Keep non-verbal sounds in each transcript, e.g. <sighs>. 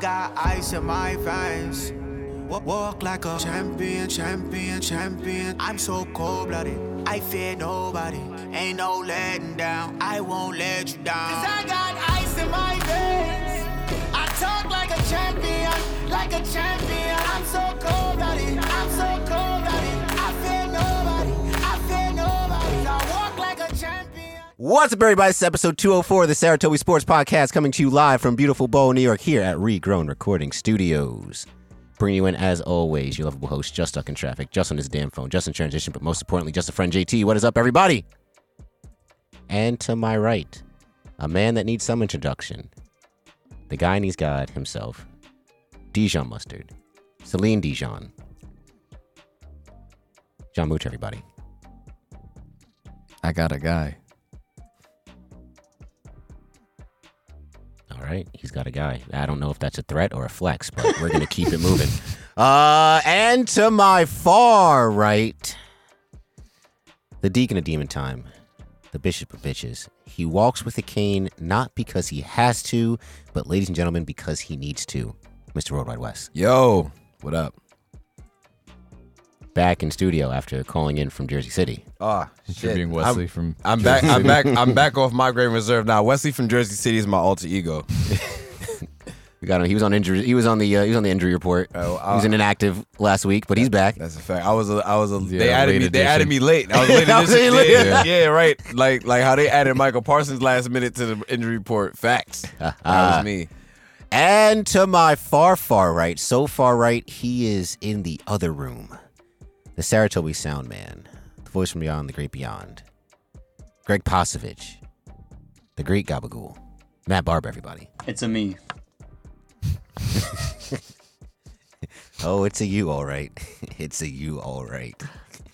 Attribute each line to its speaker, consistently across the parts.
Speaker 1: got ice in my veins. Wa- Walk like a champion, champion, champion. I'm so cold blooded. I fear nobody. Ain't no letting down. I won't let you down. Cause I got ice in my veins. I talk like a champion, like a champion. I'm so cold blooded. I'm so cold blooded. I fear nobody. I fear nobody. I walk like a champion.
Speaker 2: What's up, everybody? It's episode 204 of the Saratobi Sports Podcast coming to you live from beautiful Bow, New York, here at Regrown Recording Studios. Bringing you in, as always, your lovable host, Just Stuck in Traffic, Just on his damn phone, Just in Transition, but most importantly, Just a Friend JT. What is up, everybody? And to my right, a man that needs some introduction. The guy needs God himself. Dijon Mustard. Celine Dijon. John Mooch, everybody.
Speaker 3: I got a guy.
Speaker 2: All right, he's got a guy. I don't know if that's a threat or a flex, but we're gonna keep it moving. <laughs> Uh, and to my far right, the deacon of demon time, the bishop of bitches. He walks with a cane not because he has to, but ladies and gentlemen, because he needs to. Mr. Worldwide West
Speaker 3: Yo, what up?
Speaker 2: back in studio after calling in from Jersey City.
Speaker 3: Oh, shit.
Speaker 4: Interviewing Wesley
Speaker 3: I'm,
Speaker 4: from
Speaker 3: I'm back. I'm back. I'm back off migraine reserve now. Wesley from Jersey City is my alter ego.
Speaker 2: We got him. He was on injury. He was on the. Uh, he was on the injury report.
Speaker 3: Oh,
Speaker 2: he was
Speaker 3: uh,
Speaker 2: inactive last week, but he's back.
Speaker 3: That's a fact. I was a. I was a. they
Speaker 4: Yeah,
Speaker 3: added me.
Speaker 4: late
Speaker 3: They added
Speaker 4: edition.
Speaker 3: me late. I was late. <laughs>
Speaker 2: I was
Speaker 3: edition.
Speaker 2: late,
Speaker 3: Yeah, yeah, right. Like like how they added Michael Parsons last minute to the injury report.
Speaker 4: <laughs>
Speaker 3: Facts. That was me.
Speaker 2: And to my far, far right, so far right, he is in the other room. The Saratobi Sound Man, the voice from beyond the great beyond. Greg Posovich, the great Gabagool. Matt Barb, everybody.
Speaker 5: It's a me.
Speaker 2: Oh, it's a you, all right. <laughs> it's a you, all right.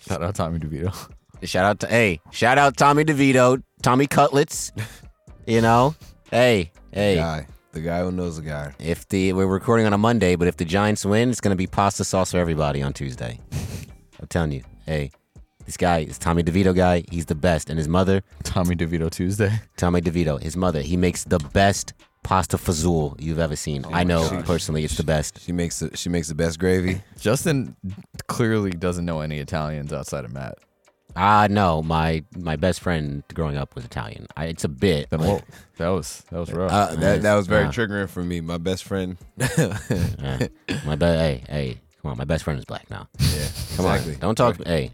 Speaker 4: Shout out uh, Tommy DeVito. <laughs>
Speaker 2: Shout out to hey, shout out Tommy DeVito, Tommy Cutlets. <laughs> You know, hey, hey.
Speaker 3: Guy. The guy who knows the guy.
Speaker 2: If the we're recording on a Monday, but if the Giants win, it's gonna be pasta sauce for everybody on Tuesday. I'm telling you, hey, this guy, this Tommy DeVito guy, he's the best. And his mother,
Speaker 4: Tommy DeVito Tuesday.
Speaker 2: Tommy DeVito, his mother, he makes the best pasta fazool you've ever seen.
Speaker 4: Oh
Speaker 2: I know personally, it's the best.
Speaker 3: She makes the, she makes the best gravy.
Speaker 4: Justin clearly doesn't know any Italians outside of Matt.
Speaker 2: Ah, no, my my best friend growing up was Italian. I, it's a bit.
Speaker 4: Then
Speaker 2: but-
Speaker 4: whoa, that was that was rough.
Speaker 3: Uh, that that was very
Speaker 2: Nah.
Speaker 3: triggering for me. My best friend.
Speaker 4: <laughs>
Speaker 3: yeah.
Speaker 2: Yeah. my be- hey, hey, come on, my best friend is black now. Come
Speaker 3: Exactly.
Speaker 2: on, don't talk. Hey,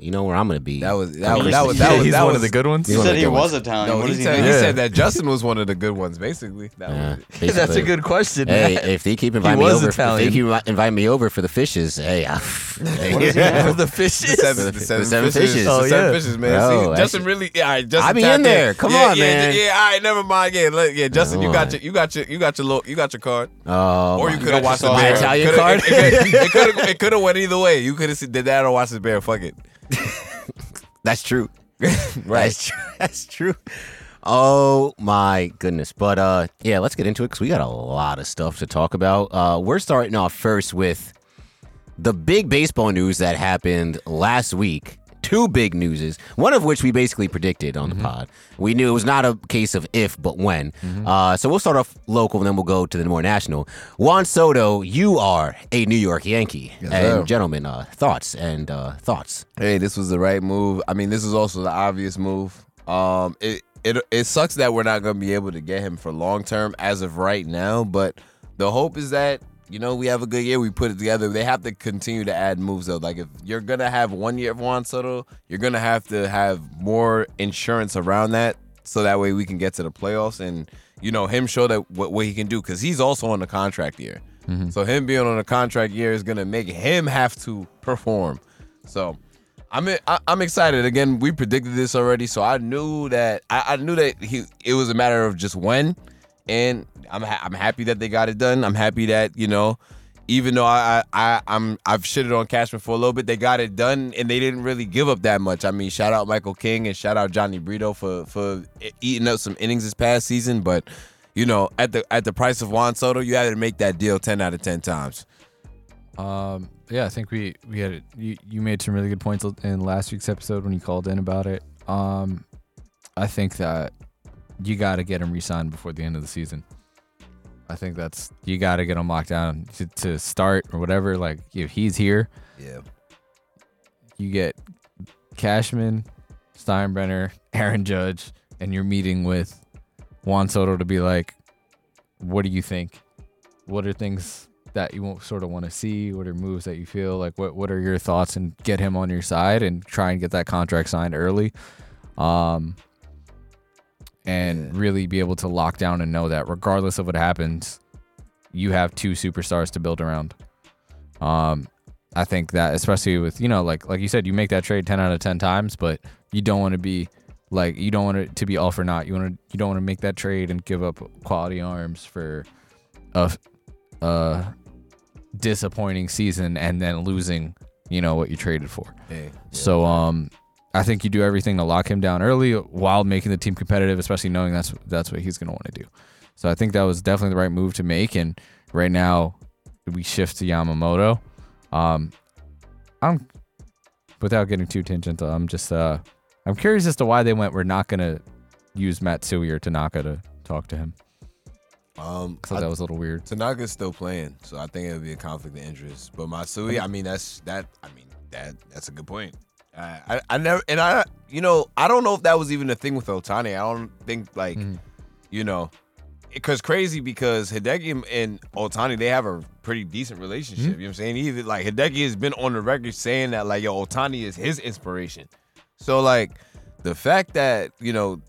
Speaker 2: you know where I'm gonna be.
Speaker 3: That was that was
Speaker 5: He's-
Speaker 3: that was
Speaker 4: Yeah,
Speaker 3: that was
Speaker 4: he's
Speaker 3: that
Speaker 4: one
Speaker 3: was
Speaker 4: of the good ones.
Speaker 5: He
Speaker 2: one of
Speaker 5: said
Speaker 2: the
Speaker 5: he
Speaker 2: good
Speaker 5: was
Speaker 3: No,
Speaker 5: Italian. what
Speaker 3: he,
Speaker 5: does he
Speaker 3: said,
Speaker 5: mean?
Speaker 3: he
Speaker 4: Yeah.
Speaker 3: said that Justin was one of the good ones. Basically, that
Speaker 2: Yeah,
Speaker 3: was it.
Speaker 4: <laughs> That's a
Speaker 2: Uh, basically.
Speaker 4: good question.
Speaker 2: Hey,
Speaker 4: Matt.
Speaker 2: if they keep inviting me
Speaker 4: was
Speaker 2: over, if
Speaker 4: Italian.
Speaker 2: they keep invi- inviting me over for the fishes, hey,
Speaker 4: <laughs>
Speaker 2: I,
Speaker 5: What is he
Speaker 4: Yeah,
Speaker 5: now?
Speaker 4: the
Speaker 3: The
Speaker 4: fishes.
Speaker 3: seven, the
Speaker 2: The
Speaker 3: seven,
Speaker 2: seven
Speaker 3: fishes.
Speaker 2: fishes.
Speaker 3: The
Speaker 4: Oh,
Speaker 3: seven
Speaker 4: yeah.
Speaker 3: fishes, man.
Speaker 2: Oh,
Speaker 3: See, Justin
Speaker 2: actually-
Speaker 3: really. Yeah, all right, Justin
Speaker 2: I be
Speaker 3: tapped
Speaker 2: in there. Come
Speaker 3: yeah,
Speaker 2: on,
Speaker 3: yeah,
Speaker 2: man.
Speaker 3: Yeah, all right, never mind. Yeah, look, yeah. Justin, you got
Speaker 2: on.
Speaker 3: your, you got your, you got your little, you got your card.
Speaker 2: oh,
Speaker 3: or
Speaker 2: my
Speaker 3: you
Speaker 2: God.
Speaker 3: could have watched the
Speaker 5: saw
Speaker 3: bear.
Speaker 5: my
Speaker 2: Italian
Speaker 3: Coulda-
Speaker 2: card?
Speaker 3: It,
Speaker 2: <laughs>
Speaker 3: it, could have, it could have went either way. You could have did that or watched the bear. Fuck it.
Speaker 2: that's true. <laughs> That's true. <laughs> That's true. Oh my goodness. But uh yeah, let's get into it because we got a lot of stuff to talk about. Uh we're starting off first with the big baseball news that happened last week. Two big newses, one of which we basically predicted on
Speaker 3: Mm-hmm.
Speaker 2: the pod. We knew it was not a case of if, but when. Uh, so we'll start off local and then we'll go to the more national. Juan Soto, you are a New York Yankee. and
Speaker 3: sir.
Speaker 2: gentlemen, uh, thoughts and uh, thoughts.
Speaker 3: hey, this was the right move. I mean, this is also the obvious move. Um, it it it sucks that we're not gonna be able to get him for long term as of right now, but the hope is that you know we have a good year. We put it together. They have to continue to add moves though. Like if you're gonna have one year of Juan Soto, you're gonna have to have more insurance around that, so that way we can get to the playoffs and you know him show that what, what he can do because he's also on the contract year. So him being on a contract year is gonna make him have to perform. So I'm e, I, I'm excited again. We predicted this already, so I knew that I, I knew that he it was a matter of just when, and I'm ha- I'm happy that they got it done. I'm happy that you know, even though I I, I I'm I've shitted on Cashman for a little bit, they got it done, and they didn't really give up that much. I mean, shout out Michael King and shout out Johnny Brito for for e- eating up some innings this past season, but you know at the at the price of Juan Soto, you had to make that deal ten out of ten times.
Speaker 4: Um, yeah, I think we we had it. You, you made some really good points l- in last week's episode when you called in about it. Um, I think that you got to get him re-signed before the end of the season. I think that's you got to get him locked down to, to start or whatever. Like if he's here,
Speaker 3: Yeah.
Speaker 4: you get Cashman, Steinbrenner, Aaron Judge, and you're meeting with Juan Soto to be like, what do you think? What are things that you won't sort of want to see? What are moves that you feel like? What What are your thoughts? And get him on your side and try and get that contract signed early, um, and really be able to lock down and know that regardless of what happens, you have two superstars to build around. Um, I think that especially with you know like like you said you make that trade 10 out of 10 times but you don't want to be like you don't want it to be all for naught you want to you don't want to make that trade and give up quality arms for a, uh, a disappointing season and then losing you know what you traded for
Speaker 3: Hey.
Speaker 4: so um I think you do everything to lock him down early while making the team competitive especially knowing that's that's what he's going to want to do so I think that was definitely the right move to make and right now we shift to Yamamoto um, I'm without getting too tangential. I'm just uh, I'm curious as to why they went. We're not gonna use Matsui or Tanaka to talk to him.
Speaker 3: Um,
Speaker 4: I thought that was a little weird.
Speaker 3: Tanaka's still playing, so I think it would be a conflict of interest. But Matsui, I mean, that's that. I mean, that that's a good point. I, I, I never, and I, you know, I don't know if that was even a thing with Otani. I don't think like, you know, because crazy because Hideki and Otani they have a pretty decent relationship. You know what I'm saying? Even like Hideki has been on the record saying that like, yo, Otani is his inspiration. So like, the fact that you know,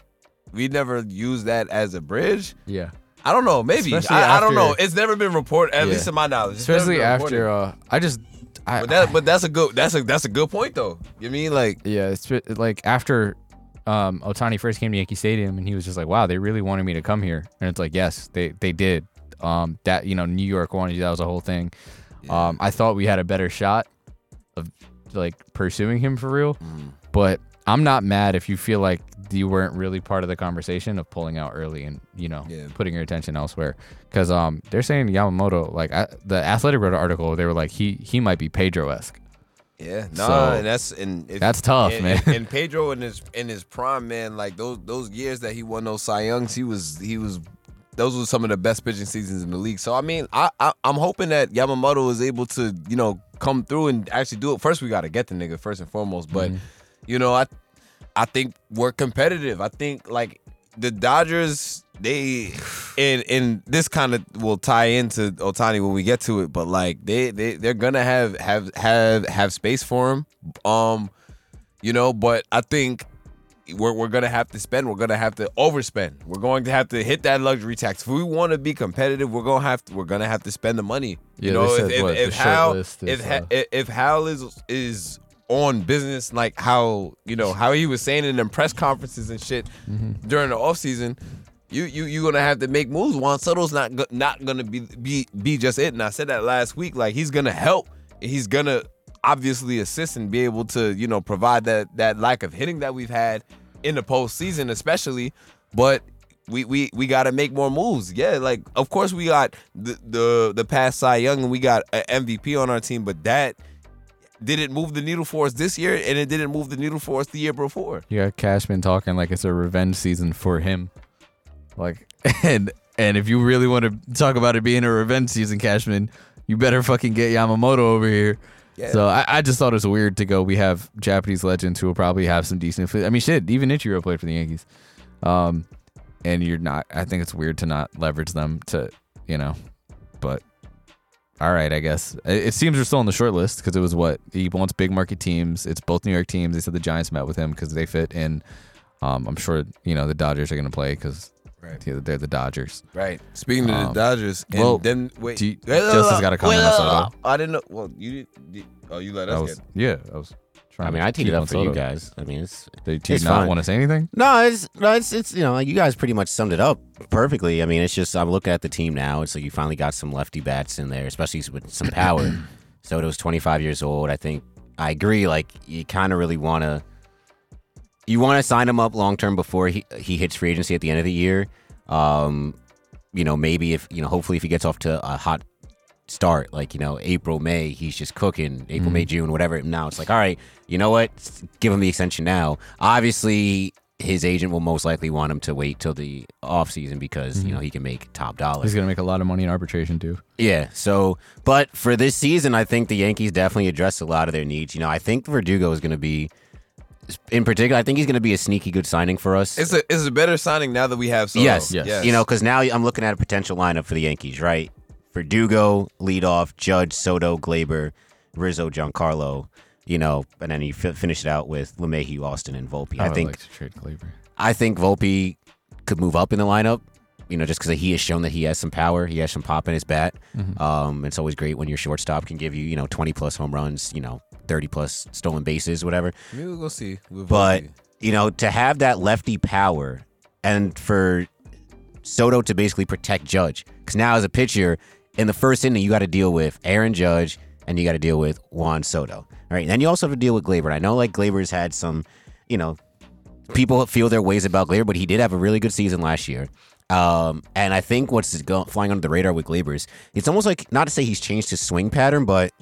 Speaker 3: we never use that as a bridge.
Speaker 4: Yeah,
Speaker 3: I don't know. Maybe
Speaker 4: Especially
Speaker 3: I, I don't
Speaker 4: after-
Speaker 3: know. It's never been reported, at
Speaker 4: Yeah.
Speaker 3: least to my knowledge. It's never
Speaker 4: especially
Speaker 3: been
Speaker 4: after
Speaker 3: reported.
Speaker 4: uh, I just I,
Speaker 3: But that, but that's a good. That's a that's a good point though. You mean like
Speaker 4: yeah, it's been- like after um, Otani first came to Yankee Stadium and he was just like, "Wow, they really wanted me to come here," and it's like, yes, they they did. Um, that you know, New York wanted you. That was a whole thing. Um, I thought we had a better shot of like pursuing him for real, but I'm not mad if you feel like you weren't really part of the conversation of pulling out early and you know
Speaker 3: Yeah.
Speaker 4: putting your attention elsewhere. Because um, they're saying Yamamoto, like I, the Athletic wrote an article, they were like he he might be Pedro esque.
Speaker 3: yeah, no,
Speaker 4: So,
Speaker 3: and that's and if-
Speaker 4: that's tough,
Speaker 3: and-
Speaker 4: man.
Speaker 3: And, and Pedro in his in his prime, man, like those those years that he won those Cy Youngs, he was he was those were some of the best pitching seasons in the league. So I mean, I, I I'm hoping that Yamamoto is able to you know come through and actually do it. First, we got to get the nigga first and foremost,
Speaker 4: Mm-hmm.
Speaker 3: but you know I I think we're competitive. I think like the Dodgers, they and and this kind of will tie into Otani when we get to it, but like they they they're gonna have have have have space for him. Um, you know, but I think we're, we're gonna have to spend. We're gonna have to overspend. We're going to have to hit that luxury tax. If we want to be competitive, we're gonna have to, we're gonna have to spend the money.
Speaker 4: Yeah,
Speaker 3: you know,
Speaker 4: they
Speaker 3: if
Speaker 4: said
Speaker 3: if,
Speaker 4: what, the
Speaker 3: if
Speaker 4: short
Speaker 3: Hal
Speaker 4: list
Speaker 3: if
Speaker 4: is,
Speaker 3: Ha-
Speaker 4: uh,
Speaker 3: if if Hal is is on business like how you know how he was saying in them press conferences and shit during the offseason, you you you gonna have to make moves. Juan Soto's not go- not gonna be be be just it. And I said that last week. Like he's gonna help. He's gonna obviously assist and be able to you know provide that that lack of hitting that we've had in the postseason, especially. But we we we got to make more moves. Yeah, like of course we got the the the past Cy Young and we got an MVP on our team, but that didn't move the needle for us this year, and it didn't move the needle for us the year before.
Speaker 4: You got Cashman talking like it's a revenge season for him. Like <laughs> and and if you really want to talk about it being a revenge season, Cashman, you better fucking get Yamamoto over here. So I, I just thought it was weird to go. We have Japanese legends who will probably have some decent. fi- I mean, shit. Even Ichiro played for the Yankees, um, and you're not. I think it's weird to not leverage them to, you know, but all right, I guess. It, it seems we're still on the short list because it was what he wants big market teams. It's both New York teams. They said the Giants met with him because they fit in. Um, I'm sure you know the Dodgers are going to play because
Speaker 3: Right.
Speaker 4: they're the Dodgers.
Speaker 3: Right. Speaking of
Speaker 4: Um,
Speaker 3: the Dodgers, and
Speaker 4: well,
Speaker 3: then wait,
Speaker 4: do you-
Speaker 3: wait, wait,
Speaker 4: Justin's
Speaker 3: wait,
Speaker 4: got a
Speaker 3: wait,
Speaker 4: comment
Speaker 3: wait,
Speaker 4: on
Speaker 3: wait,
Speaker 4: Soto.
Speaker 3: wait. I didn't know. Well, you did, oh you let us
Speaker 4: That
Speaker 3: get.
Speaker 4: was yeah. I was trying.
Speaker 2: I mean,
Speaker 4: to
Speaker 2: I teed
Speaker 4: keep
Speaker 2: it up
Speaker 4: on
Speaker 2: for you
Speaker 4: Soto.
Speaker 2: guys. I mean, it's
Speaker 4: Do, do you
Speaker 2: It's
Speaker 4: not
Speaker 2: fine.
Speaker 4: want to say anything?
Speaker 2: No, it's no, it's it's you know, you guys pretty much summed it up perfectly. I mean, it's just I'm looking at the team now. It's like you finally got some lefty bats in there, especially with some power. Soto's 25 years old. I think I agree. Like you kind of really want to you want to sign him up long term before he he hits free agency at the end of the year. Um, you know, maybe if you know, hopefully if he gets off to a hot start, like you know, April May, he's just cooking. April May June whatever. Now it's like, all right, you know what? S- Give him the extension now. Obviously, his agent will most likely want him to wait till the offseason because you know he can make top dollar.
Speaker 4: He's gonna make a lot of money in arbitration too.
Speaker 2: Yeah. So, but for this season, I think the Yankees definitely addressed a lot of their needs. You know, I think Verdugo is going to be, in particular, I think he's going to be a sneaky good signing for us.
Speaker 3: It's a it's a better signing now that we have Soto.
Speaker 2: yes,
Speaker 4: Oh, Yes.
Speaker 2: You know, because now I'm looking at a potential lineup for the Yankees, right? Verdugo, leadoff, Judge, Soto, Glaber, Rizzo, Giancarlo. You know, and then you fi- finish it out with LeMahieu, Austin, and Volpe. I
Speaker 4: would
Speaker 2: think
Speaker 4: Oh, like to trade Glaber.
Speaker 2: I think Volpe could move up in the lineup. You know, just because he has shown that he has some power, he has some pop in his bat. Um, it's always great when your shortstop can give you, you know, twenty plus home runs, you know, thirty plus stolen bases, whatever.
Speaker 3: Maybe we'll go see. We'll
Speaker 2: But
Speaker 3: see.
Speaker 2: you know, to have that lefty power and for Soto to basically protect Judge, because now as a pitcher, in the first inning you got to deal with Aaron Judge and you got to deal with Juan Soto. All right, and then you also have to deal with Glaber. And I know like Glaber's had some, you know, people feel their ways about Glaber, but he did have a really good season last year. Um, and I think what's go- flying under the radar with Glaber is it's almost like not to say he's changed his swing pattern, but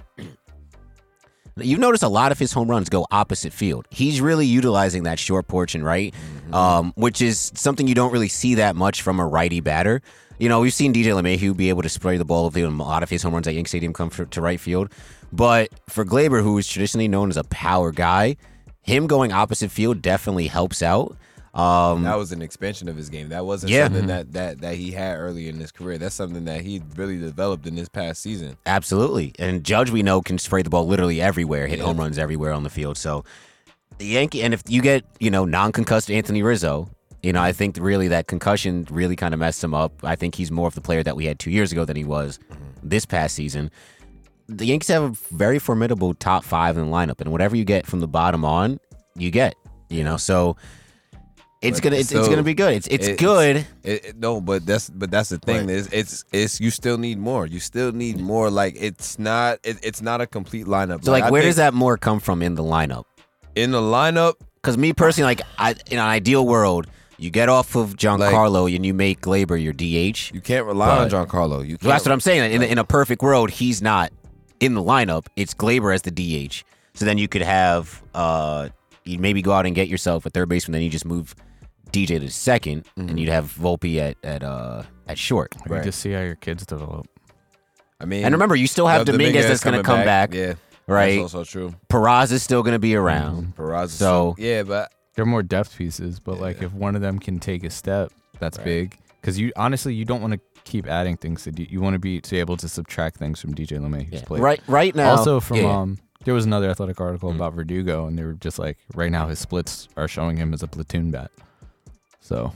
Speaker 2: you've noticed a lot of his home runs go opposite field. He's really utilizing that short portion, right? Um, which is something you don't really see that much from a righty batter. You know, we've seen DJ LeMahieu be able to spray the ball over the field, and a lot of his home runs at Yankee Stadium come fr- to right field. But for Glaber, who is traditionally known as a power guy, him going opposite field definitely helps out.
Speaker 4: mm.
Speaker 2: Um,
Speaker 3: that was an expansion of his game. That wasn't
Speaker 2: Yeah.
Speaker 4: Mm-hmm.
Speaker 3: something that, that that he had early in his career. That's something that he really developed in this past season.
Speaker 2: Absolutely. And Judge, we know, can spray the ball literally everywhere, hit
Speaker 3: Yeah.
Speaker 2: home runs everywhere on the field. So the Yankee, and if you get, you know, non concussed Anthony Rizzo, you know, I think really that concussion really kind of messed him up. I think he's more of the player that we had two years ago than he was
Speaker 3: Mm-hmm.
Speaker 2: this past season. The Yankees have a very formidable top five in the lineup, and whatever you get from the bottom on, you get, you know, so. It's
Speaker 3: But
Speaker 2: gonna, it's, it's
Speaker 3: so
Speaker 2: gonna be good. It's, it's
Speaker 3: it-
Speaker 2: good.
Speaker 3: It, it- no, but that's but that's the thing.
Speaker 2: Right.
Speaker 3: Is it's it's you still need more. You still need more. Like it's not it, it's not a complete lineup.
Speaker 2: So, like,
Speaker 3: I
Speaker 2: where
Speaker 3: think
Speaker 2: does that more come from in the lineup?
Speaker 3: in the lineup?
Speaker 2: Because me personally, like I, in an ideal world, you get off of Giancarlo and you make Glaber your DH.
Speaker 3: You can't rely on Giancarlo. You can't,
Speaker 2: That's what I'm saying. In, in a perfect world, he's not in the lineup. It's Glaber as the DH. So then you could have uh, you maybe go out and get yourself a third baseman. Then you just move DJ to 2nd and you'd have Volpe at at uh, at short.
Speaker 4: Right.
Speaker 3: Right.
Speaker 4: just see how your kids develop.
Speaker 3: I mean,
Speaker 2: And remember, you still have Dominguez, that's going to come back.
Speaker 3: Yeah,
Speaker 2: right?
Speaker 3: That's also true.
Speaker 2: Paraz is still going to be around.
Speaker 3: Peraza's
Speaker 2: So-
Speaker 3: yeah, but
Speaker 4: They're more depth pieces, but like if one of them can take a step, that's big. Because you honestly, you don't want to keep adding things. To D- you want to be to able to subtract things from DJ LeMay's
Speaker 2: Yeah.
Speaker 4: play.
Speaker 2: Right, right now.
Speaker 4: also, from
Speaker 2: Yeah, Mm. yeah.
Speaker 4: um, there was another athletic article about Verdugo, and they were just like, right now his splits are showing him as a platoon bat. So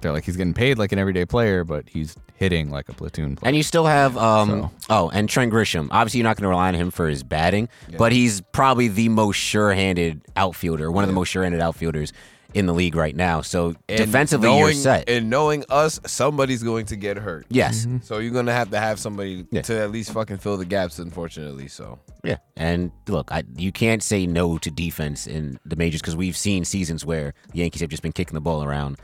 Speaker 4: they're like, he's getting paid like an everyday player, but he's hitting like a platoon player.
Speaker 2: And you still have um
Speaker 4: So-
Speaker 2: oh, and Trent Grisham. Obviously, you're not going to rely on him for his batting, but he's probably the most sure-handed outfielder, one of the most sure-handed outfielders in the league right now. So
Speaker 3: and
Speaker 2: defensively, you're
Speaker 3: knowing-
Speaker 2: set.
Speaker 3: And knowing us, somebody's going to get hurt.
Speaker 2: yes,
Speaker 4: Mm-hmm.
Speaker 3: So you're gonna have to have somebody
Speaker 2: Yeah.
Speaker 3: to at least fucking fill the gaps. Unfortunately, so
Speaker 2: yeah. And look, I, you can't say no to defense in the majors because we've seen seasons where the Yankees have just been kicking the ball around,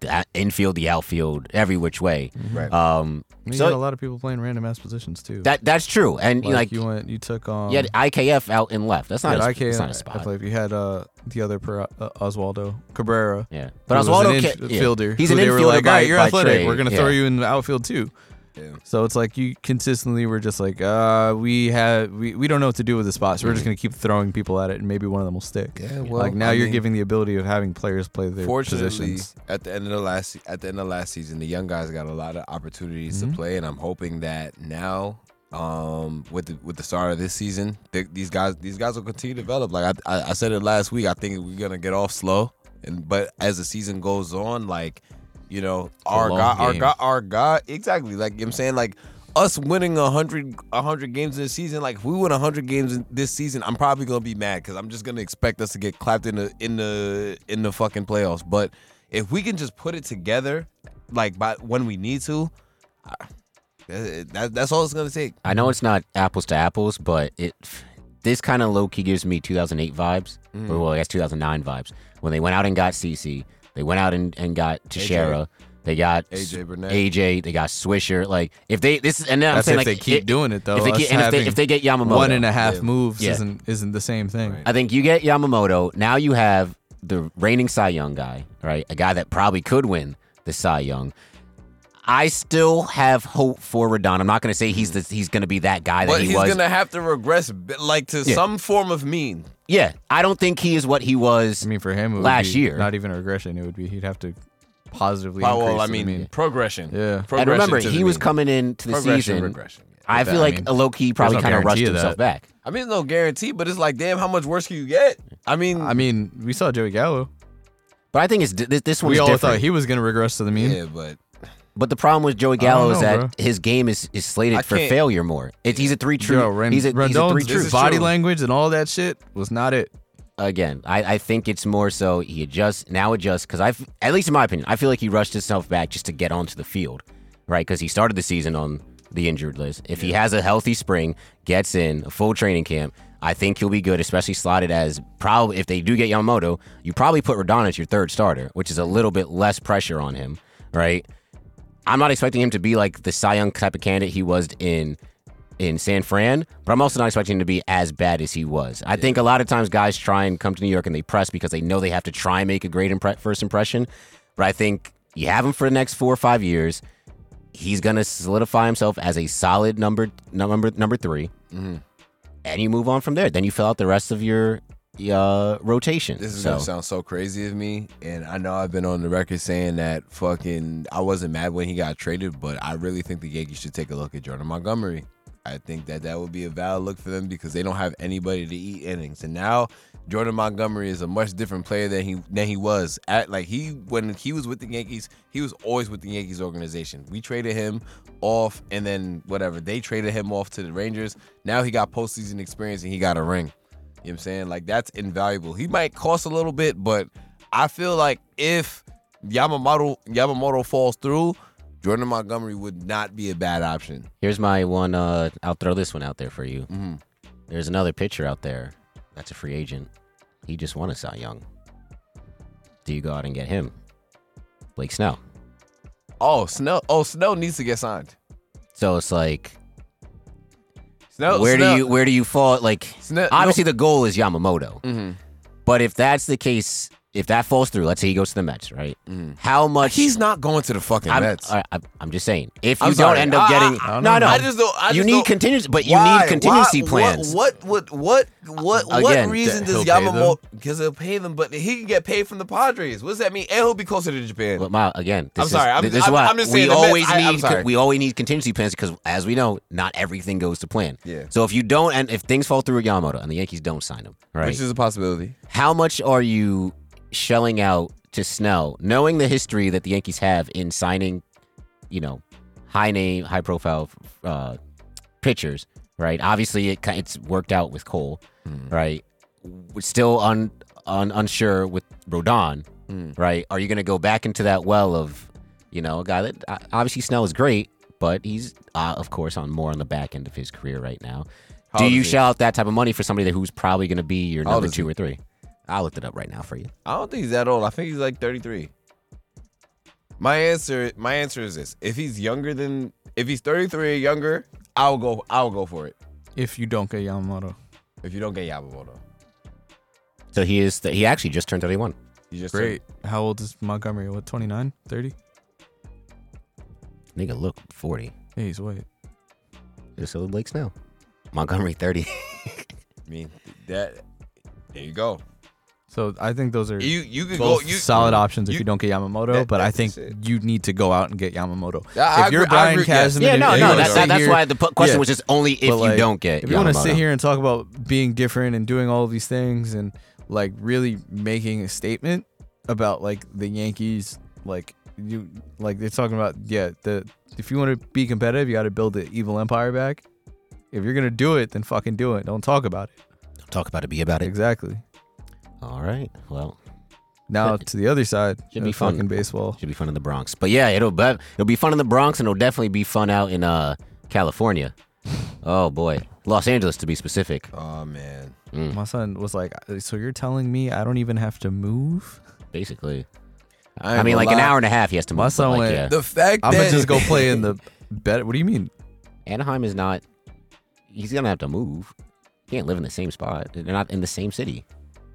Speaker 2: the out- infield, the outfield, every which way.
Speaker 3: Right.
Speaker 2: Um,
Speaker 4: And you got a
Speaker 2: so
Speaker 4: lot of people playing random ass positions too.
Speaker 2: that that's true. And
Speaker 4: like,
Speaker 2: you know, like,
Speaker 4: you went, you took um,
Speaker 2: you had IKF out and left. That's not
Speaker 4: yeah,
Speaker 2: a,
Speaker 4: IK,
Speaker 2: that's not a
Speaker 4: I
Speaker 2: spot.
Speaker 4: believe you had uh, the other per, uh, Oswaldo Cabrera.
Speaker 2: Yeah, but
Speaker 4: who was
Speaker 2: Oswaldo
Speaker 4: an
Speaker 2: can't- yeah.
Speaker 4: infielder.
Speaker 2: He's
Speaker 4: who
Speaker 2: an
Speaker 4: they were
Speaker 2: infielder
Speaker 4: like,
Speaker 2: by,
Speaker 4: all right, you're
Speaker 2: by
Speaker 4: athletic.
Speaker 2: trade.
Speaker 4: We're gonna
Speaker 2: yeah.
Speaker 4: throw you in the outfield too.
Speaker 3: yeah.
Speaker 4: So it's like you consistently were just like, uh, we have we, we don't know what to do with the spot, so we're
Speaker 2: Mm-hmm.
Speaker 4: just gonna keep throwing people at it, and maybe one of them will stick.
Speaker 3: Yeah, well,
Speaker 4: like now
Speaker 3: I
Speaker 4: you're
Speaker 3: mean-
Speaker 4: giving the ability of having players play their
Speaker 3: Fortunately,
Speaker 4: positions.
Speaker 3: at the end of the last at the end of last season, the young guys got a lot of opportunities to play, and I'm hoping that now, um, with the, with the start of this season, th- these guys these guys will continue to develop. Like I, I I said it last week, I think we're gonna get off slow, and but as the season goes on, like you know, our
Speaker 4: long
Speaker 3: God, our
Speaker 4: game.
Speaker 3: God, our God, exactly. Like you know what I'm saying, like. Us winning 100, 100 games in the season, like if we win 100 games in this season, I'm probably gonna be mad because I'm just gonna expect us to get clapped in the in the in the fucking playoffs. But if we can just put it together, like by when we need to, I, that, that- that's all it's gonna take.
Speaker 2: I know it's not apples to apples, but it this kind of low key gives me 2008 vibes.
Speaker 4: Mm.
Speaker 2: Or, well, I guess 2009 vibes when they went out and got CC, they went out and, and got Teixeira, they got
Speaker 3: AJ Burnett.
Speaker 2: AJ, they got Swisher. Like if they this is and then I'm
Speaker 4: That's
Speaker 2: saying
Speaker 4: if
Speaker 2: like
Speaker 4: they keep
Speaker 2: it-
Speaker 4: doing it though.
Speaker 2: if they
Speaker 4: us
Speaker 2: get and if they,
Speaker 4: having
Speaker 2: if they get Yamamoto,
Speaker 4: one and a half moves
Speaker 2: Yeah.
Speaker 4: isn't isn't the same thing.
Speaker 2: I think you get Yamamoto. Now you have the reigning Cy Young guy, right? A guy that probably could win the Cy Young. I still have hope for Rodon. I'm not going to say he's the, he's going to be that guy that
Speaker 3: But
Speaker 2: he
Speaker 3: he's
Speaker 2: was.
Speaker 3: gonna have to regress, b- like to
Speaker 2: Yeah.
Speaker 3: some form of mean.
Speaker 2: yeah, I don't think he is what he was.
Speaker 4: I mean, for him, it would
Speaker 2: Last
Speaker 4: be
Speaker 2: year.
Speaker 4: not even a regression. It would be he'd have to positively.
Speaker 3: Well,
Speaker 4: increase
Speaker 3: I
Speaker 4: to the
Speaker 3: mean,
Speaker 4: mean.
Speaker 3: progression.
Speaker 4: Yeah.
Speaker 3: progression
Speaker 2: and remember,
Speaker 3: to the
Speaker 2: he was
Speaker 3: mean.
Speaker 2: coming into the
Speaker 3: progression,
Speaker 2: season.
Speaker 3: Regression. yeah.
Speaker 2: I feel
Speaker 4: Yeah, I
Speaker 2: like
Speaker 4: mean,
Speaker 2: a low key probably
Speaker 4: no
Speaker 2: kind of rushed
Speaker 4: guarantee of
Speaker 2: himself
Speaker 4: that.
Speaker 2: back.
Speaker 3: I mean, no guarantee, but it's like, damn, how much worse can you get? I mean,
Speaker 4: I mean, we saw Joey Gallo.
Speaker 2: But I think it's di- this, this one's
Speaker 4: we all
Speaker 2: different.
Speaker 4: thought he was going to regress to the mean.
Speaker 3: yeah, but
Speaker 2: But the problem with Joey
Speaker 4: don't
Speaker 2: Gallo is
Speaker 4: know,
Speaker 2: that
Speaker 4: bro.
Speaker 2: his game is, is slated
Speaker 3: I
Speaker 2: for
Speaker 3: can't-
Speaker 2: failure more. It, he's a three true.
Speaker 4: Yo, Ren-
Speaker 2: he's, a, he's a
Speaker 4: Rendon's
Speaker 2: three
Speaker 3: This
Speaker 2: true.
Speaker 3: is
Speaker 4: body
Speaker 3: true.
Speaker 4: language and all that shit was not it.
Speaker 2: Again, I, I think it's more so he adjusts now adjusts because I at least in my opinion I feel like he rushed himself back just to get onto the field, right? Because he started the season on the injured list. If he has a healthy spring, gets in a full training camp, I think he'll be good, especially slotted as probably if they do get Yamamoto, you probably put Rodon as your third starter, which is a little bit less pressure on him, right? I'm not expecting him to be like the Cy Young type of candidate he was in in San Fran, but I'm also not expecting him to be as bad as he was. I think a lot of times guys try and come to New York and they press because they know they have to try and make a great impre- first impression. But I think you have him for the next four or five years. He's gonna solidify himself as a solid number number number 3
Speaker 3: Mm-hmm.
Speaker 2: and you move on from there. Then you fill out the rest of your uh, rotation.
Speaker 3: this is
Speaker 2: so,
Speaker 3: gonna sound so crazy of me, and I know I've been on the record saying that fucking I wasn't mad when he got traded, but I really think the Yankees should take a look at Jordan Montgomery. I think that that would be a valid look for them because they don't have anybody to eat innings, and now Jordan Montgomery is a much different player than he than he was at. Like he when he was with the Yankees, he was always with the Yankees organization. We traded him off, and then whatever they traded him off to the Rangers. Now he got postseason experience and he got a ring. You know what I'm saying? Like that's invaluable. He might cost a little bit, but I feel like if Yamamoto Yamamoto falls through, Jordan Montgomery would not be a bad option.
Speaker 2: Here's my one. Uh, I'll throw this one out there for you.
Speaker 3: Mhm.
Speaker 2: There's another pitcher out there that's a free agent. He just won a Cy Young. Do you go out and get him? Blake Snell.
Speaker 3: Oh, Snell oh Snell needs to get signed.
Speaker 2: So it's like,
Speaker 3: Snell
Speaker 2: where
Speaker 3: Snell,
Speaker 2: do you where do you fall? Like,
Speaker 3: Snell,
Speaker 2: obviously the goal is Yamamoto,
Speaker 3: hmm
Speaker 2: but if that's the case, if that falls through, let's say he goes to the Mets, right?
Speaker 3: Mhm.
Speaker 2: How much?
Speaker 3: he's not going to the fucking
Speaker 2: I'm,
Speaker 3: Mets.
Speaker 2: all right, I'm- I'm just saying, if you
Speaker 3: I'm
Speaker 2: don't
Speaker 3: sorry.
Speaker 2: end up
Speaker 3: I-
Speaker 2: getting,
Speaker 4: I don't
Speaker 2: no,
Speaker 4: know.
Speaker 2: no,
Speaker 3: I just don't. I
Speaker 2: you
Speaker 3: just
Speaker 2: need
Speaker 3: don't-
Speaker 2: contingency, but you
Speaker 3: Why?
Speaker 2: need contingency
Speaker 3: Why?
Speaker 2: plans.
Speaker 3: What? What? What? What? What, what
Speaker 2: Again,
Speaker 3: reason
Speaker 4: th-
Speaker 3: does
Speaker 4: he'll pay them?
Speaker 3: Yamamoto? Because he'll pay them, but he can get paid from the Padres. What does that mean? And he'll be closer to Japan.
Speaker 2: But my again, this
Speaker 3: I'm sorry,
Speaker 2: Is,
Speaker 3: I'm-
Speaker 2: this is
Speaker 3: I'm-
Speaker 2: why
Speaker 3: I'm just
Speaker 2: we
Speaker 3: saying the Mets-
Speaker 2: always
Speaker 3: I- I'm
Speaker 2: need
Speaker 3: sorry.
Speaker 2: we always need contingency plans because, as we know, not everything goes to plan.
Speaker 3: Yeah.
Speaker 2: So if you don't, and if things fall through with Yamamoto and the Yankees don't sign him, right?
Speaker 3: Which is a possibility.
Speaker 2: how much are you shelling out to Snell, knowing the history that the Yankees have in signing, you know, high name, high profile uh, pitchers, right? Obviously, it ki- it's worked out with Cole, right? We're still un, un unsure with Rodon, right? Are you going to go back into that well of, you know, a guy that uh, obviously Snell is great, but he's uh, of course on more on the back end of his career right now.
Speaker 3: How
Speaker 2: Do
Speaker 3: old
Speaker 2: you
Speaker 3: is he?
Speaker 2: shell out that type of money for somebody that who's probably going to be your
Speaker 3: How old
Speaker 2: number
Speaker 3: is
Speaker 2: two or three? I looked it up right now for you.
Speaker 3: I don't think he's that old. I think he's like 33. My answer my answer is this. If he's younger than if he's 33 or younger, I'll go I'll go for it.
Speaker 4: If you don't get Yamamoto,
Speaker 3: If you don't get Yamamoto.
Speaker 2: So he is. he actually just turned thirty-one.
Speaker 3: You just
Speaker 4: great. How old is Montgomery? What, 29, 30?
Speaker 2: Nigga, look forty.
Speaker 4: Yeah, he's white.
Speaker 2: Just so Blake Snell. Montgomery thirty.
Speaker 3: I mean that there you go.
Speaker 4: So I think those are
Speaker 3: You you could
Speaker 4: both
Speaker 3: go you
Speaker 4: solid options if
Speaker 3: you-
Speaker 4: you don't get Yamamoto,
Speaker 3: That-
Speaker 4: but I
Speaker 3: that's
Speaker 4: think
Speaker 3: it.
Speaker 4: you need to go out and get Yamamoto.
Speaker 3: Yeah, I
Speaker 4: if you're
Speaker 3: agree- I
Speaker 4: Brian
Speaker 3: agree, yes.
Speaker 2: <laughs>
Speaker 4: Cashman,
Speaker 2: yeah, no,
Speaker 4: if
Speaker 2: no.
Speaker 4: you're
Speaker 2: That's
Speaker 4: gonna
Speaker 2: that, that's
Speaker 4: sit
Speaker 2: why
Speaker 4: here-
Speaker 2: the pu- question
Speaker 4: Yeah.
Speaker 2: was just only if
Speaker 4: But,
Speaker 2: you
Speaker 4: like,
Speaker 2: don't get.
Speaker 4: if you want to
Speaker 2: Yamamoto.
Speaker 4: sit here and talk about being different and doing all of these things and like really making a statement about like the Yankees, like you like they're talking about yeah the if you want to be competitive, you got to build the evil empire back. If you're gonna do it, then fucking do it. Don't talk about it.
Speaker 2: talk about it, be about it.
Speaker 4: Exactly.
Speaker 2: All right. Well,
Speaker 4: Now to the other side,
Speaker 2: Should be
Speaker 4: of
Speaker 2: fun.
Speaker 4: fucking baseball.
Speaker 2: should be fun in the Bronx. But yeah, it'll but it'll be fun in the Bronx, and it'll definitely be fun out in uh California. Oh boy, Los Angeles to be specific.
Speaker 3: Oh man.
Speaker 4: My son was like, "Uh, "So you're telling me I don't even have to <laughs> move?
Speaker 2: Basically,
Speaker 3: ain't
Speaker 2: I mean,
Speaker 3: gonna
Speaker 2: like an
Speaker 3: lie.
Speaker 2: hour and a half. He has to.
Speaker 4: My
Speaker 2: move, but,
Speaker 4: son
Speaker 2: like,
Speaker 4: went-
Speaker 2: yeah.
Speaker 3: The fact
Speaker 4: I'm
Speaker 3: that
Speaker 4: gonna just go play in <laughs> the bed." What do you mean?
Speaker 2: Anaheim is not. He's gonna have to move. He can't live in the same spot. They're not in the same city.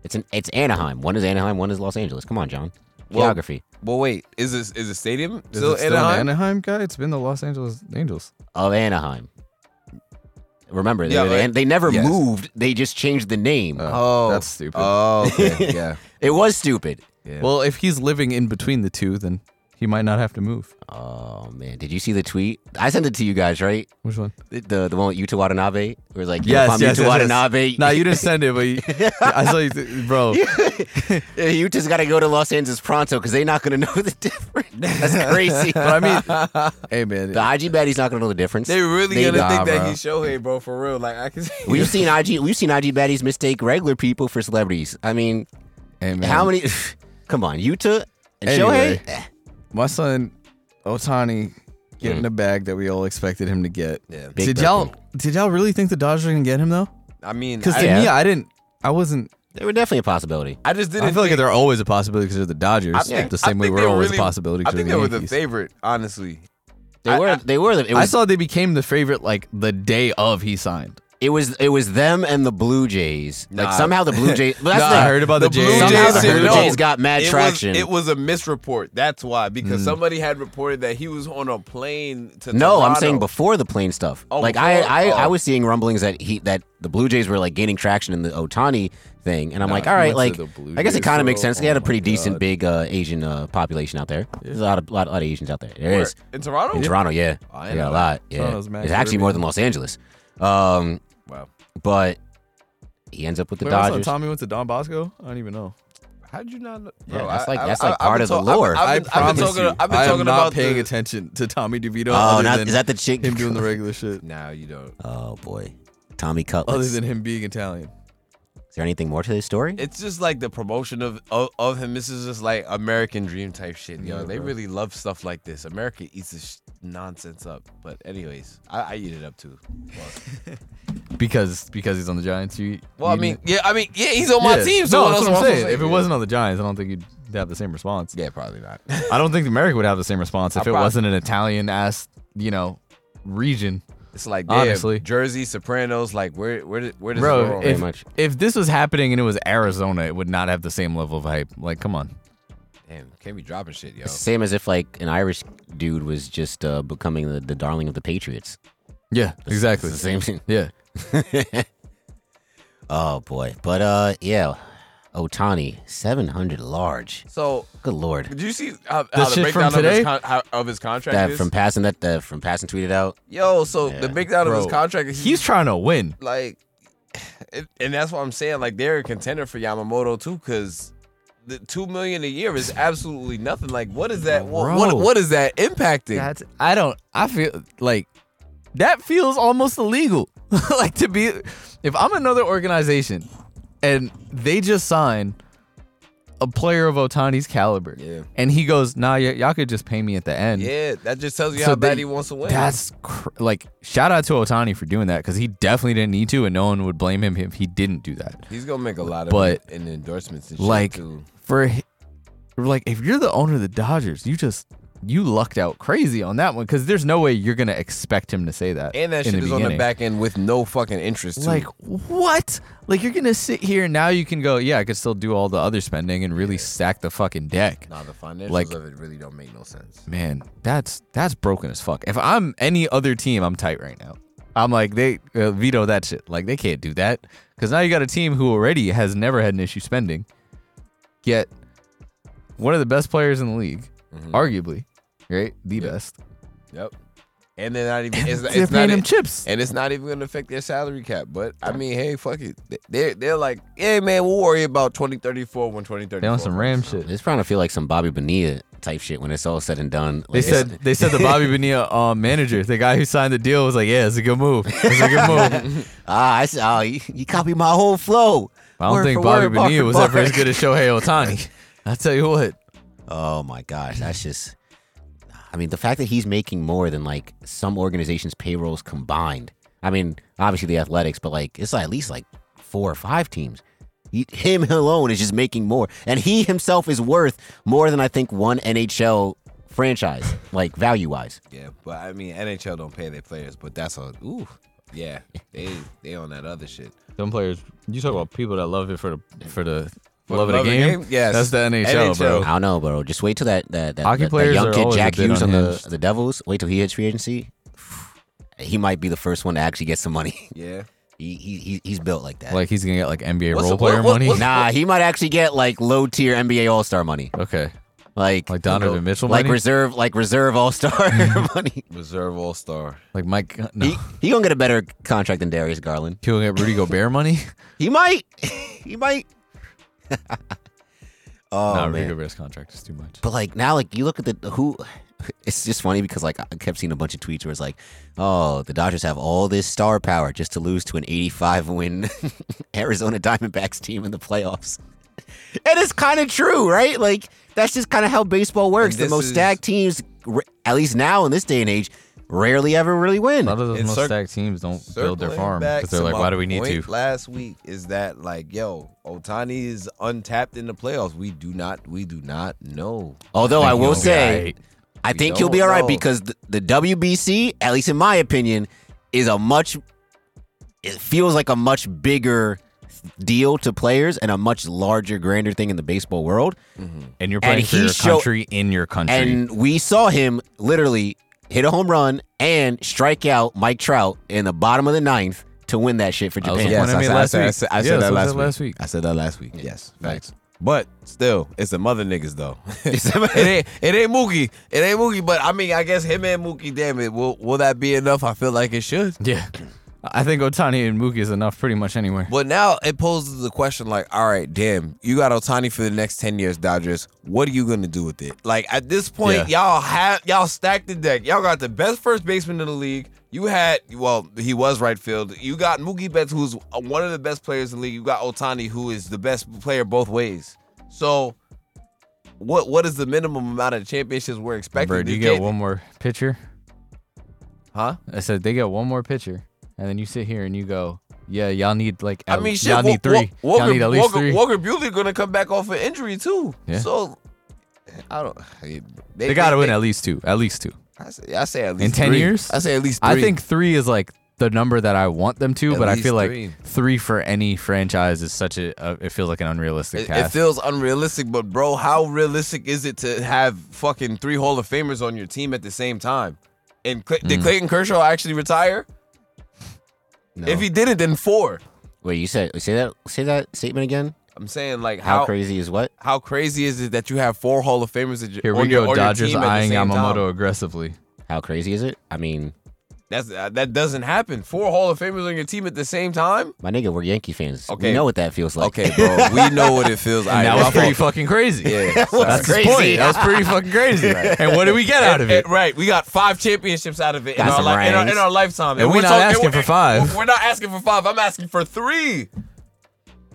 Speaker 2: It's an it's Anaheim. One is Anaheim. One is Los Angeles. Come on, John.
Speaker 3: Well-
Speaker 2: Geography.
Speaker 3: <laughs> Well, wait, is this is the stadium
Speaker 4: Is
Speaker 3: still
Speaker 4: it still
Speaker 3: Anaheim?
Speaker 4: an Anaheim guy? It's been the Los Angeles Angels.
Speaker 2: of Anaheim. Remember, they,
Speaker 3: Yeah,
Speaker 2: were the-
Speaker 3: right.
Speaker 2: they never
Speaker 3: Yes.
Speaker 2: moved. They just changed the name.
Speaker 4: Uh-huh.
Speaker 3: Oh,
Speaker 4: That's stupid.
Speaker 3: Oh,
Speaker 4: <laughs>
Speaker 3: okay, yeah.
Speaker 2: It was stupid.
Speaker 3: yeah.
Speaker 4: Well, if he's living in between the two, then he might not have to move.
Speaker 2: Oh man, did you see the tweet? I sent it to you guys, right?
Speaker 4: Which one?
Speaker 2: The the, the one with Yuta Watanabe, where it's like, yo,
Speaker 4: Yes,
Speaker 2: if I'm
Speaker 4: yes,
Speaker 2: Yuta
Speaker 4: yes, yes.
Speaker 2: Watanabe,
Speaker 4: Nah, you didn't send it, but
Speaker 3: <laughs>
Speaker 4: you, I saw you, bro.
Speaker 2: <laughs> Yuta's got to go to Los Angeles pronto because they're not gonna <laughs> know the difference. That's
Speaker 4: <laughs>
Speaker 2: crazy.
Speaker 4: But I mean, hey man,
Speaker 2: the IG baddie's not gonna know the difference.
Speaker 3: they really gonna
Speaker 4: nah,
Speaker 3: think that
Speaker 4: bro.
Speaker 3: he's Shohei, bro, for real. Like I can see.
Speaker 4: <laughs>
Speaker 2: We've seen IG. We've seen IG baddies mistake regular people for celebrities. I mean,
Speaker 4: hey, man,
Speaker 2: how many? <sighs> Come on, Yuta and
Speaker 4: Anyway.
Speaker 2: Shohei. Eh,
Speaker 4: My son Otani getting the bag that we all expected him to get.
Speaker 3: Mm. Yeah.
Speaker 2: Big
Speaker 4: did y'all
Speaker 2: birthday.
Speaker 4: did y'all really think the Dodgers are gonna get him though?
Speaker 3: I mean,
Speaker 4: Because
Speaker 3: I,
Speaker 4: to
Speaker 2: Yeah.
Speaker 4: me, I didn't. I wasn't.
Speaker 2: They were definitely a possibility.
Speaker 3: I just didn't
Speaker 4: I feel
Speaker 3: think,
Speaker 4: like they're always a possibility because they're the Dodgers.
Speaker 3: I think-
Speaker 4: the
Speaker 3: I
Speaker 4: same way
Speaker 3: think
Speaker 4: we're
Speaker 3: they
Speaker 4: always
Speaker 3: really-
Speaker 4: a possibility.
Speaker 3: I
Speaker 4: because
Speaker 3: think
Speaker 4: of
Speaker 3: they were
Speaker 4: the
Speaker 3: the
Speaker 4: Yankees.
Speaker 3: favorite, honestly.
Speaker 2: They
Speaker 3: I-
Speaker 2: were.
Speaker 3: I-
Speaker 2: they were. The, it
Speaker 4: I
Speaker 2: was
Speaker 4: saw they became the favorite like the day of he signed.
Speaker 2: It was it was them and the Blue Jays. Like
Speaker 3: Nah.
Speaker 2: somehow the
Speaker 3: <laughs>
Speaker 2: Blue Jays. Well, that's
Speaker 4: Nah,
Speaker 2: the,
Speaker 4: I heard about Oh, the,
Speaker 3: Blue
Speaker 4: Jays.
Speaker 2: Somehow
Speaker 3: Jays
Speaker 2: the
Speaker 3: didn't
Speaker 2: Blue
Speaker 3: know.
Speaker 2: Jays got mad
Speaker 3: it
Speaker 2: traction.
Speaker 3: Was, it was a misreport. That's why, because
Speaker 4: Mm.
Speaker 3: somebody had reported that he was on a plane to.
Speaker 2: no, I'm
Speaker 3: Toronto.
Speaker 2: saying before the plane stuff.
Speaker 3: Oh,
Speaker 2: like I
Speaker 3: before?
Speaker 2: I, I
Speaker 3: Oh.
Speaker 2: was seeing rumblings that he that the Blue Jays were like gaining traction in the Otani thing, and I'm like,
Speaker 4: he
Speaker 2: all right,
Speaker 4: went
Speaker 2: like
Speaker 4: to the Blue
Speaker 2: I guess it
Speaker 4: Jays,
Speaker 2: kind of makes
Speaker 4: bro.
Speaker 2: sense. They had a
Speaker 4: Oh my
Speaker 2: pretty decent
Speaker 4: God.
Speaker 2: big uh, Asian uh, population out there. There's a lot of lot, lot of Asians out there. There
Speaker 3: Where?
Speaker 2: is
Speaker 3: in Toronto.
Speaker 2: in Toronto, yeah,
Speaker 4: Oh, I
Speaker 2: they
Speaker 4: know
Speaker 2: got a
Speaker 4: that.
Speaker 2: lot. Yeah,
Speaker 4: Toronto's mad
Speaker 2: it's actually more
Speaker 4: Caribbean.
Speaker 2: than Los Angeles. Um,
Speaker 4: Wow.
Speaker 2: but he ends up with the
Speaker 4: Wait, I saw
Speaker 2: Dodgers.
Speaker 4: Tommy went to Don Bosco. I don't even know.
Speaker 3: How'd you not? Know?
Speaker 2: Yeah,
Speaker 3: Bro,
Speaker 2: that's
Speaker 3: I-
Speaker 2: like-
Speaker 3: I-
Speaker 2: that's like
Speaker 3: I- I've
Speaker 2: part
Speaker 3: been
Speaker 2: of the
Speaker 3: talk- I've
Speaker 2: lore.
Speaker 3: been-
Speaker 4: I
Speaker 3: I've been, I've
Speaker 4: promise
Speaker 3: been talking.
Speaker 4: you,
Speaker 3: I've been
Speaker 4: I
Speaker 3: talking
Speaker 4: am
Speaker 3: about
Speaker 4: not paying
Speaker 3: the-
Speaker 4: attention to Tommy DeVito.
Speaker 2: Oh,
Speaker 4: other
Speaker 2: not,
Speaker 4: than
Speaker 2: is that the chick?
Speaker 4: him doing the
Speaker 3: <laughs>
Speaker 4: regular shit?
Speaker 3: Nah, you don't.
Speaker 2: Oh boy, Tommy
Speaker 4: Other
Speaker 2: Cutlets.
Speaker 4: than him being Italian.
Speaker 2: Is there anything more to this story?
Speaker 3: It's just like the promotion of of, of him. This is just like American dream type shit, yo. they really love stuff like this. America eats this sh- nonsense up. But anyways, I, I eat it up too.
Speaker 4: Because because he's on the Giants, you.
Speaker 3: Well, I
Speaker 4: you-
Speaker 3: mean, yeah, I mean, yeah, he's on my
Speaker 4: Yeah.
Speaker 3: team. So
Speaker 4: no,
Speaker 3: what
Speaker 4: that's what I'm
Speaker 3: else am I supposed
Speaker 4: saying.
Speaker 3: to
Speaker 4: If it wasn't on the Giants, I don't think you'd have the same response.
Speaker 3: yeah, probably not.
Speaker 4: <laughs> I don't think America would have the same response if
Speaker 3: I
Speaker 4: it
Speaker 3: prob-
Speaker 4: wasn't an Italian ass, you know, region.
Speaker 3: It's like damn,
Speaker 4: Honestly.
Speaker 3: Jersey Sopranos. Like where where did- where does it go
Speaker 4: Bro,
Speaker 3: wrong?
Speaker 2: Pretty
Speaker 4: if,
Speaker 2: much.
Speaker 4: if this was happening and it was Arizona, it would not have the same level of hype. Like, come on.
Speaker 3: damn, can't be dropping shit, yo.
Speaker 2: Same as if like an Irish dude was just uh, becoming the, the darling of the Patriots.
Speaker 4: Yeah, exactly.
Speaker 2: It's the same thing.
Speaker 4: Yeah.
Speaker 2: Oh boy, but uh, yeah, Otani seven hundred large.
Speaker 3: So
Speaker 2: Good lord,
Speaker 3: did you see how, how the
Speaker 4: shit from
Speaker 3: breakdown of
Speaker 4: today?
Speaker 3: his, con- how, of his contract
Speaker 2: that
Speaker 3: is?
Speaker 2: from passing that uh, from passing tweeted out.
Speaker 3: yo, so
Speaker 2: Yeah.
Speaker 3: the breakdown of his
Speaker 4: Bro,
Speaker 3: contract. is
Speaker 4: He's trying to win.
Speaker 3: <laughs> like, it, and that's what I'm saying. Like they're a contender for Yamamoto too, because the two million a year is absolutely nothing. Like what is that? What what,
Speaker 4: Bro.
Speaker 3: what is that impacting?
Speaker 4: That's I don't I feel like that feels almost illegal. <laughs> like to be if I'm another organization and they just sign a player of Otani's caliber
Speaker 3: Yeah.
Speaker 4: and he goes, "Nah, y- y'all could just pay me at the end."
Speaker 3: yeah, that just tells you
Speaker 4: So
Speaker 3: how bad
Speaker 4: they-
Speaker 3: he wants to win.
Speaker 4: That's cr- like shout out to Otani for doing that cuz he definitely didn't need to and no one would blame him if he didn't do that.
Speaker 3: He's gonna make a lot of
Speaker 4: But,
Speaker 3: in endorsements and shit
Speaker 4: like
Speaker 3: too.
Speaker 4: for h- like if you're the owner of the Dodgers, you just you lucked out crazy on that one because there's no way you're gonna expect him to say that.
Speaker 3: And that
Speaker 4: in
Speaker 3: shit is
Speaker 4: the
Speaker 3: on the
Speaker 4: beginning.
Speaker 3: back end with no fucking interest. Too.
Speaker 4: Like what? Like you're gonna sit here and now? You can go. Yeah, I could still do all the other spending and really stack the fucking deck.
Speaker 3: nah, the financials
Speaker 4: like-
Speaker 3: of it really don't make no sense.
Speaker 4: Man, that's that's broken as fuck. If I'm any other team, I'm tight right now. I'm like they uh, veto that shit. Like they can't do that because now you got a team who already has never had an issue spending. Yet, one of the best players in the league,
Speaker 3: Mm-hmm.
Speaker 4: arguably, right, the best.
Speaker 3: Yep. And they're
Speaker 4: <laughs>
Speaker 3: not even. <laughs> It's,
Speaker 4: They're
Speaker 3: it's
Speaker 4: paying
Speaker 3: not
Speaker 4: him
Speaker 3: e-
Speaker 4: chips.
Speaker 3: And it's not even gonna affect their salary cap. But I mean, hey, fuck it. They're they're like, hey man, we'll worry about twenty thirty four when twenty thirty.
Speaker 4: They on some Ram
Speaker 3: <laughs>
Speaker 4: shit.
Speaker 2: It's trying to feel like some Bobby Bonilla type shit when it's all said and done.
Speaker 4: They
Speaker 2: Like,
Speaker 4: said they said the
Speaker 3: <laughs>
Speaker 4: Bobby Bonilla um, manager, the guy who signed the deal, was like, "Yeah, it's a good move. It's a good move."
Speaker 3: <laughs>
Speaker 2: ah, I saw you, you copied my whole flow.
Speaker 4: I don't
Speaker 2: Word
Speaker 4: think
Speaker 2: for
Speaker 4: Bobby
Speaker 2: word, bar
Speaker 4: Bonilla
Speaker 2: for
Speaker 4: was
Speaker 2: bar.
Speaker 4: ever as good as Shohei <laughs> Otani. I tell you what,
Speaker 2: Oh my gosh, that's just. I mean, the fact that he's making more than like some organizations' payrolls combined. I mean, obviously the athletics, but like it's at least like four or five teams. He, him alone is just making more, and he himself is worth more than I think one NHL franchise, like value wise.
Speaker 3: Yeah, but I mean, NHL don't pay their players, but that's a ooh. Yeah, they they on that other shit.
Speaker 4: Some players, you talk about people that love it for the for the
Speaker 3: For
Speaker 4: love,
Speaker 3: the
Speaker 4: of
Speaker 3: love
Speaker 4: the game.
Speaker 3: Yes.
Speaker 4: that's the NHL,
Speaker 3: NHL.
Speaker 4: bro.
Speaker 2: I don't know, bro. Just wait till that that that,
Speaker 4: Oh. Hockey
Speaker 2: that, that
Speaker 4: players
Speaker 2: young
Speaker 4: are
Speaker 2: kid
Speaker 4: always a
Speaker 2: Jack
Speaker 4: bit
Speaker 2: Hughes on the
Speaker 4: unhinged.
Speaker 2: the Devils. Wait till he hits free agency. <sighs> He might be the first one to actually get some money. <laughs>
Speaker 3: Yeah.
Speaker 2: He, he, he he's built like that.
Speaker 4: Like he's gonna get like NBA
Speaker 3: What's
Speaker 4: role
Speaker 3: the- what-
Speaker 4: player
Speaker 3: what-
Speaker 4: money.
Speaker 2: <laughs>
Speaker 3: what's-
Speaker 2: nah, he might actually get like low tier NBA All Star money.
Speaker 4: Okay,
Speaker 2: Like
Speaker 4: like Donovan Mitchell
Speaker 2: like
Speaker 4: money,
Speaker 2: reserve like reserve All <laughs> Star money.
Speaker 3: Reserve All Star.
Speaker 4: like Mike. uh, No,
Speaker 2: He
Speaker 4: he,
Speaker 2: he gonna get a better contract than Darius Garland.
Speaker 4: will get Rudy Gobert
Speaker 3: <laughs>
Speaker 4: money.
Speaker 2: He might. <laughs> he might. oh
Speaker 4: no, Rudy
Speaker 2: man.
Speaker 4: Gobert's contract is too much.
Speaker 2: But like now, like you look at the who. It's just funny because like I kept seeing a bunch of tweets where it's like, "Oh, the Dodgers have all this star power just to lose to an 85 win <laughs> Arizona Diamondbacks team in the playoffs." <laughs> And it's kind of true, right? Like that's just kind of how baseball works. The
Speaker 3: this
Speaker 2: most
Speaker 3: is-
Speaker 2: stacked teams, r- at least now in this day and age, rarely ever really
Speaker 4: A
Speaker 2: win.
Speaker 4: lot of those
Speaker 3: And
Speaker 4: most
Speaker 3: cir-
Speaker 4: stacked teams don't build their
Speaker 3: Circling
Speaker 4: farm
Speaker 3: back
Speaker 4: because they're
Speaker 3: to
Speaker 4: like,
Speaker 3: my
Speaker 4: why do we need to?
Speaker 3: point Last week is that like, yo, Otani is untapped in the playoffs. We do not, we do not know.
Speaker 2: Although Oh,
Speaker 4: think
Speaker 2: I
Speaker 4: he'll
Speaker 2: will
Speaker 4: be
Speaker 2: say,
Speaker 4: alright.
Speaker 2: I
Speaker 3: We
Speaker 2: think he'll
Speaker 3: don't
Speaker 2: be all right
Speaker 3: know.
Speaker 2: because the, the WBC, at least in my opinion, is a much. It feels like a much bigger deal to players and a much larger, grander thing in the baseball world.
Speaker 4: And you're playing
Speaker 2: And
Speaker 4: for
Speaker 2: he
Speaker 4: your
Speaker 2: show-
Speaker 4: country in your country.
Speaker 2: And we saw him literally hit a home run and strike out Mike Trout in the bottom of the ninth to win that shit for
Speaker 4: That was
Speaker 2: Japan.
Speaker 4: the one I made last
Speaker 3: I
Speaker 4: week.
Speaker 3: said, I said
Speaker 4: Yeah,
Speaker 3: that
Speaker 4: that's what I
Speaker 3: last
Speaker 4: said
Speaker 3: week.
Speaker 4: last week.
Speaker 3: I said that last week. Yes, facts. But still, it's the mother
Speaker 4: <laughs>
Speaker 3: niggas though. it
Speaker 2: Yes.
Speaker 3: ain't, it ain't Mookie. It ain't Mookie. But I mean, I guess him and Mookie. Damn it, will will that be enough? I feel like it should.
Speaker 4: yeah, I think Otani and Mookie is enough pretty much anywhere.
Speaker 3: But now it poses the question like, all right, damn, you got Otani for the next ten years, Dodgers. What are you gonna do with it? Like at this point, y'all have y'all stacked the deck. Y'all got the best first baseman in the league. You had well, he was right field. You got Mookie Betts, who's uh, one of the best players in the league. You got Otani, who is the best player both ways. So, what what is the minimum amount of championships we're expecting?
Speaker 4: Bro, do
Speaker 3: You
Speaker 4: you get
Speaker 3: can't-
Speaker 4: one more pitcher?
Speaker 3: huh?
Speaker 4: I said they get one more pitcher, and then you sit here and you go, "Yeah, y'all need like
Speaker 3: I
Speaker 4: at-
Speaker 3: mean, shit.
Speaker 4: y'all
Speaker 3: Wa-
Speaker 4: need three.
Speaker 3: Wa- Walker,
Speaker 4: y'all need at least
Speaker 3: Walker,
Speaker 4: three.
Speaker 3: Walker Buehler gonna come back off an injury too.
Speaker 4: Yeah.
Speaker 3: So I don't. I mean,
Speaker 4: they got to
Speaker 3: they-
Speaker 4: win at least two. At least two.
Speaker 3: I say, I say at least
Speaker 4: 10
Speaker 3: three.
Speaker 4: years?
Speaker 3: I say at least. Three.
Speaker 4: I think three is like the number that I want them to,
Speaker 3: At
Speaker 4: but I
Speaker 3: least
Speaker 4: feel like
Speaker 3: three.
Speaker 4: three. for any franchise is such a. Uh, it feels like an unrealistic
Speaker 3: it, it
Speaker 4: task.
Speaker 3: feels unrealistic, but bro, how realistic is it to have fucking three Hall of Famers on your team at the same time? And Clay,
Speaker 4: Mm.
Speaker 3: did Clayton Kershaw actually retire?
Speaker 2: No.
Speaker 3: If he didn't, then four.
Speaker 2: Wait, you said say that say that statement again?
Speaker 3: I'm saying like
Speaker 2: How,
Speaker 3: how how crazy,
Speaker 2: crazy is what?
Speaker 3: is it that you have four Hall of Famers that you-
Speaker 4: here
Speaker 3: on
Speaker 4: we
Speaker 3: your,
Speaker 4: go.
Speaker 3: on your
Speaker 4: Dodgers
Speaker 3: team at the
Speaker 4: eyeing
Speaker 3: same time?
Speaker 4: Yamamoto aggressively.
Speaker 2: How crazy is it? I mean,
Speaker 3: That's uh, that doesn't happen. Four Hall of Famers on your team at the same time.
Speaker 2: my nigga, we're Yankee fans.
Speaker 3: Okay.
Speaker 2: We know what that feels like.
Speaker 3: Okay, bro, we know what it <laughs> feels. like.
Speaker 4: And that was pretty fucking crazy.
Speaker 3: <laughs> Yeah,
Speaker 4: That's
Speaker 2: sorry.
Speaker 4: his
Speaker 2: Crazy.
Speaker 4: point. That was pretty fucking
Speaker 3: <laughs>
Speaker 4: crazy. And what did we get out of it?
Speaker 3: right, we got five championships out of it in
Speaker 2: Got
Speaker 3: our,
Speaker 2: some
Speaker 3: li- in, our, in
Speaker 2: rings.
Speaker 3: our lifetime,
Speaker 4: And we
Speaker 3: we're
Speaker 4: not
Speaker 3: talking-
Speaker 4: asking
Speaker 3: we're-
Speaker 4: for five.
Speaker 3: We're not asking for five. I'm asking for three.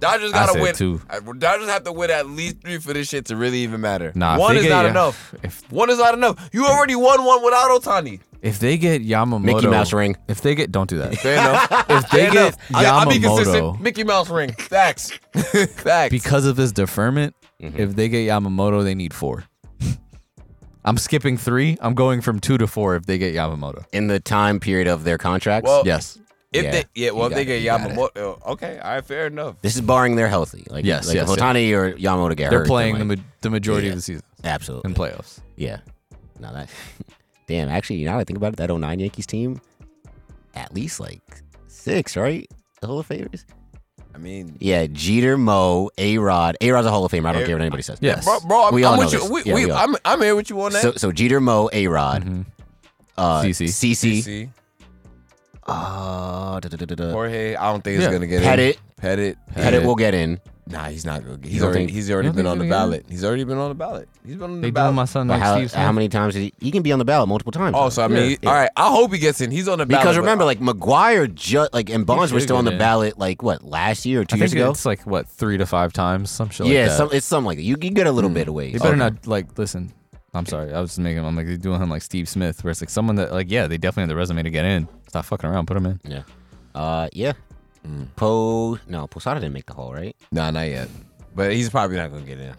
Speaker 3: Dodgers gotta
Speaker 4: said
Speaker 3: win.
Speaker 4: two.
Speaker 3: Uh, Dodgers have to win at least three for this shit to really even matter.
Speaker 4: Nah, if
Speaker 3: one
Speaker 4: they
Speaker 3: is
Speaker 4: get
Speaker 3: not
Speaker 4: Ya-
Speaker 3: enough.
Speaker 4: If
Speaker 3: One is not enough. You already won one without Otani.
Speaker 4: if they get Yamamoto,
Speaker 2: Mickey Mouse ring.
Speaker 4: If they get, don't do that.
Speaker 3: Fair enough.
Speaker 4: If they
Speaker 3: Fair
Speaker 4: get
Speaker 3: enough. I, I'll be
Speaker 4: Yamamoto,
Speaker 3: consistent. Mickey Mouse
Speaker 4: <laughs>
Speaker 3: ring. Facts. Facts.
Speaker 4: because of this deferment,
Speaker 2: Mm-hmm.
Speaker 4: if they get Yamamoto, they need four. I'm skipping three. I'm going from two to four if they get Yamamoto.
Speaker 2: In the time period of their contracts.
Speaker 3: Well,
Speaker 4: Yes.
Speaker 3: if
Speaker 2: yeah,
Speaker 3: they, yeah, well,
Speaker 2: you
Speaker 3: if they
Speaker 2: got it,
Speaker 3: get
Speaker 2: you got it.
Speaker 3: Yamamoto, uh, okay, all right, fair enough.
Speaker 2: This is barring they're healthy. Like
Speaker 4: Yes,
Speaker 2: like
Speaker 4: yes,
Speaker 2: if Otani or Yamamoto get
Speaker 4: They're
Speaker 2: hurt,
Speaker 4: playing the,
Speaker 2: then, like,
Speaker 4: ma- the majority
Speaker 2: Yeah.
Speaker 4: of the season
Speaker 2: absolutely.
Speaker 4: in playoffs.
Speaker 2: Yeah. Now that <laughs> damn, actually, now that I think about it, that 09 Yankees team, at least like six, right? The Hall of Famers.
Speaker 3: I mean,
Speaker 2: Yeah, Jeter, Moe, A Rod. A Rod's a Hall of Famer. I don't
Speaker 3: A-
Speaker 2: care what anybody says.
Speaker 4: Yes.
Speaker 3: bro, bro I'm,
Speaker 2: We
Speaker 3: I'm
Speaker 2: all know
Speaker 3: with you.
Speaker 2: this.
Speaker 3: We,
Speaker 2: Yeah,
Speaker 3: we,
Speaker 2: we all-
Speaker 3: I'm, I'm here with you on that.
Speaker 2: So, so Jeter, Moe, A Rod,
Speaker 4: Mhm.
Speaker 2: uh,
Speaker 4: CC.
Speaker 2: CC,
Speaker 3: CC,
Speaker 2: uh, da, da, da, da, da.
Speaker 3: Jorge, I don't think he's
Speaker 4: Yeah.
Speaker 3: gonna get
Speaker 2: Pettit.
Speaker 3: in. Pettit.
Speaker 2: Pettit will get in.
Speaker 3: Nah, he's not gonna get. He's
Speaker 2: don't
Speaker 3: already.
Speaker 2: think-
Speaker 3: he's already
Speaker 4: You don't
Speaker 3: been
Speaker 4: think
Speaker 3: on the
Speaker 4: he's gonna
Speaker 3: ballot. He's already been on the ballot. He's been on
Speaker 4: They
Speaker 3: the
Speaker 4: doing
Speaker 3: ballot.
Speaker 4: my son
Speaker 2: But
Speaker 4: like
Speaker 2: how,
Speaker 4: Steve Smith.
Speaker 2: how many times did he, he can be on the ballot multiple times?
Speaker 3: oh, so I mean,
Speaker 2: Yeah.
Speaker 3: all right. I hope he gets in. He's on the ballot.
Speaker 2: Because
Speaker 3: but-
Speaker 2: remember, like McGuire, ju- like and Bonds were
Speaker 4: should
Speaker 2: still on
Speaker 4: get
Speaker 2: the
Speaker 4: in.
Speaker 2: ballot, like what last year or two
Speaker 4: I
Speaker 2: years
Speaker 4: think
Speaker 2: ago?
Speaker 4: it's like what three to five times, some shit
Speaker 2: yeah,
Speaker 4: like that.
Speaker 2: some, it's something like uh, Hmm. that. You, you get a little bit away.
Speaker 4: They better not like listen. I'm sorry. I was just making. I'm like they're doing him like Steve Smith, where it's like someone that like yeah, they definitely have the resume to get in. Stop fucking around. Put him in.
Speaker 2: Yeah. Uh, yeah. Po no Posada didn't make the hole, right?
Speaker 3: nah, not yet. But he's probably not gonna get in.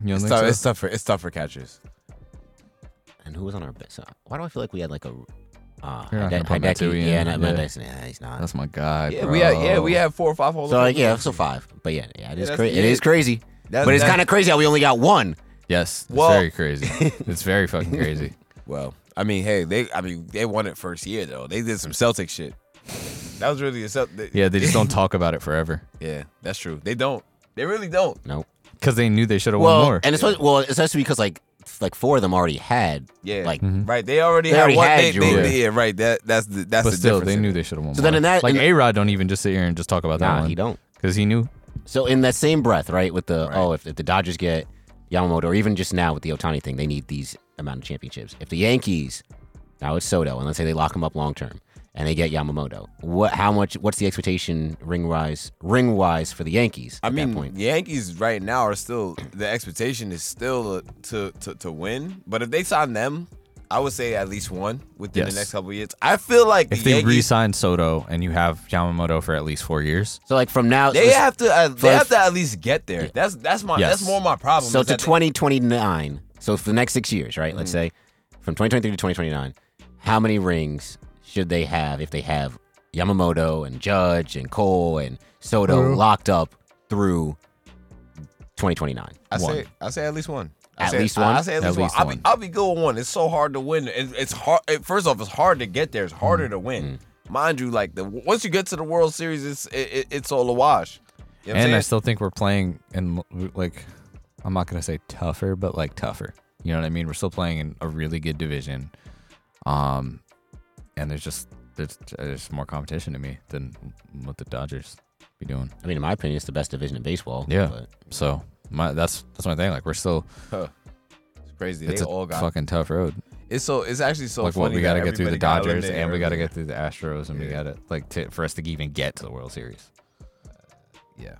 Speaker 4: You know
Speaker 3: It's
Speaker 4: what
Speaker 3: tough,
Speaker 4: I'm
Speaker 3: it's tough for it's tough for catchers.
Speaker 2: And who was on our bench? So, why do I feel like we had like a Uh,
Speaker 4: You're not gonna
Speaker 2: Hide-
Speaker 4: put Matsui in,
Speaker 2: yeah, not,
Speaker 4: yeah.
Speaker 2: That's, yeah, he's not.
Speaker 4: That's my guy.
Speaker 3: Yeah, we had yeah
Speaker 4: bro.
Speaker 3: we had four or five holes.
Speaker 2: so like, yeah, so five. But yeah, yeah, it is
Speaker 3: that's-
Speaker 2: crazy. It
Speaker 3: yeah.
Speaker 2: is crazy. but it's kind of crazy how we only got one.
Speaker 4: Yes, it's
Speaker 3: Well-
Speaker 2: <laughs>
Speaker 4: very crazy. It's very fucking crazy.
Speaker 3: well. I mean, hey, they I mean they won it first year though. They did some Celtic shit. That was really a Celtic.
Speaker 4: Yeah, they
Speaker 2: <laughs>
Speaker 4: just don't talk about it forever
Speaker 3: yeah, that's true. They don't. They really don't.
Speaker 2: Nope.
Speaker 4: because they knew they should have
Speaker 2: Well,
Speaker 4: won more.
Speaker 2: and it's well, especially because like f- like four of them already had.
Speaker 3: Yeah,
Speaker 2: Like,
Speaker 3: right. They already
Speaker 2: They
Speaker 3: had
Speaker 2: already
Speaker 3: one.
Speaker 2: had
Speaker 3: they, they-
Speaker 2: jewelry.
Speaker 3: they- yeah, right. That that's the that's
Speaker 4: but
Speaker 3: the
Speaker 4: still,
Speaker 3: difference.
Speaker 4: they knew they should have won.
Speaker 2: So
Speaker 4: more.
Speaker 2: then in that-
Speaker 4: like
Speaker 2: in-
Speaker 4: A Rod, don't even just sit here and just talk about that
Speaker 2: nah,
Speaker 4: one.
Speaker 2: he don't.
Speaker 4: because he knew.
Speaker 2: So in that same breath, right, with the
Speaker 3: Right.
Speaker 2: oh, if, if the Dodgers get Yamamoto, or even just now with the Otani thing, they need these amount of championships. If the Yankees, now it's Soto, and let's say they lock him up long term, and they get Yamamoto, what? How much? What's the expectation ring wise, ring wise for the Yankees?
Speaker 3: I
Speaker 2: at
Speaker 3: mean,
Speaker 2: that point?
Speaker 3: Yankees right now are still the expectation is still to to, to win. But if they sign them, I would say at least one within
Speaker 4: Yes.
Speaker 3: the next couple of years. I feel like
Speaker 4: If
Speaker 3: the
Speaker 4: they
Speaker 3: Yankees,
Speaker 4: re-sign Soto and you have Yamamoto for at least four years,
Speaker 2: so like from now,
Speaker 3: they
Speaker 2: let's-
Speaker 3: have to uh, they
Speaker 2: First-
Speaker 3: have to at least get there. That's that's my
Speaker 4: Yes.
Speaker 3: that's more my problem.
Speaker 2: So
Speaker 3: is
Speaker 2: to
Speaker 3: Oh, that Mm-hmm. they-
Speaker 2: 2029. So for the next six years, right? Let's say from 2023 to 2029, how many rings should they have if they have Yamamoto and Judge and Cole and Soto locked up through 2029?
Speaker 3: I say
Speaker 4: one.
Speaker 3: I say at least one. I
Speaker 2: At
Speaker 3: say,
Speaker 2: least
Speaker 3: I- I
Speaker 2: one?
Speaker 3: say at
Speaker 4: At
Speaker 3: least,
Speaker 4: least
Speaker 3: one.
Speaker 4: one.
Speaker 3: I'll be, I'll be good with one. It's so hard to win. It, it's hard. It, first off, it's hard to get there. It's harder
Speaker 4: Mm,
Speaker 3: to win. Mind you, like the once you get to the World Series, it's it, it, it's all a wash. You know what I'm
Speaker 4: and I
Speaker 3: saying?
Speaker 4: still think we're playing in like I'm not gonna say tougher, but like tougher. You know what I mean? We're still playing in a really good division, um, and there's just there's there's more competition to me than what the Dodgers be doing.
Speaker 2: I mean, in my opinion, it's the best division in baseball.
Speaker 4: Yeah.
Speaker 2: but-
Speaker 4: So my that's that's my thing. Like we're still
Speaker 3: it's crazy.
Speaker 4: it's
Speaker 3: they
Speaker 4: a
Speaker 3: all got
Speaker 4: fucking tough road.
Speaker 3: It's so it's actually so
Speaker 4: like
Speaker 3: funny.
Speaker 4: what we
Speaker 3: got
Speaker 4: gotta
Speaker 3: to
Speaker 4: get through the Dodgers and we gotta get through the Astros and we
Speaker 3: Yeah.
Speaker 4: gotta like to, for us to even get to the World Series.
Speaker 3: yeah.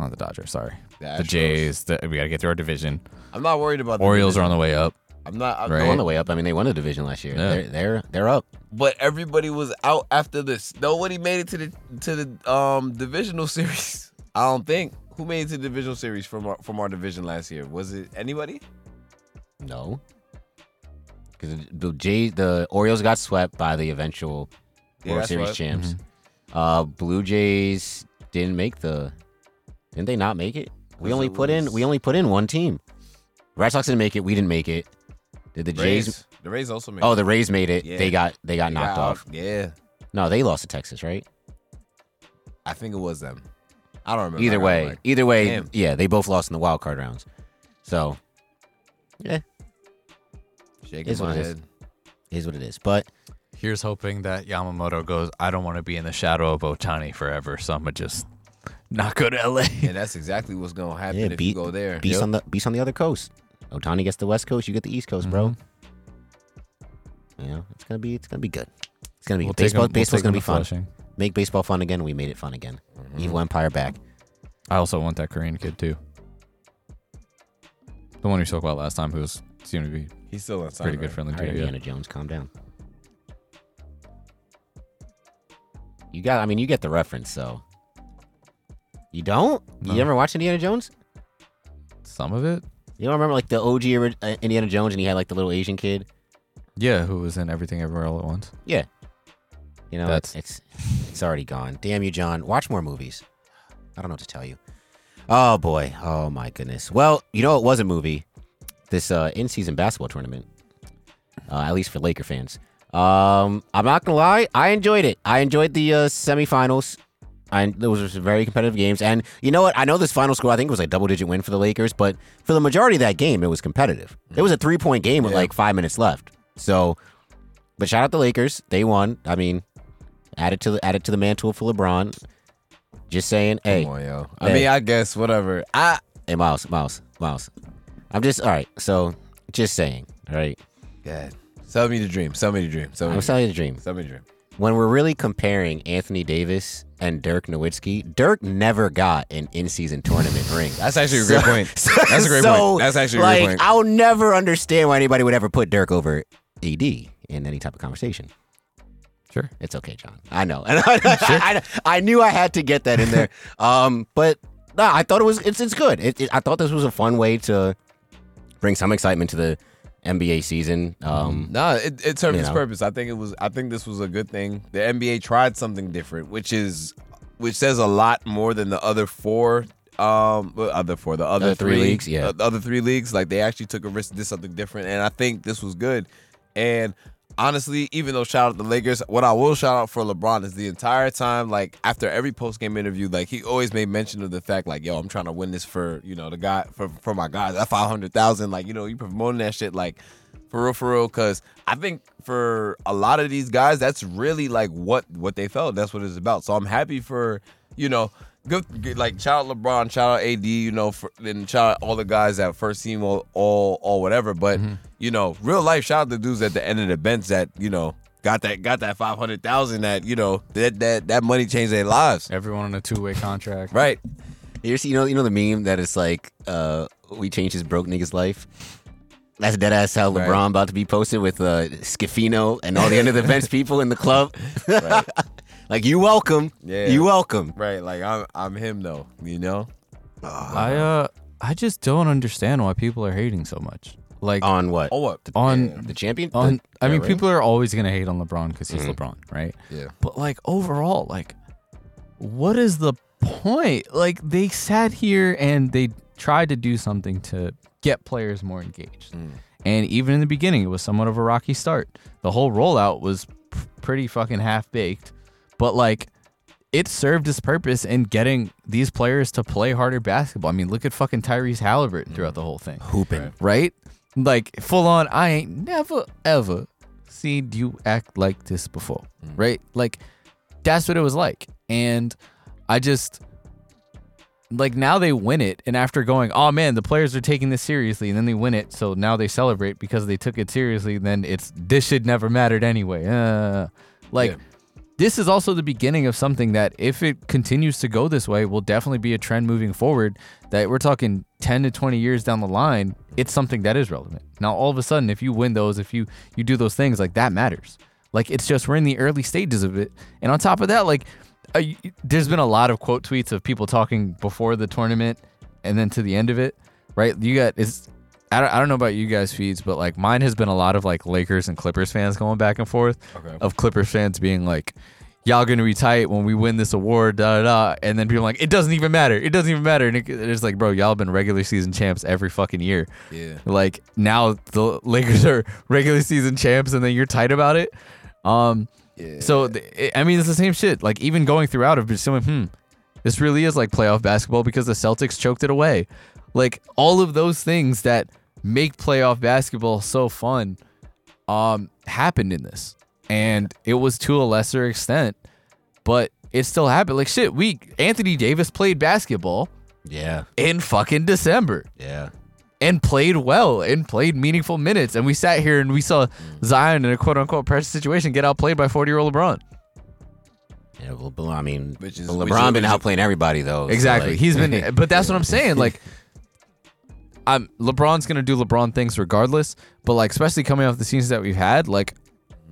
Speaker 4: Not the Dodgers, sorry.
Speaker 3: The
Speaker 4: The
Speaker 3: Astros.
Speaker 4: Jays. The, we gotta get through our division.
Speaker 3: I'm not worried about the
Speaker 4: Orioles are on
Speaker 3: division.
Speaker 4: the way up.
Speaker 3: I'm not. I'm
Speaker 4: Right.
Speaker 2: They're
Speaker 3: not-
Speaker 2: on the way up. I mean, they won the division last year.
Speaker 4: Yeah.
Speaker 2: They're they're they're up.
Speaker 3: but everybody was out after this. Nobody made it to the to the um divisional <laughs> series. I don't think who made it to the divisional series from our, from our division last year. Was it anybody?
Speaker 2: No, because the Jays, the Orioles got swept by the eventual
Speaker 3: Yeah,
Speaker 2: World
Speaker 3: that's Mm-hmm.
Speaker 2: Series
Speaker 3: right.
Speaker 2: champs. Uh, Blue Jays didn't make the. Didn't they not make it? We
Speaker 3: Was
Speaker 2: only
Speaker 3: it
Speaker 2: put in. We
Speaker 3: was-
Speaker 2: only put in one team. Red Sox didn't make it. We didn't make it. Did the Jays?
Speaker 3: Rays. The Rays also made.
Speaker 2: Oh,
Speaker 3: it.
Speaker 2: the Rays made it.
Speaker 3: Yeah.
Speaker 2: They got. They got
Speaker 3: They
Speaker 2: knocked
Speaker 3: out.
Speaker 2: off.
Speaker 3: Yeah,
Speaker 2: No, they lost to Texas, right?
Speaker 3: I think it was them. I don't remember.
Speaker 2: Either
Speaker 3: I got
Speaker 2: way,
Speaker 3: like-
Speaker 2: either way,
Speaker 3: Damn.
Speaker 2: yeah, they both lost in the wild card rounds. So, yeah,
Speaker 3: shaking
Speaker 2: is
Speaker 3: my
Speaker 2: what it is.
Speaker 3: head.
Speaker 2: it is what it is. But
Speaker 4: Here's hoping that Yamamoto goes, I don't want to be in the shadow of Otani forever, so I'm going to just not go to <laughs> LA.
Speaker 3: And that's exactly what's gonna
Speaker 2: <laughs>
Speaker 3: happen
Speaker 2: yeah,
Speaker 3: if you
Speaker 2: beat
Speaker 3: go there.
Speaker 2: Beast on the beast on the other coast. Otani gets the West Coast. You get the East Coast, bro.
Speaker 3: Mm-hmm.
Speaker 2: You know, it's gonna be it's gonna be good. It's gonna be good. baseball. baseball's gonna be fun. make baseball fun again. We made it fun again. Evil Empire back.
Speaker 4: I also want that Korean kid, too. The one we spoke about last time who was seemed to be
Speaker 3: He's still on.
Speaker 4: pretty good friendly
Speaker 2: All right,
Speaker 4: dude.
Speaker 2: Indiana
Speaker 4: Yeah.
Speaker 2: Jones, calm down. You got. I mean, you get the reference. So you don't.
Speaker 4: No.
Speaker 2: You ever watch Indiana Jones?
Speaker 4: Some of it?
Speaker 2: You don't remember like the OG ori- uh, Indiana Jones, and he had like the little Asian kid.
Speaker 4: Yeah, who was in Everything Everywhere All at Once.
Speaker 2: Yeah. You know,
Speaker 4: That's-
Speaker 2: it's it's already gone. Damn you, John. Watch more movies. I don't know what to tell you. Oh boy. Oh my goodness. Well, you know it was a movie. This uh, in-season basketball tournament. Uh, at least for Laker fans. Um, I'm not gonna lie. I enjoyed it. I enjoyed the uh, semifinals. I those were some very competitive games. And you know what? I know this final score. I think it was like double-digit win for the Lakers. But for the majority of that game, it was competitive. It was a three-point game with
Speaker 3: Yeah.
Speaker 2: like five minutes left. So, but shout out the Lakers. They won. I mean, add it to the add it to the mantle for LeBron. Just saying, hey,
Speaker 3: Come on, yo. I
Speaker 2: Hey.
Speaker 3: mean, I guess whatever. I
Speaker 2: hey, Miles, Miles, Miles. I'm just all right. So, just saying, all right.
Speaker 3: God. Sell me the dream. Sell me the dream. Sell me
Speaker 2: I'm
Speaker 3: the dream.
Speaker 2: selling you the dream.
Speaker 3: Sell me the dream.
Speaker 2: When we're really comparing Anthony Davis and Dirk Nowitzki, Dirk never got an in-season tournament ring. <laughs>
Speaker 3: That's actually a great point. That's a great point. That's actually a
Speaker 2: like,
Speaker 3: great point.
Speaker 2: I'll never understand why anybody would ever put Dirk over AD in any type of conversation.
Speaker 4: Sure.
Speaker 2: It's okay, John. I know. <laughs> And I, I, I knew I had to get that in
Speaker 3: <laughs>
Speaker 2: there. um, but no, I thought it was it's it's good. It, it- I thought this was a fun way to bring some excitement to the NBA season. Um,
Speaker 3: No, it, it served
Speaker 2: You
Speaker 3: its
Speaker 2: know.
Speaker 3: purpose. I think it was. I think this was a good thing. The NBA tried something different, which is, which says a lot more than the other four. Um, well, other four, the other
Speaker 2: Other three leagues, yeah.
Speaker 3: uh, the other three leagues. Like they actually took a risk, did something different, and I think this was good. And honestly, even though shout out the Lakers, what I will shout out for LeBron is the entire time, like after every post game interview, like he always made mention of the fact, like, yo, I'm trying to win this for you know the guy for for my guys, that five hundred thousand, like you know you promoting that shit, like for real, for real, because I think for a lot of these guys, that's really like what what they felt. That's what it's about. So I'm happy for you know. Good, good, like shout out LeBron, shout out AD, you know, for, and shout out all the guys that first team all, all, all whatever. But you know, real life, shout out the dudes at the end of the bench that you know got that got that five hundred thousand that you know that that that money changed their lives,
Speaker 4: Everyone on a two way contract.
Speaker 3: right?
Speaker 2: you see, you know, you know the meme that is like, uh, "We changed this broke nigga's life." That's dead ass how
Speaker 3: Right.
Speaker 2: LeBron about to be posted with uh, Scafino and all the end of the bench people in the club.
Speaker 3: Right.
Speaker 2: <laughs> like you welcome,
Speaker 3: Yeah.
Speaker 2: you welcome.
Speaker 3: Right, like I'm I'm him though, you know.
Speaker 4: I uh I just don't understand why people are hating so much. Like
Speaker 2: On what?
Speaker 3: Oh what?
Speaker 4: on
Speaker 2: the champion.
Speaker 4: on I
Speaker 2: yeah,
Speaker 4: mean
Speaker 2: right? Mm-hmm.
Speaker 4: people are always going to hate on LeBron cuz he's LeBron, right?
Speaker 3: Yeah.
Speaker 4: But like overall like what is the point? Like they sat here and they tried to do something to get players more engaged.
Speaker 2: Mm.
Speaker 4: And even in the beginning it was somewhat of a rocky start. The whole rollout was p- pretty fucking half baked. But like it served its purpose in getting these players to play harder basketball. I mean, look at fucking Tyrese Halliburton throughout
Speaker 2: Mm.
Speaker 4: the whole thing. Hooping. Right? Like, full on, I ain't never, ever seen you act like this before. Right? Like, that's what it was like. And I just, like, now they win it. And after going, oh man, the players are taking this seriously. And then they win it. So now they celebrate because they took it seriously. Then it's, this shit never mattered anyway. Uh, like,
Speaker 3: Yeah.
Speaker 4: this is also the beginning of something that if it continues to go this way will definitely be a trend moving forward that we're talking 10 to 20 years down the line it's something that is relevant now all of a sudden if you win those if you you do those things like that matters like it's just we're in the early stages of it and on top of that like uh, y- there's been a lot of quote tweets of people talking before the tournament and then to the end of it right you got is I don't, I don't know about you guys feeds but like mine has been a lot of like lakers and clippers fans going back and forth
Speaker 3: Okay.
Speaker 4: of clippers fans being like y'all gonna be tight when we win this award da da, da. and then people are like it doesn't even matter it doesn't even matter and it, it's like bro y'all been regular season champs every fucking year
Speaker 3: Yeah.
Speaker 4: like now the lakers are <laughs> regular season champs and then you're tight about it um
Speaker 3: Yeah.
Speaker 4: so th- it- I mean, it's the same shit. Like even going throughout, I've been just like, hmm, this really is like playoff basketball because the Celtics choked it away. Like all of those things that make playoff basketball so fun, um, happened in this, and it was to a lesser extent, but it still happened. Like shit, we Anthony Davis played basketball
Speaker 2: Yeah,
Speaker 4: in fucking December
Speaker 2: yeah.
Speaker 4: and played well and played meaningful minutes. And we sat here and we saw Zion in a quote unquote pressure situation get outplayed by 40 year old LeBron.
Speaker 2: Yeah, well, Bel- I mean,
Speaker 3: Which is-
Speaker 2: but
Speaker 3: which
Speaker 2: LeBron
Speaker 3: is-
Speaker 2: been
Speaker 3: which is-
Speaker 2: outplaying everybody though. so,
Speaker 4: Exactly.
Speaker 2: like- <laughs>
Speaker 4: He's been, but that's what I'm saying. Like, I'm LeBron's gonna do LeBron things regardless. But like, especially coming off the seasons that we've had, like,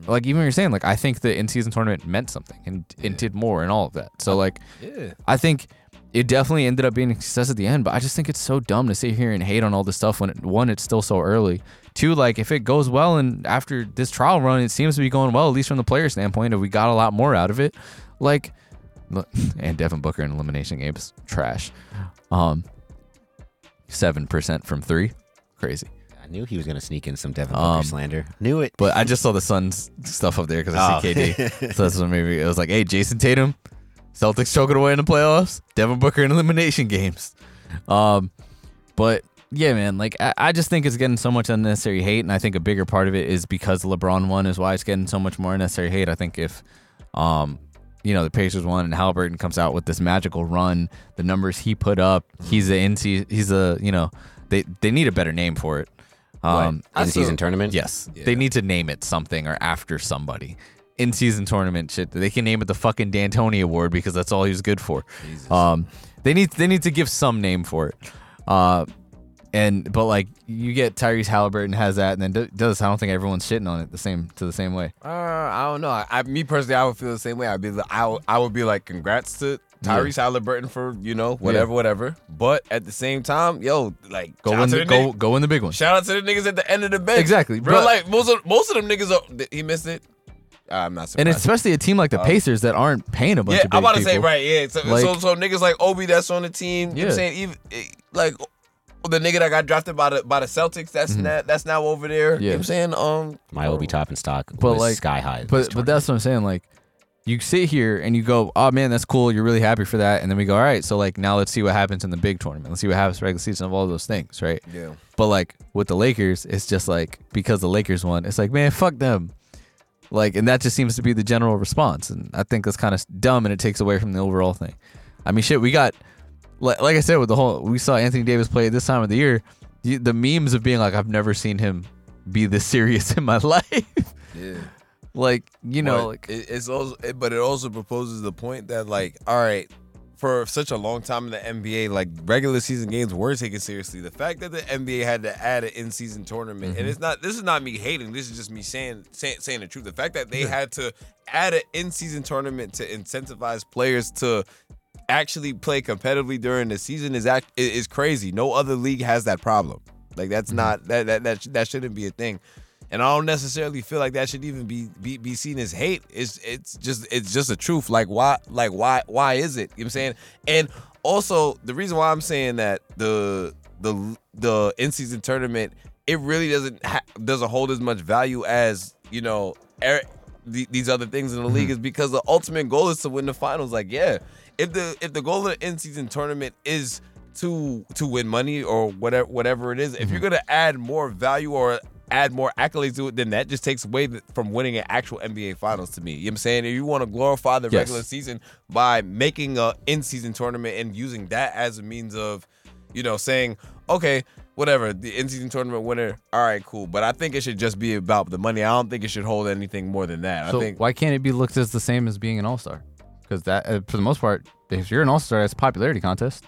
Speaker 4: like even you're saying, like, I think the in season tournament meant something and and did more and all of that. So like,
Speaker 3: yeah.
Speaker 4: I think it definitely ended up being a success at the end, but I just think it's so dumb to sit here and hate on all this stuff when it, one, it's still so early. Two, like if it goes well and after this trial run, it seems to be going well, at least from the player standpoint, and we got a lot more out of it. Like, look- <laughs> and Devin Booker in elimination games, trash. Um, seven percent from three, crazy.
Speaker 2: I knew he was gonna sneak in some Devin Booker
Speaker 4: Um,
Speaker 2: slander. Knew it.
Speaker 4: But I just saw the Suns stuff up there because I see
Speaker 2: Oh.
Speaker 4: KD. so that's what maybe it was like, hey, Jason Tatum, Celtics choking away in the playoffs, Devin Booker in elimination games. Um, but yeah, man, like I, I just think it's getting so much unnecessary hate, and I think a bigger part of it is because LeBron won is why it's getting so much more unnecessary hate. I think if, um, you know, the Pacers won and Halliburton comes out with this magical run, the numbers he put up, he's a NC, he's a you know, they they need a better name for it. Um,
Speaker 2: in season tournament.
Speaker 4: Yes. They need to name it something or after somebody. In season tournament shit. They can name it the fucking D'Antoni Award because that's all he was good for. Um they need they need to give some name for it. Uh and but like you get Tyrese Halliburton has that and then d- does I don't think everyone's shitting on it the same to the same way.
Speaker 3: Uh, I don't know. I, I, me personally, I would feel the same way. I'd be, li- I, would- I would be like, congrats to Tyrese Halliburton for you know whatever, whatever. But at the same time, yo, like
Speaker 4: Go
Speaker 3: shout out
Speaker 4: win
Speaker 3: to
Speaker 4: the,
Speaker 3: the
Speaker 4: go
Speaker 3: nigg-
Speaker 4: go win the big one.
Speaker 3: Shout out to the niggas at the end of the bench.
Speaker 4: Exactly,
Speaker 3: bro.
Speaker 4: but-
Speaker 3: like most of most of them niggas, are, he missed it. Ah, I'm not surprised.
Speaker 4: And especially a team like the Pacers that aren't paying a bunch
Speaker 3: Uh, yeah,
Speaker 4: of big
Speaker 3: I'm about to say
Speaker 4: people.
Speaker 3: right. Yeah, so,
Speaker 4: Like-
Speaker 3: so so niggas like Obi that's on the team. You know what
Speaker 4: Yeah.
Speaker 3: I'm saying even eh, like the nigga that got drafted by the by the Celtics. That's not that's now over there. You know
Speaker 4: Mm-hmm. Yeah.
Speaker 3: what I'm saying um
Speaker 2: My Obi Toppin stock
Speaker 4: But,
Speaker 2: was
Speaker 4: like-
Speaker 2: sky high. this
Speaker 4: But but that's what I'm saying. Like, you sit here and you go, oh man, that's cool. You're really happy for that. And then we go, all right, so like now let's see what happens in the big tournament. Let's see what happens regular season of all those things, right?
Speaker 3: yeah.
Speaker 4: But like with the Lakers, it's just like because the Lakers won, it's like man, fuck them. Like, and that just seems to be the general response, and I think that's kind of dumb, and it takes away from the overall thing. I mean, shit, we got like, like I said with the whole we saw Anthony Davis play this time of the year, you- the memes of being like, I've never seen him be this serious <laughs> in my life.
Speaker 3: Yeah.
Speaker 4: like, you know,
Speaker 3: But
Speaker 4: like,
Speaker 3: it, it's also, it, but it also proposes the point that like, all right, for such a long time in the NBA, like regular season games were taken seriously. The fact that the NBA had to add an in-season tournament,
Speaker 4: Mm-hmm.
Speaker 3: and it's not, this is not me hating. This is just me saying saying, saying the truth. The fact that they had to add an in-season tournament to incentivize players to actually play competitively during the season is act i- is crazy. No other league has that problem. Like that's not that that that, sh- that shouldn't be a thing. And I don't necessarily feel like that should even be, be be seen as hate. It's it's just it's just a truth. Like why like why why is it? You know what I'm saying? And also the reason why I'm saying that the the the in season tournament it really doesn't ha- doesn't hold as much value as you know er- the, these other things in the league is because the ultimate goal is to win the finals. Like, yeah, if the if the goal of the in season tournament is to to win money or whatever whatever it is, if you're gonna add more value or add more accolades to it, then that just takes away th- from winning an actual NBA finals to me. You know what I'm saying? If you want to glorify the
Speaker 4: Yes.
Speaker 3: regular season by making a in season tournament and using that as a means of you know, saying, okay, whatever, the in season tournament winner, all right, cool. But I think it should just be about the money. I don't think it should hold anything more than that.
Speaker 4: so
Speaker 3: I think
Speaker 4: why can't it be looked as the same as being an all star? Because that, uh, for the most part, if you're an all star, it's a popularity contest.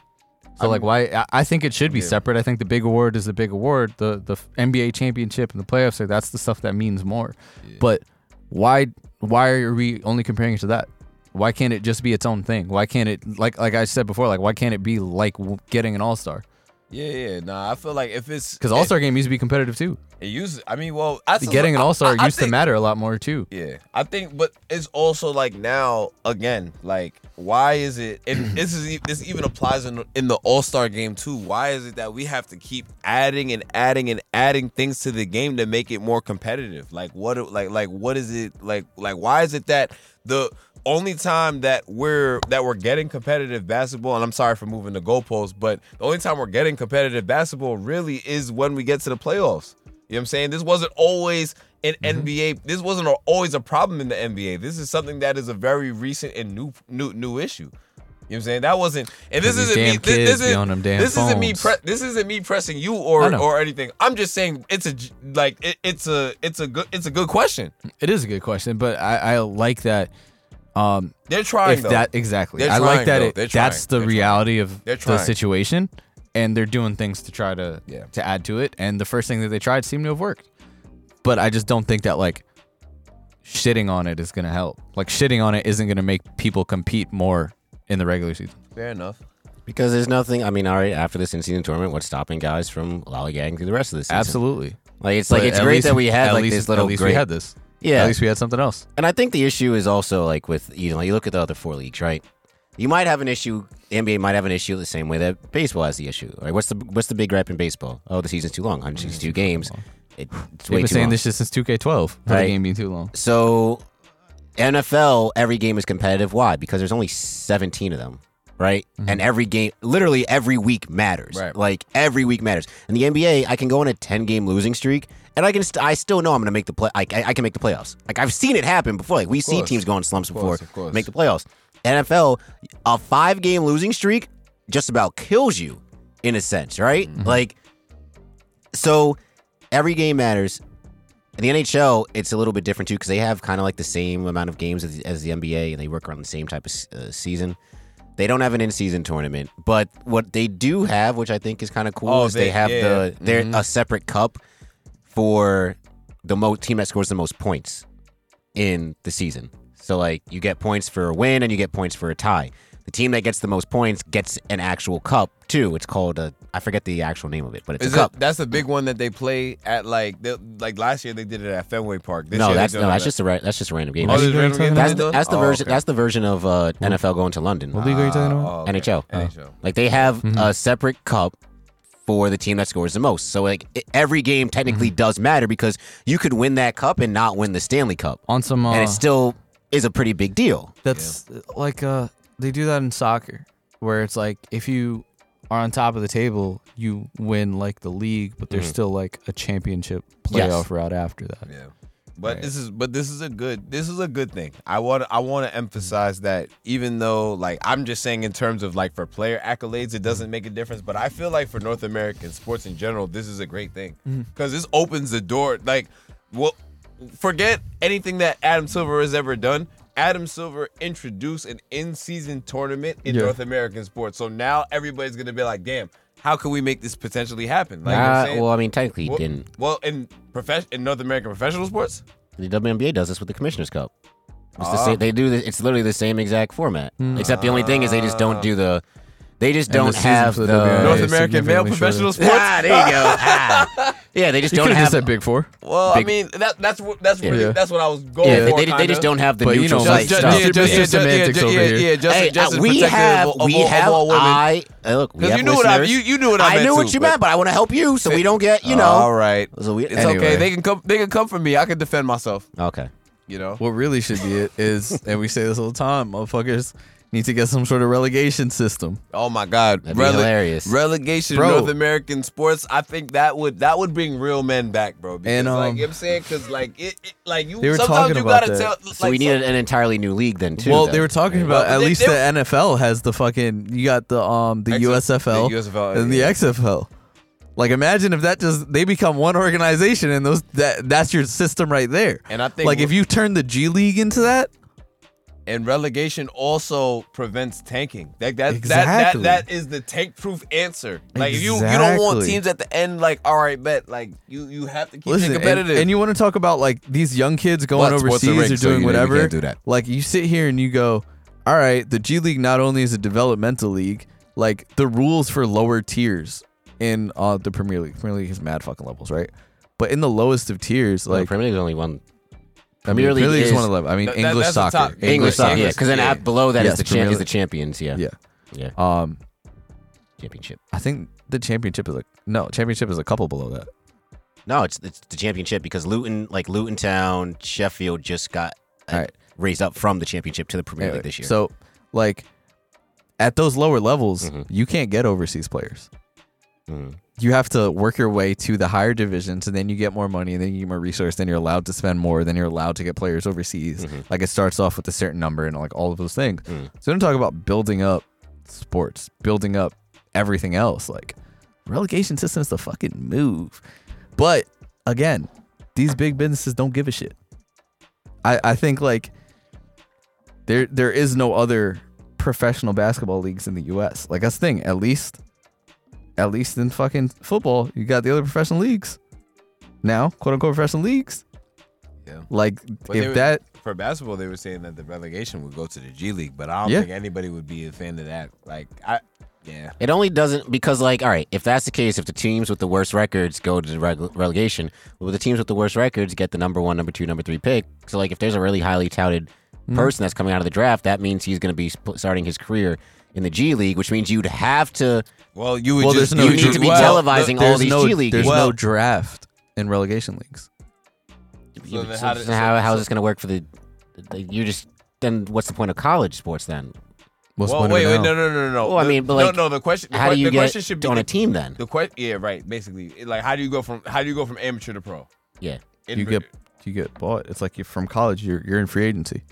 Speaker 4: So like, why? I, I think it should be separate. I think the big award is the big award. The the NBA championship and the playoffs, like that's the stuff that means more. But why why are we only comparing it to that? Why can't it just be its own thing? Why can't it like like I said before, like why can't it be like w- getting an all star?
Speaker 3: yeah, yeah. Nah, I feel like if it's
Speaker 4: Because all star game used to be competitive too.
Speaker 3: it, it used. I mean, well, that's a-
Speaker 4: Getting an
Speaker 3: I-
Speaker 4: all star
Speaker 3: I- I
Speaker 4: used to
Speaker 3: think-
Speaker 4: matter a lot more too.
Speaker 3: Yeah, I think, but it's also like now again, like why is it? And this is e- this even applies in in the All Star game too. Why is it that we have to keep adding and adding and adding things to the game to make it more competitive? Like what? Like like what is it? Like like why is it that the only time that we're that we're getting competitive basketball, and I'm sorry for moving the goalposts, but the only time we're getting competitive basketball really is when we get to the playoffs. You know what I'm saying? This wasn't always an
Speaker 2: Mm-hmm.
Speaker 3: NBA. This wasn't a- always a problem in the NBA. This is something that is a very recent and new new new issue. You know what I'm saying? That wasn't, and this
Speaker 4: These
Speaker 3: isn't me.
Speaker 4: damn
Speaker 3: This, this
Speaker 4: kids be
Speaker 3: isn't,
Speaker 4: on them damn
Speaker 3: this isn't me.
Speaker 4: phones.
Speaker 3: Pre- this isn't me pressing you
Speaker 4: I
Speaker 3: or
Speaker 4: know.
Speaker 3: or anything. I'm just saying it's a j- like it, it's a it's a good it's a good question.
Speaker 4: It is a good question, but I, I like that. Um,
Speaker 3: They're trying
Speaker 4: if
Speaker 3: though.
Speaker 4: that exactly,
Speaker 3: They're
Speaker 4: I like
Speaker 3: trying,
Speaker 4: that.
Speaker 3: though.
Speaker 4: It,
Speaker 3: They're
Speaker 4: that's the
Speaker 3: trying. They're
Speaker 4: reality of
Speaker 3: They're
Speaker 4: the
Speaker 3: trying.
Speaker 4: situation, and they're doing things to try to
Speaker 3: Yeah.
Speaker 4: to add to it. And the first thing that they tried seemed to have worked, but I just don't think that like shitting on it is gonna help. Like shitting on it isn't gonna make people compete more in the regular season.
Speaker 3: Fair enough.
Speaker 2: Because there's nothing. I mean, all right, after this in-season tournament, what's stopping guys from lollygagging through the rest of the season?
Speaker 4: Absolutely.
Speaker 2: Like it's like
Speaker 4: But
Speaker 2: it's
Speaker 4: at
Speaker 2: great
Speaker 4: least-
Speaker 2: that we had
Speaker 4: at
Speaker 2: like
Speaker 4: least-
Speaker 2: this little
Speaker 4: At least
Speaker 2: great,
Speaker 4: we had this.
Speaker 2: yeah.
Speaker 4: At least we had something else.
Speaker 2: and I think the issue is also like with you know you look at the other four leagues, right? You might have an issue. The NBA might have an issue the same way that baseball has the issue. Right? What's the what's the big rap in baseball? Oh, the season's too long, 162 games. It, it's way
Speaker 4: We've been
Speaker 2: too long. Uh,
Speaker 4: saying this shit since 2K12. for
Speaker 2: Right.
Speaker 4: The game being too long.
Speaker 2: So, NFL, every game is competitive. Why? Because there's only 17 of them, right? And every game, literally every week matters.
Speaker 3: Mm-hmm. Right.
Speaker 2: Like every week matters. In the NBA, I can go on a 10 game losing streak, and I can st- I still know I'm going to make the play. I, I, I can make the playoffs. Like I've seen it happen before. Like we see
Speaker 3: course.
Speaker 2: teams go on slumps
Speaker 3: course,
Speaker 2: before
Speaker 3: of course.
Speaker 2: make the playoffs. NFL, a five game losing streak just about kills you in a sense, right?
Speaker 3: Mm-hmm.
Speaker 2: Like so every game matters. In the NHL, it's a little bit different too because they have kind of like the same amount of games as the, as the NBA, and they work around the same type of s- uh, season. They don't have an in-season tournament, but what they do have, which I think is kind of cool,
Speaker 3: Oh,
Speaker 2: is they,
Speaker 3: they-
Speaker 2: have
Speaker 3: yeah. Mm-hmm.
Speaker 2: the they're a separate cup for the mo- team that scores the most points in the season. So like you get points for a win and you get points for a tie. The team that gets the most points gets an actual cup too. It's called a I forget the actual name of it, but it's
Speaker 3: Is
Speaker 2: a cup.
Speaker 3: that, that's the big one that they play at like they, like last year they did it at Fenway Park. This
Speaker 2: no,
Speaker 3: year
Speaker 2: that's
Speaker 3: they
Speaker 2: no, that's just a ra- that's just a random game.
Speaker 4: Oh,
Speaker 2: That's,
Speaker 4: this-
Speaker 2: that's the, that's
Speaker 3: Oh,
Speaker 4: Oh,
Speaker 2: the version. That's the version of uh, NFL going to London. Uh,
Speaker 4: What league are you talking
Speaker 3: Oh,
Speaker 4: about?
Speaker 2: NHL.
Speaker 3: NHL.
Speaker 2: Uh, Like they have
Speaker 4: Mm-hmm.
Speaker 2: a separate cup for the team that scores the most. So like i- every game
Speaker 4: Mm-hmm.
Speaker 2: technically does matter because you could win that cup and not win the Stanley Cup,
Speaker 4: On some, uh,
Speaker 2: and it still is a pretty big deal.
Speaker 4: that's like uh, they do that in soccer, where it's like if you are on top of the table, you win like the league, but there's still like a championship
Speaker 2: Yes.
Speaker 4: playoff route after that.
Speaker 3: Yeah. But
Speaker 4: Right.
Speaker 3: this is but this is a good this is a good thing. I want I want to emphasize that even though like I'm just saying in terms of like for player accolades it doesn't make a difference, but I feel like for North American sports in general this is a great thing
Speaker 4: Mm-hmm.
Speaker 3: because this opens the door like well forget anything that Adam Silver has ever done. Adam Silver introduced an in-season tournament in
Speaker 4: Yeah.
Speaker 3: North American sports. So now everybody's going to be like, "Damn, how can we make this potentially happen?" Like you know what I'm
Speaker 2: Uh,
Speaker 3: saying?
Speaker 2: well, I mean, technically he
Speaker 3: Well,
Speaker 2: didn't.
Speaker 3: well, in profession in North American professional sports,
Speaker 2: The WNBA does this with the Commissioner's Cup. It's the
Speaker 3: Ah.
Speaker 2: same. They do. The, it's literally the same exact format, except the only thing is they just don't do the. They just
Speaker 4: Mm. And the
Speaker 2: don't
Speaker 4: season
Speaker 2: have
Speaker 4: for the
Speaker 2: the.
Speaker 4: WNBA
Speaker 3: North
Speaker 4: is
Speaker 3: American male
Speaker 4: significantly
Speaker 3: professional
Speaker 4: shorter.
Speaker 3: sports.
Speaker 2: ah, there you go. Ah. Yeah, they just
Speaker 4: You
Speaker 2: don't
Speaker 4: could have
Speaker 2: have.
Speaker 4: just said Big Four.
Speaker 3: Well,
Speaker 2: Big-
Speaker 3: I mean that that's what that's really,
Speaker 4: Yeah.
Speaker 3: that's what I was going
Speaker 2: yeah, they,
Speaker 3: for.
Speaker 2: they, they just
Speaker 3: kinda.
Speaker 2: don't have the
Speaker 4: But you
Speaker 2: neutral
Speaker 4: know,
Speaker 2: site
Speaker 4: just-
Speaker 3: Just,
Speaker 2: stuff.
Speaker 3: yeah, just, yeah,
Speaker 4: Mr.
Speaker 3: just, yeah,
Speaker 4: Semantics
Speaker 3: just,
Speaker 4: over
Speaker 3: yeah,
Speaker 4: here.
Speaker 3: yeah, just,
Speaker 2: hey,
Speaker 3: just
Speaker 2: uh,
Speaker 3: as
Speaker 2: we
Speaker 3: protective
Speaker 2: have,
Speaker 3: of, all- of,
Speaker 2: we
Speaker 3: all- of
Speaker 2: have,
Speaker 3: all women.
Speaker 2: I, hey, look, we
Speaker 3: 'Cause
Speaker 2: have
Speaker 3: you knew what I
Speaker 2: listeners.
Speaker 3: you, you knew what I,
Speaker 2: I
Speaker 3: meant
Speaker 2: knew
Speaker 3: too,
Speaker 2: what you
Speaker 3: but-
Speaker 2: meant, but I want to help you, so we don't get, you know.
Speaker 3: all right,
Speaker 2: So we,
Speaker 3: it's
Speaker 4: Anyway.
Speaker 3: okay. They can come. They can come for me. I can defend myself.
Speaker 2: okay.
Speaker 3: You know.
Speaker 4: What really should be it is, and we say this all the time, motherfuckers need to get some sort of relegation system.
Speaker 3: Oh my God,
Speaker 2: That'd be hilarious.
Speaker 3: Relegation
Speaker 4: Bro.
Speaker 3: in North American sports. I think that would that would bring real men back, bro. Because,
Speaker 4: And,
Speaker 3: like
Speaker 4: um,
Speaker 3: you know what I'm saying, because like it, it, like you
Speaker 4: They were
Speaker 3: sometimes
Speaker 4: talking
Speaker 3: you
Speaker 4: about
Speaker 3: gotta
Speaker 4: that.
Speaker 3: tell.
Speaker 2: So we
Speaker 3: like,
Speaker 2: need
Speaker 3: some-
Speaker 2: an entirely new league then, too.
Speaker 4: well,
Speaker 2: though.
Speaker 4: they were talking
Speaker 3: Well,
Speaker 4: about at
Speaker 3: they-
Speaker 4: least
Speaker 3: they
Speaker 4: the
Speaker 3: were-
Speaker 4: NFL has the fucking you got the um the
Speaker 3: X-
Speaker 4: USFL,
Speaker 3: the USFL,
Speaker 4: and the
Speaker 3: yeah.
Speaker 4: XFL. Like imagine if that just they become one organization and those that that's your system right there.
Speaker 3: And I think
Speaker 4: like
Speaker 3: we-
Speaker 4: if you turn the G League into that,
Speaker 3: and relegation also prevents tanking. Like that,
Speaker 4: Exactly.
Speaker 3: that, that, that is the tank-proof answer. Like if you, you don't want
Speaker 4: Exactly.
Speaker 3: teams at the end, like all right, bet, like you, you have to keep it
Speaker 4: listen,
Speaker 3: competitive.
Speaker 4: and, and you want to talk about like these young kids going
Speaker 3: But sports are
Speaker 4: overseas or
Speaker 3: rigged, so
Speaker 4: doing
Speaker 3: you- you
Speaker 4: whatever.
Speaker 3: can't do that.
Speaker 4: Like you sit here and you go, all right, the G League not only is a developmental league, like the rules for lower tiers in uh, the Premier League. Premier League is mad fucking levels, right? But in the lowest of tiers,
Speaker 2: Well,
Speaker 4: like
Speaker 2: Premier League's only one.
Speaker 4: I mean,
Speaker 2: Premier League
Speaker 4: League's
Speaker 2: is-
Speaker 4: one eleven. I mean,
Speaker 3: That- that-
Speaker 4: English
Speaker 3: that's the
Speaker 4: soccer,
Speaker 3: top.
Speaker 2: English,
Speaker 3: English
Speaker 2: soccer, yeah,
Speaker 3: English,
Speaker 2: because then
Speaker 3: yeah.
Speaker 2: at- below that is
Speaker 4: Yes,
Speaker 2: the
Speaker 4: Premier
Speaker 2: champ is the
Speaker 4: League.
Speaker 2: champions, yeah,
Speaker 4: Yeah.
Speaker 2: yeah,
Speaker 4: Um,
Speaker 2: championship.
Speaker 4: I think the championship is like no, championship is a couple below that.
Speaker 2: No, it's it's the championship because Luton, like Luton Town, Sheffield just got uh,
Speaker 4: All right.
Speaker 2: raised up from the championship to the Premier
Speaker 4: Anyway,
Speaker 2: League this year.
Speaker 4: Uh, So, like, at those lower levels,
Speaker 2: Mhm.
Speaker 4: you can't get overseas players.
Speaker 2: Mm.
Speaker 4: You have to work your way to the higher divisions, and then you get more money, and then you get more resource. Then you're allowed to spend more. Then you're allowed to get players overseas. Like it starts off with a certain number, and like all of those things.
Speaker 2: Mm-hmm. Mm.
Speaker 4: So I'm talking about building up sports, building up everything else. Like relegation system is the fucking move. But again, these big businesses don't give a shit. I, I think like there there is no other professional basketball leagues in the US. Like that's the thing. At least at least in fucking football, you got the other professional leagues. Now, quote unquote professional leagues.
Speaker 3: Yeah.
Speaker 4: Like
Speaker 3: But they
Speaker 4: if
Speaker 3: were-
Speaker 4: that
Speaker 3: for basketball, they were saying that the relegation would go to the G League, but I don't
Speaker 4: Yeah.
Speaker 3: think anybody would be a fan of that. Like I, yeah,
Speaker 2: It only doesn't because, like, all right, if that's the case, if the teams with the worst records go to the reg- relegation, well, the teams with the worst records get the number one, number two, number three pick. So, like, if there's a really highly touted person that's coming out of the draft, that means he's going to be sp- starting his career in the G League, which means you'd have to.
Speaker 3: well, you would
Speaker 4: Well,
Speaker 3: just
Speaker 4: there's no
Speaker 3: you
Speaker 4: G-
Speaker 3: need to be
Speaker 2: well,
Speaker 3: televising.
Speaker 2: all
Speaker 4: there's
Speaker 2: these
Speaker 4: no
Speaker 2: G League
Speaker 4: there's
Speaker 3: games.
Speaker 4: no draft in relegation leagues.
Speaker 3: So then
Speaker 2: so-
Speaker 3: how did-
Speaker 2: so how,
Speaker 3: so-
Speaker 2: how is
Speaker 3: so-
Speaker 2: this going to work for the, the? You're just then. What's the point of college sports then?
Speaker 4: What's the
Speaker 3: well,
Speaker 4: point of
Speaker 3: wait,
Speaker 4: it
Speaker 3: wait,
Speaker 4: now?
Speaker 3: no, no, no, no, no.
Speaker 2: Well, I
Speaker 3: The-
Speaker 2: mean, but, like,
Speaker 3: no, no. The question, the,
Speaker 2: How do
Speaker 3: que-
Speaker 2: you
Speaker 3: the
Speaker 2: get
Speaker 3: question should be
Speaker 2: on a
Speaker 3: the,
Speaker 2: team then?
Speaker 3: the question, yeah, right. Basically, It- like, how do you go from how do you go from amateur to pro?
Speaker 2: Yeah.
Speaker 3: In-
Speaker 4: you get you get bought. It's like you're from college. You're you're in free agency.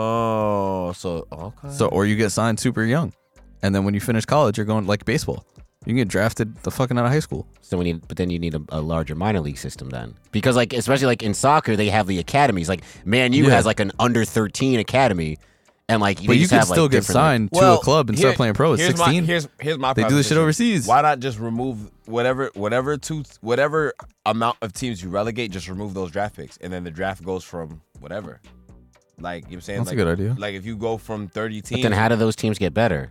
Speaker 3: oh, so okay.
Speaker 4: So or you get signed super young, and then when you finish college, you're going like baseball. You can get drafted the fucking out of high school.
Speaker 2: So we need, but then you need a, a larger minor league system then, because like especially like in soccer they have the academies. Like Man U
Speaker 4: Yeah.
Speaker 2: has like an under thirteen academy, and like
Speaker 4: But
Speaker 2: they
Speaker 4: you
Speaker 2: just
Speaker 4: can
Speaker 2: have, like,
Speaker 4: still get
Speaker 2: different, like-
Speaker 4: signed
Speaker 3: Well,
Speaker 4: to a club and
Speaker 3: here-
Speaker 4: start playing pro at
Speaker 3: here's my-
Speaker 4: 16.
Speaker 3: here's here's my.
Speaker 4: They do this shit
Speaker 3: proposition.
Speaker 4: overseas.
Speaker 3: Why not just remove whatever whatever two whatever amount of teams you relegate? Just remove those draft picks, and then the draft goes from whatever. Like you know what I'm saying,
Speaker 4: That's
Speaker 3: like,
Speaker 4: a good idea.
Speaker 3: Like if you go from 30 teams,
Speaker 2: But then how do those teams get better?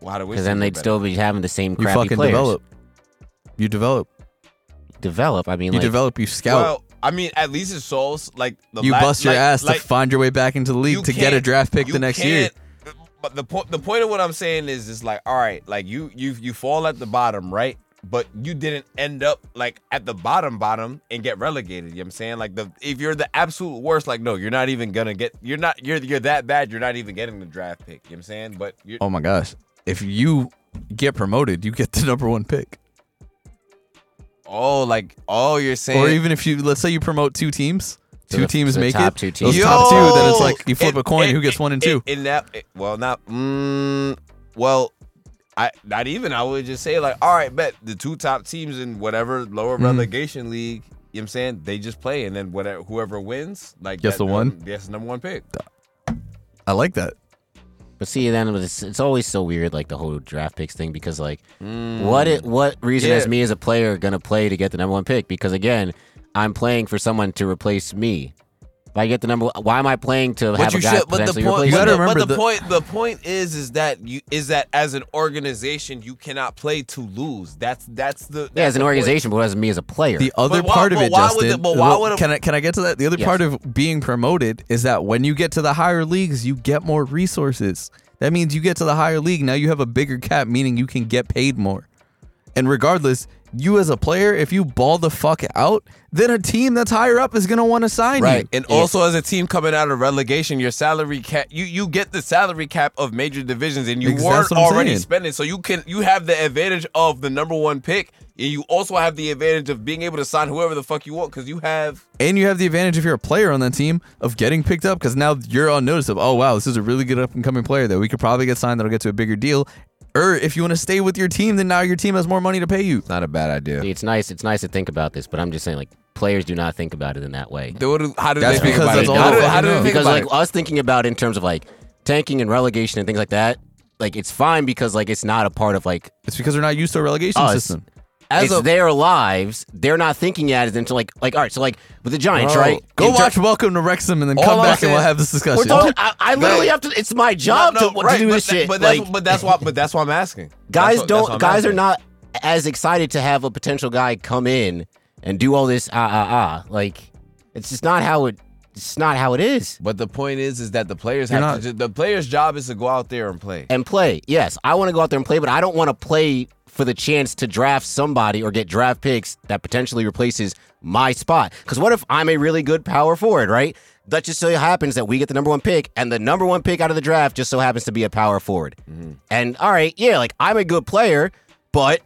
Speaker 3: well, how do we
Speaker 2: Because then
Speaker 3: feel
Speaker 2: they'd
Speaker 3: about
Speaker 2: still be having the same
Speaker 4: You
Speaker 2: crappy
Speaker 4: fucking
Speaker 2: players.
Speaker 4: develop. You develop.
Speaker 2: Develop. I mean,
Speaker 4: You
Speaker 2: like,
Speaker 4: develop. You
Speaker 3: it?
Speaker 4: scout.
Speaker 3: Well, I mean, at least it solves like the
Speaker 4: you
Speaker 3: la-
Speaker 4: bust your
Speaker 3: like-
Speaker 4: ass
Speaker 3: like,
Speaker 4: to find your way back into the
Speaker 3: you
Speaker 4: league to get a
Speaker 3: can't-
Speaker 4: draft pick the
Speaker 3: you
Speaker 4: next year.
Speaker 3: can't- But the point the point of what I'm saying is it's like, all right, like you you you fall at the bottom, right? But you didn't end up like at the bottom bottom and get relegated. You know what I'm saying? Like the if you're the absolute worst, like no, you're not even gonna get you're not you're you're that bad, you're not even getting the draft pick. You know what I'm saying? But you're
Speaker 4: Oh my gosh! If you get promoted, you get the <laughs> number one pick.
Speaker 3: oh like oh you're saying
Speaker 4: Or even if you let's say you promote two teams,
Speaker 2: To
Speaker 4: two
Speaker 2: the-
Speaker 4: teams
Speaker 2: to the
Speaker 4: make
Speaker 2: top
Speaker 4: it.
Speaker 2: two
Speaker 4: Those
Speaker 2: teams.
Speaker 4: top two, then it's
Speaker 3: Yo!
Speaker 4: like you flip
Speaker 3: It-
Speaker 4: a coin
Speaker 3: it-
Speaker 4: who gets one and two.
Speaker 3: it- In that, it- well, not mm, well, I not even. I would just say like, all right, bet the two top teams in whatever lower
Speaker 4: Mhm.
Speaker 3: relegation league. You know what I'm saying they just play, and then whatever whoever wins, like
Speaker 4: Gets
Speaker 3: that-
Speaker 4: the one?
Speaker 3: um, Gets the number one pick.
Speaker 4: I like that.
Speaker 2: but see, then it's, it's always so weird, like the whole draft picks thing, because like,
Speaker 3: Mm.
Speaker 2: what it, what reason
Speaker 3: Yeah.
Speaker 2: is me as a player gonna play to get the number one pick? Because again, I'm playing for someone to replace me. If I get the number, why am I playing to have a guy
Speaker 3: but the
Speaker 2: potentially
Speaker 3: point,
Speaker 2: replace
Speaker 4: You
Speaker 3: but
Speaker 2: me?
Speaker 4: gotta
Speaker 3: the, but
Speaker 4: remember
Speaker 3: the
Speaker 4: the-
Speaker 3: point, the point is, is that you is that as an organization, you cannot play to lose. That's that's the
Speaker 2: Yeah,
Speaker 3: that's
Speaker 2: as an
Speaker 3: the point.
Speaker 2: organization, but as me as a player.
Speaker 4: The other
Speaker 3: why-
Speaker 4: part of
Speaker 3: but
Speaker 4: it,
Speaker 3: why would
Speaker 4: Justin.
Speaker 3: the- but why
Speaker 4: well,
Speaker 3: would a-
Speaker 4: can I can I get to that? The other
Speaker 2: Yes.
Speaker 4: part of being promoted is that when you get to the higher leagues, you get more resources. That means you get to the higher league now. You have a bigger cap, meaning you can get paid more. And regardless, you as a player, if you ball the fuck out, then a team that's higher up is gonna want to sign
Speaker 3: Right,
Speaker 4: you.
Speaker 3: and also as a team coming out of relegation, your salary cap you you get the salary cap of major divisions, and you
Speaker 4: Ex-
Speaker 3: weren't
Speaker 4: that's what I'm
Speaker 3: already
Speaker 4: saying.
Speaker 3: spending, so you can you have the advantage of the number one pick, and you also have the advantage of being able to sign whoever the fuck you want because you have
Speaker 4: And you have the advantage if you're a player on that team of getting picked up because now you're on notice of, oh wow, this is a really good up and coming player that we could probably get signed that'll get to a bigger deal. Or if you want to stay with your team, then now your team has more money to pay you.
Speaker 3: not a bad idea.
Speaker 2: See, it's nice. It's nice to think about this, but I'm just saying, like, players do not think about it in that way.
Speaker 3: how do
Speaker 4: That's
Speaker 3: they think
Speaker 4: because
Speaker 3: about
Speaker 4: that's
Speaker 3: it?
Speaker 4: all
Speaker 3: how
Speaker 4: they
Speaker 3: do, how
Speaker 4: fucking
Speaker 3: do they
Speaker 4: know.
Speaker 3: think
Speaker 2: because
Speaker 3: about
Speaker 2: like
Speaker 3: it?
Speaker 2: us thinking about in terms of like tanking and relegation and things like that, like it's fine because like it's not a part of like
Speaker 4: It's because they're not used to a relegation
Speaker 2: Us.
Speaker 4: system.
Speaker 3: As
Speaker 2: it's
Speaker 3: a-
Speaker 2: their lives. They're not thinking at it until like like all right. So like with the Giants,
Speaker 3: Bro,
Speaker 2: right?
Speaker 4: Go
Speaker 2: In ter-
Speaker 4: watch Welcome to Wrexham and then
Speaker 3: All
Speaker 4: come
Speaker 3: I'm
Speaker 4: back and
Speaker 3: saying-
Speaker 4: we'll have this discussion.
Speaker 2: We're talking, I, I literally
Speaker 3: Right.
Speaker 2: have to. It's my job
Speaker 3: No, no,
Speaker 2: to, to
Speaker 3: right,
Speaker 2: do
Speaker 3: but
Speaker 2: this
Speaker 3: that-
Speaker 2: shit.
Speaker 3: But that's
Speaker 2: like,
Speaker 3: but that's why but that's why I'm asking.
Speaker 2: guys
Speaker 3: That's what- that's
Speaker 2: don't
Speaker 3: why I'm
Speaker 2: guys are
Speaker 3: asking.
Speaker 2: not as excited to have a potential guy come in and do all this ah ah ah. Like it's just not how it. It's not how it is.
Speaker 3: But the point is, is that the players
Speaker 4: You're
Speaker 3: have
Speaker 4: not-
Speaker 3: to, ju- the players' job is to go out there and play.
Speaker 2: and play. Yes, I want to go out there and play, but I don't want to play for the chance to draft somebody or get draft picks that potentially replaces my spot. Because what if I'm a really good power forward, right? That just so happens that we get the number one pick, and the number one pick out of the draft just so happens to be a power forward.
Speaker 3: Mm-hmm.
Speaker 2: And all right, yeah, like I'm a good player, but.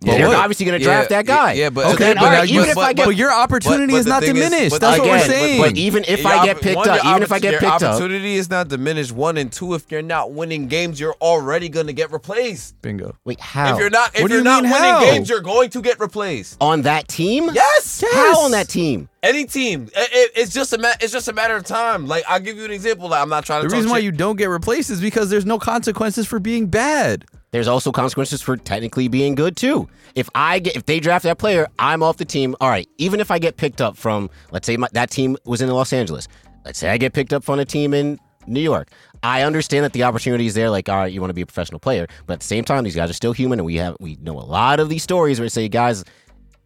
Speaker 4: But
Speaker 2: they're
Speaker 4: what?
Speaker 2: obviously going to draft
Speaker 3: Yeah,
Speaker 2: that guy.
Speaker 3: yeah, but-
Speaker 2: So
Speaker 3: Okay,
Speaker 2: then,
Speaker 3: but
Speaker 2: all
Speaker 3: now
Speaker 2: right,
Speaker 3: you-
Speaker 2: even if
Speaker 3: but-
Speaker 2: I get
Speaker 4: but your opportunity
Speaker 3: but
Speaker 4: is
Speaker 3: the
Speaker 4: not
Speaker 3: thing is-
Speaker 4: diminished.
Speaker 3: but e
Speaker 4: That's what we're
Speaker 2: again,
Speaker 4: saying.
Speaker 2: But even if
Speaker 3: Your
Speaker 2: I
Speaker 3: oppor-
Speaker 2: get picked
Speaker 3: one,
Speaker 2: up,
Speaker 3: your
Speaker 2: even if I
Speaker 3: oppor-
Speaker 2: get
Speaker 3: your
Speaker 2: picked up,
Speaker 3: opportunity is not diminished. One and two, if you're not winning games, you're already going to get replaced.
Speaker 4: Bingo.
Speaker 2: wait, how
Speaker 3: If you're not, if
Speaker 4: What do
Speaker 3: you're
Speaker 4: you
Speaker 3: not
Speaker 4: mean,
Speaker 3: winning
Speaker 4: how?
Speaker 3: games, you're going to get replaced.
Speaker 2: on that team?
Speaker 3: Yes.
Speaker 2: How on that team?
Speaker 3: Any team, I- I- it's just a ma- it's just a matter of time. Like I'll give you an example. Like, I'm not trying to.
Speaker 4: The
Speaker 3: talk
Speaker 4: reason why
Speaker 3: shit.
Speaker 4: you don't get replaced is because there's no consequences for being bad.
Speaker 2: there's also consequences for technically being good too. If I get if they draft that player, I'm off the team. All right, even if I get picked up from let's say my, that team was in Los Angeles. Let's say I get picked up from a team in New York. I understand that the opportunity is there. Like, all right, you want to be a professional player, but at the same time, these guys are still human, and we have we know a lot of these stories where they say, guys,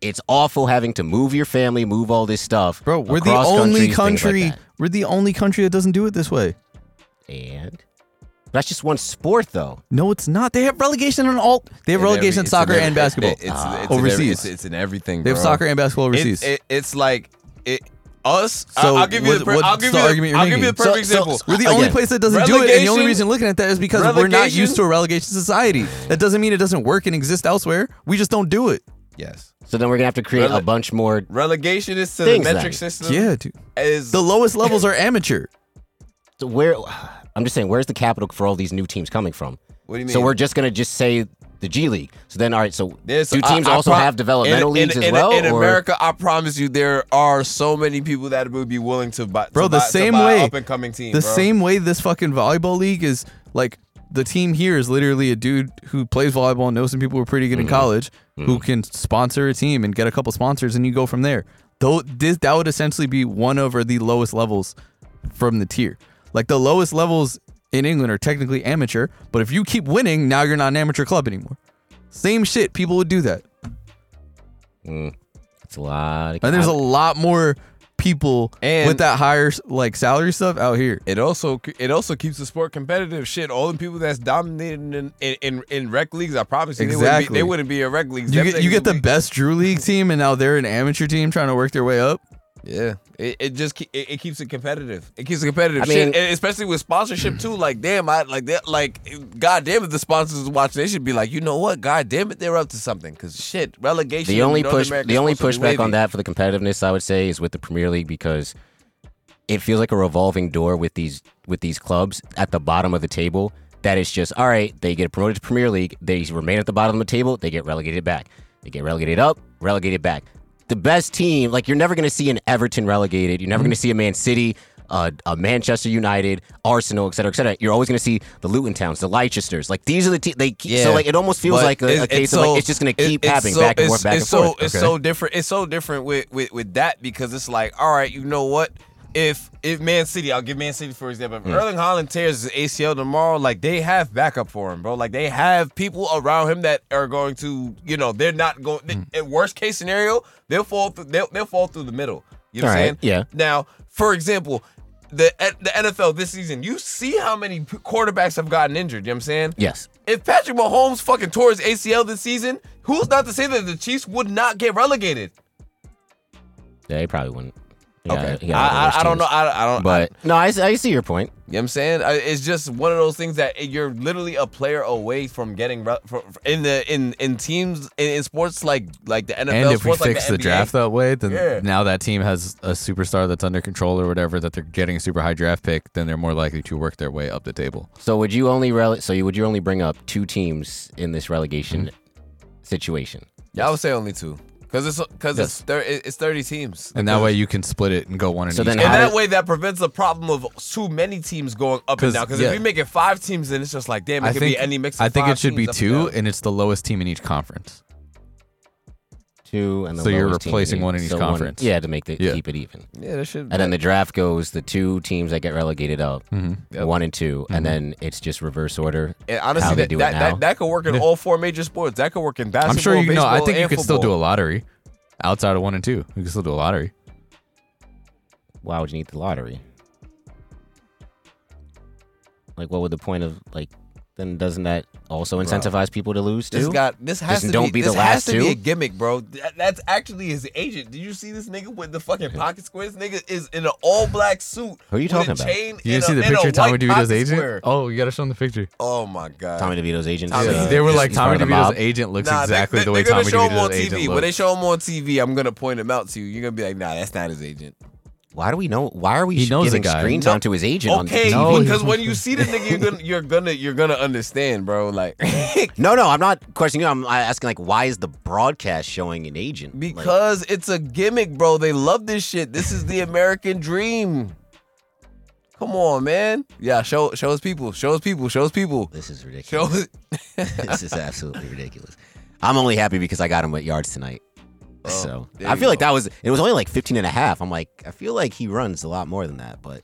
Speaker 2: it's awful having to move your family, move all this stuff.
Speaker 4: Bro, we're the
Speaker 2: across countries, things
Speaker 4: only
Speaker 2: like
Speaker 4: country.
Speaker 2: that.
Speaker 4: we're the only country that doesn't do it this way.
Speaker 2: and that's just one sport, though.
Speaker 4: No, it's not. They have relegation on all. They have
Speaker 3: In every-
Speaker 4: relegation in
Speaker 3: it's in
Speaker 4: soccer
Speaker 3: every-
Speaker 4: and basketball. Ah.
Speaker 3: it- it's- it's in every-
Speaker 4: overseas.
Speaker 3: it's- It's in everything.
Speaker 4: they have
Speaker 3: bro.
Speaker 4: soccer and basketball
Speaker 3: It-
Speaker 4: overseas.
Speaker 3: it- It's like it. Us. I-
Speaker 4: So
Speaker 3: I'll give you
Speaker 4: what-
Speaker 3: the. Per-
Speaker 4: what's
Speaker 3: I'll give
Speaker 4: the
Speaker 3: you the,
Speaker 4: argument you're
Speaker 3: I'll give you the
Speaker 4: making?
Speaker 3: perfect
Speaker 2: So- so-
Speaker 3: example.
Speaker 4: We're the only
Speaker 2: Again,
Speaker 4: place that doesn't do it, and the only
Speaker 3: ah, relegation-
Speaker 4: reason looking at that is because we're not used
Speaker 3: relegation-
Speaker 4: to a relegation society. That doesn't mean it doesn't work and exist elsewhere. We just don't do it.
Speaker 3: yes.
Speaker 2: So then we're gonna have to create a
Speaker 3: Rele-
Speaker 2: bunch more
Speaker 3: Relegation is to
Speaker 2: Things
Speaker 3: the
Speaker 2: then.
Speaker 3: metric system.
Speaker 4: Yeah, dude.
Speaker 3: Is
Speaker 4: The lowest levels are amateur.
Speaker 2: So where I'm just saying, where's the capital for all these new teams coming from?
Speaker 3: what do you mean?
Speaker 2: So we're just gonna just say the G League. So then, all right. So
Speaker 3: There's-
Speaker 2: do
Speaker 3: I-
Speaker 2: teams
Speaker 3: I
Speaker 2: also
Speaker 3: pro-
Speaker 2: have developmental
Speaker 3: in,
Speaker 2: leagues
Speaker 3: in,
Speaker 2: as
Speaker 3: in,
Speaker 2: well?
Speaker 3: In
Speaker 2: or-
Speaker 3: America, I promise you, there are so many people that would be willing to buy.
Speaker 4: Bro,
Speaker 3: to
Speaker 4: the
Speaker 3: buy,
Speaker 4: same
Speaker 3: to buy
Speaker 4: way-
Speaker 3: up and coming team.
Speaker 4: The
Speaker 3: bro.
Speaker 4: same way this fucking volleyball league is like the team here is literally a dude who plays volleyball and knows some people who are pretty good
Speaker 3: Mm-hmm.
Speaker 4: in college who can sponsor a team and get a couple sponsors and you go from there. Though this that would essentially be one of or the lowest levels
Speaker 5: from the tier. Like the lowest levels in England are technically amateur, but if you keep winning, now you're not an amateur club anymore. Same shit. People would do that.
Speaker 2: It's a lot. Of
Speaker 5: And there's a lot more people
Speaker 3: And-
Speaker 5: with that higher like salary stuff out here.
Speaker 3: It also it also keeps the sport competitive. Shit, all the people that's dominating in in, in, in rec leagues, I promise you, they, wouldn't be,
Speaker 5: Exactly.
Speaker 3: they wouldn't be in rec leagues.
Speaker 5: You
Speaker 3: Them
Speaker 5: get you
Speaker 3: niggas
Speaker 5: get the
Speaker 3: would be-
Speaker 5: best Drew League team, and now they're an amateur team trying to work their way up.
Speaker 3: Yeah, it, it just ke- it, it keeps it competitive. It keeps it competitive.
Speaker 2: I
Speaker 3: shit,
Speaker 2: mean-
Speaker 3: and especially with sponsorship too. Like damn, I like that. Like goddamn, if the sponsors watch, they should be like, you know what? Goddamn it, they're up to something. Cause shit, relegation.
Speaker 2: the
Speaker 3: in
Speaker 2: only
Speaker 3: Northern
Speaker 2: push
Speaker 3: America
Speaker 2: the
Speaker 3: is
Speaker 2: only
Speaker 3: supposed to be
Speaker 2: pushback on
Speaker 3: wavy.
Speaker 2: that for the competitiveness I would say is with the Premier League because it feels like a revolving door with these with these clubs at the bottom of the table that it's just all right they get promoted to Premier League they remain at the bottom of the table they get relegated back they get relegated up relegated back the best team like you're never going to see an Everton relegated you're never
Speaker 3: Mm-hmm.
Speaker 2: going to see a Man City uh, a Manchester United, Arsenal, et cetera, et cetera. You're always going to see the Luton Towns, the Leicesters. Like these are the teams. They keep, so
Speaker 3: Yeah.
Speaker 2: like it almost feels
Speaker 3: But
Speaker 2: like a,
Speaker 3: it's-
Speaker 2: a case of
Speaker 3: so-
Speaker 2: like it's just going to
Speaker 3: it-
Speaker 2: keep
Speaker 3: it's
Speaker 2: happening
Speaker 3: so-
Speaker 2: back and
Speaker 3: it's-
Speaker 2: forth, back
Speaker 3: it's
Speaker 2: and
Speaker 3: so,
Speaker 2: forth.
Speaker 3: It's so different. It's so different with, with with that because it's like, all right, you know what? If if Man City, I'll give Man City for example. If
Speaker 2: Mm.
Speaker 3: Erling Haaland tears his ACL tomorrow, like they have backup for him, bro. Like they have people around him that are going to, you know, they're not going.
Speaker 2: Mm.
Speaker 3: In worst case scenario, they'll fall through. They'll, they'll fall through the middle. You know what I'm
Speaker 2: All
Speaker 3: saying?
Speaker 2: right, yeah.
Speaker 3: Now, for example. The, the NFL this season, you see how many quarterbacks have gotten injured. You know what I'm saying?
Speaker 2: Yes.
Speaker 3: If Patrick Mahomes fucking tore his ACL this season, who's not to say that the Chiefs would not get relegated?
Speaker 2: Yeah, he probably wouldn't. Yeah,
Speaker 3: Okay.
Speaker 2: yeah,
Speaker 3: I, I, I don't know.
Speaker 2: those teams.
Speaker 3: I, I don't.
Speaker 2: But no, I, s- I see your point.
Speaker 3: you know what I'm saying I, it's just one of those things that you're literally a player away from getting re- from, in the in in teams in, in sports like like the NFL.
Speaker 4: And if we
Speaker 3: sports like
Speaker 4: fix
Speaker 3: the,
Speaker 4: the,
Speaker 3: NBA.
Speaker 4: draft that way, then
Speaker 3: Yeah.
Speaker 4: now that team has a superstar that's under control or whatever that they're getting a super high draft pick, then they're more likely to work their way up the table.
Speaker 2: So would you only rele- so you would you only bring up two teams in this relegation
Speaker 4: Hmm.
Speaker 2: situation?
Speaker 3: yeah, I would say only two because it's because it's thir- it's thirty teams.
Speaker 4: And that way you can split it and go one in
Speaker 2: So
Speaker 4: each.
Speaker 2: then
Speaker 3: And
Speaker 2: how
Speaker 3: that
Speaker 2: did-
Speaker 3: way, that prevents the problem of too many teams going up and
Speaker 4: 'Cause,
Speaker 3: down. Because
Speaker 4: yeah.
Speaker 3: if we make it five teams, then it's just like, damn, it
Speaker 4: I
Speaker 3: could
Speaker 4: think,
Speaker 3: be any mix. Of
Speaker 4: I think
Speaker 3: five
Speaker 4: it should be
Speaker 3: teams up and down.
Speaker 4: two, and it's the lowest team in each conference.
Speaker 2: Two and the
Speaker 4: So you're
Speaker 2: lowest team
Speaker 4: replacing one in each
Speaker 2: so
Speaker 4: conference.
Speaker 2: yeah, to make the
Speaker 4: Yeah.
Speaker 2: keep it even.
Speaker 3: Yeah, that should.
Speaker 2: And then the draft goes the two teams that get relegated up,
Speaker 4: Mm-hmm.
Speaker 3: Yep.
Speaker 2: one and 2 and then it's just reverse order.
Speaker 3: And
Speaker 2: how
Speaker 3: honestly,
Speaker 2: they
Speaker 3: that,
Speaker 2: do it
Speaker 3: that,
Speaker 2: now.
Speaker 3: that that could work in all four major sports. That could work in basketball.
Speaker 4: I'm sure you know.
Speaker 3: baseball,
Speaker 4: I think you
Speaker 3: and
Speaker 4: could still do a
Speaker 3: football.
Speaker 4: lottery outside of one and two. You can still do a lottery.
Speaker 2: Why would you need the lottery? Like, what would the point of like? Then doesn't that also incentivize people to lose too?
Speaker 3: This got this has
Speaker 2: Just
Speaker 3: to
Speaker 2: don't
Speaker 3: be,
Speaker 2: be the
Speaker 3: this has
Speaker 2: last
Speaker 3: to be
Speaker 2: two?
Speaker 3: a gimmick, bro. That- that's actually his agent. Did you see this nigga with the fucking pocket square? This nigga is in an all black suit.
Speaker 2: Who are you
Speaker 3: with
Speaker 2: talking
Speaker 3: a
Speaker 2: about?
Speaker 3: Chain
Speaker 4: You
Speaker 3: and
Speaker 4: didn't see
Speaker 3: a-
Speaker 4: the
Speaker 3: and a
Speaker 4: picture of Tommy
Speaker 3: white
Speaker 4: DeVito's
Speaker 3: pocket
Speaker 4: agent?
Speaker 3: square.
Speaker 4: Oh, you got to show them the picture.
Speaker 3: Oh my god.
Speaker 2: Tommy DeVito's agents.
Speaker 3: Tommy-
Speaker 2: uh,
Speaker 4: they were
Speaker 2: he's-
Speaker 4: like
Speaker 2: he's
Speaker 4: Tommy
Speaker 2: part of the
Speaker 4: DeVito's
Speaker 2: mob.
Speaker 4: agent looks
Speaker 3: Nah,
Speaker 4: exactly
Speaker 3: they,
Speaker 4: the way
Speaker 3: they're
Speaker 4: Tommy
Speaker 3: gonna show him on
Speaker 4: DeVito's agent
Speaker 3: TV.
Speaker 4: looks.
Speaker 3: When they show him on TV, I'm gonna point him out to you. You're gonna be like, nah, that's not his agent.
Speaker 2: Why do we know? Why are we
Speaker 4: He
Speaker 2: sh-
Speaker 4: knows the
Speaker 2: giving
Speaker 4: guy.
Speaker 2: screen time to his agent? on TV?
Speaker 3: Okay,
Speaker 4: No, he's
Speaker 3: because
Speaker 4: on <laughs>
Speaker 3: when you see the nigga, you're gonna you're gonna you're gonna understand, bro. Like <laughs>
Speaker 4: <laughs>
Speaker 2: No, no, I'm not questioning you. I'm uh, asking like, why is the broadcast showing an agent? Like,
Speaker 3: Because it's a gimmick, bro. They love this shit. This
Speaker 2: <laughs>
Speaker 3: is the American dream. Come on, man. Yeah, show shows people, shows people, shows people.
Speaker 2: this is ridiculous.
Speaker 3: Shows
Speaker 2: <laughs> this is absolutely ridiculous. I'm only happy because I got him at yards tonight. so
Speaker 3: Oh, there
Speaker 2: I
Speaker 3: you
Speaker 2: feel like
Speaker 3: go.
Speaker 2: that was it was only like 15 and a half. I'm like, I feel like he runs a lot more than that. But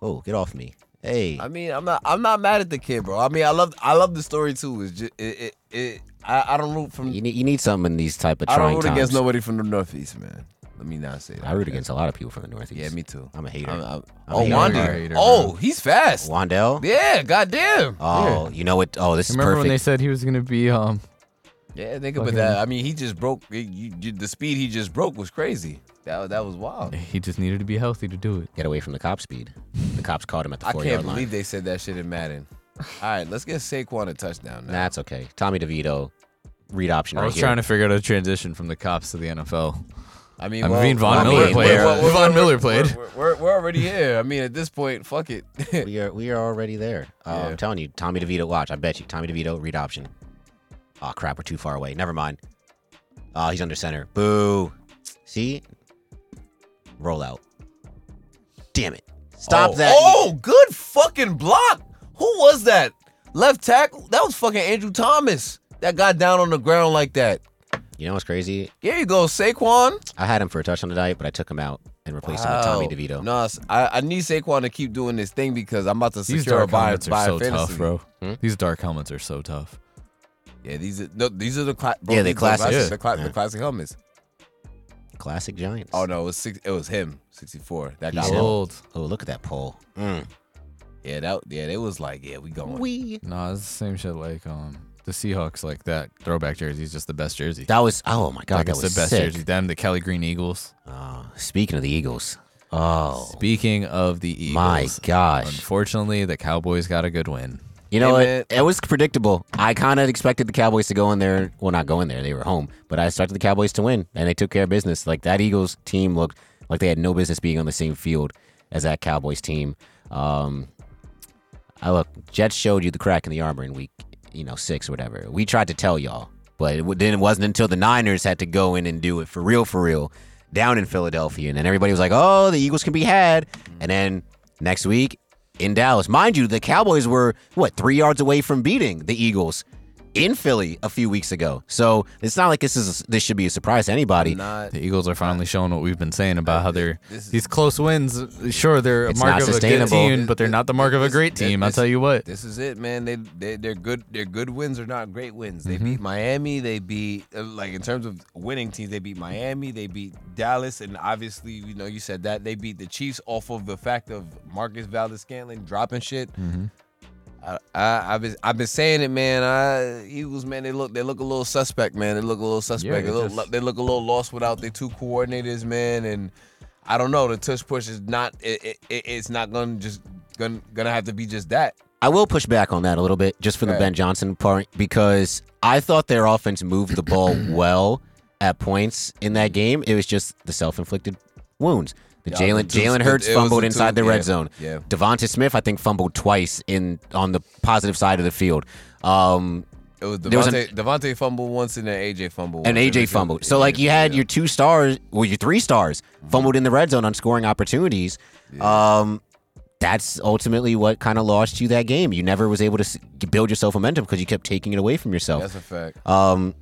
Speaker 2: oh, get off me! Hey,
Speaker 3: <laughs> I mean, I'm not I'm not mad at the kid, bro. I mean, I love I love the story too. It's just it it, it I, I don't root from
Speaker 2: you need you need something in these type of
Speaker 3: I don't
Speaker 2: trying
Speaker 3: root
Speaker 2: times.
Speaker 3: against nobody from the Northeast, man. Let me not say that.
Speaker 2: I root against a lot of people from the Northeast.
Speaker 3: Yeah, me too.
Speaker 2: I'm a hater.
Speaker 3: I'm, I'm,
Speaker 2: I'm
Speaker 3: oh,
Speaker 2: a hater.
Speaker 3: Wandy.
Speaker 4: You're a hater,
Speaker 3: oh, he's fast.
Speaker 2: Wandell.
Speaker 3: Yeah, goddamn.
Speaker 2: Oh, you know what? Oh, this is
Speaker 4: Remember
Speaker 2: perfect.
Speaker 4: when they said he was going to be um
Speaker 3: Yeah, think about
Speaker 4: Fucking-
Speaker 3: that. I mean, he just broke. he- you- you- the speed he just broke was crazy. That that was wild.
Speaker 4: he just needed to be healthy to do it.
Speaker 2: Get away from the cop speed. The cops caught him at the
Speaker 3: I
Speaker 2: four
Speaker 3: can't
Speaker 2: yard line.
Speaker 3: believe they said that shit in Madden. All right, let's get Saquon a touchdown now.
Speaker 2: That's okay. Tommy DeVito, read option
Speaker 4: I
Speaker 2: right
Speaker 4: was
Speaker 2: here.
Speaker 4: trying to figure out a transition from the cops to the NFL.
Speaker 3: I mean,
Speaker 4: I
Speaker 3: well,
Speaker 4: mean, Von
Speaker 3: I
Speaker 2: Miller
Speaker 3: we're-
Speaker 2: played.
Speaker 3: we're- we're-
Speaker 4: Von
Speaker 3: we're-
Speaker 4: Miller
Speaker 3: we're-
Speaker 4: played.
Speaker 3: We're, we're, we're already here. I mean, at this point, fuck it.
Speaker 2: We are we are already there. Uh, I'm
Speaker 3: Yeah.
Speaker 2: telling you, Tommy DeVito. Watch, I bet you, Tommy DeVito read option. Oh crap, we're too far away. Never mind. Oh, he's under center. Boo. See, roll out. Damn it! <laughs> Stop
Speaker 3: oh,
Speaker 2: that.
Speaker 3: Oh, good fucking block. Who was that? Left tackle. That was fucking Andrew Thomas. That got down on the ground like that.
Speaker 2: You know what's crazy?
Speaker 3: There you go, Saquon.
Speaker 2: I had him for a touchdown tonight, but I took him out and replace him with Tommy
Speaker 3: Wow.
Speaker 2: DeVito.
Speaker 3: No, s- I, I need Saquon to keep doing this thing because I'm about to
Speaker 4: These
Speaker 3: secure a
Speaker 4: dark
Speaker 3: buy,
Speaker 4: helmets
Speaker 3: buy
Speaker 4: are so
Speaker 3: fantasy.
Speaker 4: tough, bro.
Speaker 2: Hmm?
Speaker 4: These dark helmets are so tough.
Speaker 3: Yeah, these are no, these are the cla- bro,
Speaker 2: Yeah, they
Speaker 3: these are
Speaker 2: classic.
Speaker 3: The,
Speaker 2: Yeah.
Speaker 3: classic the, cla-
Speaker 2: Yeah.
Speaker 3: the classic helmets.
Speaker 2: Classic Giants.
Speaker 3: Oh no, it was six, it was him, 64. That guy.
Speaker 2: He's
Speaker 3: was-
Speaker 4: Old.
Speaker 2: Oh, look at that pole. Mm.
Speaker 3: Yeah, that yeah, they was like, yeah, we going.
Speaker 2: Wee.
Speaker 4: Nah, it's the same shit like um the Seahawks like that throwback jersey is just the best jersey.
Speaker 2: That was oh my god,
Speaker 4: like
Speaker 2: that
Speaker 4: it's
Speaker 2: was
Speaker 4: the best
Speaker 2: sick.
Speaker 4: jersey. Them, the Kelly Green Eagles.
Speaker 2: Uh, speaking of the Eagles, oh
Speaker 4: Speaking of the Eagles,
Speaker 2: my gosh,
Speaker 4: unfortunately the Cowboys got a good win.
Speaker 2: you know
Speaker 3: Hey,
Speaker 2: what? It was predictable. I kind of expected the Cowboys to go in there. Well, not go in there; they were home. But I expected the Cowboys to win, and they took care of business. Like that Eagles team looked like they had no business being on the same field as that Cowboys team. Um, I look, Jets showed you the crack in the armor in week, you know, six or whatever. We tried to tell y'all, but it w- then it wasn't until the Niners had to go in and do it for real, for real, down in Philadelphia, and then everybody was like, "Oh, the Eagles can be had," and then next week in Dallas, mind you, the Cowboys were what three yards away from beating the Eagles in Philly a few weeks ago. So it's not like this is this should be a surprise to anybody.
Speaker 3: Not
Speaker 4: The Eagles are finally showing what we've been saying about how they're
Speaker 3: This is-
Speaker 4: these close wins. Sure, they're a
Speaker 2: It's
Speaker 4: mark
Speaker 2: not
Speaker 4: of a good
Speaker 2: sustainable.
Speaker 4: team, but they're not the mark of a great
Speaker 3: This-
Speaker 4: team. I'll
Speaker 3: this-
Speaker 4: tell you what.
Speaker 3: This is it, man. They they they're good. Their good wins are not great wins.
Speaker 4: Mm-hmm.
Speaker 3: They beat Miami. They beat uh, like in terms of winning teams. They beat Miami. They beat Dallas, and obviously, you know, you said that they beat the Chiefs off of the fact of Marcus Valdez-Scantling dropping shit.
Speaker 4: Mm-hmm.
Speaker 3: I, I I've been I've been saying it, man. I Eagles, man. They look they look a little suspect, man. They look a little
Speaker 4: Yeah,
Speaker 3: suspect.
Speaker 4: they
Speaker 3: they, look,
Speaker 4: just-
Speaker 3: they look a little lost without their two coordinators, man, and. I don't know. The tush push is not. It, it, it- it's not gonna just gonna gonna have to be just that.
Speaker 2: I will push back on that a little bit just for the
Speaker 3: Okay.
Speaker 2: Ben Johnson part because I thought their offense moved the
Speaker 3: <clears throat>
Speaker 2: ball well at points in that game. It was just the self inflicted wounds. The
Speaker 3: Yeah,
Speaker 2: Jalen
Speaker 3: the two-
Speaker 2: Jalen Hurts
Speaker 3: it was the
Speaker 2: fumbled
Speaker 3: two-
Speaker 2: inside the red
Speaker 3: yeah,
Speaker 2: zone.
Speaker 3: yeah.
Speaker 2: Devonta Smith, I think, fumbled twice in on the positive side of the field. Um,
Speaker 3: It was
Speaker 2: There was
Speaker 3: Devontae, Devontae fumbled once and then AJ fumbled.
Speaker 2: and
Speaker 3: once.
Speaker 2: AJ fumbled. So like you had your two stars, well your three stars fumbled in the red zone on scoring opportunities. Um, that's ultimately what kind of lost you that game. You never was able to s- build yourself momentum because you kept taking it away from yourself.
Speaker 3: That's a fact.
Speaker 2: Um,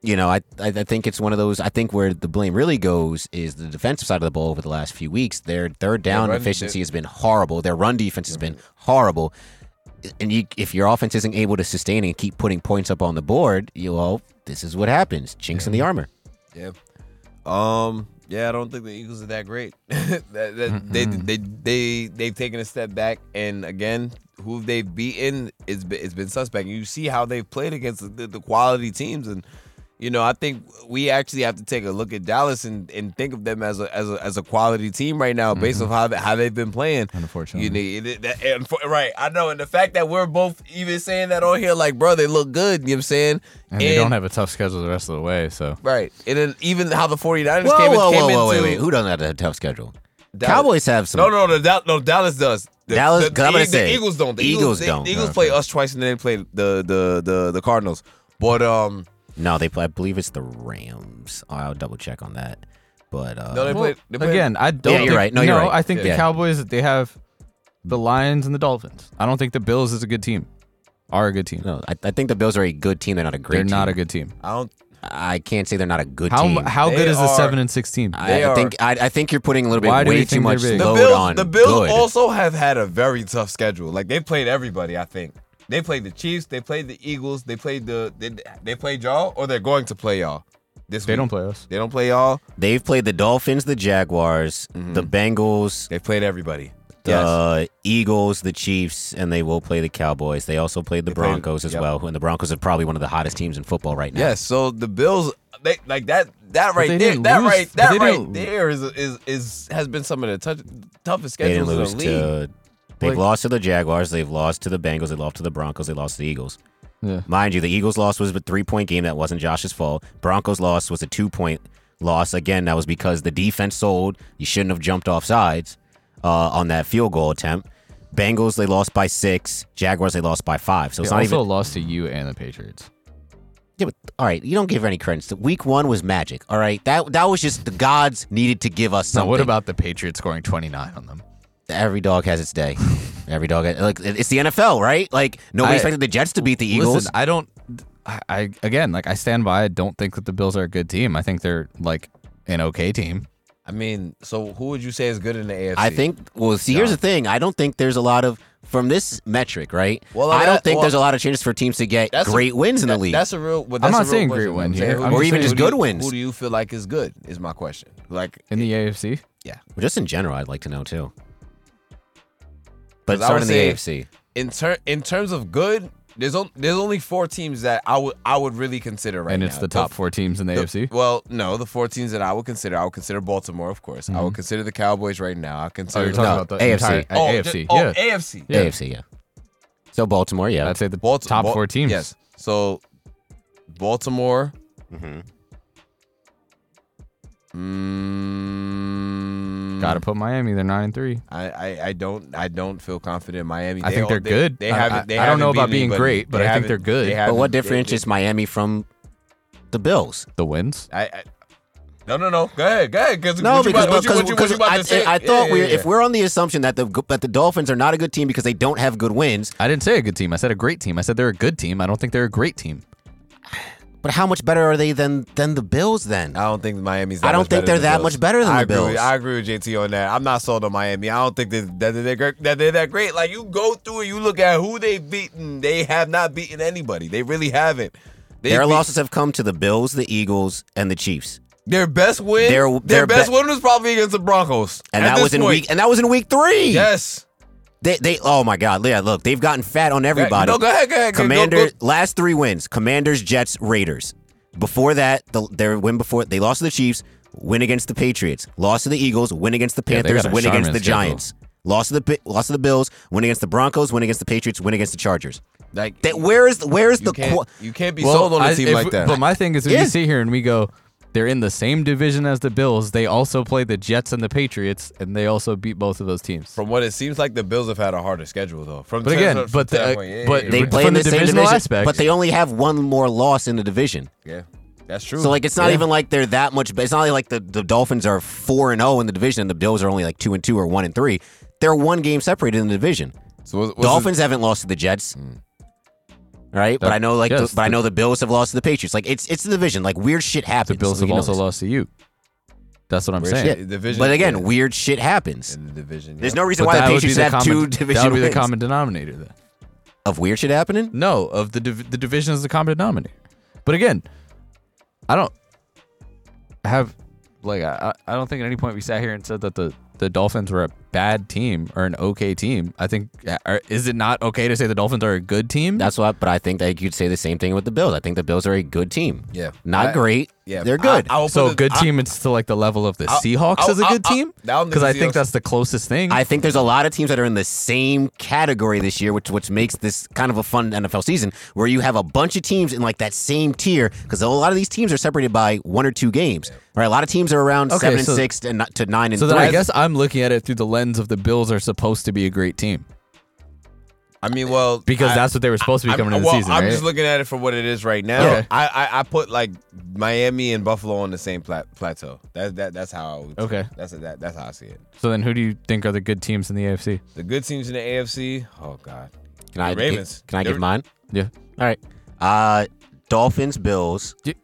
Speaker 2: you know, I, I I think it's one of those. I think where the blame really goes is the defensive side of the ball over the last few weeks. Their third down
Speaker 3: run- Mm-hmm.
Speaker 2: efficiency has been horrible. Their run defense has been horrible. And you, if your offense isn't able to sustain and keep putting points up on the board, you well, this is what happens: chinks
Speaker 3: Mm-hmm.
Speaker 2: in the armor.
Speaker 3: Yeah. Um. Yeah, I don't think the Eagles are that great. <laughs> that, that, they they they they've taken a step back, and again, who they've beaten, it's been, it's been suspect. You see how they've played against the, the quality teams, and you know, I think we actually have to take a look at Dallas and, and think of them as a as a, as a quality team right now, based on how they, how they've been playing.
Speaker 4: Mm-hmm. Unfortunately.
Speaker 3: You know, it- it- that- and for- right. I know, and the fact that we're both even saying that on here, like, bro, they look good. You know what I'm saying?
Speaker 4: And they don't have a tough schedule the rest of the way, so
Speaker 3: Right. And then even how the 49ers
Speaker 2: Whoa,
Speaker 3: came, in-
Speaker 2: whoa,
Speaker 3: came
Speaker 2: whoa,
Speaker 3: into
Speaker 2: whoa, wait, wait! Who doesn't have a tough schedule?
Speaker 3: Dallas-
Speaker 2: Cowboys have some.
Speaker 3: No, no, no, Dal- no. Dallas does. The,
Speaker 2: Dallas-
Speaker 3: the,
Speaker 2: 'cause I'm
Speaker 3: the,
Speaker 2: gonna
Speaker 3: the
Speaker 2: say,
Speaker 3: Eagles don't. The
Speaker 2: Eagles
Speaker 3: they-
Speaker 2: don't.
Speaker 3: The Eagles play us twice, and then they play the the the the Cardinals. But um,
Speaker 2: No, they play. I believe it's the Rams. I'll double check on that. But uh,
Speaker 3: no, they play. They play
Speaker 5: Again, I don't.
Speaker 2: Yeah, you're
Speaker 5: think-
Speaker 2: right. No, you're right.
Speaker 5: I think
Speaker 2: Yeah.
Speaker 5: the Cowboys they have the Lions and the Dolphins. I don't think the Bills is a good team. Are a good team.
Speaker 2: no, I, I think the Bills are a good team. They're not a great.
Speaker 5: They're not
Speaker 2: team.
Speaker 5: a good team.
Speaker 3: I don't.
Speaker 2: I can't say they're not a good
Speaker 5: How
Speaker 2: team.
Speaker 5: how
Speaker 3: They
Speaker 5: good is the
Speaker 3: are-
Speaker 5: seven and six team?
Speaker 2: I,
Speaker 3: They
Speaker 2: I
Speaker 3: are-
Speaker 2: think I, I think you're putting a little bit
Speaker 5: Why do
Speaker 2: way
Speaker 5: you
Speaker 2: too
Speaker 5: think
Speaker 2: much
Speaker 5: they're big?
Speaker 2: load
Speaker 5: The
Speaker 3: The Bills.
Speaker 2: on
Speaker 3: The Bills
Speaker 2: good.
Speaker 3: also have had a very tough schedule. Like they played everybody. I think they played the Chiefs. They played the Eagles. They played the. They, they played y'all, or they're going to play y'all. This
Speaker 5: They
Speaker 3: week.
Speaker 5: don't play us.
Speaker 3: They don't play y'all.
Speaker 2: They've played the Dolphins, the Jaguars, the
Speaker 3: Mm-hmm.
Speaker 2: Bengals,
Speaker 3: They played everybody.
Speaker 2: the Eagles, the Chiefs, and they will play the Cowboys. They also played the
Speaker 3: They played-
Speaker 2: Broncos as
Speaker 3: yep.
Speaker 2: well, and the Broncos are probably one of the hottest teams in football right now.
Speaker 3: Yes, so the Bills, they like that. That right
Speaker 5: they
Speaker 3: there,
Speaker 5: didn't
Speaker 3: that
Speaker 5: lose-
Speaker 3: right,
Speaker 5: but
Speaker 3: that
Speaker 5: they
Speaker 3: right
Speaker 5: didn't-
Speaker 3: there is is is has been some of the touch, toughest
Speaker 2: they didn't
Speaker 3: schedules in the
Speaker 2: lose
Speaker 3: league.
Speaker 2: to. They've
Speaker 5: Like-
Speaker 2: lost to the Jaguars. They've lost to the Bengals. They lost to the Broncos. They lost to the Eagles.
Speaker 5: Yeah.
Speaker 2: Mind you, the Eagles loss was a three point game. That wasn't Josh's fault. Broncos loss was a two point loss. Again, that was because the defense sold. You shouldn't have jumped off sides uh, on that field goal attempt. Bengals, they lost by six. Jaguars, they lost by five. So
Speaker 4: they
Speaker 2: it's not
Speaker 4: also
Speaker 2: even.
Speaker 4: lost to you and the Patriots.
Speaker 2: Yeah, but, all right, you don't give any credence. Week one was magic. All right, that that was just the gods needed to give us
Speaker 4: Now,
Speaker 2: something.
Speaker 4: what about the Patriots scoring 29 on them?
Speaker 2: every dog has its day? every dog, has, like it's the NFL, right? Like nobody
Speaker 5: I-
Speaker 2: expected the Jets to beat the Eagles.
Speaker 5: Listen, I don't. I, I again, like I stand by. I don't think that the Bills are a good team. I think they're like an okay team.
Speaker 3: I mean, so who would you say is good in the AFC?
Speaker 2: I think. Well, see, here's the thing. I don't think there's a lot of from this metric, right?
Speaker 3: Well,
Speaker 2: Well, I don't
Speaker 3: that-
Speaker 2: think
Speaker 3: well,
Speaker 2: there's a lot of chances for teams to get
Speaker 3: that's a-
Speaker 2: great wins in the
Speaker 3: That-
Speaker 2: league.
Speaker 3: That's a real. Well, that's
Speaker 4: not
Speaker 3: a real
Speaker 4: saying
Speaker 3: question.
Speaker 4: great wins
Speaker 3: I'm saying
Speaker 4: here.
Speaker 3: who
Speaker 4: I'm
Speaker 3: do
Speaker 2: Or
Speaker 3: you
Speaker 2: even
Speaker 3: say-
Speaker 2: just
Speaker 3: who do
Speaker 2: good
Speaker 3: you-
Speaker 2: wins.
Speaker 3: Who do you feel like is good? Is my question. Like,
Speaker 4: in the AFC.
Speaker 2: Just in general, I'd like to know too. But
Speaker 3: 'Cause I
Speaker 2: starting
Speaker 3: would
Speaker 2: in the
Speaker 3: say-
Speaker 2: AFC,
Speaker 3: in ter- in terms of good, there's on- there's only four teams that I would I would really consider right
Speaker 4: and
Speaker 3: now. Oh,
Speaker 4: it's the top four teams in the, AFC.
Speaker 3: Well, no, the four teams that I would consider, I would consider Baltimore, of course. I would consider the Cowboys right now. I
Speaker 4: Oh,
Speaker 3: consider
Speaker 4: you're
Speaker 3: the-
Speaker 4: talking
Speaker 2: no,
Speaker 4: about the
Speaker 2: AFC.
Speaker 4: entire-
Speaker 3: Oh,
Speaker 4: AFC.
Speaker 3: just- oh,
Speaker 4: yeah.
Speaker 3: AFC.
Speaker 4: Yeah.
Speaker 2: AFC, yeah. So Baltimore, yeah.
Speaker 4: I'd say the
Speaker 3: Balt-
Speaker 4: top
Speaker 3: Bal-
Speaker 4: four teams.
Speaker 3: Yes. So Baltimore. Mm-hmm.
Speaker 2: Mhm.
Speaker 3: Mm,
Speaker 4: Got to put Miami. They're nine and three.
Speaker 3: I, I, I don't I don't feel confident in Miami.
Speaker 4: I think
Speaker 3: all-
Speaker 4: they're good.
Speaker 3: They
Speaker 4: I-
Speaker 3: haven't.
Speaker 4: I-
Speaker 3: they
Speaker 4: I don't know
Speaker 3: haven't
Speaker 4: about
Speaker 3: beaten
Speaker 4: being
Speaker 3: anybody.
Speaker 4: great, but I think
Speaker 3: haven't-
Speaker 4: they're good.
Speaker 3: they
Speaker 4: But
Speaker 2: But
Speaker 3: haven't-
Speaker 2: what
Speaker 3: they-
Speaker 2: differentiates Miami from the Bills?
Speaker 4: The wins.
Speaker 3: I, I no no no. Go ahead, go ahead. Cause
Speaker 2: No,
Speaker 3: what you
Speaker 2: because,
Speaker 3: about- what you-
Speaker 2: because,
Speaker 3: what you- what you
Speaker 2: because
Speaker 3: about
Speaker 2: I,
Speaker 3: to say?
Speaker 2: I,
Speaker 3: Yeah,
Speaker 2: thought
Speaker 3: yeah,
Speaker 2: we're,
Speaker 3: yeah.
Speaker 2: if we're on the assumption that the that the Dolphins are not a good team because they don't have good wins,
Speaker 4: I didn't say a good team. I said a great team. I said they're a good team. I don't think they're a great team.
Speaker 2: but how much better are they than than the Bills? Then Uh,
Speaker 3: I don't think Miami's. That
Speaker 2: I don't
Speaker 3: much
Speaker 2: think
Speaker 3: better
Speaker 2: they're
Speaker 3: than
Speaker 2: that
Speaker 3: Bills.
Speaker 2: much better than
Speaker 3: I
Speaker 2: the
Speaker 3: agree with-
Speaker 2: Bills.
Speaker 3: I agree with JT on that. I'm not sold on Miami. I don't think that, that they're gr- that they're that great. Like you go through and you look at who they've beaten. They have not beaten anybody. They really haven't. They
Speaker 2: their
Speaker 3: beat-
Speaker 2: losses have come to the Bills, the Eagles, and the Chiefs,
Speaker 3: Their best win.
Speaker 2: Their-
Speaker 3: Their,
Speaker 2: their
Speaker 3: best
Speaker 2: be-
Speaker 3: win was probably against the Broncos.
Speaker 2: and
Speaker 3: At
Speaker 2: that
Speaker 3: this
Speaker 2: was in
Speaker 3: point.
Speaker 2: week and that was in week three.
Speaker 3: Yes.
Speaker 2: They they oh my god, yeah, look, they've gotten fat on everybody.
Speaker 3: No, go ahead. Go ahead. go- go-
Speaker 2: Commander
Speaker 3: go-
Speaker 2: last three wins: Commanders, Jets, Raiders. Before that, the, their win before they lost to the Chiefs, win against the Patriots, lost to the Eagles, win against the
Speaker 4: Yeah, they
Speaker 2: Panthers,
Speaker 4: got a
Speaker 2: win against
Speaker 4: Charmin
Speaker 2: the
Speaker 4: schedule.
Speaker 2: Giants, lost to the Bi- lost to the Bills, win against the Broncos, win against the Patriots, win against the Chargers.
Speaker 3: Like
Speaker 2: That where is the where is
Speaker 3: you
Speaker 2: the
Speaker 3: can't,
Speaker 2: qu-
Speaker 3: you can't be sold on a
Speaker 4: I-
Speaker 3: team
Speaker 4: if-
Speaker 3: like that.
Speaker 4: But my thing is, if
Speaker 2: Yeah.
Speaker 4: we sit here and we go, they're in the same division as the Bills. They also play the Jets and the Patriots, and they also beat both of those teams.
Speaker 3: From what it seems like, the Bills have had a harder schedule though. From
Speaker 4: But
Speaker 3: ten-
Speaker 4: again,
Speaker 3: from
Speaker 4: but the-
Speaker 3: ten point, yeah,
Speaker 4: but
Speaker 3: yeah,
Speaker 2: uh, they
Speaker 3: yeah.
Speaker 4: From
Speaker 2: play in
Speaker 4: the
Speaker 2: the same
Speaker 4: divisional
Speaker 2: division,
Speaker 4: aspect.
Speaker 2: but they only have one more loss in the division.
Speaker 3: yeah, that's true.
Speaker 2: So like it's not
Speaker 3: Yeah.
Speaker 2: even like they're that much. It's not like the, the Dolphins are four and zero in the division, and the Bills are only like two and two or one and three. They're one game separated in the division.
Speaker 3: So what's- what's the-
Speaker 2: Dolphins haven't lost to the Jets. Right, but
Speaker 4: Hmm. That-
Speaker 2: I know like,
Speaker 4: yes,
Speaker 2: the, but I
Speaker 4: the-
Speaker 2: know the Bills have lost to the Patriots. Like it's it's the division. Like weird shit
Speaker 4: the
Speaker 2: happens.
Speaker 4: Bills
Speaker 2: We
Speaker 4: have
Speaker 2: know
Speaker 4: also
Speaker 2: this.
Speaker 4: lost to you. That's what I'm
Speaker 3: Weird
Speaker 4: saying.
Speaker 3: shit. Division-
Speaker 2: But again,
Speaker 3: yeah.
Speaker 2: weird shit happens.
Speaker 3: in the division.
Speaker 2: There's
Speaker 3: yeah.
Speaker 2: no reason
Speaker 4: But
Speaker 2: why the
Speaker 4: that would be
Speaker 2: Patriots have
Speaker 4: common-
Speaker 2: two division
Speaker 4: That would be
Speaker 2: wins
Speaker 4: the common denominator. Then.
Speaker 2: of weird shit happening.
Speaker 4: No, of the div- the division is the common denominator. But again, I don't have like I, I I don't think at any point we sat here and said that the the Dolphins were a bad team or an okay team. I think uh, are, is it not okay to say the Dolphins are a good team?
Speaker 2: That's why. But I think that you'd say the same thing with the Bills. I think the Bills are a good team.
Speaker 3: Yeah.
Speaker 2: not
Speaker 3: I-
Speaker 2: great.
Speaker 3: Yeah,
Speaker 2: they're
Speaker 3: I-
Speaker 2: good.
Speaker 3: I will put
Speaker 4: so
Speaker 3: the-
Speaker 4: a good
Speaker 3: I-
Speaker 4: team it's to like the level of the Seahawks
Speaker 3: I'll-
Speaker 4: is a
Speaker 3: I'll-
Speaker 4: good
Speaker 3: I'll-
Speaker 4: team
Speaker 3: I don't think
Speaker 4: because I
Speaker 3: the
Speaker 4: think
Speaker 3: Seahawks-
Speaker 4: that's the closest thing.
Speaker 2: I think there's a lot of teams that are in the same category this year, which which makes this kind of a fun NFL season where you have a bunch of teams in like that same tier because a lot of these teams are separated by one or two games. Right, a lot of teams are around
Speaker 4: Okay,
Speaker 2: seven and
Speaker 4: so-
Speaker 2: six and not to nine and
Speaker 4: so then
Speaker 2: three.
Speaker 4: I guess I'm looking at it through the lens of the Bills are supposed to be a great team
Speaker 3: I mean, well,
Speaker 4: because
Speaker 3: I-
Speaker 4: that's what they were supposed to be
Speaker 3: I'm-
Speaker 4: coming into
Speaker 3: well,
Speaker 4: the season.
Speaker 3: I'm
Speaker 4: right?
Speaker 3: just looking at it for what it is right now.
Speaker 4: Okay.
Speaker 3: I, I I put like Miami and Buffalo on the same plat- plateau. That's that that's how I would,
Speaker 4: Okay.
Speaker 3: That's that that's how I see it.
Speaker 4: so then who do you think are the good teams in the AFC?
Speaker 3: The good teams in the AFC. Oh God,
Speaker 2: can I
Speaker 3: the Ravens.
Speaker 2: Can I
Speaker 3: They're-
Speaker 2: give mine?
Speaker 4: Yeah.
Speaker 2: All right. Uh, Dolphins, Bills.
Speaker 4: Ye-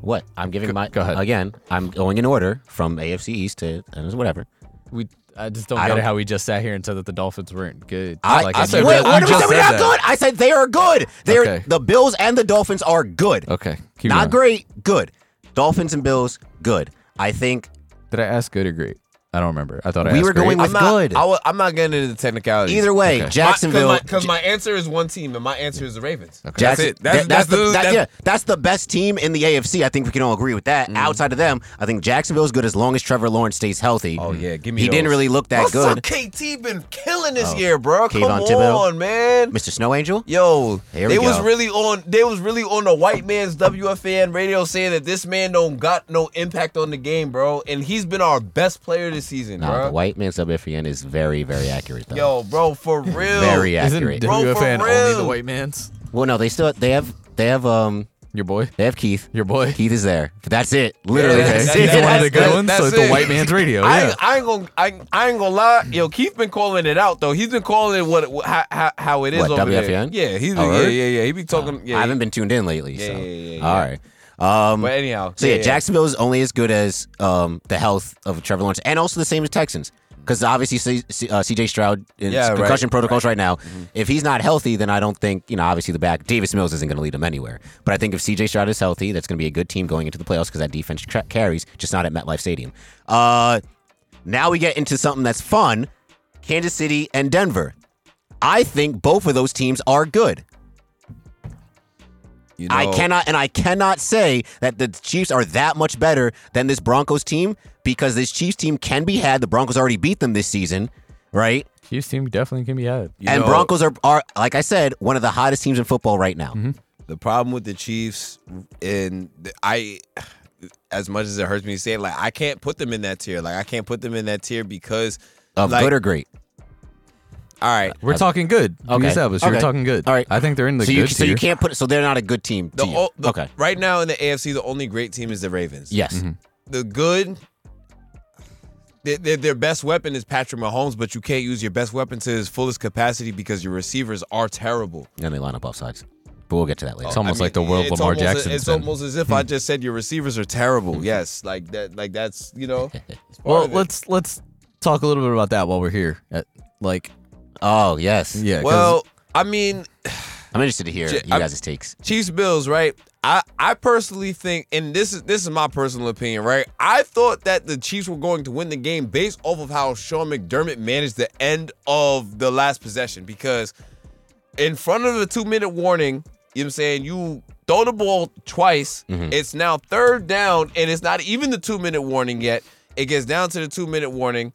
Speaker 2: What? I'm giving
Speaker 4: Go-
Speaker 2: my
Speaker 4: go ahead.
Speaker 2: again. I'm going in order from AFC East to and whatever.
Speaker 4: We I just don't
Speaker 2: I
Speaker 4: get
Speaker 2: don't-
Speaker 4: it how we just sat here and said that the Dolphins weren't good.
Speaker 2: I,
Speaker 4: Like,
Speaker 2: I
Speaker 4: mean,
Speaker 2: said,
Speaker 4: you
Speaker 2: wait,
Speaker 4: just-
Speaker 2: what
Speaker 4: you
Speaker 2: did we
Speaker 4: just
Speaker 2: say? We're
Speaker 4: said
Speaker 2: not good. I said they are good. They're
Speaker 4: Okay. Oh,
Speaker 2: the Bills and the Dolphins are good.
Speaker 4: that. Okay, keep
Speaker 2: Not
Speaker 4: going.
Speaker 2: great, good. Dolphins and Bills, good. I think
Speaker 4: Did I ask good or great? I don't remember. I thought I
Speaker 2: We
Speaker 4: asked
Speaker 2: were going
Speaker 4: great.
Speaker 2: with-
Speaker 3: I'm not.
Speaker 2: good.
Speaker 3: I will, I'm not getting into the technicalities.
Speaker 2: either way, Jacksonville.
Speaker 3: Because my, answer is one team, and my answer is the Ravens.
Speaker 2: Jackson-
Speaker 3: That's it. That's,
Speaker 2: that- that's
Speaker 3: that's,
Speaker 2: the,
Speaker 3: the,
Speaker 2: that-
Speaker 3: that's-
Speaker 2: yeah, that's the best team in the AFC. I think we can all agree with that. Outside of them, I think Jacksonville is good as long as Trevor Lawrence stays healthy.
Speaker 3: Oh, yeah, give me
Speaker 2: He didn't
Speaker 3: those. Oh,
Speaker 2: really look that
Speaker 3: Russell
Speaker 2: good.
Speaker 3: KT been killing this
Speaker 4: Oh.
Speaker 3: year, bro. Come
Speaker 2: Kayvon
Speaker 3: on,
Speaker 2: Thibodeau.
Speaker 3: man.
Speaker 2: Mr. Snow Angel.
Speaker 3: Yo,
Speaker 2: Here we
Speaker 3: they was
Speaker 2: go.
Speaker 3: really on. They was really on the white man's WFAN radio saying that this man don't got no impact on the game, bro. And he's been our best player this season,
Speaker 2: Nah, the
Speaker 3: bro.
Speaker 2: white man WFN is very, very accurate though.
Speaker 3: Yo, bro,
Speaker 2: <laughs>
Speaker 3: for real.
Speaker 2: very
Speaker 4: Isn't
Speaker 2: accurate.
Speaker 3: Bro, for
Speaker 4: WFAN only the
Speaker 3: real.
Speaker 4: white man's?
Speaker 2: well, no, they still they have they have um
Speaker 4: Your boy,
Speaker 2: they have Keith.
Speaker 4: your boy.
Speaker 2: Keith is there. That's it. Literally,
Speaker 3: Yeah,
Speaker 4: Okay,
Speaker 2: that's
Speaker 3: that-
Speaker 2: it.
Speaker 4: Keith's
Speaker 3: that-
Speaker 4: one of the
Speaker 3: that's-
Speaker 4: good ones. So
Speaker 3: that's
Speaker 4: it's the
Speaker 3: it.
Speaker 4: white man's
Speaker 2: Oh,
Speaker 4: radio.
Speaker 3: I,
Speaker 4: Yeah.
Speaker 3: ain't- I ain't gonna, I, I ain't gonna lie. Yo, Keith been calling it out though. He's been calling it what, it- how, how, how it is
Speaker 2: What,
Speaker 3: over
Speaker 2: WFAN?
Speaker 3: there. Yeah, he's
Speaker 2: Oh,
Speaker 3: yeah,
Speaker 2: really?
Speaker 3: yeah, yeah. He be talking. yeah,
Speaker 2: I
Speaker 3: he-
Speaker 2: haven't been tuned in lately.
Speaker 3: Yeah,
Speaker 2: so.
Speaker 3: yeah, yeah, yeah.
Speaker 2: All right. Um,
Speaker 3: But anyhow,
Speaker 2: so yeah, Jacksonville is only as good as um, the health of Trevor Lawrence, and also the same as Texans, because obviously C- C- uh, C.J. Stroud is
Speaker 3: Yeah, right,
Speaker 2: concussion protocols right, now. If he's not healthy, then I don't think you know. Obviously, the back Davis Mills isn't going to lead him anywhere. But I think if C.J. Stroud is healthy, that's going to be a good team going into the playoffs because that defense tra- carries, just not at MetLife Stadium. Uh, now we get into something that's fun: Kansas City and Denver. I think both of those teams are good.
Speaker 3: You know,
Speaker 2: I cannot and I cannot say that the Chiefs are that much better than this Broncos team because this Chiefs team can be had. The Broncos already beat them this season, right?
Speaker 4: Chiefs team definitely can be had.
Speaker 3: you
Speaker 2: and
Speaker 3: know,
Speaker 2: Broncos are, are like I said, one of the hottest teams in football right now.
Speaker 5: Mm-hmm.
Speaker 3: The problem with the Chiefs, and th- I, as much as it hurts me to say, it, like I can't put them in that tier. Like I can't put them in that tier because
Speaker 2: Of
Speaker 3: like,
Speaker 2: good or great.
Speaker 3: all right.
Speaker 5: We're talking good. Okay.
Speaker 2: Okay.
Speaker 5: We established
Speaker 2: Okay.
Speaker 5: we're talking good.
Speaker 2: All right.
Speaker 5: I think they're in the
Speaker 2: so
Speaker 5: good
Speaker 2: you so you
Speaker 5: tier.
Speaker 2: can't put it so they're not a good team. to
Speaker 3: The,
Speaker 2: you.
Speaker 3: o- the-
Speaker 2: okay.
Speaker 3: Right now in the AFC, the only great team is the Ravens.
Speaker 2: Yes.
Speaker 5: Mm-hmm.
Speaker 3: the good. Their, their, their best weapon is Patrick Mahomes, but you can't use your best weapon to his fullest capacity because your receivers are terrible.
Speaker 2: And they line up both sides. But we'll get to that later.
Speaker 3: Oh.
Speaker 4: It's almost like the world
Speaker 3: it's
Speaker 4: Lamar
Speaker 3: almost-
Speaker 4: Jackson's
Speaker 3: It's
Speaker 4: been.
Speaker 3: almost as if I just said your receivers are terrible. yes, like that. Like that's you know. it's part
Speaker 5: well,
Speaker 3: of it.
Speaker 5: let's let's talk a little bit about that while we're here. At, like,
Speaker 2: oh, yes.
Speaker 5: yeah. 'cause
Speaker 3: Well, I mean,
Speaker 2: I'm interested to hear
Speaker 3: J-
Speaker 2: you
Speaker 3: I'm-
Speaker 2: guys' takes.
Speaker 3: Chiefs Bills, right? I, I personally think, and this is this is my personal opinion, right? I thought that the Chiefs were going to win the game based off of how Sean McDermott managed the end of the last possession because in front of the two minute warning, you know what I'm saying? You throw the ball twice. It's now third down, and it's not even the two minute warning yet. It gets down to the two minute warning,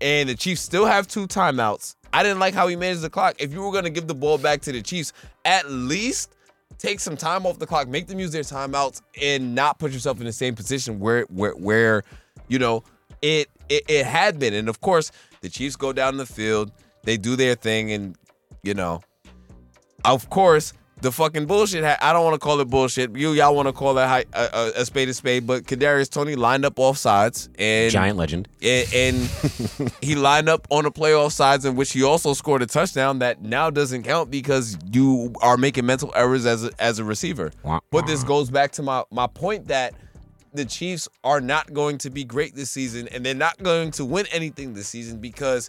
Speaker 3: and the Chiefs still have two timeouts. I didn't like how he managed the clock. If you were going to give the ball back to the Chiefs, at least take some time off the clock, make them use their timeouts, and not put yourself in the same position where where where you know it it, it had been. And of course, the Chiefs go down the field, they do their thing, and you know of course, the fucking bullshit. Ha- I don't want to call it bullshit. You y'all want to call it hi- a, a, a spade a spade, but Kadarius Tony lined up off sides and
Speaker 2: Giant legend.
Speaker 3: and,
Speaker 2: <laughs>
Speaker 3: and he lined up on the playoff sides in which he also scored a touchdown that now doesn't count because you are making mental errors as a, as a receiver.
Speaker 2: Wah,
Speaker 3: But this goes back to my my point that the Chiefs are not going to be great this season and they're not going to win anything this season because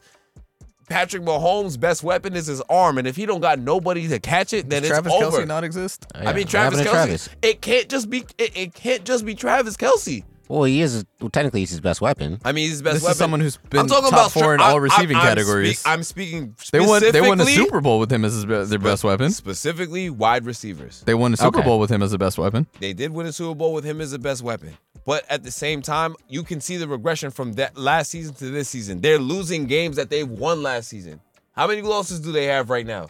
Speaker 3: Patrick Mahomes' best weapon is his arm, and if he don't got nobody to catch it, then
Speaker 5: does
Speaker 3: it's
Speaker 5: Travis
Speaker 3: over.
Speaker 5: Kelsey not exist?
Speaker 2: Yeah.
Speaker 3: I mean,
Speaker 2: What happened
Speaker 3: Travis
Speaker 2: to
Speaker 3: Kelsey.
Speaker 2: Travis?
Speaker 3: It can't just be it, it can't just be Travis Kelsey.
Speaker 2: Well, he is well, technically he's his best weapon.
Speaker 3: I mean, he's his best
Speaker 5: This is
Speaker 3: weapon.
Speaker 5: someone who's been
Speaker 3: I'm talking
Speaker 5: top
Speaker 3: about
Speaker 5: four in
Speaker 3: I-
Speaker 5: all receiving
Speaker 3: I'm- I'm
Speaker 5: categories.
Speaker 3: speak- I'm speaking.
Speaker 5: they won. They won the
Speaker 3: specifically-
Speaker 5: Super Bowl with him as his, be- their best weapon.
Speaker 3: Specifically, wide receivers.
Speaker 5: They won the Super
Speaker 2: Okay.
Speaker 5: Bowl with him as the best weapon.
Speaker 3: They did win a Super Bowl with him as the best weapon. But at the same time, you can see the regression from that last season to this season. They're losing games that they won last season. How many losses do they have right now?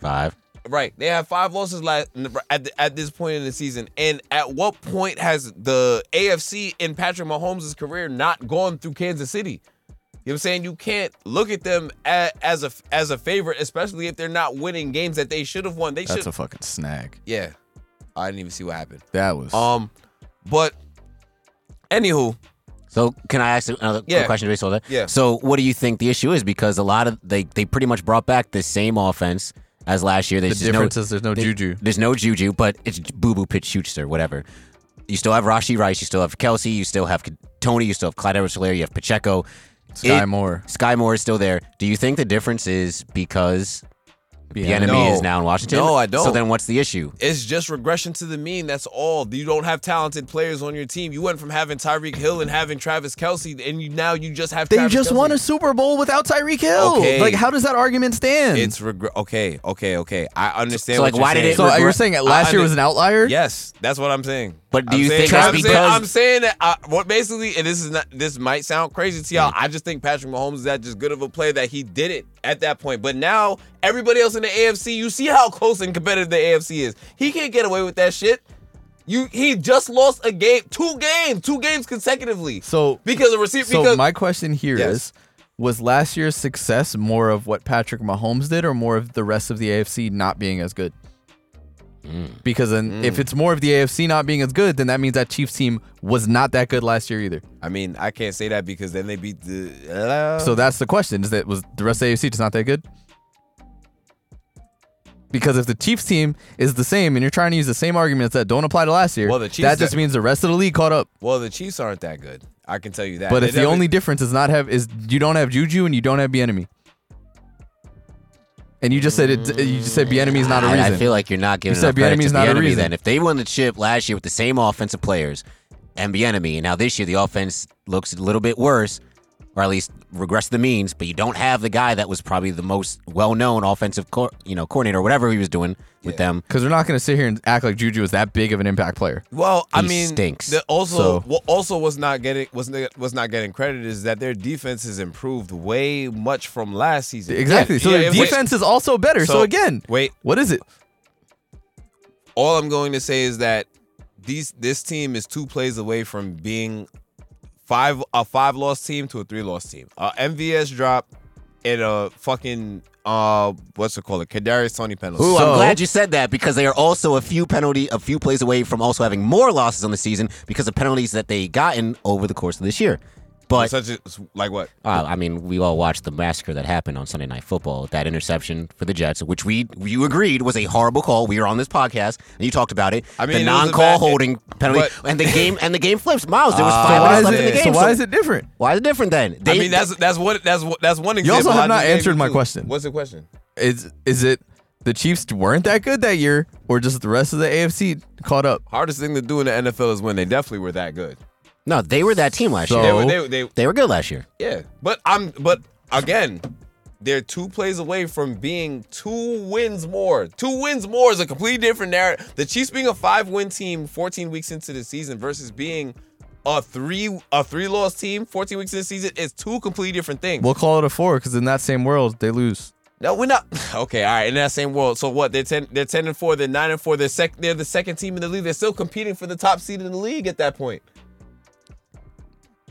Speaker 2: Five.
Speaker 3: Right. They have five losses last at the, at this point in the season. And at what point has the AFC in Patrick Mahomes' career not gone through Kansas City? You know what I'm saying? You can't look at them a- as a as a favorite, especially if they're not winning games that they should have won. They
Speaker 5: That's
Speaker 3: should.
Speaker 5: a fucking snag.
Speaker 3: yeah. I didn't even see what happened.
Speaker 5: That was.
Speaker 2: Oh,
Speaker 3: Um, but anywho,
Speaker 2: So can I ask another quick
Speaker 3: Yeah.
Speaker 2: question based on that?
Speaker 3: Yeah.
Speaker 2: So what do you think the issue is? Because a lot of they they pretty much brought back the same offense as last year. There's
Speaker 5: the
Speaker 2: just
Speaker 5: difference
Speaker 2: no,
Speaker 5: is there's no
Speaker 2: they-
Speaker 5: juju.
Speaker 2: There's no juju, but it's boo boo pitch shoots or whatever. You still have Rashi Rice. You still have Kelsey. You still have Tony. You still have Clyde edwards hilaire You have Pacheco.
Speaker 5: Sky
Speaker 2: It-
Speaker 5: Moore.
Speaker 2: Sky Moore is still there. Do you think the difference is because the
Speaker 5: Yeah.
Speaker 2: enemy
Speaker 3: No.
Speaker 2: is now in Washington?
Speaker 3: No, I
Speaker 2: So
Speaker 3: don't.
Speaker 2: then what's the issue?
Speaker 3: it's just regression to the mean. That's all. You don't have talented players on your team. You went from having Tyreek Hill and having Travis Kelsey, and you, now you just have.
Speaker 5: They
Speaker 3: Travis
Speaker 5: just
Speaker 3: Kelce.
Speaker 5: won a Super Bowl without Tyreek Hill.
Speaker 3: Okay.
Speaker 5: Like, how does that argument stand?
Speaker 3: It's regret. Okay, okay, okay. I understand.
Speaker 2: So,
Speaker 3: what
Speaker 2: like, why did
Speaker 3: you're
Speaker 2: it
Speaker 5: so
Speaker 3: saying.
Speaker 5: are you
Speaker 2: regret-
Speaker 5: saying that last
Speaker 3: I
Speaker 5: year was an outlier?
Speaker 3: Yes, that's what I'm saying.
Speaker 2: But do
Speaker 3: I'm
Speaker 2: you
Speaker 3: saying,
Speaker 2: think that's
Speaker 3: I'm
Speaker 2: because-
Speaker 3: saying, I'm saying that I, what basically, and this is not this might sound crazy to
Speaker 2: Mm.
Speaker 3: y'all. I just think Patrick Mahomes is that just good of a player that he did it at that point. But now everybody else in the AFC, you see how close and competitive the AFC is. He can't get away with that shit. You he just lost a game, two games, two games consecutively.
Speaker 5: So
Speaker 3: because the receiver,
Speaker 5: So
Speaker 3: because
Speaker 5: my question here is:
Speaker 3: Yes.
Speaker 5: was last year's success more of what Patrick Mahomes did or more of the rest of the AFC not being as good?
Speaker 3: Hmm.
Speaker 5: Because then if it's more of the AFC not being as good, then that means that Chiefs team was not that good last year either.
Speaker 3: I mean, I can't say that because then they beat the. uh, Uh-huh.
Speaker 5: So that's the question: is that was the rest of the AFC just not that good? Because if the Chiefs team is the same and you're trying to use the same arguments that don't apply to last year,
Speaker 3: Well, the Chiefs
Speaker 5: that just
Speaker 3: that-
Speaker 5: means the rest of the league caught up.
Speaker 3: Well, the Chiefs aren't that good. I can tell you that.
Speaker 5: But
Speaker 3: They
Speaker 5: if the
Speaker 3: never-
Speaker 5: only difference is not have is you don't have Juju and you don't have enemy, and you just said it, you just said enemy is not a
Speaker 2: Mm. I-
Speaker 5: reason.
Speaker 2: I feel like you're not giving
Speaker 5: You
Speaker 2: enough
Speaker 5: said
Speaker 2: credit to
Speaker 5: Bieniemy's not a
Speaker 2: Bieniemy.
Speaker 5: reason.
Speaker 2: Then, if they won the chip last year with the same offensive players and Bieniemy, and now this year the offense looks a little bit worse, or at least regress the means, but you don't have the guy that was probably the most well-known offensive, co- you know, coordinator, or whatever he was doing with them.
Speaker 5: Because they're not going to sit here and act like Juju is that big of an impact player.
Speaker 3: Well, I
Speaker 2: He
Speaker 3: mean,
Speaker 2: stinks.
Speaker 3: the- also,
Speaker 5: So-
Speaker 3: wha- also was not getting was not- was not getting credit is that their defense has improved way much from last season.
Speaker 5: Exactly. so
Speaker 3: Yeah,
Speaker 5: their
Speaker 3: it was-
Speaker 5: defense is also better. So,
Speaker 3: So-
Speaker 5: again,
Speaker 3: Wait,
Speaker 5: what is it?
Speaker 3: all I'm going to say is that these this team is two plays away from being five a five loss team to a three loss team. A MVS drop and a fucking uh what's it called? A Kadarius Tony penalty.
Speaker 2: Ooh,
Speaker 5: So-
Speaker 2: I'm glad you said that because they are also a few penalty, a few plays away from also having more losses on the season because of penalties that they gotten over the course of this year. But
Speaker 3: such as like what?
Speaker 2: Uh, I mean, we all watched the massacre that happened on Sunday Night Football. That interception for the Jets, which we you agreed was a horrible call. We were on this podcast and you talked about it.
Speaker 3: I mean,
Speaker 2: the
Speaker 3: it was a
Speaker 2: non-call
Speaker 3: bad-
Speaker 2: holding penalty
Speaker 3: but-
Speaker 2: and the game and the game flips. Miles, there was
Speaker 3: Ah.
Speaker 2: five
Speaker 5: Why
Speaker 2: minutes
Speaker 5: is
Speaker 2: left
Speaker 5: it,
Speaker 2: in the
Speaker 5: so
Speaker 2: game.
Speaker 5: why is it different?
Speaker 2: why is it different then? They,
Speaker 3: I mean, that's that's what that's what that's one
Speaker 5: You
Speaker 3: example.
Speaker 5: also
Speaker 3: I
Speaker 5: have not
Speaker 3: just gave
Speaker 5: answered
Speaker 3: you
Speaker 5: my
Speaker 3: two.
Speaker 5: question.
Speaker 3: What's the question?
Speaker 5: Is is it the Chiefs weren't that good that year, or just the rest of the AFC caught up?
Speaker 3: Hardest thing to do in the NFL is when they definitely were that good.
Speaker 2: no, they were that team last
Speaker 5: So-
Speaker 3: They
Speaker 2: year.
Speaker 3: were, they, they,
Speaker 2: They were good last year.
Speaker 3: yeah. But I'm, but again, they're two plays away from being two wins more. Two wins more is a completely different narrative. The Chiefs being a five-win team 14 weeks into the season versus being a three a three-loss team 14 weeks into the season is two completely different things.
Speaker 5: We'll call it a four because in that same world they lose.
Speaker 3: No, we're not. <laughs> Okay, all right. In that same world, so what? They're ten. They're ten and four. They're nine and four. They're sec. They're the second team in the league. They're still competing for the top seed in the league at that point.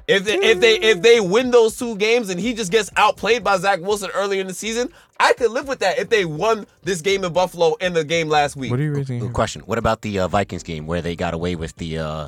Speaker 3: If they if they if they win those two games and he just gets outplayed by Zach Wilson earlier in the season, I could live with that. If they won this game in Buffalo and the game last week,
Speaker 5: What are you raising?
Speaker 3: Mm-hmm.
Speaker 2: Good
Speaker 5: Here?
Speaker 2: question. What about the uh, Vikings game where they got away with the uh,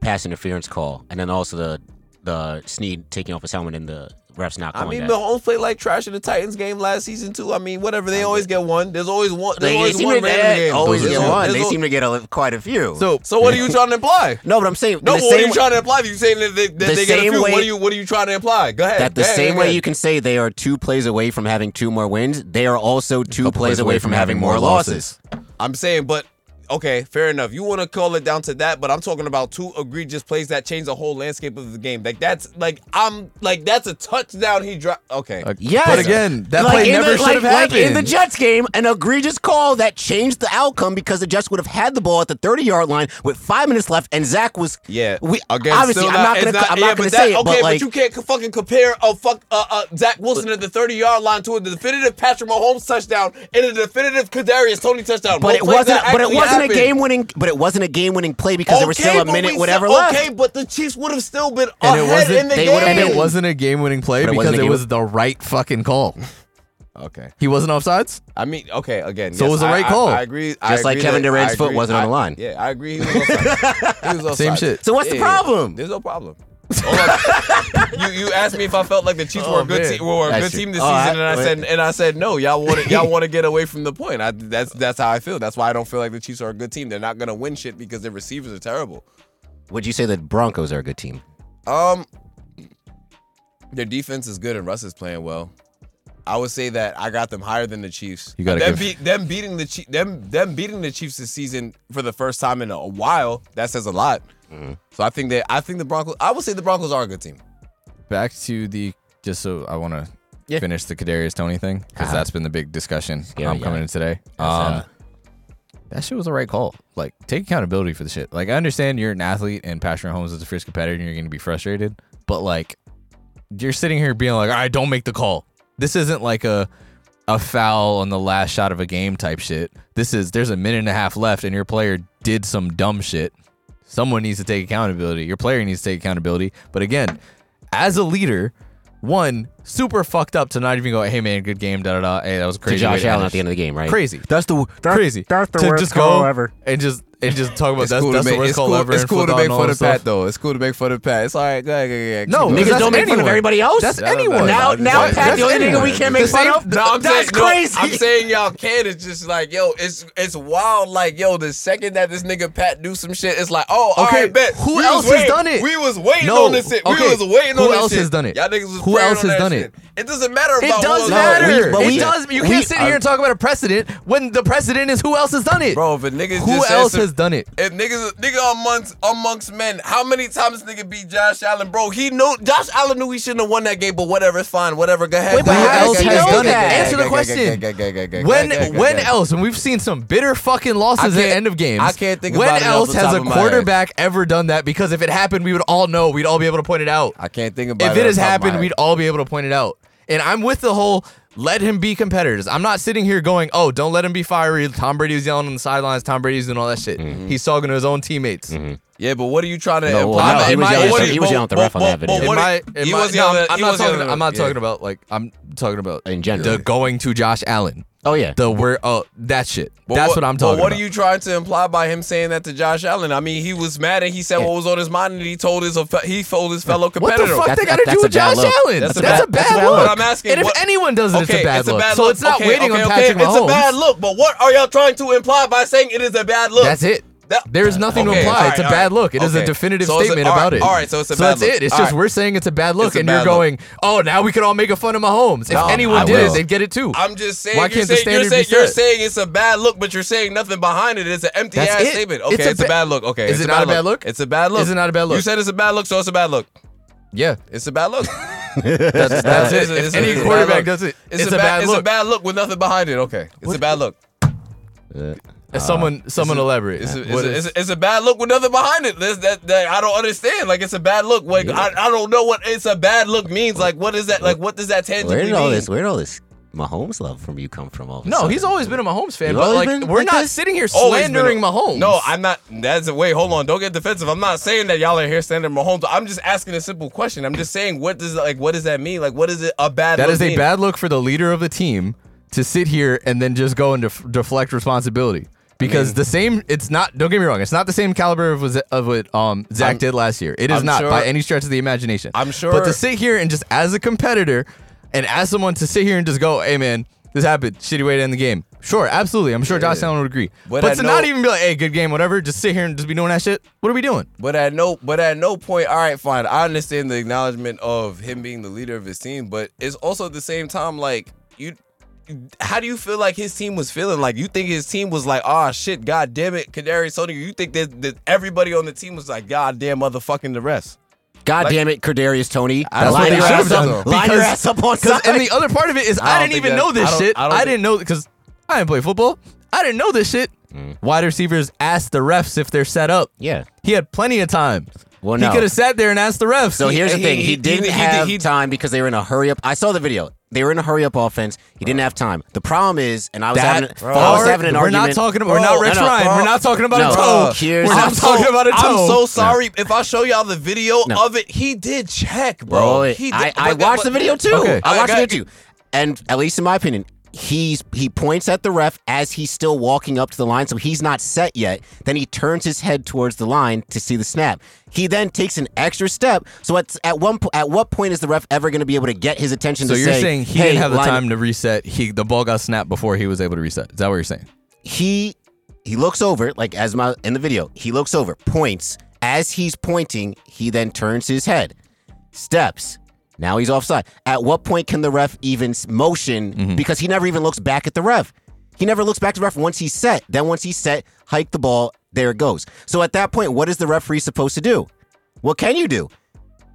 Speaker 2: pass interference call and then also the the Sneed taking off his helmet and the refs not
Speaker 3: I
Speaker 2: calling
Speaker 3: mean,
Speaker 2: that?
Speaker 3: Mahomes played like trash in the Titans game last season too. I mean, whatever. They always get one. There's always one. There's
Speaker 2: They, they
Speaker 3: always
Speaker 2: seem
Speaker 3: one
Speaker 2: to
Speaker 3: random
Speaker 2: get,
Speaker 3: game.
Speaker 2: always
Speaker 3: There's
Speaker 2: get
Speaker 3: al-
Speaker 2: one.
Speaker 3: there's
Speaker 2: They
Speaker 3: al-
Speaker 2: seem to get a, quite a few.
Speaker 5: So
Speaker 3: So what
Speaker 2: <laughs>
Speaker 3: are you trying to imply?
Speaker 2: No, but I'm saying
Speaker 3: No,
Speaker 2: the
Speaker 3: but what are
Speaker 2: same
Speaker 3: you trying to imply? If you saying that they, that
Speaker 2: The
Speaker 3: they get a
Speaker 2: same
Speaker 3: few,
Speaker 2: way-
Speaker 3: what are you what are you trying to imply? Go ahead.
Speaker 2: that the
Speaker 3: Go ahead,
Speaker 2: same
Speaker 3: go
Speaker 2: way
Speaker 3: ahead.
Speaker 2: you can say they are two plays away from having two more wins, they are also two
Speaker 5: Couple
Speaker 2: plays away from having more losses.
Speaker 3: I'm saying, but okay, fair enough. You want to call it down to that, but I'm talking about two egregious plays that change the whole landscape of the game. Like that's like I'm like that's a touchdown he dropped. Okay.
Speaker 5: Okay.
Speaker 2: Yes.
Speaker 5: But again, that
Speaker 2: Like
Speaker 5: play
Speaker 2: in
Speaker 5: never
Speaker 2: the-
Speaker 5: should
Speaker 2: like-
Speaker 5: have
Speaker 2: like
Speaker 5: happened.
Speaker 2: in the Jets game, an egregious call that changed the outcome because the Jets would have had the ball at the 30 yard line with five minutes left, and Zach was.
Speaker 3: Yeah.
Speaker 2: We,
Speaker 3: Again,
Speaker 2: obviously,
Speaker 3: still
Speaker 2: I'm not,
Speaker 3: it's
Speaker 2: going to I'm
Speaker 3: yeah,
Speaker 2: not going
Speaker 3: but
Speaker 2: to
Speaker 3: that-
Speaker 2: say it,
Speaker 3: Okay,
Speaker 2: but like.
Speaker 3: you can't c- fucking compare a fuck uh, uh, Zach Wilson at the 30 yard line to a definitive Patrick Mahomes touchdown and a definitive Kadarius Tony touchdown.
Speaker 2: but
Speaker 3: Both
Speaker 2: it
Speaker 3: plays
Speaker 2: wasn't.
Speaker 3: that
Speaker 2: But it
Speaker 3: actually
Speaker 2: wasn't
Speaker 3: happened.
Speaker 2: a game winning. But it wasn't a game winning play because there was still a
Speaker 3: but
Speaker 2: minute
Speaker 3: we
Speaker 2: whatever
Speaker 3: said-
Speaker 2: left.
Speaker 3: Okay, but the Chiefs would have still been
Speaker 5: And it
Speaker 3: ahead
Speaker 5: wasn't-
Speaker 3: in the
Speaker 2: they
Speaker 3: game.
Speaker 2: would've
Speaker 5: And
Speaker 2: been-
Speaker 5: it wasn't a game-winning play
Speaker 2: But it wasn't
Speaker 5: because
Speaker 2: a
Speaker 5: it
Speaker 2: game-
Speaker 5: was the right fucking call.
Speaker 3: Okay.
Speaker 5: He wasn't offsides.
Speaker 3: I mean, okay, again.
Speaker 5: So it
Speaker 3: yes,
Speaker 5: was the
Speaker 3: I-
Speaker 5: right
Speaker 3: I-
Speaker 5: call.
Speaker 3: I, agree. I
Speaker 2: Just like
Speaker 3: agree
Speaker 2: Kevin
Speaker 3: that-
Speaker 2: Durant's
Speaker 3: I
Speaker 2: foot
Speaker 3: agree-
Speaker 2: wasn't on
Speaker 3: I-
Speaker 2: the line.
Speaker 3: Yeah, I agree. He was
Speaker 2: <laughs>
Speaker 3: offside. He was
Speaker 5: Same
Speaker 3: offside.
Speaker 5: shit.
Speaker 2: So what's the
Speaker 3: Yeah, yeah, yeah.
Speaker 2: problem?
Speaker 3: There's no problem.
Speaker 5: <laughs>
Speaker 3: All I- you you asked me if I felt like the Chiefs were a
Speaker 5: Oh,
Speaker 3: good
Speaker 5: man.
Speaker 3: team were a
Speaker 2: That's
Speaker 3: good
Speaker 2: true.
Speaker 3: team this
Speaker 2: Oh, I-
Speaker 3: season, and I said and I said no. Y'all
Speaker 5: <laughs>
Speaker 3: want to y'all want to get away from the point. I, that's that's how I feel. That's why I don't feel like the Chiefs are a good team. They're not gonna win shit because their receivers are terrible.
Speaker 2: Would you say the Broncos are a good team?
Speaker 3: Um, their defense is good and Russ is playing well. I would say that I got them higher than the Chiefs.
Speaker 5: You gotta
Speaker 3: them,
Speaker 5: give-
Speaker 3: beat- them beating the Chiefs. Them them beating the Chiefs this season for the first time in a while. That says a lot. So I think that I think the Broncos. I would say the Broncos are a good team.
Speaker 5: Back to the
Speaker 4: Just so I want to
Speaker 2: Yeah.
Speaker 4: finish the Kadarius Tony thing because
Speaker 2: Uh-huh.
Speaker 4: that's been the big discussion.
Speaker 2: Scary
Speaker 4: I'm
Speaker 2: guy.
Speaker 4: coming in today.
Speaker 2: uh,
Speaker 4: Um, that shit was the right call. Like, take accountability for the shit. Like, I understand you're an athlete and Patrick Holmes is a fierce competitor and you're going to be frustrated, but like, you're sitting here being like, all right, don't make the call. This isn't like a a foul on the last shot of a game type shit. This is there's a minute and a half left and your player did some dumb shit. Someone needs to take accountability. Your player needs to take accountability. But again, as a leader, one super fucked up to not even go, hey man, good game, da da da. Hey, that was a
Speaker 2: To
Speaker 4: crazy. way
Speaker 2: Josh
Speaker 4: to
Speaker 2: Allen
Speaker 4: end
Speaker 2: at the end of the game, right?
Speaker 4: Crazy. That's the crazy. That's the to just go ever and just and just talk about
Speaker 3: It's
Speaker 4: that's,
Speaker 3: cool to
Speaker 4: that's the
Speaker 3: make,
Speaker 4: worst
Speaker 3: it's
Speaker 4: call
Speaker 3: cool,
Speaker 4: ever.
Speaker 3: it's
Speaker 4: and
Speaker 3: cool
Speaker 4: flip
Speaker 3: to
Speaker 4: out
Speaker 3: make
Speaker 4: and all
Speaker 3: fun
Speaker 4: that
Speaker 3: of
Speaker 4: stuff.
Speaker 3: Pat though. It's cool to make fun of Pat. It's all right. Go ahead, go ahead, go ahead, go ahead.
Speaker 4: No, niggas
Speaker 3: Keep going.
Speaker 2: Niggas
Speaker 4: that's
Speaker 2: don't make fun of
Speaker 4: anyone.
Speaker 2: everybody else.
Speaker 4: That's
Speaker 2: now,
Speaker 4: anyone.
Speaker 2: Now,
Speaker 3: That's
Speaker 2: now, Pat, the only
Speaker 4: anyone.
Speaker 2: nigga we can't make
Speaker 3: The
Speaker 2: fun
Speaker 3: same-
Speaker 2: of.
Speaker 3: no, I'm
Speaker 2: that's
Speaker 3: saying- no,
Speaker 2: crazy.
Speaker 3: I'm saying y'all can. It's just like, yo, it's it's wild. Like, yo, the second that this nigga Pat do some shit, it's like, oh, all
Speaker 4: Okay,
Speaker 3: right, bet.
Speaker 4: who
Speaker 3: We
Speaker 4: else
Speaker 3: was
Speaker 4: has
Speaker 3: waiting-
Speaker 4: done it?
Speaker 3: We was waiting
Speaker 4: No,
Speaker 3: on this shit. We
Speaker 4: okay,
Speaker 3: was waiting
Speaker 4: who
Speaker 3: on this
Speaker 4: else
Speaker 3: shit.
Speaker 4: has done it?
Speaker 3: Y'all niggas was
Speaker 4: Who
Speaker 3: praying
Speaker 4: else
Speaker 3: on
Speaker 4: has
Speaker 3: that
Speaker 4: done
Speaker 3: shit.
Speaker 4: it?
Speaker 3: It doesn't matter about
Speaker 4: It does
Speaker 3: who else-
Speaker 2: No, we-
Speaker 4: matter.
Speaker 2: but we-
Speaker 4: it does. You
Speaker 2: we
Speaker 4: can't sit
Speaker 2: are-
Speaker 4: here and talk about a precedent when the precedent is who else has done it.
Speaker 3: Bro, if a nigga
Speaker 4: who
Speaker 3: just said
Speaker 4: else
Speaker 3: some-
Speaker 4: has done it?
Speaker 3: If niggas, nigga amongst amongst men, how many times this nigga beat Josh Allen, bro? He know Josh Allen knew he shouldn't have won that game, but whatever, it's fine, whatever. Go ahead.
Speaker 2: Wait,
Speaker 3: go
Speaker 2: but
Speaker 3: ahead,
Speaker 2: how
Speaker 3: go
Speaker 2: does
Speaker 3: ahead,
Speaker 2: he
Speaker 3: go
Speaker 2: know
Speaker 3: ahead, go
Speaker 2: that?
Speaker 3: ahead,
Speaker 4: Answer
Speaker 3: go
Speaker 4: the
Speaker 3: ahead, go ahead,
Speaker 4: question.
Speaker 3: go ahead, go ahead, go ahead, go ahead,
Speaker 4: When
Speaker 3: go ahead, go
Speaker 4: when
Speaker 3: ahead.
Speaker 4: else? And we've seen some bitter fucking losses at
Speaker 3: can't-
Speaker 4: end of games.
Speaker 3: I can't think
Speaker 4: When
Speaker 3: about it off
Speaker 4: else
Speaker 3: the
Speaker 4: has
Speaker 3: top
Speaker 4: a
Speaker 3: of my
Speaker 4: quarterback ever done that? Because if it happened, we would all know. We'd all be able to point it out.
Speaker 3: I can't think about
Speaker 4: If it
Speaker 3: it. off
Speaker 4: has
Speaker 3: the top of my
Speaker 4: happened,
Speaker 3: head.
Speaker 4: we'd all be able to point it out. And I'm with the whole let him be competitors. I'm not sitting here going, oh, don't let him be fiery. Tom Brady was yelling on the sidelines. Tom Brady's doing all that shit. He's talking to his own teammates.
Speaker 3: Yeah, but what are you trying to
Speaker 2: No,
Speaker 3: imply?
Speaker 2: well,
Speaker 4: no, he
Speaker 3: In
Speaker 4: was
Speaker 3: my-
Speaker 4: yelling-
Speaker 3: what are
Speaker 4: he
Speaker 3: you-
Speaker 2: was yelling at the
Speaker 3: but-
Speaker 2: ref on
Speaker 3: but-
Speaker 2: that
Speaker 3: but
Speaker 2: video.
Speaker 4: Am
Speaker 3: what-
Speaker 4: I- am
Speaker 3: he
Speaker 4: I-
Speaker 3: was
Speaker 4: no,
Speaker 3: yelling.
Speaker 4: I'm- I'm
Speaker 3: he
Speaker 4: not
Speaker 3: was
Speaker 4: talking.
Speaker 3: yelling-
Speaker 4: I'm not
Speaker 3: yeah.
Speaker 4: talking about like I'm talking about
Speaker 2: In general.
Speaker 4: The going to Josh Allen.
Speaker 2: Oh yeah.
Speaker 4: The where oh that shit.
Speaker 3: But
Speaker 4: That's what, I'm talking
Speaker 3: But what
Speaker 4: about.
Speaker 3: are you trying to imply by him saying that to Josh Allen? I mean, he was mad and he said what was on his mind and he told his he told his fellow
Speaker 4: what the
Speaker 3: competitor.
Speaker 4: fuck
Speaker 2: That's-
Speaker 4: they got to
Speaker 2: that's
Speaker 4: do
Speaker 2: a
Speaker 4: with
Speaker 2: bad
Speaker 4: Josh
Speaker 2: look.
Speaker 4: Allen?
Speaker 3: That's
Speaker 4: That's,
Speaker 3: a
Speaker 4: a
Speaker 3: bad-
Speaker 4: bad,
Speaker 2: that's a bad
Speaker 4: look.
Speaker 2: look.
Speaker 3: But I'm asking
Speaker 4: and if
Speaker 3: what-
Speaker 4: anyone does it, it's a bad look. so it's not
Speaker 3: Okay,
Speaker 4: waiting
Speaker 3: okay,
Speaker 4: on
Speaker 3: okay,
Speaker 4: Patrick Mahomes.
Speaker 3: It's a bad look, but what are y'all trying to imply by saying it is a bad look?
Speaker 4: That's it.
Speaker 3: That-
Speaker 4: there is nothing
Speaker 3: Okay,
Speaker 4: to imply.
Speaker 3: alright,
Speaker 4: it's a
Speaker 3: alright.
Speaker 4: bad look. It is
Speaker 3: Okay.
Speaker 4: a definitive
Speaker 3: So it's a-
Speaker 4: statement
Speaker 3: alright,
Speaker 4: about it.
Speaker 3: alright, so it's a
Speaker 4: so
Speaker 3: bad
Speaker 4: that's
Speaker 3: look.
Speaker 4: it. It's just
Speaker 3: Alright.
Speaker 4: we're saying it's a bad look,
Speaker 3: It's a
Speaker 4: and
Speaker 3: bad
Speaker 4: you're
Speaker 3: look.
Speaker 4: going, oh, now we can all make a fun of Mahomes. If
Speaker 3: No, I
Speaker 4: anyone did
Speaker 3: will.
Speaker 4: it, they'd get it too.
Speaker 3: I'm just saying.
Speaker 4: Why
Speaker 3: you're
Speaker 4: can't the
Speaker 3: saying, you're
Speaker 4: standard
Speaker 3: saying,
Speaker 4: be
Speaker 3: you're
Speaker 4: set?
Speaker 3: saying it's a bad look, but you're saying nothing behind it. It's an empty
Speaker 4: That's
Speaker 3: ass
Speaker 4: it.
Speaker 3: statement.
Speaker 4: It's
Speaker 3: Okay, it's
Speaker 4: a
Speaker 3: a,
Speaker 4: ba-
Speaker 3: bad look. Okay,
Speaker 4: Is
Speaker 3: it's
Speaker 4: it not a bad look?
Speaker 3: It's a bad look.
Speaker 4: Is it not a bad
Speaker 3: You
Speaker 4: look?
Speaker 3: said it's a bad look, so it's a bad look. <laughs>
Speaker 4: yeah,
Speaker 3: It's a bad look.
Speaker 4: that's, <laughs> that's it.
Speaker 3: It's a-
Speaker 4: If
Speaker 3: it's a-
Speaker 4: any
Speaker 3: it's a bad
Speaker 4: quarterback
Speaker 3: look.
Speaker 4: does it,
Speaker 3: It's, a, bad, It's a
Speaker 4: look.
Speaker 3: bad look with nothing behind it. Okay, it's a bad look.
Speaker 4: Someone, someone elaborate.
Speaker 3: It's a, it's,
Speaker 4: What
Speaker 3: a,
Speaker 4: Uh, is-
Speaker 3: it's, a, it's a bad look with nothing behind it. That's- that, that I don't understand. Like it's a bad look. Like I, I don't know what it's a bad look means. Like what is that? Like what does that tangibly
Speaker 2: Where did
Speaker 3: mean?
Speaker 2: all this? Where did all this Mahomes love from you come from? All of a
Speaker 4: No,
Speaker 2: sudden?
Speaker 4: he's always been a Mahomes fan,
Speaker 2: You
Speaker 4: but
Speaker 2: always
Speaker 4: like
Speaker 2: been
Speaker 4: we're
Speaker 2: like
Speaker 4: not
Speaker 2: this?
Speaker 4: sitting here
Speaker 3: Always Oh, been a-
Speaker 4: slandering Mahomes.
Speaker 3: No, I'm not. That's wait. Hold on. Don't get defensive. I'm not saying that y'all are here standing Mahomes. I'm just asking a simple question. I'm just saying what does like what does that mean? Like what is it a bad?
Speaker 4: That
Speaker 3: look
Speaker 4: is a
Speaker 3: mean?
Speaker 4: bad look for the leader of the team to sit here and then just go and def- deflect responsibility. Because the same, it's not. Don't get me wrong. It's not the same caliber of, was- of what um, Zach did last year. It is
Speaker 3: I'm
Speaker 4: not
Speaker 3: sure-
Speaker 4: by any stretch of the imagination.
Speaker 3: I'm sure-
Speaker 4: But to sit here and just as a competitor, and as someone to sit here and just go, "Hey man, this happened. Shitty way to end the game." Sure, absolutely. I'm sure Josh Allen would agree.
Speaker 3: But
Speaker 4: But,
Speaker 3: I
Speaker 4: to not
Speaker 3: know-
Speaker 4: even be like, "Hey, good game, whatever." Just sit here and just be doing that shit. What are we doing?
Speaker 3: But at no, but at no point. All right, fine. I understand the acknowledgement of him being the leader of his team, but it's also at the same time like you. How do you feel like his team was feeling? Like you think his team was like, ah, shit, god damn it, Kadarius Tony. You think that, that everybody on the team was like, god damn, motherfucking the rest.
Speaker 2: God damn it, Kadarius Tony.
Speaker 3: don't
Speaker 2: line
Speaker 3: think
Speaker 2: your
Speaker 3: they
Speaker 2: ass
Speaker 3: should've
Speaker 2: up.
Speaker 3: done,
Speaker 2: Line your
Speaker 4: because-
Speaker 2: ass up on
Speaker 4: Because
Speaker 2: side.
Speaker 4: and the other part of it is I,
Speaker 3: don't
Speaker 4: didn't
Speaker 3: think
Speaker 4: even
Speaker 3: that-
Speaker 4: know
Speaker 3: I
Speaker 4: this
Speaker 3: don't-
Speaker 4: shit.
Speaker 3: I
Speaker 4: I,
Speaker 3: don't
Speaker 4: didn't know because I didn't play football. I didn't know this shit. Wide receivers ask the refs if they're set up.
Speaker 2: Mm. yeah.
Speaker 4: He had plenty of time.
Speaker 2: Well,
Speaker 4: he
Speaker 2: no.
Speaker 4: could have sat there and asked the refs.
Speaker 2: So here's the
Speaker 3: he-
Speaker 2: thing. He,
Speaker 3: he- he-
Speaker 2: didn't
Speaker 3: he- he-
Speaker 2: have
Speaker 3: he-
Speaker 2: time because they were in a hurry up. I saw the video. They were in a hurry up offense. He didn't have time. The problem is, and I was,
Speaker 4: That
Speaker 2: having, I was
Speaker 4: far-
Speaker 2: having an
Speaker 4: we're
Speaker 2: argument. Oh,
Speaker 4: not talking about- we're not Rex Ryan. We're not talking about a
Speaker 2: no.
Speaker 4: toe.
Speaker 2: Here's-
Speaker 4: We're
Speaker 2: <laughs>
Speaker 4: not
Speaker 2: I'm so-
Speaker 4: talking about a toe.
Speaker 3: I'm so sorry if I show y'all the video
Speaker 2: No.
Speaker 3: of it. He did check, bro.
Speaker 2: bro.
Speaker 3: he did,
Speaker 2: I, I
Speaker 3: but-
Speaker 2: watched
Speaker 3: but-
Speaker 2: the video too.
Speaker 4: Okay.
Speaker 2: I watched
Speaker 3: I
Speaker 2: the
Speaker 3: got-
Speaker 2: video too. And at least in my opinion, he's he points at the ref as he's still walking up to the line, so he's not set yet. Then he turns his head towards the line to see the snap. He then takes an extra step. So at at one po- at what point is the ref ever going to be able to get his attention?
Speaker 4: so
Speaker 2: to
Speaker 4: you're
Speaker 2: say,
Speaker 4: saying he
Speaker 2: "Hey,
Speaker 4: didn't have the
Speaker 2: line up."
Speaker 4: time to reset. He the ball got snapped before he was able to reset. Is that what you're saying?
Speaker 2: he he looks over like as my in the video he looks over points as he's pointing he then turns his head steps now he's offside at what point can the ref even s- motion
Speaker 3: Mm-hmm.
Speaker 2: because he never even looks back at the ref he never looks back to the ref once he's set then once he's set hike the ball there it goes so at that point what is the referee supposed to do what can you do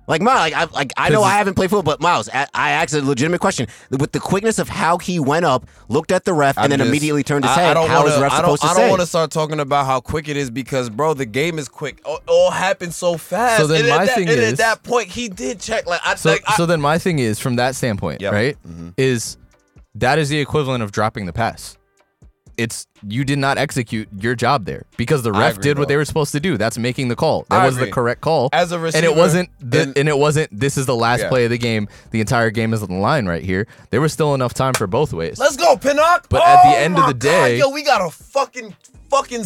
Speaker 2: like my, like I, like I know I haven't played football, but Miles, I, I asked a legitimate question with the quickness of how he went up, looked at the ref, and
Speaker 3: I'm
Speaker 2: then
Speaker 3: just-
Speaker 2: immediately turned his
Speaker 3: I- I
Speaker 2: head.
Speaker 3: don't
Speaker 2: How
Speaker 3: wanna,
Speaker 2: is the ref
Speaker 3: I don't,
Speaker 2: supposed to
Speaker 3: I
Speaker 2: say?
Speaker 3: don't want to start talking about how quick it is because, bro, the game is quick. All, all happened so fast.
Speaker 4: So then
Speaker 3: and
Speaker 4: my
Speaker 3: at that,
Speaker 4: thing
Speaker 3: and at
Speaker 4: is-
Speaker 3: that point, he did check. Like I,
Speaker 4: So
Speaker 3: like, I
Speaker 4: so then my thing is from that standpoint,
Speaker 3: Yep. Mm-hmm.
Speaker 4: right? Is that is the equivalent of dropping the pass. It's you did not execute your job there because the ref
Speaker 3: agree,
Speaker 4: did what
Speaker 3: bro.
Speaker 4: they were supposed to do. That's making the call. That
Speaker 3: I
Speaker 4: was
Speaker 3: agree.
Speaker 4: the correct call.
Speaker 3: As a
Speaker 4: and
Speaker 3: receiver,
Speaker 4: it wasn't the,
Speaker 3: and-
Speaker 4: and, it wasn't this is the last
Speaker 3: Yeah.
Speaker 4: play of the game. The entire game is on the line right here. There was still enough time for both ways.
Speaker 3: let's go, Pinnock.
Speaker 4: But at the
Speaker 3: Oh
Speaker 4: end of
Speaker 3: my
Speaker 4: the
Speaker 3: God,
Speaker 4: day-
Speaker 3: yo, we got a fucking fucking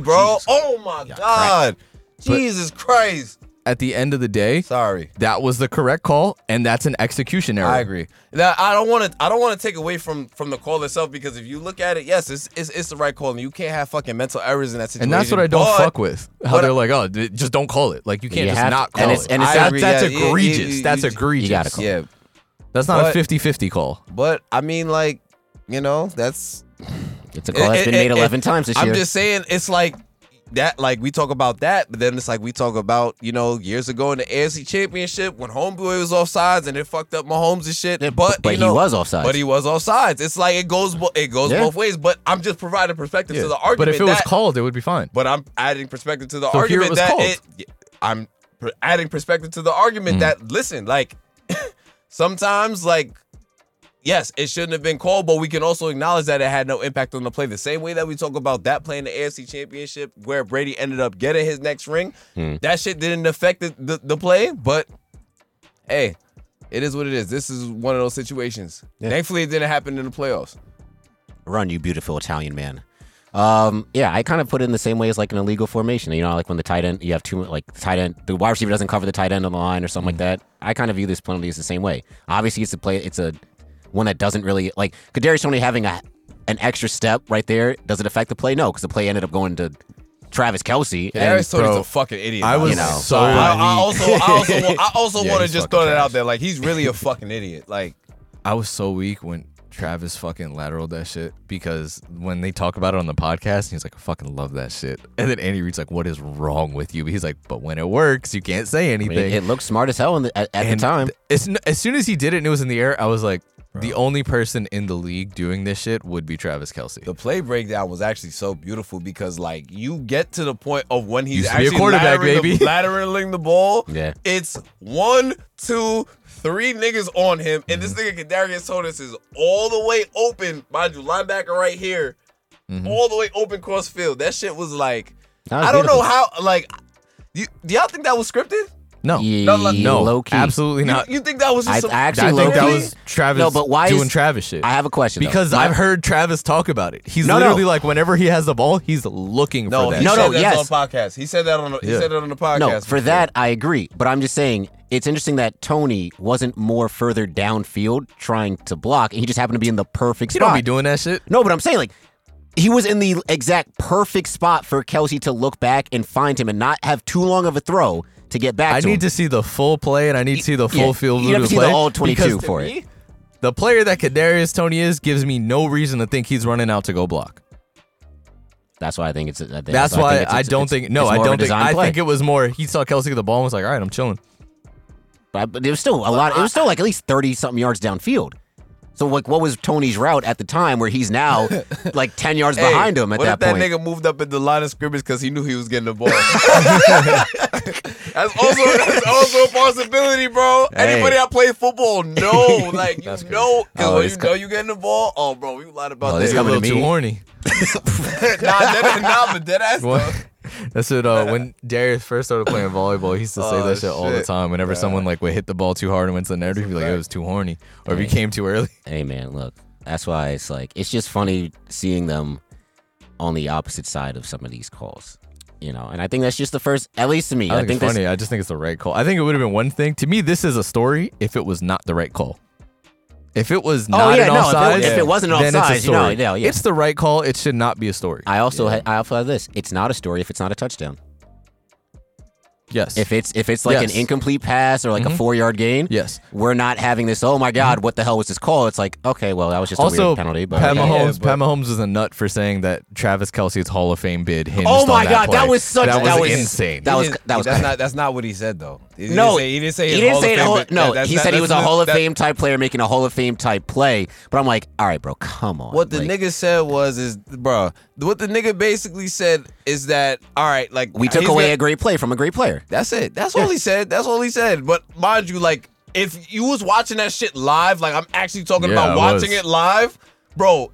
Speaker 2: Oh,
Speaker 3: bro.
Speaker 2: Jesus.
Speaker 3: Oh my god. Jesus Christ.
Speaker 4: At the end of the day,
Speaker 3: Sorry.
Speaker 4: that was the correct call, and that's an execution error.
Speaker 3: I agree. Now I don't want to. I don't want to take away from from the call itself because if you look at it, yes, it's it's, it's the right call, and you can't have fucking mental errors in that
Speaker 4: And
Speaker 3: situation.
Speaker 4: that's what I don't
Speaker 3: but-
Speaker 4: fuck with. How
Speaker 3: but-
Speaker 4: they're like, oh, d- just don't call it. Like you can't
Speaker 2: You
Speaker 4: just
Speaker 2: have to-
Speaker 4: not
Speaker 2: and
Speaker 4: call
Speaker 2: it's-
Speaker 4: it.
Speaker 2: and it's
Speaker 4: I-
Speaker 2: not-
Speaker 4: that's
Speaker 3: yeah, yeah, yeah,
Speaker 4: egregious.
Speaker 3: you-
Speaker 4: that's
Speaker 3: you-
Speaker 4: egregious.
Speaker 2: You gotta call.
Speaker 3: Yeah,
Speaker 4: That's not
Speaker 3: But-
Speaker 4: a 50-50 call.
Speaker 3: but I mean, like, you know, that's
Speaker 2: It's a call that's
Speaker 3: It-
Speaker 2: been
Speaker 3: it-
Speaker 2: made
Speaker 3: it-
Speaker 2: 11 times this
Speaker 3: I'm
Speaker 2: year.
Speaker 3: just saying, it's like that. Like we talk about that, but then it's like we talk about you know years ago in the AFC Championship when Homeboy was offsides and it fucked up Mahomes and shit.
Speaker 2: Yeah,
Speaker 3: but
Speaker 2: but
Speaker 3: you
Speaker 2: he
Speaker 3: know,
Speaker 2: was offsides.
Speaker 3: But he was offsides. It's like it goes bo- it goes
Speaker 2: Yeah.
Speaker 3: both ways. But I'm just providing perspective to the argument.
Speaker 4: But if it was
Speaker 3: that-
Speaker 4: called, it would be fine.
Speaker 3: But I'm adding perspective to the
Speaker 4: So here it
Speaker 3: argument
Speaker 4: was
Speaker 3: that
Speaker 4: called. Hmm.
Speaker 3: it. I'm pr- adding perspective to the argument that listen, like <laughs> sometimes, like yes, it shouldn't have been called, but we can also acknowledge that it had no impact on the play. The same way that we talk about that play in the AFC Championship where Brady ended up getting his next ring,
Speaker 4: Hmm.
Speaker 3: that shit didn't affect the, the, the play, but hey, it is what it is. This is one of those situations. Thankfully, it didn't happen in the playoffs.
Speaker 2: Run, you beautiful Italian man. Um, yeah, I kind of put it in the same way as like an illegal formation. You know, like when the tight end, you have two, like the tight end, the wide receiver doesn't cover the tight end on the line or something like
Speaker 4: Mm.
Speaker 2: that. I kind of view this penalty as the same way. Obviously, it's a play, it's a one that doesn't really like Kadarius Tony having a an extra step right there. Does it affect the play? No, because the play ended up going to Travis Kelsey. And
Speaker 3: Kadarius Tony's
Speaker 4: bro,
Speaker 3: a fucking idiot.
Speaker 4: I
Speaker 3: man.
Speaker 4: was
Speaker 2: You know,
Speaker 4: so
Speaker 3: I, I
Speaker 4: relieved.
Speaker 3: also, I
Speaker 4: <laughs>
Speaker 3: also, I also
Speaker 4: Yeah,
Speaker 3: want to
Speaker 4: he's
Speaker 3: just
Speaker 4: fucking
Speaker 3: throw that out
Speaker 4: trash.
Speaker 3: there. Like he's really a fucking idiot. Like
Speaker 4: I was so weak when Travis fucking lateraled that shit because when they talk about it on the podcast, he's like, I fucking love that shit. And then Andy Reid's like, What is wrong with you? But he's like, But when it works, you can't say
Speaker 2: I
Speaker 4: anything.
Speaker 2: mean, it looked smart as hell in the, at, at the
Speaker 4: And
Speaker 2: time.
Speaker 4: th- As, n- as soon as he did it and it was in the air, I was like, The only person in the league doing this shit would be Travis Kelsey.
Speaker 3: the play breakdown was actually so beautiful because like you get to the point of when he's
Speaker 4: Used to be a
Speaker 3: actually
Speaker 4: quarterback,
Speaker 3: lattering
Speaker 4: baby.
Speaker 3: <laughs> the, lateraling the ball.
Speaker 2: Yeah.
Speaker 3: it's one, two, three niggas on him, and this
Speaker 4: Mm-hmm.
Speaker 3: nigga Kadarius Tonis is all the way open. Mind you, linebacker right here,
Speaker 4: Mm-hmm.
Speaker 3: all the way open cross field. That shit was like,
Speaker 2: That was
Speaker 3: I don't
Speaker 2: beautiful.
Speaker 3: know how. Like, you, do y'all think that was scripted?
Speaker 4: No,
Speaker 2: Yeah,
Speaker 4: no,
Speaker 2: low-key.
Speaker 4: absolutely
Speaker 3: You,
Speaker 4: not.
Speaker 3: you think that was
Speaker 2: I,
Speaker 3: just some,
Speaker 2: I actually
Speaker 4: I think that
Speaker 2: low-key-
Speaker 4: was Travis
Speaker 2: No, but why
Speaker 4: doing
Speaker 2: is-
Speaker 4: Travis shit.
Speaker 2: I have a question though.
Speaker 4: because
Speaker 2: My-
Speaker 4: I've heard Travis talk about it. He's
Speaker 2: No, no.
Speaker 4: literally like, whenever he has the ball, he's looking
Speaker 3: No,
Speaker 4: for that.
Speaker 3: he
Speaker 2: No,
Speaker 3: said
Speaker 2: no,
Speaker 3: that
Speaker 2: yes.
Speaker 3: on podcast. He said that on the, he
Speaker 4: Yeah.
Speaker 3: said that on the podcast.
Speaker 2: No, for
Speaker 3: before.
Speaker 2: that I agree, but I'm just saying it's interesting that Tony wasn't more further downfield trying to block, and he just happened to be in the perfect
Speaker 4: He
Speaker 2: spot.
Speaker 4: don't be doing that shit.
Speaker 2: no, but I'm saying like he was in the exact perfect spot for Kelsey to look back and find him, and not have too long of a throw to get back.
Speaker 4: I
Speaker 2: to him.
Speaker 4: need to see the full play, and I need to see the
Speaker 2: Yeah,
Speaker 4: full field
Speaker 2: You
Speaker 4: view
Speaker 2: have
Speaker 4: of
Speaker 2: to
Speaker 4: the
Speaker 2: see
Speaker 4: play.
Speaker 2: the all 22
Speaker 4: because
Speaker 2: for
Speaker 3: me,
Speaker 2: it.
Speaker 4: The player that Kadarius Tony is gives me no reason to think he's running out to go block.
Speaker 2: That's why I think it's. I think,
Speaker 4: That's
Speaker 2: I
Speaker 4: why
Speaker 2: think it's-
Speaker 4: I
Speaker 2: it's-
Speaker 4: don't
Speaker 2: it's-
Speaker 4: think. No,
Speaker 2: it's
Speaker 4: I
Speaker 2: more of a
Speaker 4: don't think.
Speaker 2: design
Speaker 4: I
Speaker 2: play.
Speaker 4: think it was more. He saw Kelsey get the ball and was like, "All right, I'm chilling."
Speaker 2: But, but it was still a lot. It was still like at least thirty something yards downfield. So like, what was Tony's route at the time where he's
Speaker 4: <laughs>
Speaker 2: now like ten yards
Speaker 3: Hey,
Speaker 2: behind him at
Speaker 3: what
Speaker 2: that,
Speaker 3: if that
Speaker 2: point?
Speaker 3: nigga moved up in the line of scrimmage because he knew he was getting the <laughs> ball. that's also that's also a possibility, bro.
Speaker 2: Hey.
Speaker 3: Anybody that plays football,
Speaker 2: <laughs>
Speaker 3: no, like you know, because
Speaker 2: Oh,
Speaker 3: when
Speaker 2: it's
Speaker 3: you
Speaker 2: co-
Speaker 3: know you getting the ball, oh, bro, you lied about
Speaker 2: Oh,
Speaker 3: that.
Speaker 2: this
Speaker 4: You're a
Speaker 2: coming to
Speaker 4: little too
Speaker 2: me?
Speaker 4: horny.
Speaker 3: nah, dead, nah, but dead ass.
Speaker 4: What? <laughs> That's what uh, when Darius first started
Speaker 2: <laughs>
Speaker 4: playing volleyball, he used to say
Speaker 3: Oh,
Speaker 4: that shit, all the
Speaker 3: shit.
Speaker 4: time. Whenever someone like would hit the ball too hard and went to the net, he'd be like, "It was too horny," or if he came too early.
Speaker 2: hey man, look, that's why it's like it's just funny seeing them on the opposite side of some of these calls, you know. And I think that's just the first, at least to me.
Speaker 4: I
Speaker 2: I
Speaker 4: think,
Speaker 2: think
Speaker 4: it's
Speaker 2: that's
Speaker 4: funny. I just think it's the right call. I think it would have been one thing. To me, this is a story if it was not the right call. If it was not
Speaker 2: Oh, yeah,
Speaker 4: an
Speaker 2: no, if it-
Speaker 4: offside,
Speaker 2: if it wasn't an
Speaker 4: then it's a
Speaker 2: offside, you know,
Speaker 4: story.
Speaker 2: no, yeah.
Speaker 4: It's the right call. It should not be a story.
Speaker 2: I also ha- I also have this. It's not a story if it's not a touchdown.
Speaker 4: yes.
Speaker 2: If it's if it's like
Speaker 4: Yes. Mm-hmm.
Speaker 2: an incomplete pass or like a four yard gain,
Speaker 4: yes. Mm-hmm.
Speaker 2: we're not having this. Oh my god, what the hell was this call? It's like okay, well that was just a
Speaker 4: Also,
Speaker 2: weird penalty. But
Speaker 4: Pat
Speaker 2: okay.
Speaker 4: Mahomes,
Speaker 3: but-
Speaker 4: Pat Mahomes is a nut for saying that Travis Kelsey's Hall of Fame bid hinged
Speaker 2: Oh my
Speaker 4: on that
Speaker 2: God, that
Speaker 4: play.
Speaker 2: was such-
Speaker 4: that was,
Speaker 2: that was-
Speaker 4: insane.
Speaker 2: that was-
Speaker 3: didn't-
Speaker 2: that was
Speaker 3: that's
Speaker 2: crazy.
Speaker 3: not that's not what he said though. He
Speaker 2: no,
Speaker 3: didn't say, he didn't say
Speaker 2: he
Speaker 3: his
Speaker 2: didn't
Speaker 3: Hall
Speaker 2: say
Speaker 3: of
Speaker 2: it
Speaker 3: Fame,
Speaker 2: Hall-
Speaker 3: but
Speaker 2: no.
Speaker 3: that- that's
Speaker 2: he
Speaker 3: not-
Speaker 2: said he
Speaker 3: that's
Speaker 2: was a
Speaker 3: not-
Speaker 2: Hall of
Speaker 3: that-
Speaker 2: Fame type player making a Hall of Fame type play. But I'm like, all right, bro, come on.
Speaker 3: What the
Speaker 2: Like,
Speaker 3: nigga said was is, bro. What the nigga basically said is that all right, like
Speaker 2: We took
Speaker 3: he's
Speaker 2: away
Speaker 3: gonna-
Speaker 2: a great play from a great player.
Speaker 3: That's it. That's all he said. That's all he said. But mind you, like if you was watching that shit live, like I'm actually talking
Speaker 4: Yeah,
Speaker 3: about
Speaker 4: I
Speaker 3: watching
Speaker 4: was.
Speaker 3: it live, bro.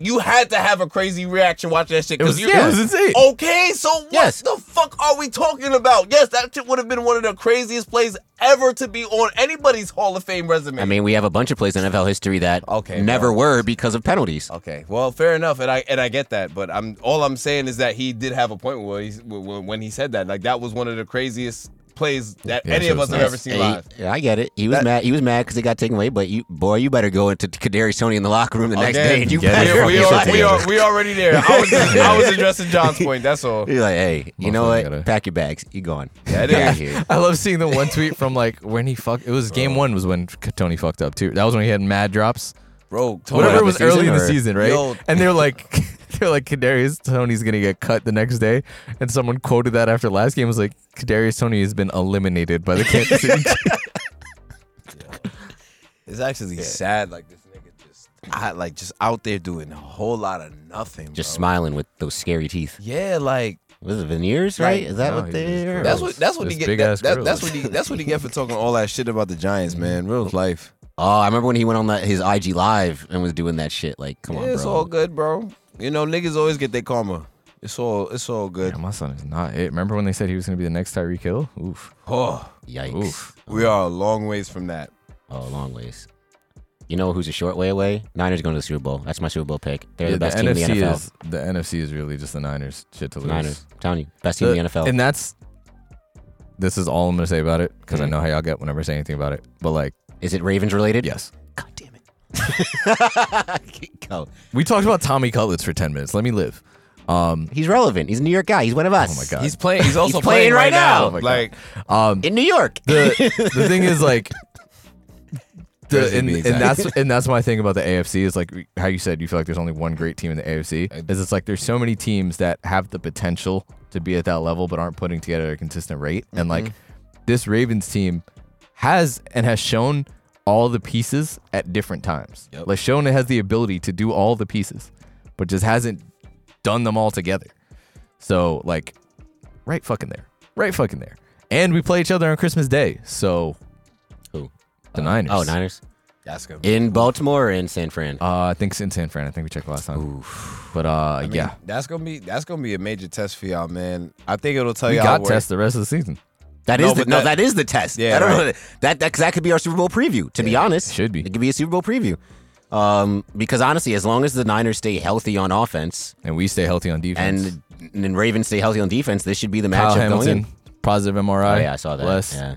Speaker 3: you had to have a crazy reaction watching that shit. 'cause
Speaker 5: was-
Speaker 3: you-
Speaker 5: yeah, it was insane.
Speaker 3: Okay, so what
Speaker 2: Yes.
Speaker 3: the fuck are we talking about? Yes, that shit would have been one of the craziest plays ever to be on anybody's Hall of Fame resume.
Speaker 2: I mean, we have a bunch of plays in NFL history that
Speaker 3: Okay,
Speaker 2: never
Speaker 3: well.
Speaker 2: were because of penalties.
Speaker 3: Okay, well, fair enough, and I and I get that, but I'm all I'm saying is that he did have a point where he when when he said that, like that was one of the craziest plays that
Speaker 4: Yeah,
Speaker 3: any
Speaker 4: so
Speaker 3: of us
Speaker 4: it's
Speaker 3: have
Speaker 4: nice.
Speaker 3: ever seen
Speaker 2: Hey,
Speaker 3: live.
Speaker 2: yeah, I get it. He was mad. He was mad because it got taken away. But you, boy, you better go into Kadarius Tony in the locker room the next
Speaker 3: Again,
Speaker 2: day. And you
Speaker 4: get it.
Speaker 2: better.
Speaker 3: we, we,
Speaker 4: fucking
Speaker 3: are,
Speaker 4: shit
Speaker 3: we, are,
Speaker 4: together.
Speaker 3: we already there.
Speaker 4: <laughs>
Speaker 3: I was, I was addressing John's point. That's all.
Speaker 2: You're like, hey, you know what?
Speaker 4: Motherfucker gotta-
Speaker 2: Pack your bags. You gone?
Speaker 3: Yeah, it
Speaker 2: Get outta
Speaker 3: is.
Speaker 2: here.
Speaker 4: I love seeing the one tweet from like when he fucked. It was game one was when Tony fucked up too. That was when he had mad drops.
Speaker 3: Bro,
Speaker 4: Whatever
Speaker 2: up
Speaker 4: it was
Speaker 2: the
Speaker 4: early
Speaker 2: season,
Speaker 4: in the
Speaker 2: or-
Speaker 4: season, right?
Speaker 3: Yo.
Speaker 4: And they're like, <laughs> they're like, Kadarius Tony's gonna get cut the next day. And someone quoted that after last game was like, Kadarius Tony has been eliminated by the Kansas <laughs> City. Chiefs."
Speaker 3: It's actually sad. Like this nigga just, I, like just out there doing a whole lot of nothing.
Speaker 2: Just
Speaker 3: bro.
Speaker 2: smiling with those scary teeth.
Speaker 3: Yeah, like
Speaker 2: Was it veneers? Right?
Speaker 3: Like,
Speaker 2: Is that
Speaker 4: no,
Speaker 2: what
Speaker 4: he
Speaker 2: they?
Speaker 4: was-
Speaker 2: are?
Speaker 3: that's what that's what
Speaker 4: Those
Speaker 3: he get.
Speaker 4: big
Speaker 3: That,
Speaker 4: ass
Speaker 3: that,
Speaker 4: grills.
Speaker 3: that's what he that's what he get for talking all that shit about the Giants, man. Real life.
Speaker 2: Oh, I remember when he went on that his IG live and was doing that shit. Like, come
Speaker 3: Yeah,
Speaker 2: on,
Speaker 3: it's
Speaker 2: bro.
Speaker 3: all good, bro. You know, niggas always get their karma. It's all it's all good.
Speaker 4: Yeah, my son is not it. Remember when they said he was gonna be the next Tyreek Hill? Oof.
Speaker 3: Oh,
Speaker 2: Yikes.
Speaker 4: Oof.
Speaker 3: we are a long ways from that.
Speaker 2: Oh, a long ways. You know who's a short way away? Niners going to the Super Bowl. That's my Super Bowl pick. They're
Speaker 4: Yeah,
Speaker 2: the best team
Speaker 4: NFC
Speaker 2: in the NFL.
Speaker 4: is the NFC is really just the Niners shit to lose.
Speaker 2: Niners. I'm telling you, best team in the NFL.
Speaker 4: And that's Mm-hmm. this is all I'm gonna say about it because I know how y'all get whenever I say anything about it. But like,
Speaker 2: is it Ravens related?
Speaker 4: yes,
Speaker 2: God damn
Speaker 4: <laughs>
Speaker 2: it. Go.
Speaker 4: we talked about Tommy Cutlets for ten minutes. Let me live. Um,
Speaker 2: He's relevant. He's a New York guy. He's one of us.
Speaker 4: oh my god,
Speaker 3: He's playing. He's also
Speaker 2: playing right now. Oh my
Speaker 4: God.
Speaker 3: like
Speaker 4: um,
Speaker 2: In New York.
Speaker 4: the the thing is
Speaker 3: <laughs>
Speaker 4: like. The,
Speaker 3: Crazy
Speaker 4: and,
Speaker 3: being
Speaker 4: and
Speaker 3: exact.
Speaker 4: that's and that's my thing about the AFC is like how you said you feel like there's only one great team in the AFC is it's like there's so many teams that have the potential to be at that level but aren't putting together a consistent rate and
Speaker 3: Mm-hmm.
Speaker 4: like this Ravens team has and has shown all the pieces at different times
Speaker 3: Yep.
Speaker 4: like shown it has the ability to do all the pieces but just hasn't done them all together so like right fucking there right fucking there and we play each other on Christmas Day so
Speaker 2: Who?
Speaker 4: the Niners
Speaker 2: <laughs> Oh, Niners.
Speaker 3: that's good.
Speaker 2: In Baltimore or in San Fran?
Speaker 4: Uh, I think it's in San Fran. I think we checked last time. But uh,
Speaker 3: I mean,
Speaker 4: yeah,
Speaker 3: that's gonna be that's gonna be a major test for y'all, man. I think it'll tell
Speaker 4: we
Speaker 3: y'all.
Speaker 4: got
Speaker 3: where-
Speaker 4: test the rest of the season.
Speaker 2: That
Speaker 3: No,
Speaker 2: is the,
Speaker 3: but
Speaker 2: no,
Speaker 3: that-
Speaker 2: that is the test.
Speaker 3: Yeah,
Speaker 2: I don't know
Speaker 3: right.
Speaker 2: that- that that, 'cause that could be our Super Bowl preview. To be honest,
Speaker 4: should be.
Speaker 2: It could be a Super Bowl preview. Um, because honestly, as long as the Niners stay healthy on offense
Speaker 4: And we stay healthy on defense.
Speaker 2: and and Ravens stay healthy on defense, this should be the
Speaker 4: Kyle
Speaker 2: matchup going
Speaker 4: Hamilton,
Speaker 2: in.
Speaker 4: positive MRI.
Speaker 2: Oh yeah, I saw that.
Speaker 4: Bless.
Speaker 2: Yeah.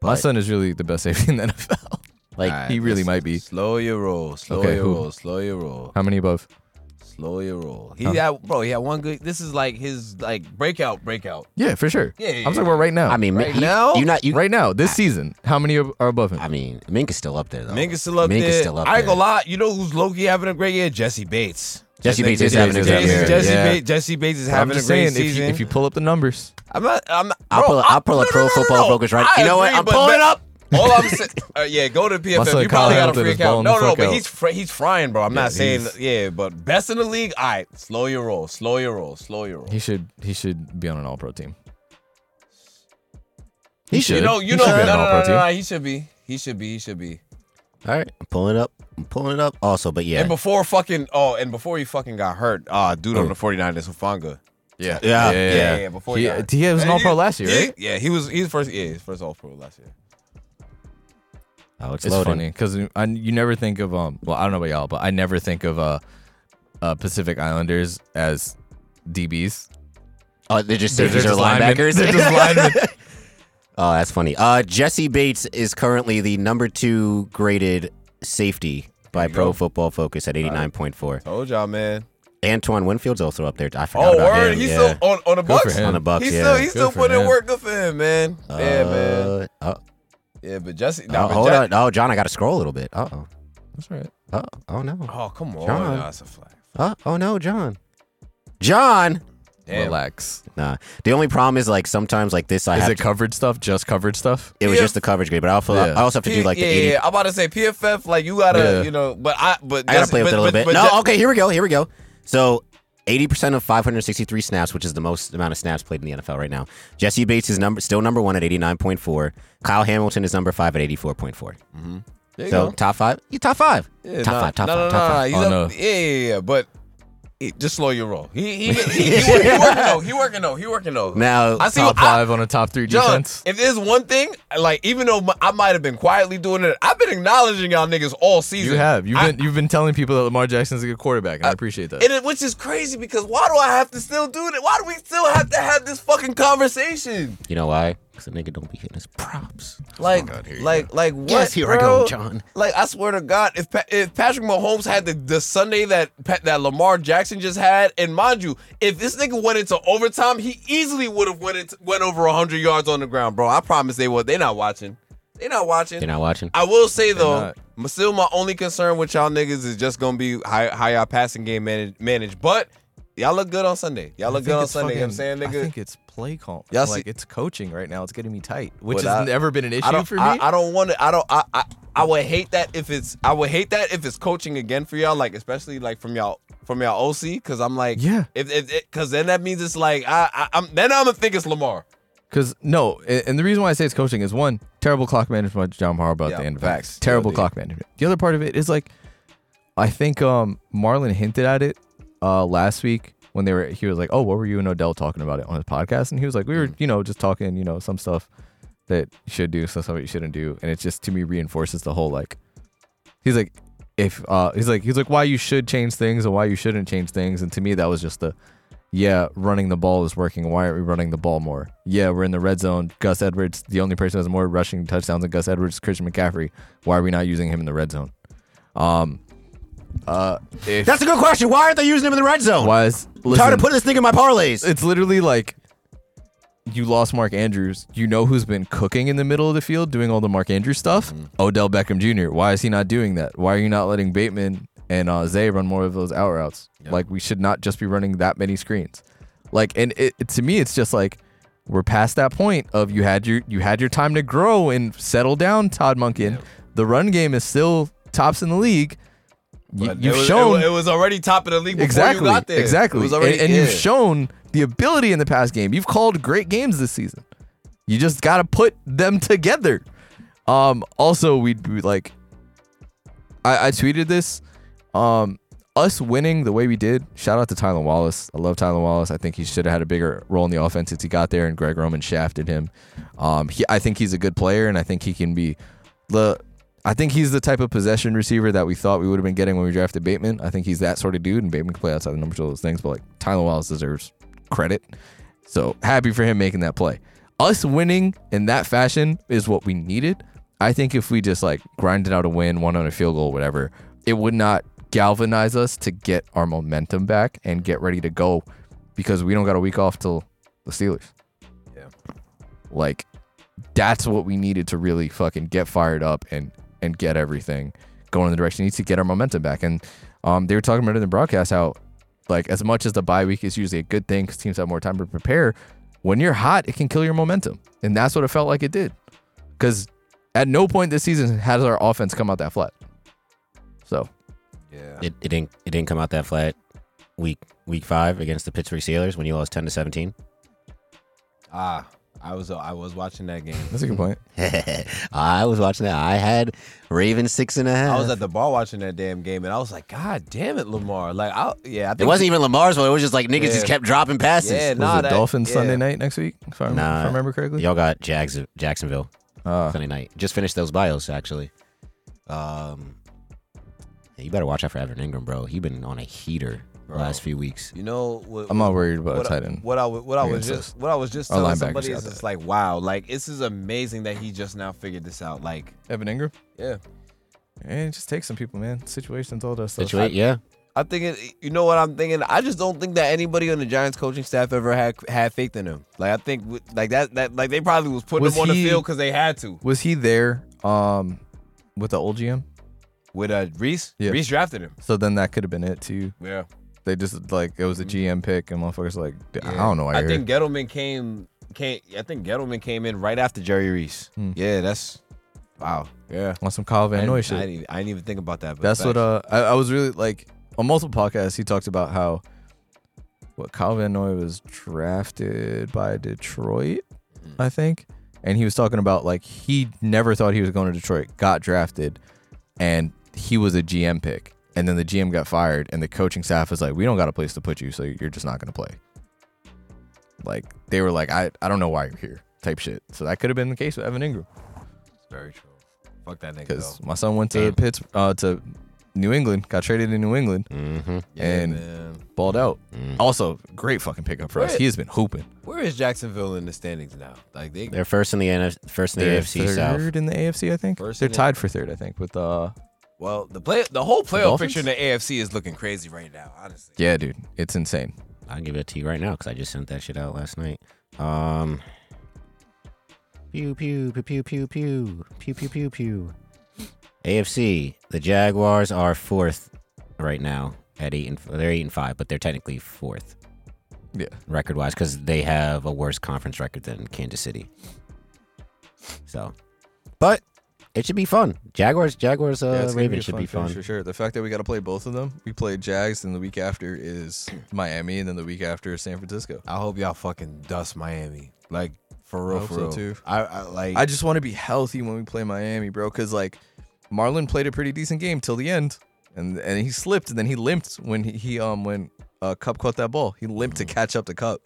Speaker 4: My
Speaker 2: But-
Speaker 4: son is really the best safety in the NFL.
Speaker 2: <laughs> Like
Speaker 3: All right,
Speaker 4: he really
Speaker 3: listen,
Speaker 4: might be.
Speaker 3: Slow your roll. Slow
Speaker 4: Okay,
Speaker 3: your
Speaker 4: who?
Speaker 3: roll. Slow your roll.
Speaker 4: How many above?
Speaker 3: Slow your roll. He had bro. He had one good. This is like his like breakout. Breakout.
Speaker 4: Yeah, for sure.
Speaker 3: Yeah, yeah,
Speaker 4: I'm talking
Speaker 3: yeah.
Speaker 4: about right now.
Speaker 2: I mean,
Speaker 3: Right
Speaker 2: he-
Speaker 3: now?
Speaker 2: you not you.
Speaker 4: right now, this season, how many are are above him?
Speaker 2: I mean, Mink is still up there though.
Speaker 3: Minka's still up
Speaker 2: Mink
Speaker 3: there.
Speaker 2: is still up
Speaker 3: I ain't
Speaker 2: there.
Speaker 3: gonna lie. You know who's Loki having a great year? Jesse Bates.
Speaker 2: Jesse
Speaker 3: That
Speaker 2: Bates
Speaker 3: nigga-
Speaker 2: is having a great
Speaker 3: Jesse-
Speaker 2: year.
Speaker 3: Jesse,
Speaker 4: Yeah.
Speaker 3: Bates, Jesse Bates is
Speaker 4: I'm
Speaker 3: having a
Speaker 4: just
Speaker 3: great
Speaker 4: saying, if you,
Speaker 3: season.
Speaker 4: if you pull up the numbers,
Speaker 3: I'm not. I'm not.
Speaker 2: I'll
Speaker 3: bro,
Speaker 2: pull a- I'll pull a Pro Football Focus right- You know what? I'm pulling
Speaker 3: up. All I'm saying, uh, yeah, go to PFF.
Speaker 4: son
Speaker 3: You
Speaker 4: Kyle
Speaker 3: probably got a
Speaker 4: Hamilton
Speaker 3: free
Speaker 4: is balling
Speaker 3: account.
Speaker 4: the
Speaker 3: No, no,
Speaker 4: fuck
Speaker 3: but
Speaker 4: out.
Speaker 3: he's fr- he's frying, bro. I'm not saying,
Speaker 4: he's-
Speaker 3: yeah, but best in the league. All right, slow your roll, slow your roll, slow your roll.
Speaker 4: he should he should be on an All Pro team.
Speaker 2: He
Speaker 4: He
Speaker 2: should.
Speaker 4: should.
Speaker 3: You know, you
Speaker 4: He
Speaker 3: know, uh,
Speaker 4: should
Speaker 3: no,
Speaker 4: be
Speaker 3: no,
Speaker 4: on an
Speaker 3: no,
Speaker 4: All-Pro
Speaker 3: no,
Speaker 4: team.
Speaker 3: no, he should be, he should be, he should be.
Speaker 2: All right, I'm pulling it up. I'm pulling it up. Also, but yeah,
Speaker 3: And before fucking, oh, and before he fucking got hurt, ah, dude on the 49ers, Hufanga.
Speaker 4: Yeah.
Speaker 2: Yeah.
Speaker 3: Uh,
Speaker 2: uh,
Speaker 3: Yeah, yeah, yeah, before he
Speaker 4: he,
Speaker 3: got-
Speaker 4: he was an
Speaker 3: And
Speaker 4: All
Speaker 3: he-
Speaker 4: Pro last year,
Speaker 3: yeah,
Speaker 4: right?
Speaker 3: Yeah, he was, he's first, yeah, his first All Pro last year.
Speaker 2: oh, it's,
Speaker 4: It's
Speaker 2: loading.
Speaker 4: funny because you never think of um. Well, I don't know about y'all, but I never think of uh, uh Pacific Islanders as DBs.
Speaker 2: Oh, they're just safeties or linebackers.
Speaker 4: They're just
Speaker 2: <laughs>
Speaker 4: linemen.
Speaker 2: Oh, that's funny. Uh, Jesse Bates is currently the number two graded safety by Pro Football Focus at 89.4.
Speaker 3: Told y'all, man.
Speaker 2: Antoine Winfield's also up there. I forgot
Speaker 3: Oh,
Speaker 2: about
Speaker 3: word,
Speaker 2: him.
Speaker 3: he's
Speaker 2: yeah.
Speaker 3: still on on the
Speaker 4: for
Speaker 3: Bucks.
Speaker 4: him.
Speaker 2: on the Bucks.
Speaker 3: He's
Speaker 2: yeah.
Speaker 3: still he's still
Speaker 4: for
Speaker 3: putting in
Speaker 4: him.
Speaker 3: work. Good for him, man. yeah, man.
Speaker 2: Uh, oh,
Speaker 3: Yeah, but Jesse.
Speaker 2: oh,
Speaker 3: Nah, but
Speaker 2: hold
Speaker 3: Ja-
Speaker 2: on. Oh, John, I got to scroll a little bit. Uh oh.
Speaker 4: That's right.
Speaker 2: Oh, oh no.
Speaker 3: Oh, come on.
Speaker 2: John.
Speaker 3: Nah, it's a flag.
Speaker 2: Oh, oh no, John. John.
Speaker 3: Damn.
Speaker 4: Relax.
Speaker 2: Nah. The only problem is like sometimes like this I
Speaker 4: Is
Speaker 2: have
Speaker 4: it
Speaker 2: to-
Speaker 4: coverage stuff? Just coverage stuff?
Speaker 2: it was
Speaker 3: Yeah.
Speaker 2: just the coverage grade, but I also I also have to do
Speaker 3: P-
Speaker 2: like the
Speaker 3: yeah,
Speaker 2: 80.
Speaker 3: yeah, I'm about to say PFF. Like you gotta,
Speaker 4: Yeah.
Speaker 3: you know. But I, but
Speaker 2: I gotta
Speaker 3: Jesse-
Speaker 2: play with
Speaker 3: but,
Speaker 2: it a little
Speaker 3: but-
Speaker 2: bit.
Speaker 3: but Ja-
Speaker 2: No, okay, here we go, here we go. So, 80% of 563 snaps, which is the most amount of snaps played in the NFL right now. Jesse Bates is number still number one at 89.4. Kyle Hamilton is number five at 84.4.
Speaker 4: There you
Speaker 2: so
Speaker 4: go.
Speaker 2: top five, you top five,
Speaker 3: Yeah,
Speaker 2: top
Speaker 3: nah,
Speaker 2: five, top
Speaker 3: no,
Speaker 2: five,
Speaker 3: no,
Speaker 2: top
Speaker 3: no,
Speaker 2: five.
Speaker 3: no, he's
Speaker 6: Oh,
Speaker 3: up-
Speaker 6: no.
Speaker 3: Yeah, yeah, yeah, but it- just
Speaker 2: <laughs>
Speaker 3: slow your roll. He he he, he, work- he working though. He working though. He working though.
Speaker 2: Now,
Speaker 3: I see.
Speaker 4: Top
Speaker 3: I-
Speaker 4: five on a top three
Speaker 3: John,
Speaker 4: defense.
Speaker 3: if there's one thing, like even though my- I might have been quietly doing it, I've been acknowledging y'all niggas all season.
Speaker 4: You have. You've
Speaker 3: I-
Speaker 4: been you've been telling people that Lamar Jackson's a good quarterback, and I, appreciate that.
Speaker 3: And it, which is crazy because why do I have to still do that? Why do we still have to have this fucking conversation?
Speaker 2: you know why? Because the nigga don't be hitting his props.
Speaker 3: Like, like, like what?
Speaker 2: Yes, here I
Speaker 3: bro?
Speaker 2: go, John.
Speaker 3: Like, I swear to God, if pa- if Patrick Mahomes had the, the Sunday that Pa- that Lamar Jackson just had, and mind you, if this nigga went into overtime, he easily would have went into, went over hundred yards on the ground, bro. I promise they would. They not watching. They not watching.
Speaker 2: You're not watching.
Speaker 3: I will say though,
Speaker 4: not.
Speaker 3: m- still my only concern with y'all niggas is just gonna be how, how y'all passing game manage, manage. But y'all look good on Sunday. Y'all look
Speaker 4: I
Speaker 3: good
Speaker 4: think
Speaker 3: on
Speaker 4: it's
Speaker 3: Sunday. you know what I'm saying,
Speaker 4: fucking-
Speaker 3: nigga.
Speaker 4: I think it's play call.
Speaker 3: Y'all
Speaker 4: like
Speaker 3: see-
Speaker 4: it's coaching right now. It's getting me tight, which
Speaker 3: But
Speaker 4: has
Speaker 3: I-
Speaker 4: never been an
Speaker 3: I
Speaker 4: issue
Speaker 3: don't,
Speaker 4: for me.
Speaker 3: I, I don't want to. I don't. I, I I would hate that if it's. I would hate that if it's coaching again for y'all. Like especially like from y'all from y'all OC because I'm like
Speaker 4: Yeah.
Speaker 3: If because then that means it's like I, I I'm then I'm gonna think it's Lamar.
Speaker 4: Because no, a- and the reason why I say it's coaching is one terrible clock management by John Harbaugh at
Speaker 3: Yeah,
Speaker 4: the end of
Speaker 3: facts.
Speaker 4: it. Terrible
Speaker 3: Yeah, dude.
Speaker 4: clock management. The other part of it is like, I think um Marlon hinted at it uh last week when they were. He was like, "Oh, what were you and Odell talking about it on his podcast?" And he was like, "We were,
Speaker 3: Mm.
Speaker 4: you know, just talking, you know, some stuff that you should do, some stuff that you shouldn't do." And it just to me reinforces the whole like, he's like, if uh he's like he's like why you should change things and why you shouldn't change things. And to me that was just the yeah, running the ball is working. Why aren't we running the ball more? Yeah, we're in the red zone. Gus Edwards, the only person who has more rushing touchdowns than Gus Edwards, is Christian McCaffrey. Why are we not using him in the red zone? Um, uh, if
Speaker 2: That's a good question. Why aren't they using him in the red zone?
Speaker 4: was
Speaker 2: I'm tired of
Speaker 4: listen,
Speaker 2: putting this nigga in my parlays.
Speaker 4: it's literally like you lost Mark Andrews. You know who's been cooking in the middle of the field, doing all the Mark Andrews stuff?
Speaker 3: Mm-hmm.
Speaker 4: Odell Beckham Jr. Why is he not doing that? Why are you not letting Bateman and uh, Zay run more of those out routes? Like we should not just be running that many screens. Like, and it, it- to me, it's just like we're past that point of you had your you had your time to grow and settle down, Todd Munkin. The run game is still tops in the league. You,
Speaker 3: But it
Speaker 4: you've
Speaker 3: was-
Speaker 4: shown
Speaker 3: it, was- it was already top of the league before
Speaker 4: exactly,
Speaker 3: you got there.
Speaker 4: Exactly.
Speaker 3: It was already,
Speaker 4: and and you've
Speaker 3: yeah.
Speaker 4: shown the ability in the past game. You've called great games this season. You just got to put them together. Um, also, we'd be like, I, I tweeted this. Um, us winning the way we did, shout out to Tyler Wallace. I love Tyler Wallace. I think he should have had a bigger role in the offense since he got there, and Greg Roman shafted him. Um, he, I think he's a good player, and I think he can be the. I think he's the type of possession receiver that we thought we would have been getting when we drafted Bateman. I think he's that sort of dude, and Bateman can play outside the numbers, all those things. But like Tyler Wallace deserves credit, so happy for him making that play. Us winning in that fashion is what we needed. I think if we just like grinded out a win, one on a field goal, whatever, it would not galvanize us to get our momentum back and get ready to go because we don't got a week off till the Steelers.
Speaker 3: Yeah.
Speaker 4: Like that's what we needed to really fucking get fired up and and get everything going in the direction it needs to get our momentum back. And um, they were talking about it in the broadcast how like as much as the bye week is usually a good thing because teams have more time to prepare. When you're hot, it can kill your momentum, and that's what it felt like it did. Because at no point this season has our offense come out that flat. So
Speaker 3: Yeah.
Speaker 2: It, it didn't. It didn't come out that flat. Week week five against the Pittsburgh Steelers when you lost ten to seventeen. <laughs>
Speaker 3: Ah, I was I was watching that game.
Speaker 4: that's a good point.
Speaker 2: I was watching that. I had Ravens six and a half.
Speaker 3: I was at the bar watching that damn game, and I was like, God damn it, Lamar! Like, I yeah, I think
Speaker 2: it wasn't even Lamar's fault. It was just like niggas
Speaker 3: Yeah.
Speaker 2: just kept dropping passes.
Speaker 3: Yeah,
Speaker 4: Was
Speaker 3: nah,
Speaker 4: it
Speaker 3: that-
Speaker 4: Dolphins
Speaker 3: yeah.
Speaker 4: Sunday night next week? If I remember, if I
Speaker 2: Nah.
Speaker 4: remember correctly. Uh,
Speaker 2: Y'all got Jags Jacksonville Sunday night. Just finished those bios actually. Um, yeah, you better watch out for Evan Ingram, bro. He been on a heater the last few weeks.
Speaker 3: You know, what,
Speaker 4: I'm not worried about a
Speaker 3: what,
Speaker 4: tight end.
Speaker 3: What I wa- what I was
Speaker 4: against
Speaker 3: just what I was just
Speaker 4: Our
Speaker 3: telling
Speaker 4: linebackers
Speaker 3: somebody
Speaker 4: got
Speaker 3: is
Speaker 4: that.
Speaker 3: it's like, wow, like this is amazing that he just now figured this out. Like,
Speaker 4: Evan Ingram.
Speaker 3: yeah,
Speaker 4: And just take some people, man. Situations, all that stuff.
Speaker 2: Situate, yeah.
Speaker 3: I'm thinking. You know what I'm thinking? I just don't think that anybody on the Giants coaching staff ever had had faith in him. Like, I think with- like that that like they probably was putting
Speaker 4: Was
Speaker 3: him on the
Speaker 4: he-
Speaker 3: field because they had to.
Speaker 4: Was he there um, with the old GM?
Speaker 3: With uh, Reese,
Speaker 4: Yeah.
Speaker 3: Reese drafted him.
Speaker 4: So then that could have been it too.
Speaker 3: Yeah,
Speaker 4: They just like it was a GM pick, and motherfuckers like "D- I don't know. Why
Speaker 3: Hmm. I
Speaker 4: you're
Speaker 3: think Gettleman came came. I think Gettleman came in right after Jerry Reese.
Speaker 4: Hmm.
Speaker 3: Yeah, that's wow. Yeah.
Speaker 4: on some Kyle Van
Speaker 3: I,
Speaker 4: Noy
Speaker 3: didn't, I,
Speaker 4: shit.
Speaker 3: didn't even, I didn't even think about that. But
Speaker 4: That's
Speaker 3: facts.
Speaker 4: what uh I, I was really like on multiple podcasts he talked about how what Kyle Van Noy was drafted by Detroit, I think. And he was talking about like he never thought he was going to Detroit, got drafted, and he was a GM pick. And then the GM got fired, and the coaching staff was like, "We don't got a place to put you, so you're just not going to play." Like they were like, "I I don't know why you're here," type shit. So that could have been the case with Evan Ingram
Speaker 3: Very true. Fuck that nigga.
Speaker 4: because
Speaker 3: though.
Speaker 4: my son went to
Speaker 2: Damn.
Speaker 4: Pitts uh, to New England, got traded in New England,
Speaker 2: Mm-hmm.
Speaker 4: and-
Speaker 3: man.
Speaker 4: balled out. Also, great fucking pickup for us.
Speaker 3: Right.
Speaker 4: He has been hooping.
Speaker 3: where is Jacksonville in the standings now? Like they
Speaker 2: They're first in the NF- first in the
Speaker 4: They're
Speaker 2: AFC
Speaker 4: third
Speaker 2: South.
Speaker 4: in the AFC, I think. they
Speaker 3: First
Speaker 4: They're
Speaker 3: in the-
Speaker 4: tied for third, I think, with uh
Speaker 3: well the play the whole playoff
Speaker 4: Dolphins?
Speaker 3: picture in the AFC is looking crazy right now. Honestly,
Speaker 4: Yeah, dude. It's insane.
Speaker 2: I'll give it to you right now because I just sent that shit out last night. Um, pew pew pew pew pew pew pew pew pew pew. AFC. The Jaguars are fourth right now at eight and they're eight and five, but they're technically fourth.
Speaker 4: Yeah.
Speaker 2: record wise, because they have a worse conference record than Kansas City. So, but it should be fun. Jaguars, Jaguars, uh, Ravens should be fun.
Speaker 4: for sure. The fact that we got to play both of them, we played Jags, and the week after is <clears throat> Miami, and then the week after is San Francisco.
Speaker 3: I hope y'all fucking dust Miami. Like for real,
Speaker 4: hope
Speaker 3: for
Speaker 4: so,
Speaker 3: real.
Speaker 4: too.
Speaker 3: I, I like
Speaker 4: I just want to be healthy when we play Miami, bro. Because like Marlon played a pretty decent game till the end, and and he slipped, and then he limped when he, he um when uh Cup caught that ball. He limped to catch up to Cup.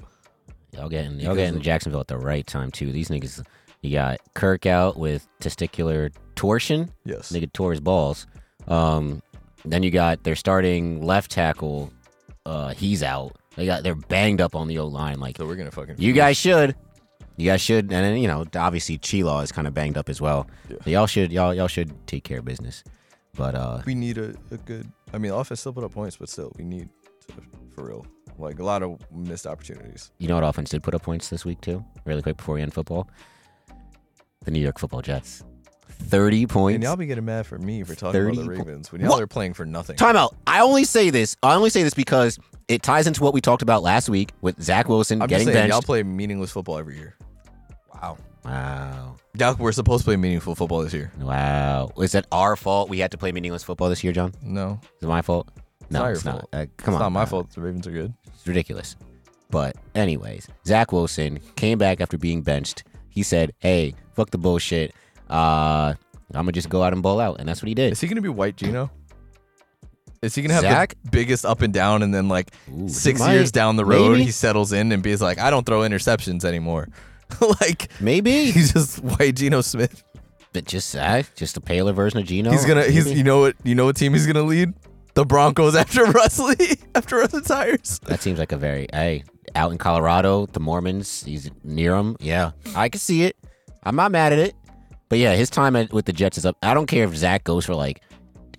Speaker 2: Y'all getting y'all getting Jacksonville at the right time too. These niggas, you got Kirk out with testicular torsion.
Speaker 4: Yes.
Speaker 2: Nigga tore his balls. Um, then you got their starting left tackle. Uh, he's out. They got they're banged up on the O line. Like
Speaker 4: So we're gonna fucking.
Speaker 2: you guys should, you guys should, and then you know obviously Chilaw is kind of banged up as well.
Speaker 4: Yeah.
Speaker 2: So y'all should y'all y'all should take care of business. But uh,
Speaker 4: we need a, a good. I mean, the offense still put up points, but still, we need to, for real. Like a lot of missed opportunities.
Speaker 2: you know what offense did put up points this week too? Really quick before we end football, the New York Football Jets, thirty points.
Speaker 4: And y'all be getting mad for me for talking about
Speaker 2: 30
Speaker 4: the
Speaker 2: po-
Speaker 4: Ravens when y'all
Speaker 2: What?
Speaker 4: are playing for nothing.
Speaker 2: Time out. I only say this. I only say this because it ties into what we talked about last week with Zach Wilson
Speaker 4: I'm just
Speaker 2: getting
Speaker 4: saying, y'all
Speaker 2: benched.
Speaker 4: play meaningless football every year. Wow.
Speaker 2: Wow.
Speaker 4: Y'all, we're supposed to play meaningful football this year.
Speaker 2: Wow. Is that our fault? We had to play meaningless football this year, John?
Speaker 4: No,
Speaker 2: Is it my fault? No,
Speaker 4: not your
Speaker 2: it's not.
Speaker 4: fault.
Speaker 2: Uh, come
Speaker 4: it's
Speaker 2: on.
Speaker 4: not my
Speaker 2: Uh,
Speaker 4: fault. The Ravens are good.
Speaker 2: It's ridiculous. But anyways, Zach Wilson came back after being benched. He said, "Hey, fuck the bullshit. Uh, I'm gonna just go out and bowl out," and that's what he did.
Speaker 4: Is he gonna be white, Gino? Is he gonna have
Speaker 2: Zach?
Speaker 4: the biggest up and down, and then like
Speaker 2: Ooh, he
Speaker 4: six
Speaker 2: might.
Speaker 4: years down the road,
Speaker 2: Maybe.
Speaker 4: he settles in and be like, I don't throw interceptions anymore. <laughs> like
Speaker 2: Maybe,
Speaker 4: <laughs> he's just white Geno Smith.
Speaker 2: but just Zach, just a paler version of Gino.
Speaker 4: He's gonna. He's
Speaker 2: Maybe.
Speaker 4: you know what you know what team he's gonna lead. The Broncos <laughs> after Russ Lee, after Russ retires.
Speaker 2: That seems like a very hey out in Colorado, the Mormons. He's near them. Yeah, I can see it. I'm not mad at it. But yeah, his time at, with the Jets is up. I don't care if Zach goes for like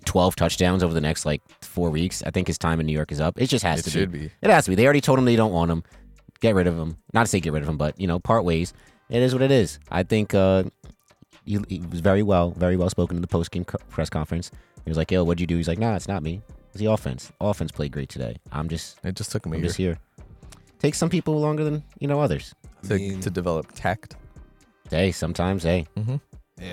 Speaker 2: 12 touchdowns over the next like four weeks. I think his time in New York is up. It just has to be. It has to be. They already told him they don't want him. Get rid of him. Not to say get rid of him, but you know, part ways. It is what it is. I think uh, he, he was very well, very well spoken in the post game press conference. He was like, "Yo, what'd you do?" He's like, "Nah, it's not me. It's the offense. Offense played great today. I'm just
Speaker 4: It just took him a
Speaker 2: I'm
Speaker 4: year
Speaker 2: just here. Takes some people longer than you know others.
Speaker 4: to,
Speaker 3: I mean,
Speaker 4: to develop tact.
Speaker 2: Hey, sometimes hey,
Speaker 3: yeah.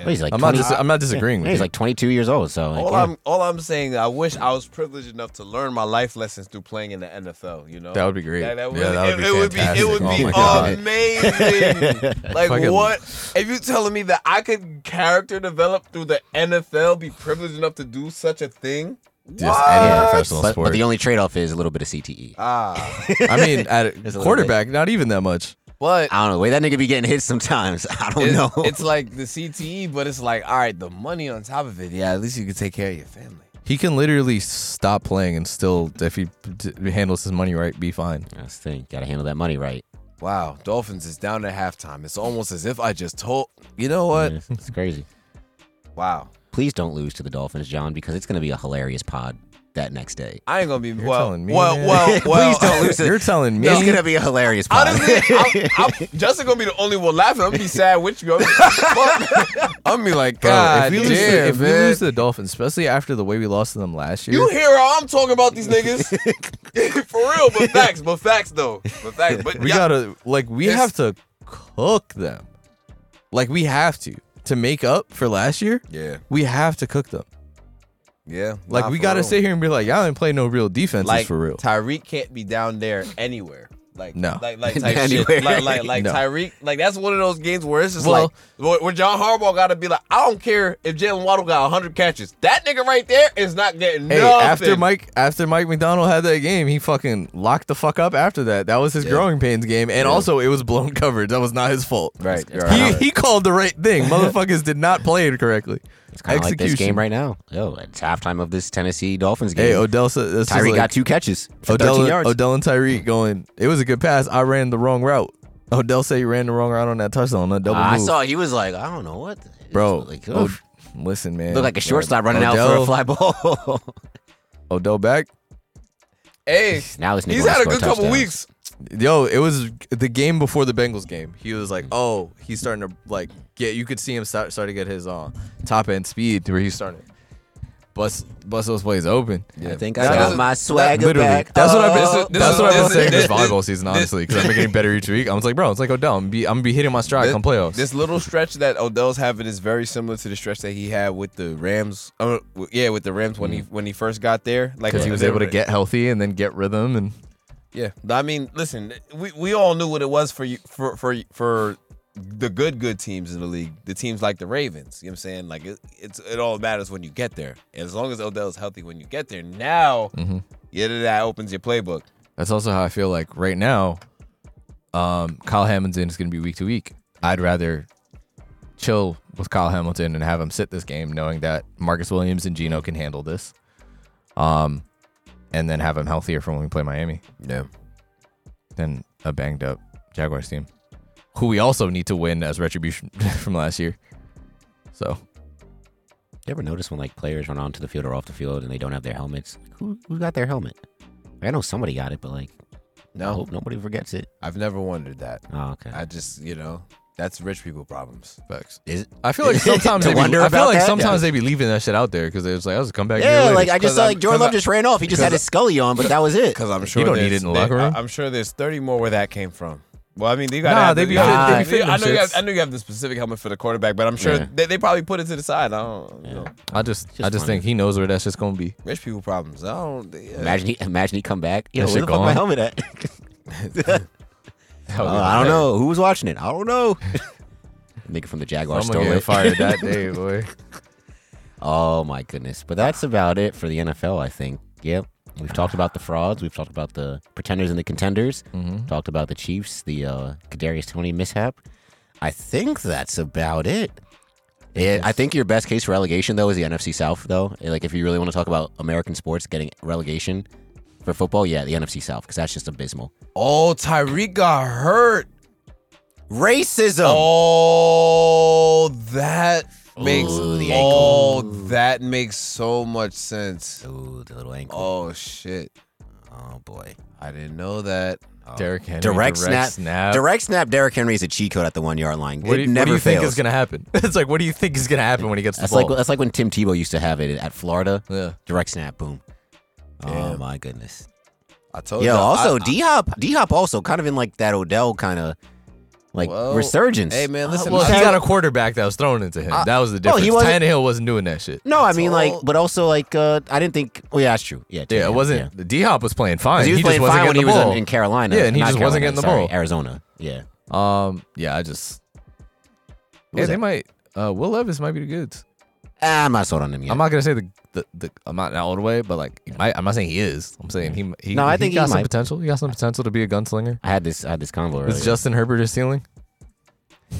Speaker 2: Well, he's like
Speaker 4: Mm-hmm. I'm not.
Speaker 2: 20
Speaker 4: Dis- I'm not
Speaker 2: yeah,
Speaker 4: disagreeing with
Speaker 2: he's
Speaker 4: you.
Speaker 2: like 22 years old, so like,
Speaker 3: all
Speaker 2: yeah.
Speaker 3: I'm all I'm saying I wish I was privileged enough to learn my life lessons through playing in the NFL. You know
Speaker 4: that would be great.
Speaker 3: That, that would,
Speaker 4: yeah, that would
Speaker 3: it,
Speaker 4: be fantastic.
Speaker 3: it would be
Speaker 4: oh
Speaker 3: it
Speaker 4: my
Speaker 3: would
Speaker 4: God.
Speaker 3: be
Speaker 4: <laughs>
Speaker 3: amazing. like
Speaker 4: Fucking-
Speaker 3: what? If you telling me that I could character develop through the NFL, be privileged enough to do such a thing?
Speaker 4: Just
Speaker 3: What?
Speaker 4: any professional
Speaker 2: but,
Speaker 4: sport.
Speaker 2: but the only trade off is a little bit of E. CTE.
Speaker 3: Ah,
Speaker 4: I mean, <laughs> at a
Speaker 2: little
Speaker 4: quarterback, not even that much. <laughs>
Speaker 3: but
Speaker 2: I don't know. The way that nigga be getting hit sometimes. <laughs> I
Speaker 4: Oh,
Speaker 2: don't
Speaker 3: it's,
Speaker 2: know.
Speaker 3: it's like the CTE, but it's like all right, the money on top of it. Yeah, at least you can take care of your family.
Speaker 4: He can literally stop playing and still, if he d- handles his money right, be fine.
Speaker 2: That's the thing. Got to handle that money right.
Speaker 3: Wow, Dolphins is down at halftime. It's almost as if I just told. You know what?
Speaker 2: Yeah, it's crazy.
Speaker 4: Mm-hmm.
Speaker 3: Wow.
Speaker 2: Please don't lose to the Dolphins, John, because it's gonna be a hilarious pod that next day.
Speaker 3: I ain't gonna be
Speaker 4: You're
Speaker 3: well,
Speaker 4: telling me,
Speaker 3: well,
Speaker 4: man. <laughs>
Speaker 3: well, well.
Speaker 2: Please don't lose it.
Speaker 4: You're telling me
Speaker 2: It's gonna be a hilarious pod.
Speaker 3: <laughs> Honestly, I'm, I'm, Justin gonna be the only one laughing. I'm gonna be sad with you. I'm gonna be, I'm gonna be like,
Speaker 4: Bro,
Speaker 3: God,
Speaker 4: if we lose, to-
Speaker 3: damn,
Speaker 4: if we
Speaker 3: man.
Speaker 4: lose to the Dolphins, especially after the way we lost to them last year,
Speaker 3: you hear how I'm talking about these niggas?
Speaker 4: <laughs>
Speaker 3: <laughs> For real, but facts, but facts though, but facts. But
Speaker 4: we
Speaker 3: yeah,
Speaker 4: gotta like we
Speaker 3: It's-
Speaker 4: have to cook them. Like we have to to make up for last year.
Speaker 3: yeah,
Speaker 4: We have to cook them.
Speaker 3: yeah.
Speaker 4: Like
Speaker 3: Nah,
Speaker 4: we
Speaker 3: for
Speaker 4: gotta
Speaker 3: real.
Speaker 4: sit here and be like, y'all ain't play no real defenses
Speaker 3: like
Speaker 4: for real.
Speaker 3: Tyreek can't be down there anywhere. Like
Speaker 4: No. <laughs>
Speaker 3: like like type shit.
Speaker 2: Anywhere.
Speaker 3: Like like like
Speaker 4: No.
Speaker 3: Tyreek. Like that's one of those games where it's just
Speaker 4: Well-
Speaker 3: like where- where John Harbaugh got to be like, I don't care if Jalen Waddle got hundred catches. That nigga right there is not getting
Speaker 4: Hey,
Speaker 3: nothing.
Speaker 4: after Mike after Mike McDonald had that game, he fucking locked the fuck up after that. That was his growing pains game. And also it was blown <laughs> coverage. That was not his fault.
Speaker 3: right,
Speaker 4: He, he called the right thing.
Speaker 3: <laughs>
Speaker 4: Motherfuckers did not play it correctly.
Speaker 2: It's kind of like this game right now. Yo, it's halftime of this Tennessee Dolphins game.
Speaker 4: Hey, Odell said this is
Speaker 2: Tyree
Speaker 4: like
Speaker 2: got two catches for 13
Speaker 4: Odell,
Speaker 2: yards.
Speaker 4: Odell and Tyreek going. It was a good pass. I ran the wrong route. Odell said he ran the wrong route on that touchdown. That double
Speaker 2: Ah, I
Speaker 4: move.
Speaker 2: saw he was like, I don't know what, the,
Speaker 4: bro.
Speaker 2: Like,
Speaker 4: O-
Speaker 2: oof.
Speaker 4: listen, man.
Speaker 2: looked like a shortstop running out for a
Speaker 4: Odell-
Speaker 2: fly ball.
Speaker 4: Odell back.
Speaker 3: Hey,
Speaker 2: <laughs> now this <laughs> nigga
Speaker 3: he's
Speaker 2: wanna
Speaker 3: had a
Speaker 2: score
Speaker 3: good couple
Speaker 2: touchdowns.
Speaker 3: weeks.
Speaker 4: Yo, it was the game before the Bengals game. He was
Speaker 2: Mm.
Speaker 4: like, "Oh, he's starting to like get." You could see him start, start to get his uh, top end speed to where he's starting to bust bust those plays open.
Speaker 2: I think
Speaker 3: That
Speaker 2: I got
Speaker 3: is-
Speaker 2: my
Speaker 3: that-
Speaker 2: swagger
Speaker 4: Literally,
Speaker 2: back. Oh.
Speaker 4: that's what I've been.
Speaker 2: up.
Speaker 3: This is- this
Speaker 4: that's
Speaker 3: is-
Speaker 4: what I've
Speaker 3: this
Speaker 4: been saying this
Speaker 3: is-
Speaker 4: volleyball
Speaker 3: this-
Speaker 4: season,
Speaker 3: this-
Speaker 4: honestly, because I've been getting better each week. I was like, bro, it's like Odell. I'm be, I'm gonna be hitting my stride
Speaker 3: Thi-
Speaker 4: come playoffs.
Speaker 3: This little stretch that Odell's having is very similar to the stretch that he had with the Rams. Uh, w- yeah, with the Rams when he when he first got there, like
Speaker 4: Mm. because he
Speaker 3: when
Speaker 4: was
Speaker 3: they
Speaker 4: able to
Speaker 3: were-
Speaker 4: get healthy and then get rhythm and
Speaker 3: Yeah, I mean, listen, we, we all knew what it was for you for for for the good good teams in the league, the teams like the Ravens. You know what I'm saying? Like it, it's it all matters when you get there, and as long as Odell's healthy when you get there, now
Speaker 4: Mm-hmm.
Speaker 3: yeah, that opens your playbook.
Speaker 4: That's also how I feel like right now. Um, Kyle Hamilton is going to be week to week. I'd rather chill with Kyle Hamilton and have him sit this game, knowing that Marcus Williams and Gino can handle this. Um, and then have him healthier for when we play Miami
Speaker 3: Yeah,
Speaker 4: than a banged up Jaguars team, who we also need to win as retribution <laughs> from last year. So
Speaker 2: You ever notice when like players run onto the field or off the field and they don't have their helmets? Who who got their helmet? I know somebody got it, but like I
Speaker 3: no,
Speaker 2: hope nobody forgets it.
Speaker 3: I've never wondered that.
Speaker 2: Oh, okay.
Speaker 3: I just you know that's rich people problems.
Speaker 4: facts.
Speaker 2: Is it-
Speaker 4: I feel like
Speaker 2: <laughs>
Speaker 4: sometimes
Speaker 2: To
Speaker 4: they be,
Speaker 2: wonder
Speaker 4: I feel
Speaker 2: about
Speaker 4: like
Speaker 2: that?
Speaker 4: sometimes they be leaving that shit out there because it's like I was come back.
Speaker 2: yeah,
Speaker 4: later.
Speaker 2: like I just
Speaker 3: Cause
Speaker 2: saw
Speaker 3: I'm-
Speaker 2: like Jordan
Speaker 3: cause
Speaker 2: Love
Speaker 3: I-
Speaker 2: just ran off. He just had his scully on, but that was
Speaker 3: <laughs>
Speaker 2: it.
Speaker 3: Because I'm sure
Speaker 4: don't
Speaker 3: there's-
Speaker 4: need it in the
Speaker 3: there-
Speaker 4: locker room.
Speaker 3: I, am sure there's 30 more where that came from. Well, I mean, you got
Speaker 4: Nah,
Speaker 3: have
Speaker 4: they
Speaker 3: the-
Speaker 4: be
Speaker 3: you gotta-
Speaker 4: fit- they be
Speaker 3: I know
Speaker 4: fitting
Speaker 3: you
Speaker 4: them
Speaker 3: have,
Speaker 4: shits.
Speaker 3: I know you have the specific helmet for the quarterback, but I'm sure
Speaker 4: Yeah.
Speaker 3: they, they probably put it to the side. I don't you know.
Speaker 4: I just,
Speaker 2: just
Speaker 4: I
Speaker 2: funny.
Speaker 4: just think he knows where that's just gonna be.
Speaker 3: Rich people problems. I don't. they- yeah.
Speaker 2: Imagine he imagine he come back. Yo,
Speaker 4: That
Speaker 2: where the
Speaker 4: shit
Speaker 2: fuck my
Speaker 4: gone.
Speaker 2: helmet at? <laughs> Oh, I don't know. Who was watching it? I don't know. Nigga from the Jaguar
Speaker 4: I'm gonna
Speaker 2: stole
Speaker 4: get
Speaker 2: it.
Speaker 4: fired that day, boy.
Speaker 2: <laughs> Oh my goodness. But that's about it for the NFL, I think. Yep. We've talked about the frauds. We've talked about the pretenders and the contenders. Talked about the Chiefs, the uh, Kadarius Tony mishap. I think that's about it. Yeah, I think your best case for relegation though is the NFC South though. Eh, Like if you really want to talk about American sports getting relegation for football, yeah, the NFC South because that's just abysmal.
Speaker 3: Oh, Tyreek got hurt.
Speaker 2: Racism.
Speaker 3: Oh, that makes
Speaker 2: Ooh, the
Speaker 3: oh that makes so much sense.
Speaker 2: Ooh, the little ankle.
Speaker 3: Oh shit,
Speaker 2: Oh boy.
Speaker 3: I didn't know that. Oh.
Speaker 4: Derek Henry,
Speaker 2: Direct, snap.
Speaker 4: snap.
Speaker 2: Direct snap. Derek Henry is a cheat code at the one yard line.
Speaker 4: Uh, What do
Speaker 2: it
Speaker 4: you,
Speaker 2: never
Speaker 4: what do you
Speaker 2: fails.
Speaker 4: think is gonna happen? <laughs> It's like, what do you think is gonna happen when he gets the
Speaker 2: That's
Speaker 4: ball?
Speaker 2: like that's like when Tim Tebow used to have it at Florida.
Speaker 4: yeah.
Speaker 2: Direct snap, boom. Oh
Speaker 3: Damn.
Speaker 2: my goodness.
Speaker 3: I
Speaker 4: Oh,
Speaker 3: told
Speaker 2: Yo,
Speaker 3: you.
Speaker 2: also D Hop, D Hop also kind of in like that Odell kind of like
Speaker 3: Well,
Speaker 2: resurgence.
Speaker 3: Hey man, listen.
Speaker 4: Well,
Speaker 3: I-
Speaker 4: he got a quarterback that was thrown into him. that was the
Speaker 2: no,
Speaker 4: difference.
Speaker 2: Oh, he wasn't-
Speaker 4: Tannehill wasn't doing that shit.
Speaker 2: no, I mean like,
Speaker 3: all-
Speaker 2: but also like uh I didn't think. Oh yeah, that's true. Yeah,
Speaker 4: Yeah, it wasn't. The D Hop was playing fine.
Speaker 2: 'Cause He was
Speaker 4: just
Speaker 2: playing
Speaker 4: wasn't
Speaker 2: fine when
Speaker 4: getting
Speaker 2: he
Speaker 4: the
Speaker 2: was in,
Speaker 4: ball.
Speaker 2: in Carolina.
Speaker 4: Yeah, and he
Speaker 2: Not
Speaker 4: just wasn't
Speaker 2: Carolina,
Speaker 4: getting the
Speaker 2: sorry,
Speaker 4: ball.
Speaker 2: Arizona. Yeah.
Speaker 4: Um, yeah, I just.
Speaker 2: Who
Speaker 4: Yeah,
Speaker 2: was
Speaker 4: they
Speaker 2: that?
Speaker 4: might. Uh, Will Levis might be the goods.
Speaker 2: Ah, I'm not sold on him yet.
Speaker 4: I'm not gonna say the the, the I'm not in all the way, but like he might, I'm not saying he is. I'm saying he. he
Speaker 2: No, I think
Speaker 4: he got
Speaker 2: he
Speaker 4: some
Speaker 2: might.
Speaker 4: potential. He got some potential to be a gunslinger.
Speaker 2: I had this I had this convo earlier.
Speaker 4: Is Justin Herbert his ceiling?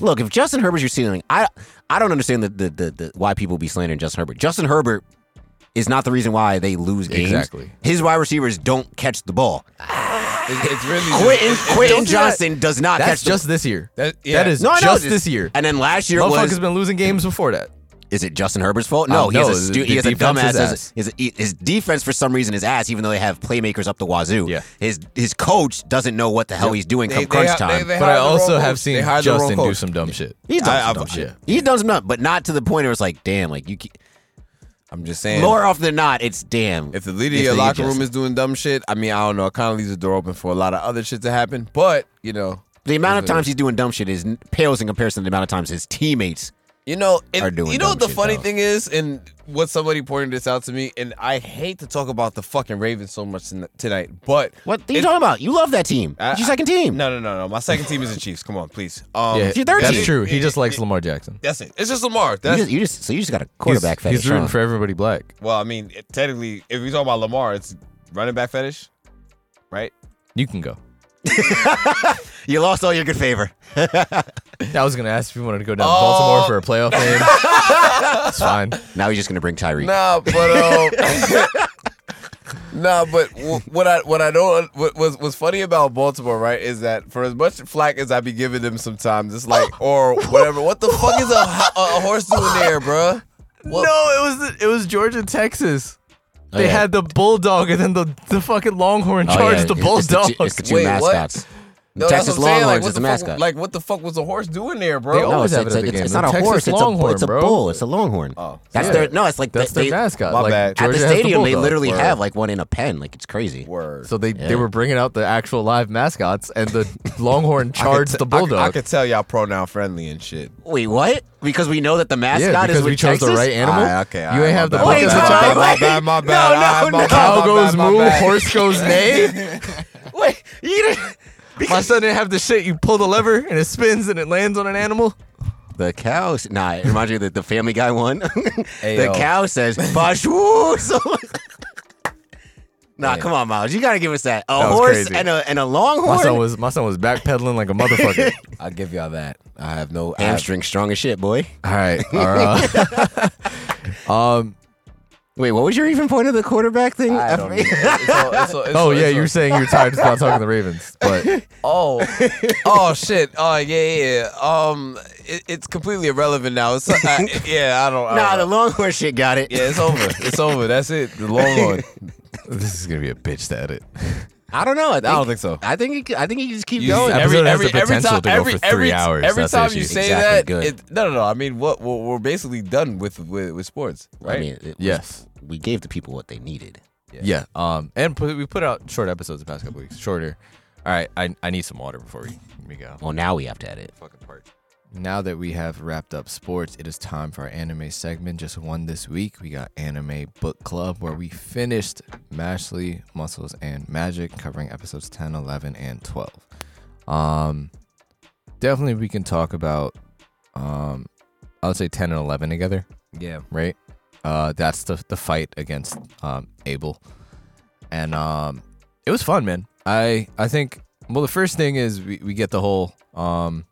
Speaker 2: Look, if Justin Herbert's your ceiling, I I don't understand the, the, the, the why people be slandering Justin Herbert. Justin Herbert is not the reason why they lose games.
Speaker 4: Exactly.
Speaker 2: His wide receivers don't catch the ball.
Speaker 3: it's, it's really just-
Speaker 2: Quentin, Quentin
Speaker 4: do that.
Speaker 2: Johnson does not
Speaker 4: That's
Speaker 2: catch the
Speaker 4: just this year.
Speaker 3: That-
Speaker 4: that
Speaker 3: yeah.
Speaker 4: is
Speaker 2: No, I know,
Speaker 4: just
Speaker 2: it's-
Speaker 4: this year.
Speaker 2: And then last year
Speaker 4: Motherfucker's
Speaker 2: was
Speaker 4: been losing games before that.
Speaker 2: is it Justin Herbert's fault? No,
Speaker 4: Um,
Speaker 2: he
Speaker 4: no,
Speaker 2: has a stu-
Speaker 4: the-
Speaker 2: he has a
Speaker 4: the defense
Speaker 2: dumbass.
Speaker 4: is
Speaker 2: His,
Speaker 4: ass.
Speaker 2: his, his defense for some reason is ass, even though they have playmakers up the wazoo.
Speaker 4: Yeah.
Speaker 2: His his coach doesn't know what the hell he's doing come
Speaker 3: They- they
Speaker 2: crunch
Speaker 3: ha-
Speaker 2: time.
Speaker 3: they- they
Speaker 4: But I
Speaker 3: hired the
Speaker 4: also
Speaker 3: wrong
Speaker 4: have
Speaker 3: coach.
Speaker 4: seen
Speaker 3: They hired the wrong
Speaker 4: Justin do
Speaker 3: coach.
Speaker 4: some dumb shit.
Speaker 2: he's done
Speaker 3: I-
Speaker 2: some
Speaker 3: I'm-
Speaker 2: dumb shit.
Speaker 4: yeah.
Speaker 2: He's done some dumb, but not to the point where it's like, damn, like you. ca-
Speaker 3: I'm just saying.
Speaker 2: More often than not, it's damn.
Speaker 3: If the leader
Speaker 2: If
Speaker 3: of your
Speaker 2: they
Speaker 3: locker
Speaker 2: adjust.
Speaker 3: room is doing dumb shit, I mean, I don't know. It kind of leaves the door open for a lot of other shit to happen. But you know,
Speaker 2: The amount of
Speaker 3: Is it-
Speaker 2: times he's doing dumb shit is n- pales in comparison to the amount of times his teammates
Speaker 3: You know,
Speaker 2: Are
Speaker 3: and
Speaker 2: doing
Speaker 3: you know
Speaker 2: dumb
Speaker 3: what the
Speaker 2: shit,
Speaker 3: funny
Speaker 2: though.
Speaker 3: thing is, and what somebody pointed this out to me, and I hate to talk about the fucking Ravens so much tonight- tonight, but
Speaker 2: What are you
Speaker 3: It-
Speaker 2: talking about? You love that team.
Speaker 3: I-
Speaker 2: it's your second team.
Speaker 3: no, no, no, no. My second team is the Chiefs. Come on, please. Um,
Speaker 4: Yeah,
Speaker 2: It's your third
Speaker 4: that's
Speaker 2: team.
Speaker 4: true. He
Speaker 3: It-
Speaker 4: just
Speaker 3: it-
Speaker 4: likes
Speaker 3: it-
Speaker 4: Lamar Jackson.
Speaker 3: That's it. It's just Lamar.
Speaker 2: You
Speaker 3: That's
Speaker 2: just, you just so you just got a quarterback
Speaker 4: he's,
Speaker 2: fetish.
Speaker 4: he's rooting
Speaker 2: huh?
Speaker 4: for everybody black.
Speaker 3: well, I mean, it- technically, if we talk about Lamar, it's running back fetish, right?
Speaker 4: You can go.
Speaker 2: you lost all your good favor.
Speaker 4: I was gonna ask if you wanted to go down to Baltimore for a playoff game. <laughs> it's fine.
Speaker 2: Now he's just gonna bring Tyree.
Speaker 3: Nah, but um, <laughs> nah, but w- what I what I don't what was was funny about Baltimore, right, is that for as much flack as I be giving them sometimes, it's <laughs> like or whatever. What the fuck is a, a, a horse <laughs> doing there, bruh?
Speaker 4: No,
Speaker 3: What-
Speaker 4: it was it was Georgia, Texas.
Speaker 2: Oh,
Speaker 4: They
Speaker 2: yeah.
Speaker 4: had the bulldog and then the, the fucking Longhorn
Speaker 2: Oh, yeah.
Speaker 4: charged the
Speaker 2: It's- it's the two-
Speaker 4: Bulldogs.
Speaker 2: It's the two
Speaker 3: Wait, what?
Speaker 2: mascots.
Speaker 3: No, that's
Speaker 2: Texas
Speaker 3: what I'm saying,
Speaker 2: Longhorns
Speaker 3: what
Speaker 2: is the
Speaker 3: fuck-
Speaker 2: mascot.
Speaker 3: Like, what the fuck was a horse doing there,
Speaker 4: They
Speaker 3: bro?
Speaker 4: all-
Speaker 2: No,
Speaker 4: always
Speaker 2: it's,
Speaker 4: have it
Speaker 2: it's,
Speaker 4: at the
Speaker 2: it's,
Speaker 4: game.
Speaker 2: it's
Speaker 4: The
Speaker 2: not a
Speaker 4: Texas
Speaker 2: horse. It's a, bull.
Speaker 4: Longhorn,
Speaker 2: it's a
Speaker 4: bro.
Speaker 2: bull. It's a longhorn.
Speaker 3: Oh,
Speaker 2: that's
Speaker 4: yeah.
Speaker 2: their no. It's like
Speaker 4: That's
Speaker 2: they,
Speaker 4: their
Speaker 2: they-
Speaker 4: mascot.
Speaker 3: my
Speaker 4: like,
Speaker 3: bad.
Speaker 2: At
Speaker 4: Georgia
Speaker 2: the
Speaker 4: has
Speaker 2: stadium, they
Speaker 4: bulldog.
Speaker 2: literally
Speaker 3: Word.
Speaker 2: have like one in a pen. Like it's crazy.
Speaker 3: Word.
Speaker 4: So they,
Speaker 2: Yeah.
Speaker 4: they were bringing out the actual live mascots,
Speaker 2: <laughs>
Speaker 4: and the Longhorn
Speaker 3: I could
Speaker 4: charged
Speaker 3: t-
Speaker 4: the
Speaker 3: I could-
Speaker 4: bulldog.
Speaker 3: I, could tell y'all pronoun friendly and shit.
Speaker 2: Wait, what? Because we know that the mascot
Speaker 4: yeah,
Speaker 2: is
Speaker 4: because
Speaker 2: with
Speaker 4: we chose
Speaker 2: Texas?
Speaker 4: the right animal.
Speaker 3: Alright, okay,
Speaker 4: you
Speaker 3: alright,
Speaker 4: ain't
Speaker 3: my
Speaker 4: have the
Speaker 3: bad,
Speaker 2: Wait,
Speaker 4: buckets
Speaker 2: no,
Speaker 4: at your
Speaker 2: no, wait.
Speaker 4: back.
Speaker 3: My bad, my
Speaker 2: No,
Speaker 3: bad.
Speaker 2: no,
Speaker 3: Alright, my
Speaker 2: no.
Speaker 3: bad,
Speaker 4: Cow
Speaker 3: my
Speaker 4: goes
Speaker 3: bad, my
Speaker 4: moo,
Speaker 3: bad.
Speaker 4: horse
Speaker 2: <laughs>
Speaker 4: goes neigh.
Speaker 2: Wait, you didn't.
Speaker 4: My son didn't have the shit. You pull the lever and it spins and it lands on an animal.
Speaker 2: The cow. s- Nah, it reminds you that the Family Guy one. <laughs> the
Speaker 3: Ayo.
Speaker 2: cow
Speaker 4: <laughs>
Speaker 2: says <laughs> "Pashwoos." nah,
Speaker 3: Yeah.
Speaker 2: come on, Miles. You gotta give us that. A
Speaker 4: That was
Speaker 2: horse
Speaker 4: crazy.
Speaker 2: and a and a longhorn.
Speaker 4: My son was my son was backpedaling like a
Speaker 3: <laughs>
Speaker 4: motherfucker.
Speaker 3: I'll give y'all that. I have no I have-
Speaker 2: hamstring strong as shit, boy.
Speaker 4: All right, all
Speaker 3: <laughs>
Speaker 4: right. um.
Speaker 2: Wait, what was your even point of the quarterback thing? <laughs>
Speaker 3: I don't know. It's all- it's all- it's
Speaker 4: Oh
Speaker 3: all-
Speaker 4: yeah,
Speaker 3: it's
Speaker 4: you
Speaker 3: all-
Speaker 4: were saying you were tired about talking to the
Speaker 3: <laughs>
Speaker 4: Ravens, but
Speaker 3: Oh,
Speaker 4: <laughs>
Speaker 3: oh shit. Oh yeah, yeah. yeah. Um, it, it's completely irrelevant now. It's
Speaker 4: <laughs>
Speaker 3: I, yeah, I don't. I
Speaker 2: Nah, the
Speaker 3: don't know.
Speaker 2: longhorn shit got it.
Speaker 3: yeah, it's over. It's over. That's it. The long
Speaker 4: <laughs>
Speaker 3: one.
Speaker 4: this is gonna be a bitch to edit.
Speaker 2: I don't know. I, think,
Speaker 3: think so.
Speaker 2: I think he, c- I think he can just keep
Speaker 3: You-
Speaker 2: going.
Speaker 4: Every- episode has the potential to go for three
Speaker 3: every,
Speaker 4: hours.
Speaker 3: Every
Speaker 4: That's the
Speaker 3: time
Speaker 4: issue.
Speaker 3: you say
Speaker 2: Exactly,
Speaker 3: that,
Speaker 2: good.
Speaker 3: It, no, no, no. I mean, what we're, we're basically done with with, with sports, right?
Speaker 2: I mean, it was-
Speaker 4: Yes.
Speaker 2: we gave the people what they needed.
Speaker 4: Yeah. Um. And put, we put out short episodes the past couple weeks. Shorter. All right. I I need some water before we we go.
Speaker 2: Well, now we have to edit.
Speaker 4: Now that we have wrapped up sports, it is time for our anime segment. Just one this week. We got Anime Book Club, where we finished Mashley, Muscles, and Magic, covering episodes 10, 11, and 12. Um, definitely we can talk about, um, I would say 10 and 11 together,
Speaker 3: yeah.
Speaker 4: right? Uh, that's the, the fight against um, Abel. And um, it was fun, man. I, I think, well, the first thing is we, we get the whole. Um,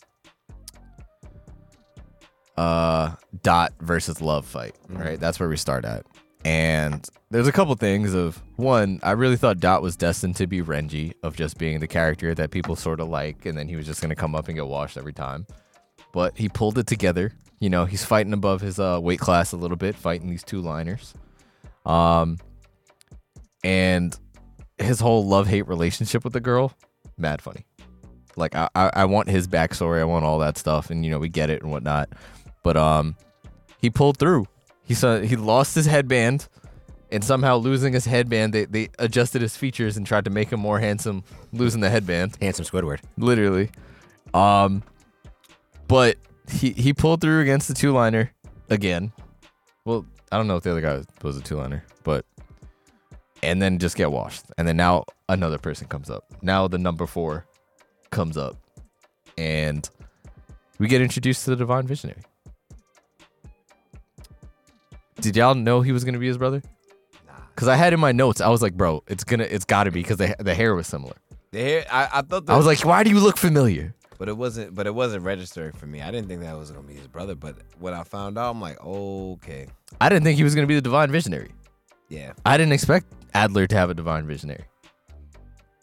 Speaker 4: uh dot versus love fight right that's where we start at and there's a couple things of one i really thought dot was destined to be renji of just being the character that people sort of like and then he was just going to come up and get washed every time but he pulled it together you know he's fighting above his uh, weight class a little bit fighting these two liners um and his whole love-hate relationship with the girl mad funny like I, I I want his backstory. I want all that stuff, and you know we get it and whatnot. But um, he pulled through. He saw he lost his headband, and somehow losing his headband, they they adjusted his features and tried to make him more handsome, losing the headband
Speaker 2: Handsome Squidward.
Speaker 4: literally. Um, but he he pulled through against the two liner again. Well, I don't know if the other guy was, was a two liner, but and then just get washed, and then now another person comes up. Now the number four comes up, and we get introduced to the divine visionary. Did y'all know he was gonna be his brother? Cause I had in my notes, I was like, bro, it's gonna, it's gotta be, cause the the hair was similar.
Speaker 3: The hair. I, I thought. The,
Speaker 4: I was like, why do you look familiar?
Speaker 3: but it wasn't. But it wasn't registering for me. I didn't think that was gonna be his brother. But when I found out, I'm like, okay,
Speaker 4: I didn't think he was going to be the divine visionary.
Speaker 3: yeah,
Speaker 4: I didn't expect Adler to have a divine visionary.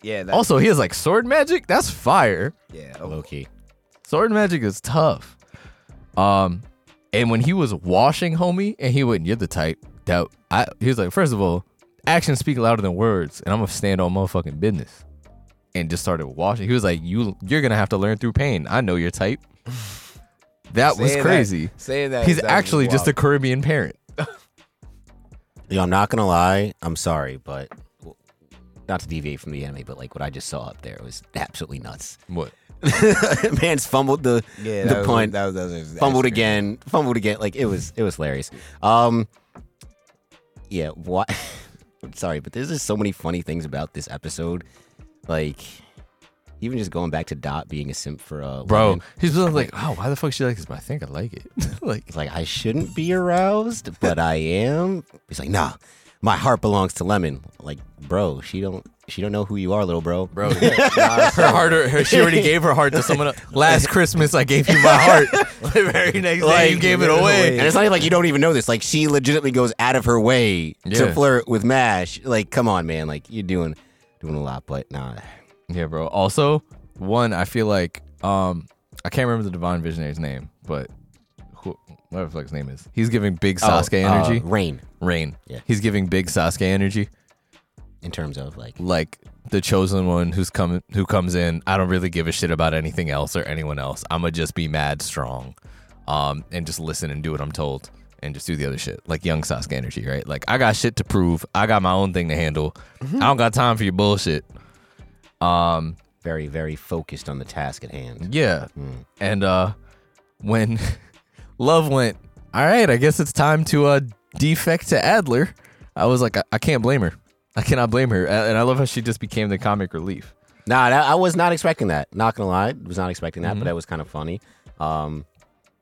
Speaker 3: yeah. That,
Speaker 4: Also, he has like sword magic. That's fire.
Speaker 3: yeah.
Speaker 2: Low key.
Speaker 4: Sword magic is tough. Um, and when he was washing homie, and he went, "You're the type that I," he was like, first of all, actions speak louder than words, and I'm gonna stand on motherfucking business." And just started washing. He was like, "You, you're gonna have to learn through pain. I know your type." That was
Speaker 3: Saying that-
Speaker 4: crazy.
Speaker 3: saying that
Speaker 4: He's
Speaker 3: that was
Speaker 4: actually just a
Speaker 3: wild.
Speaker 4: Caribbean parent.
Speaker 2: Yo, I'm not gonna lie. I'm sorry, but not to deviate from the anime, but like what I just saw up there was absolutely nuts. <laughs>
Speaker 4: What?
Speaker 2: Man's fumbled the
Speaker 3: Yeah,
Speaker 2: the punt,
Speaker 3: That was, that was
Speaker 2: fumbled
Speaker 3: <laughs>
Speaker 2: again, fumbled again. Like it was it was hilarious. Um, yeah. What? <laughs> I'm sorry, but there's just so many funny things about this episode. Like even just going back to Dot being a simp for uh,
Speaker 4: bro.
Speaker 2: Logan.
Speaker 4: He's been like, oh, why the fuck she like this? But I think I like it. <laughs> like,
Speaker 2: It's like I shouldn't be aroused, but I am. He's like, nah, my heart belongs to Lemon. Like, bro, she don't she don't know who you are, little bro.
Speaker 5: bro. her heart, her,
Speaker 4: <laughs>
Speaker 5: she already gave her heart to someone. Else. Last Christmas, I gave you my heart. <laughs> the very next day, you gave it away.
Speaker 2: And it's not even like you don't even know this. Like she legitimately goes out of her way to
Speaker 4: Yeah.
Speaker 2: flirt with Mash. Like, come on, man. Like you're doing doing a lot, but nah.
Speaker 4: Yeah, bro. Also, one, I feel like um I can't remember the Divine Visionary's name, but who, whatever the fuck his name is, he's giving big Sasuke
Speaker 2: Oh, uh,
Speaker 4: energy.
Speaker 2: rain
Speaker 4: Rain.
Speaker 2: Yeah.
Speaker 4: He's giving big Sasuke energy,
Speaker 2: in terms of like
Speaker 4: like the chosen one who's coming, who comes in. I don't really give a shit about anything else or anyone else. I'ma just be mad strong, um, and just listen and do what I'm told. And just do the other shit, like young Sasuke energy, right? Like I got shit to prove. I got my own thing to handle. I don't got time for your bullshit. Um,
Speaker 2: very very focused on the task at hand.
Speaker 4: Yeah. And uh when <laughs> Love went, all right, I guess it's time to uh defect to Adler. I was like, I, I can't blame her. I cannot blame her. A- And I love how she just became the comic relief.
Speaker 2: Nah, that, I was not expecting that. Not gonna lie, was not expecting that, but that was kind of funny. Um,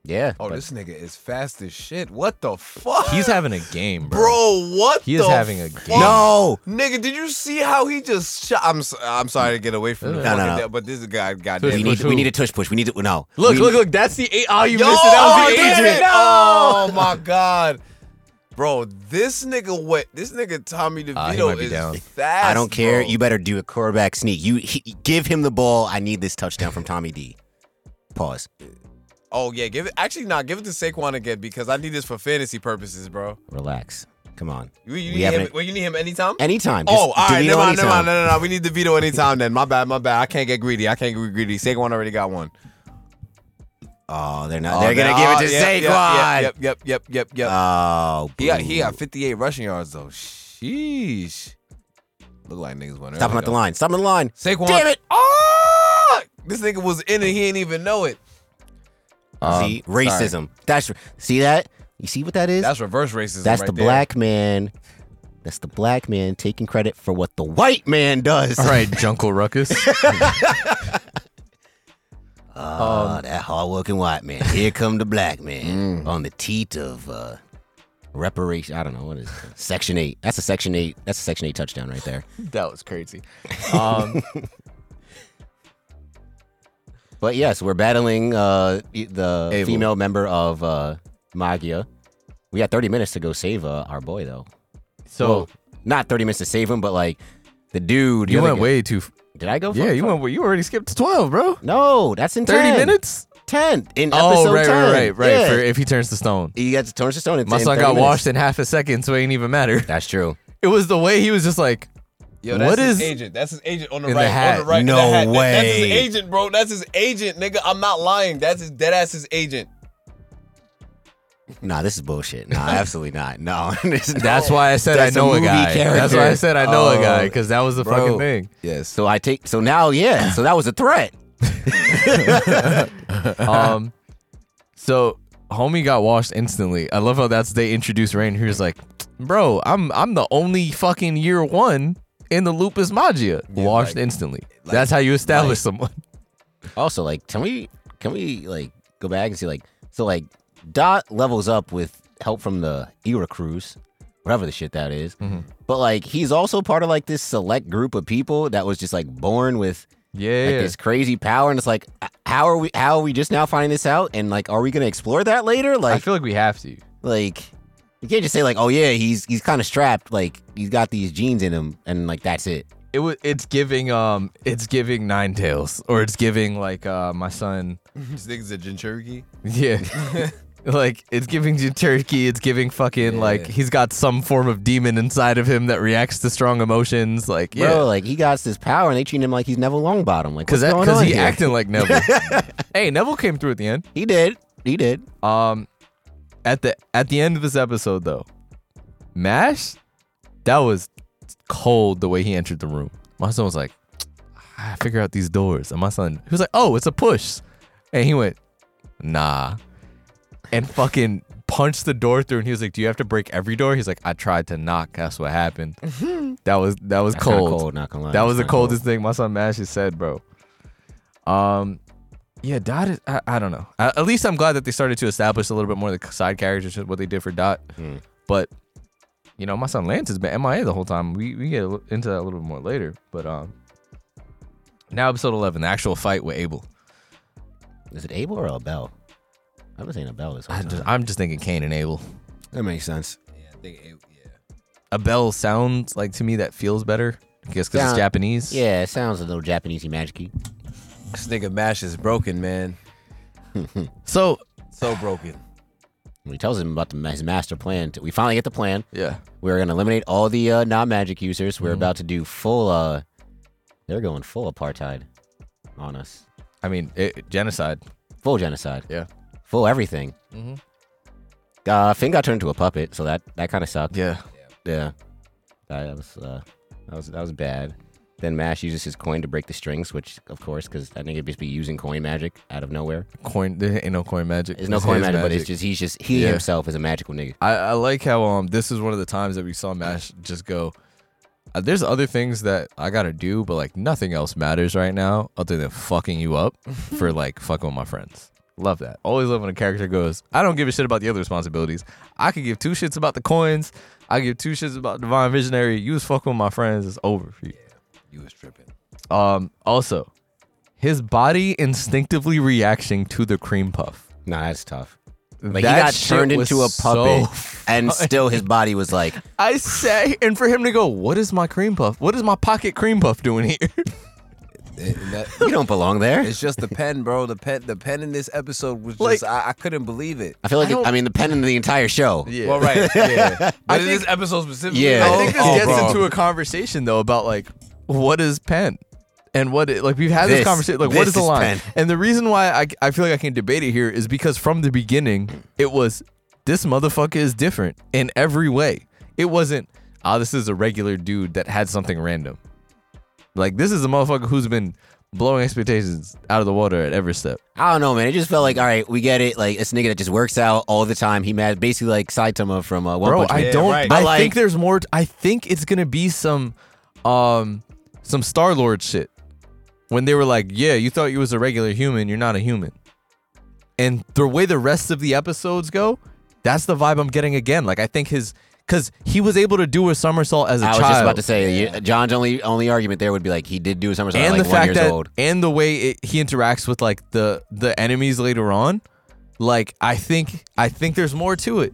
Speaker 2: yeah.
Speaker 3: Oh,
Speaker 2: but-
Speaker 3: this nigga is fast as shit. What the fuck?
Speaker 4: He's having a game, bro.
Speaker 3: bro. What?
Speaker 4: He is
Speaker 3: the
Speaker 4: having a
Speaker 3: fuck?
Speaker 4: game.
Speaker 2: No!
Speaker 3: nigga. Did you see how he just shot? I'm so, I'm sorry to get away from
Speaker 2: No,
Speaker 3: the
Speaker 2: no,
Speaker 3: fucking
Speaker 2: no.
Speaker 3: de- but this guy got
Speaker 2: we need we need a tush push. We need to no.
Speaker 4: Look,
Speaker 2: We-
Speaker 4: look, look. That's the eight. Oh, you
Speaker 3: Yo,
Speaker 4: missed it. That was the
Speaker 3: damn
Speaker 4: agent.
Speaker 3: it. Oh my god. Bro, this nigga what? This nigga Tommy
Speaker 2: Uh,
Speaker 4: Ah, he
Speaker 3: DeVito
Speaker 4: might be
Speaker 3: is
Speaker 4: down.
Speaker 3: fast.
Speaker 2: I don't care.
Speaker 3: bro.
Speaker 2: You better do a quarterback sneak. You he, give him the ball. I need this touchdown from Tommy D. Pause.
Speaker 3: Oh yeah, give it. Actually, nah, give it to Saquon again because I need this for fantasy purposes, bro.
Speaker 2: Relax. Come on.
Speaker 3: You, you
Speaker 2: We
Speaker 3: need him.
Speaker 2: haven't-
Speaker 3: Well, you need him anytime.
Speaker 2: Anytime. Just
Speaker 3: Oh, all right,
Speaker 2: DeVito
Speaker 3: never mind, never
Speaker 2: anytime.
Speaker 3: mind, no, no, no. We need DeVito anytime then. My bad, my bad. I can't get greedy. I can't get greedy. Saquon already got one.
Speaker 2: Oh, they're not.
Speaker 3: Oh,
Speaker 2: they're gonna
Speaker 3: oh,
Speaker 2: give it to
Speaker 3: yep, yep,
Speaker 2: Saquon.
Speaker 3: Yep, yep, yep, yep, yep.
Speaker 2: Oh,
Speaker 3: he got he
Speaker 2: boo.
Speaker 3: got 58 rushing yards though. Sheesh. Look like niggas went.
Speaker 2: Stop him
Speaker 3: early,
Speaker 2: at the
Speaker 3: though.
Speaker 2: line. Stop him at the line.
Speaker 3: Saquon.
Speaker 2: Damn it.
Speaker 3: Oh! This nigga was in it. He didn't even know it. Um,
Speaker 2: see racism. That's see that. You see what that is?
Speaker 3: That's reverse racism.
Speaker 2: That's
Speaker 3: right
Speaker 2: the
Speaker 3: there.
Speaker 2: black man. That's the black man taking credit for what the white man does.
Speaker 3: <laughs>
Speaker 4: All right, Junkle <laughs> Ruckus. Um,
Speaker 2: Oh, that hardworking white man. Here come the black
Speaker 4: <laughs> Mm.
Speaker 2: man on the teat of uh, reparation. I don't know what is it? Section eight. That's a section eight. That's a section eight touchdown right there.
Speaker 5: That was crazy.
Speaker 4: <laughs> Um,
Speaker 2: But yes, we're battling uh, e- the
Speaker 4: Abel.
Speaker 2: female member of uh, Magia. We got 30 minutes to go save uh, our boy though.
Speaker 4: so
Speaker 2: Well, not 30 minutes to save him, but like the dude. the
Speaker 4: you
Speaker 2: other
Speaker 4: went
Speaker 2: guy-
Speaker 4: way too. F-
Speaker 2: Did I go?
Speaker 4: yeah,
Speaker 2: far-
Speaker 4: you
Speaker 2: far-
Speaker 4: went. You already skipped to twelve, bro.
Speaker 2: No, that's in
Speaker 4: Thirty
Speaker 2: 10.
Speaker 4: minutes.
Speaker 2: Ten in episode
Speaker 4: Oh, right,
Speaker 2: 10.
Speaker 4: right, right, right.
Speaker 2: Yeah.
Speaker 4: For if he turns to stone,
Speaker 2: he got to turn to stone. It's
Speaker 4: my
Speaker 2: in
Speaker 4: son
Speaker 2: 30
Speaker 4: got
Speaker 2: minutes.
Speaker 4: washed in half a second, so it ain't even matter.
Speaker 2: That's true.
Speaker 4: <laughs> It was the way he was just like,
Speaker 3: Yo,
Speaker 4: What
Speaker 3: that's his
Speaker 4: is-
Speaker 3: agent? That's his agent on the
Speaker 4: In the
Speaker 3: right.
Speaker 4: hat.
Speaker 3: On the right. in
Speaker 2: No
Speaker 3: the hat. That- That's his
Speaker 2: way.
Speaker 3: agent, bro. That's his agent, nigga. I'm not lying. That's his dead ass his
Speaker 2: <laughs>
Speaker 3: agent.
Speaker 2: Nah, this is bullshit. Nah, <laughs> absolutely not. No, <laughs> this is
Speaker 4: That's
Speaker 2: no.
Speaker 4: why I said
Speaker 2: Oh. That's a
Speaker 4: I know a,
Speaker 2: movie
Speaker 4: guy. That's why
Speaker 2: character.
Speaker 4: I said I know
Speaker 2: Oh,
Speaker 4: a guy because that was the
Speaker 2: bro.
Speaker 4: fucking thing.
Speaker 3: Yes.
Speaker 2: So I take. So now, yeah. So that was a threat.
Speaker 4: Um, so homie got washed instantly. I love how that's they introduced Rain. Who's like, bro, I'm I'm the only fucking year one in the Lupus Magia. washed
Speaker 3: like-
Speaker 4: instantly. that's how you establish someone.
Speaker 2: Also, like, can we can we like go back and see like so like Dot levels up with help from the Era Cruise, whatever the shit that is.
Speaker 4: Mm-hmm.
Speaker 2: But like, he's also part of like this select group of people that was just like born with
Speaker 4: Yeah,
Speaker 2: like
Speaker 4: yeah.
Speaker 2: this crazy power, and it's like, h- how are we? How are we just now finding this out? And like, are we gonna explore that later? Like,
Speaker 4: I feel like we have to.
Speaker 2: like you can't just say like, oh yeah, he's he's kind of strapped. Like he's got these genes in him, and like that's it.
Speaker 4: It was. It's giving. Um. It's giving Nine Tails, or it's giving like uh my son.
Speaker 3: This nigga's a Jinchuriki.
Speaker 4: Yeah. <laughs> like it's giving you turkey, it's giving fucking like he's got some form of demon inside of him that reacts to strong emotions. Like
Speaker 2: Bro,
Speaker 4: yeah.
Speaker 2: like he got this power, and they treat him like he's Neville Longbottom. Like what's
Speaker 4: Cause that,
Speaker 2: going
Speaker 4: cause
Speaker 2: on
Speaker 4: he
Speaker 2: here?
Speaker 4: acting
Speaker 2: <laughs>
Speaker 4: like Neville. hey, Neville came through at the end.
Speaker 2: He did. He did.
Speaker 4: Um at the at the end of this episode though, Mash, that was cold the way he entered the room. My son was like, I figure out these doors. And my son, he was like, oh, it's a push. And he went, nah. And fucking punched the door through. And he was like, do you have to break every door? He's like, I tried to knock. That's what happened. that was that was
Speaker 2: Mm-hmm. That's kinda
Speaker 4: cold.
Speaker 2: cold, not gonna lie.
Speaker 4: That
Speaker 2: That's
Speaker 4: was the
Speaker 2: kinda cold.
Speaker 4: coldest thing my son Mash has said, bro. Um, yeah, Dot is. I, I don't know. A- at least I'm glad that they started to establish a little bit more of the side characters, what they did for Dot.
Speaker 2: Hmm.
Speaker 4: But you know, my son Lance has been MIA the whole time. We we get a li- into that a little bit more later. But um, now episode 11, the actual fight with Abel.
Speaker 2: Is it Abel or Abel? I was saying Abel this whole
Speaker 4: I
Speaker 2: time.
Speaker 4: just, I'm just thinking Cain and Abel.
Speaker 2: That makes sense.
Speaker 3: Yeah, I think it, yeah.
Speaker 4: Abel sounds like to me that feels better. I guess because
Speaker 2: Sound-
Speaker 4: it's Japanese.
Speaker 2: Yeah, it sounds a little Japanesey magic
Speaker 3: This nigga Mash is broken, man.
Speaker 4: So
Speaker 3: So broken.
Speaker 2: He tells him about the, his master plan. we finally get the plan.
Speaker 4: yeah,
Speaker 2: We're going to eliminate all the uh, non magic users. We're about to do full, uh, they're going full apartheid on us.
Speaker 4: I mean it, genocide.
Speaker 2: Full genocide.
Speaker 4: Yeah.
Speaker 2: Full everything.
Speaker 4: Mhm.
Speaker 2: Uh, Finn got turned into a puppet, so that, that kind of sucked.
Speaker 4: Yeah.
Speaker 2: Yeah. That was uh, that was that was bad. Then Mash uses his coin to break the strings, which of course, because I think it'd just be using coin magic out of nowhere.
Speaker 4: coin. There ain't no coin magic.
Speaker 2: There's no
Speaker 4: It's
Speaker 2: coin
Speaker 4: his
Speaker 2: magic, but it's just he's just he
Speaker 4: Yeah.
Speaker 2: himself is a magical nigga.
Speaker 4: I, I like how um this is one of the times that we saw Mash just go. "Uh, There's other things that I gotta do, but like nothing else matters right now other than fucking you
Speaker 3: <laughs>
Speaker 4: up for like fucking with my friends. Love that. Always love when a character goes, I don't give a shit about the other responsibilities. I could give two shits about the coins. I give two shits about Divine Visionary. You was fucking with my friends. It's over for you.
Speaker 3: You was tripping.
Speaker 4: Um, also, his body instinctively reaction to the cream puff.
Speaker 2: Nah, that's tough. Like
Speaker 4: That
Speaker 2: he got
Speaker 4: shit
Speaker 2: turned
Speaker 4: was
Speaker 2: into a
Speaker 4: so
Speaker 2: puppet,
Speaker 4: <laughs>
Speaker 3: <laughs>
Speaker 2: and still his body was like,
Speaker 4: I say, and for him to go, what is my cream puff? What is my pocket cream puff doing here?
Speaker 2: "You don't belong there."
Speaker 3: it's just the pen, bro. The pen, the pen in this episode was
Speaker 4: Like-
Speaker 3: just I, I couldn't
Speaker 2: <laughs>
Speaker 3: believe it.
Speaker 2: I feel like it- I, mean the pen in the entire show.
Speaker 3: Well, right,
Speaker 2: <laughs>
Speaker 3: yeah. But in this episode specifically,
Speaker 2: Yeah.
Speaker 4: I think this
Speaker 2: Oh,
Speaker 4: gets
Speaker 2: bro.
Speaker 4: into a conversation though about like what is pen and what it, like we've had this,
Speaker 2: This-
Speaker 4: conversation like what
Speaker 2: this
Speaker 4: is the
Speaker 2: is
Speaker 4: line
Speaker 2: pen.
Speaker 4: and the reason why I I feel like I can debate it here is because from the beginning it was this motherfucker is different in every way. It wasn't ah this is a regular dude that had something random. Like this is a motherfucker who's been blowing expectations out of the water at every step.
Speaker 2: I don't know, man. It just felt like, all right, we get it. Like this nigga that just works out all the time. He mad, basically like Saitama from uh, One
Speaker 4: bro
Speaker 2: Punch Man.
Speaker 4: i don't
Speaker 3: right.
Speaker 4: i
Speaker 2: But,
Speaker 4: think
Speaker 2: like-
Speaker 4: there's more t- i think it's gonna be some um some star lord shit when they were like yeah you thought you was a regular human you're not a human and the way the rest of the episodes go that's the vibe i'm getting again like i think his because he was able to do a somersault as a
Speaker 2: I
Speaker 4: child
Speaker 2: was just about to say, you- John's only only argument there would be like he did do a somersault at,
Speaker 4: and
Speaker 2: like
Speaker 4: the
Speaker 2: one
Speaker 4: fact
Speaker 2: years
Speaker 4: that
Speaker 2: old.
Speaker 4: and the way it, he interacts with like the the enemies later on like i think i think there's more to it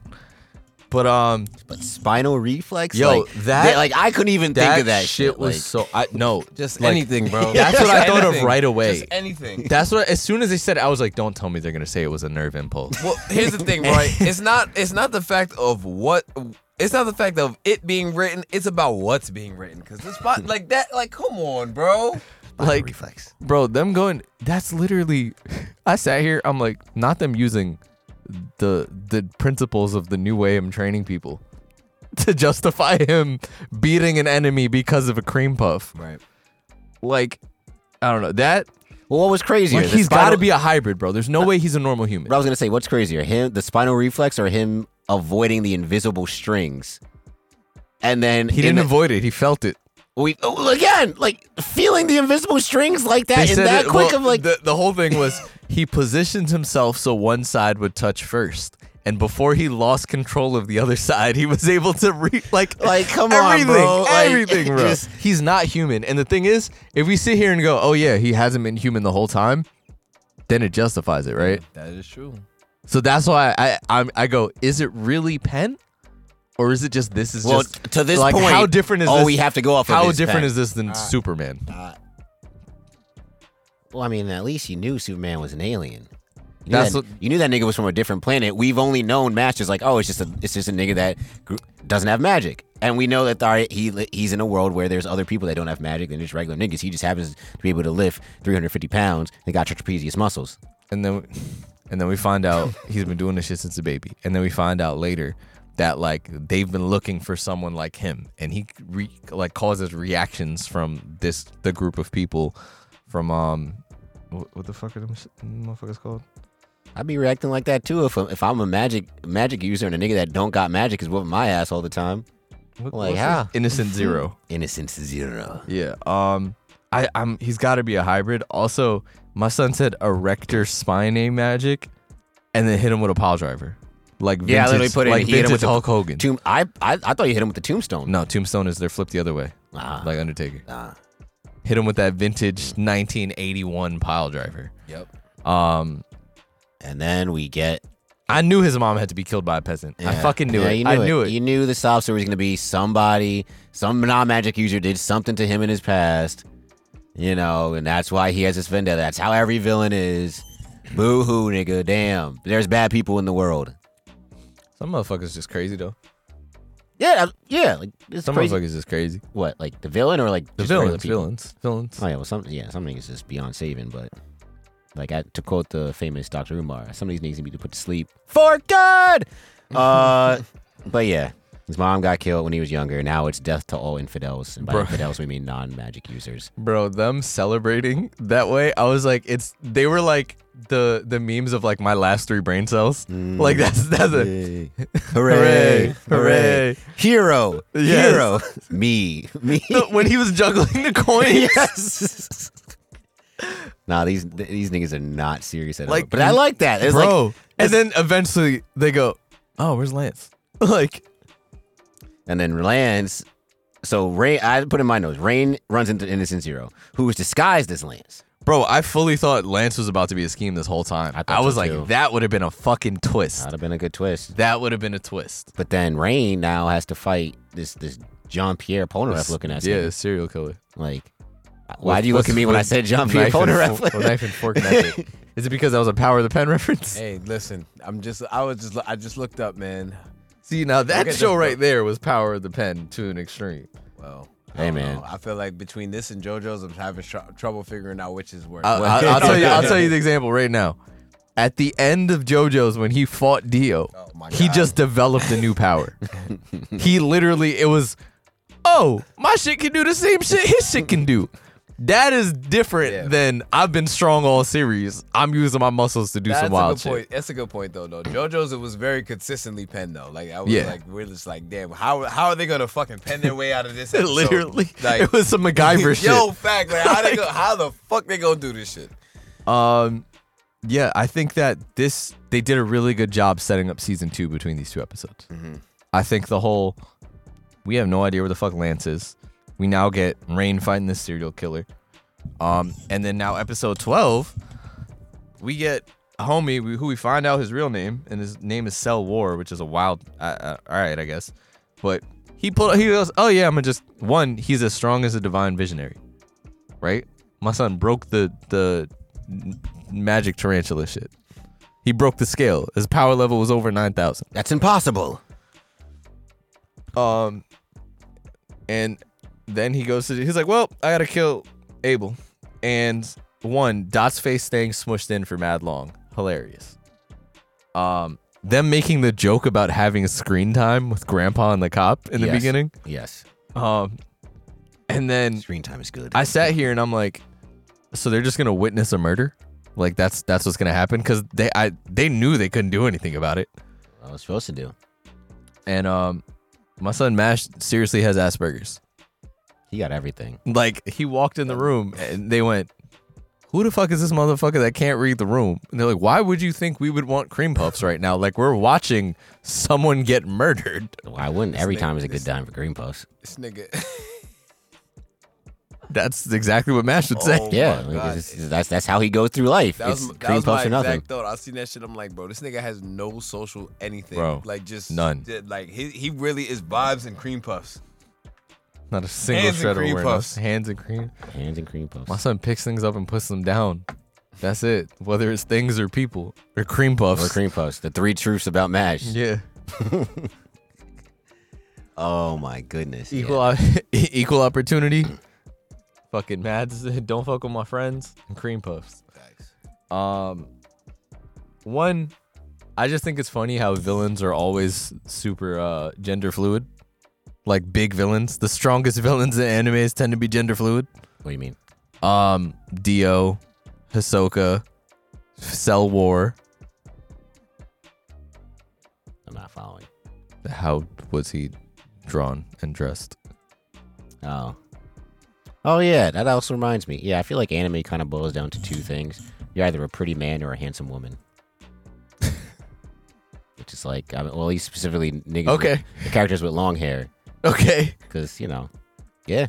Speaker 4: but um
Speaker 2: But spinal reflex,
Speaker 4: Yo,
Speaker 2: like,
Speaker 4: that-
Speaker 2: they- like I couldn't even think of that shit.
Speaker 4: was
Speaker 2: like,
Speaker 4: so I no
Speaker 3: Just
Speaker 4: like,
Speaker 3: anything, <laughs> bro.
Speaker 4: That's what I thought of
Speaker 3: Anything.
Speaker 4: right away.
Speaker 3: Just <laughs> anything.
Speaker 4: That's what as soon as they said, it, I was like, don't tell me they're gonna say it was a nerve
Speaker 3: <laughs>
Speaker 4: impulse.
Speaker 3: Well, here's the thing, <laughs> right? It's not. It's not the fact of what. It's not the fact of it being written. It's about what's being written. Cause the spot like that. Like, come on, bro.
Speaker 4: like,
Speaker 2: reflex.
Speaker 4: bro, them going. That's literally. I sat here. I'm like, not them using the the principles of the new way of training people <laughs> to justify him beating an enemy because of a cream puff.
Speaker 3: Right.
Speaker 4: Like, I don't know that.
Speaker 2: Well, what was crazier?
Speaker 4: like,
Speaker 2: The
Speaker 4: he's got to
Speaker 2: spinal-
Speaker 4: be a hybrid, bro. There's no way he's a normal human.
Speaker 2: I was gonna say, what's crazier, him the spinal reflex or him avoiding the invisible strings? And then
Speaker 4: he
Speaker 2: in
Speaker 4: didn't
Speaker 2: the-
Speaker 4: avoid it. He felt it.
Speaker 2: we oh, again like feeling the invisible strings like that
Speaker 4: They
Speaker 2: in
Speaker 4: said
Speaker 2: that
Speaker 4: it-
Speaker 2: quick
Speaker 4: well,
Speaker 2: of like
Speaker 4: the, the whole thing
Speaker 2: <laughs>
Speaker 4: was he positioned himself so one side would touch first and before he lost control of the other side he was able to re- like
Speaker 2: Like, come on,
Speaker 4: everything,
Speaker 2: bro. Like,
Speaker 4: everything bro
Speaker 2: just-
Speaker 4: he's not human and the thing is if we sit here and go oh yeah he hasn't been human the whole time then it justifies it right
Speaker 3: That is true.
Speaker 4: so that's why i i, I go is it really pen or is it just this is
Speaker 2: well
Speaker 4: just
Speaker 2: to this
Speaker 4: like,
Speaker 2: point.
Speaker 4: how different is
Speaker 2: all
Speaker 4: this
Speaker 2: we have to go off?
Speaker 4: how
Speaker 2: of
Speaker 4: different
Speaker 2: is
Speaker 4: is this than superman
Speaker 2: Well, I mean, at least you knew Superman was an alien. You knew,
Speaker 4: That's
Speaker 2: that,
Speaker 4: what-
Speaker 2: you knew that nigga was from a different planet. We've only known Masters like, oh, it's just a, it's just a nigga that gr- doesn't have magic, and we know that all right, he li- he's in a world where there's other people that don't have magic than just regular niggas. He just happens to be able to lift 350 pounds and got trapezius muscles.
Speaker 4: <laughs> and then and then we find out he's been doing this shit since a baby and then we find out later that like they've been looking for someone like him, and he re- like causes reactions from this the group of people from um wh- what the fuck are them s- motherfuckers called?
Speaker 2: I'd be reacting like that too if if I'm a magic magic user and a nigga that don't got magic is whooping my ass all the time. Like,
Speaker 4: What, what's his-
Speaker 2: how? <laughs>
Speaker 4: Innocent Zero.
Speaker 2: Innocence zero.
Speaker 4: Yeah. Um, I, I'm. He's got to be a hybrid. Also, my son said erector spine A magic, and then hit him with a pile driver. Like vintage,
Speaker 2: Yeah, I literally put it in,
Speaker 4: like
Speaker 2: he hit him
Speaker 4: vintage
Speaker 2: with the-
Speaker 4: Hulk Hogan.
Speaker 2: Tomb. I, I I thought you hit him with the tombstone.
Speaker 4: no, Tombstone is they're flipped the other way,
Speaker 2: Nah.
Speaker 4: like Undertaker.
Speaker 2: nah.
Speaker 4: Hit him with that vintage 1981 pile driver.
Speaker 2: Yep.
Speaker 4: Um,
Speaker 2: And then we get.
Speaker 4: I knew his mom had to be killed by a peasant. I
Speaker 2: Yeah.
Speaker 4: fucking knew
Speaker 2: Yeah,
Speaker 4: it.
Speaker 2: You
Speaker 4: I knew it.
Speaker 2: You knew the sob story was gonna be somebody, some non-magic user did something to him in his past. You know, and that's why he has this vendetta. That's how every villain is. Boo hoo, nigga. Damn. There's bad people in the world.
Speaker 4: Some motherfuckers just crazy though.
Speaker 2: Yeah, uh, yeah. Like it's
Speaker 4: Some
Speaker 2: crazy.
Speaker 4: motherfuckers just crazy.
Speaker 2: What, like the villain or like
Speaker 4: The
Speaker 2: just regular
Speaker 4: villains,
Speaker 2: people?
Speaker 4: villains, villains.
Speaker 2: Oh yeah, well, some yeah, some niggas just beyond saving, but like I, to quote the famous Dr. Umar, some of these niggas need to put to sleep for good.
Speaker 4: <laughs>
Speaker 2: Uh, but yeah, his mom got killed when he was younger. Now it's death to all infidels, and by
Speaker 4: Bro.
Speaker 2: infidels we mean non-magic users.
Speaker 4: bro them celebrating that way i was like it's they were like the the memes of like my last three brain cells
Speaker 2: Mm.
Speaker 4: like that's that's a hooray hooray,
Speaker 2: Hero,
Speaker 4: Yes.
Speaker 2: hero, me, me.
Speaker 4: <laughs> The- when he was juggling the coins
Speaker 2: <laughs>
Speaker 4: <laughs>
Speaker 2: yes. nah, these these niggas are not serious at all.
Speaker 4: Like,
Speaker 2: But I like that, it's like-
Speaker 4: bro and then eventually they go oh where's lance <laughs> like
Speaker 2: And then Lance, so Rain, I put in my notes, Rain runs into Innocent Zero, who is disguised as Lance.
Speaker 4: bro i fully thought lance was about to be a scheme this whole time
Speaker 2: I
Speaker 4: i,
Speaker 2: thought
Speaker 4: was
Speaker 2: so,
Speaker 4: like
Speaker 2: too. Uh,
Speaker 4: that would have been a fucking twist
Speaker 2: That'd have been a good twist.
Speaker 4: that would have been a twist
Speaker 2: But then Rain now has to fight this this Jean Pierre Polnareff looking ass.
Speaker 4: yeah
Speaker 2: nigga.
Speaker 4: serial killer
Speaker 2: Like, why do you look at me when I said Jean Pierre
Speaker 4: Knife and fo-
Speaker 2: Polnareff?
Speaker 4: knife and
Speaker 2: <laughs>
Speaker 4: fork method. is it because that was a power of the pen reference
Speaker 3: Hey, listen. I'm just. I was just. I just looked up, man.
Speaker 4: See now
Speaker 3: at
Speaker 4: that
Speaker 3: this
Speaker 4: show
Speaker 3: book.
Speaker 4: right there was power of the pen to an extreme.
Speaker 3: Well, I
Speaker 2: Hey,
Speaker 3: don't
Speaker 2: man.
Speaker 3: know. I feel like between this and JoJo's, I'm having tr- trouble figuring out which is worse.
Speaker 4: I, I,
Speaker 3: <laughs>
Speaker 4: I'll tell you. I'll tell you the example right now. At the end of JoJo's, when he fought Dio,
Speaker 3: Oh my
Speaker 4: he
Speaker 3: God.
Speaker 4: just developed a new
Speaker 3: <laughs>
Speaker 4: power. he literally, it was, oh, my shit can do the same shit his shit can do. That is different
Speaker 3: Yeah.
Speaker 4: than I've been strong all series. I'm using my muscles to do
Speaker 3: That's
Speaker 4: some
Speaker 3: a
Speaker 4: wild
Speaker 3: good
Speaker 4: shit. <laughs>
Speaker 3: point. That's a good point, though. Though JoJo's, it was very consistently penned, though. Like I was
Speaker 4: Yeah.
Speaker 3: like, we're just like, damn, how how are they gonna fucking pen their way out
Speaker 4: <laughs>
Speaker 3: of this? episode?
Speaker 4: literally,
Speaker 3: like,
Speaker 4: it was some MacGyver shit.
Speaker 3: <laughs> Yo, fact,
Speaker 4: <laughs>
Speaker 3: like, how they go, how the fuck they gonna do this shit?
Speaker 4: Um, yeah, I think that this they did a really good job setting up season two between these two episodes. I think the whole we have no idea where the fuck Lance is. We now get Rain fighting this serial killer. Um, and then now episode twelve, we get a homie we- who we find out his real name, and his name is Cell War, which is a wild. Uh, uh, all right, I guess, but he pulled. He goes, "Oh yeah, I'm gonna just one. He's as strong as a divine visionary, right? My son broke the the n- magic tarantula shit. He broke the scale. His power level was over nine thousand.
Speaker 2: <laughs> That's impossible.
Speaker 4: Um, and then he goes to he's like, well, I gotta kill Abel, and one Dot's face thing smushed in for mad long, hilarious. Um, them making the joke about having screen time with Grandpa and the cop in the
Speaker 2: Yes.
Speaker 4: beginning.
Speaker 2: Yes.
Speaker 4: Um, and then
Speaker 2: Screen time is good.
Speaker 4: I sat here and I'm like, so they're just gonna witness a murder? Like that's that's what's gonna happen? Cause they I they knew they couldn't do anything about it.
Speaker 2: I was supposed to do.
Speaker 4: And um my son Mash seriously has Asperger's.
Speaker 2: He got everything.
Speaker 4: Like he walked in the room and they went, Who the fuck is this motherfucker that can't read the room? And they're like, Why would you think we would want cream puffs right now? Like we're watching someone get murdered. <laughs>
Speaker 2: Why wouldn't? Every
Speaker 3: nigga-
Speaker 2: time is a
Speaker 3: this-
Speaker 2: good time for green puffs.
Speaker 3: This nigga. <laughs>
Speaker 4: That's exactly what Mash would say.
Speaker 3: Oh
Speaker 2: yeah,
Speaker 3: my
Speaker 2: like,
Speaker 3: God.
Speaker 2: it's- that's that's how he goes through life.
Speaker 3: That was,
Speaker 2: It's
Speaker 3: that
Speaker 2: green
Speaker 3: was my
Speaker 2: puffs or
Speaker 3: exact
Speaker 2: nothing.
Speaker 3: thought. I seen that shit. I'm like, bro, this nigga has no social anything.
Speaker 4: Bro,
Speaker 3: like just
Speaker 4: none.
Speaker 3: did- like he, he really is vibes and cream puffs.
Speaker 4: Not a single
Speaker 3: Hands and
Speaker 4: shred of
Speaker 3: cream
Speaker 4: awareness.
Speaker 3: puffs.
Speaker 4: Hands and cream.
Speaker 2: Hands and cream puffs.
Speaker 4: My son picks things up and puts them down. That's it. Whether it's things or people or cream puffs.
Speaker 2: Or cream puffs. The three truths about mash.
Speaker 3: <laughs>
Speaker 4: Yeah.
Speaker 2: Oh my goodness. yeah.
Speaker 4: Equal <laughs> op- equal opportunity. Fucking mads. <laughs> Don't fuck with my friends and cream puffs. Um, one I just think it's funny how villains are always super uh, gender fluid. Like big villains, the strongest <laughs> villains in animes tend to be gender fluid.
Speaker 2: What do you mean?
Speaker 4: Um, Dio, Hisoka, Cell War.
Speaker 2: I'm not following.
Speaker 4: How was he drawn and dressed?
Speaker 2: Oh. Oh yeah, that also reminds me. Yeah, I feel like anime kind of boils down to two things. You're either a pretty man or a handsome woman. <laughs> Which is like, I mean, well, at least specifically niggas. with-
Speaker 4: Okay.
Speaker 2: the characters with long hair,
Speaker 4: Okay.
Speaker 2: because you know, yeah.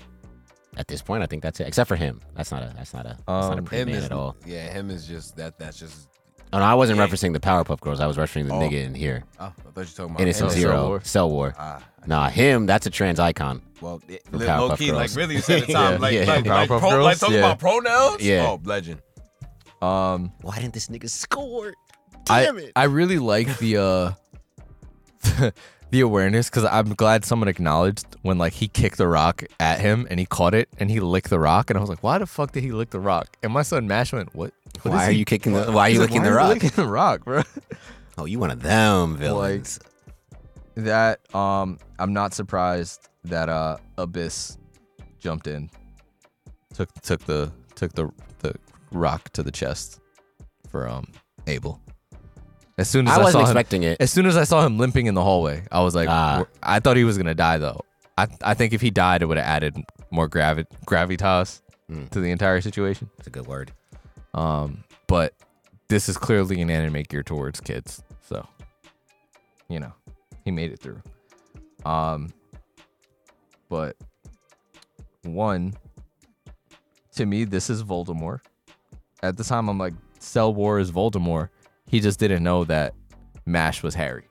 Speaker 2: At this point, I think that's it. Except for him, that's not a that's not a that's not a
Speaker 4: Um,
Speaker 2: pretty man
Speaker 3: is,
Speaker 2: at all.
Speaker 3: Yeah, him is just that. That's just.
Speaker 2: Oh, no, I wasn't
Speaker 3: yeah.
Speaker 2: referencing the Powerpuff Girls. I was referencing the
Speaker 3: Oh.
Speaker 2: nigga in here,
Speaker 3: Oh, I thought you were talking about
Speaker 2: Innocent
Speaker 3: him.
Speaker 2: Zero, Cell
Speaker 4: Cell
Speaker 2: War.
Speaker 4: War.
Speaker 3: Ah,
Speaker 2: Nah, him. That's a trans icon.
Speaker 3: well, it,
Speaker 2: From
Speaker 3: low
Speaker 2: Powerpuff
Speaker 3: key, like
Speaker 2: Girls.
Speaker 3: really, you said the
Speaker 2: <laughs>
Speaker 3: time,
Speaker 2: Yeah,
Speaker 3: like,
Speaker 2: yeah.
Speaker 3: like, like,
Speaker 4: Powerpuff
Speaker 3: pro, like
Speaker 4: Girls?
Speaker 3: talking
Speaker 4: Yeah.
Speaker 3: about pronouns.
Speaker 2: Yeah.
Speaker 3: Oh, legend.
Speaker 4: Um,
Speaker 2: Why didn't this nigga score?
Speaker 4: I I really like the uh <laughs> the awareness because I'm glad someone acknowledged when like he kicked the rock at him and he caught it and he licked the rock and I was like, why the fuck did he lick the rock? And my son Mash went, what? what
Speaker 2: why
Speaker 4: is
Speaker 2: are
Speaker 4: he-
Speaker 2: you kicking the? Why are you
Speaker 4: He's like,
Speaker 2: licking the
Speaker 4: "Why are you
Speaker 2: rock?
Speaker 4: Licking the rock, bro.
Speaker 2: Oh, you one of them villains?
Speaker 4: that um, I'm not surprised that uh Abyss jumped in, took took the took the the rock to the chest for um Abel. As soon as I,
Speaker 2: I wasn't
Speaker 4: saw him,
Speaker 2: expecting it.
Speaker 4: As soon as I saw him limping in the hallway, I was like,
Speaker 2: Ah.
Speaker 4: "We're- I thought he was gonna die though. I, I think if he died, it would have added more gravi- gravitas
Speaker 2: Mm.
Speaker 4: to the entire situation.
Speaker 2: It's a good word.
Speaker 4: Um, but this is clearly an anime geared towards kids, so you know he made it through. Um, but one to me, this is Voldemort. At the time, I'm like, Cell War is Voldemort. He just didn't know that Mash was Harry.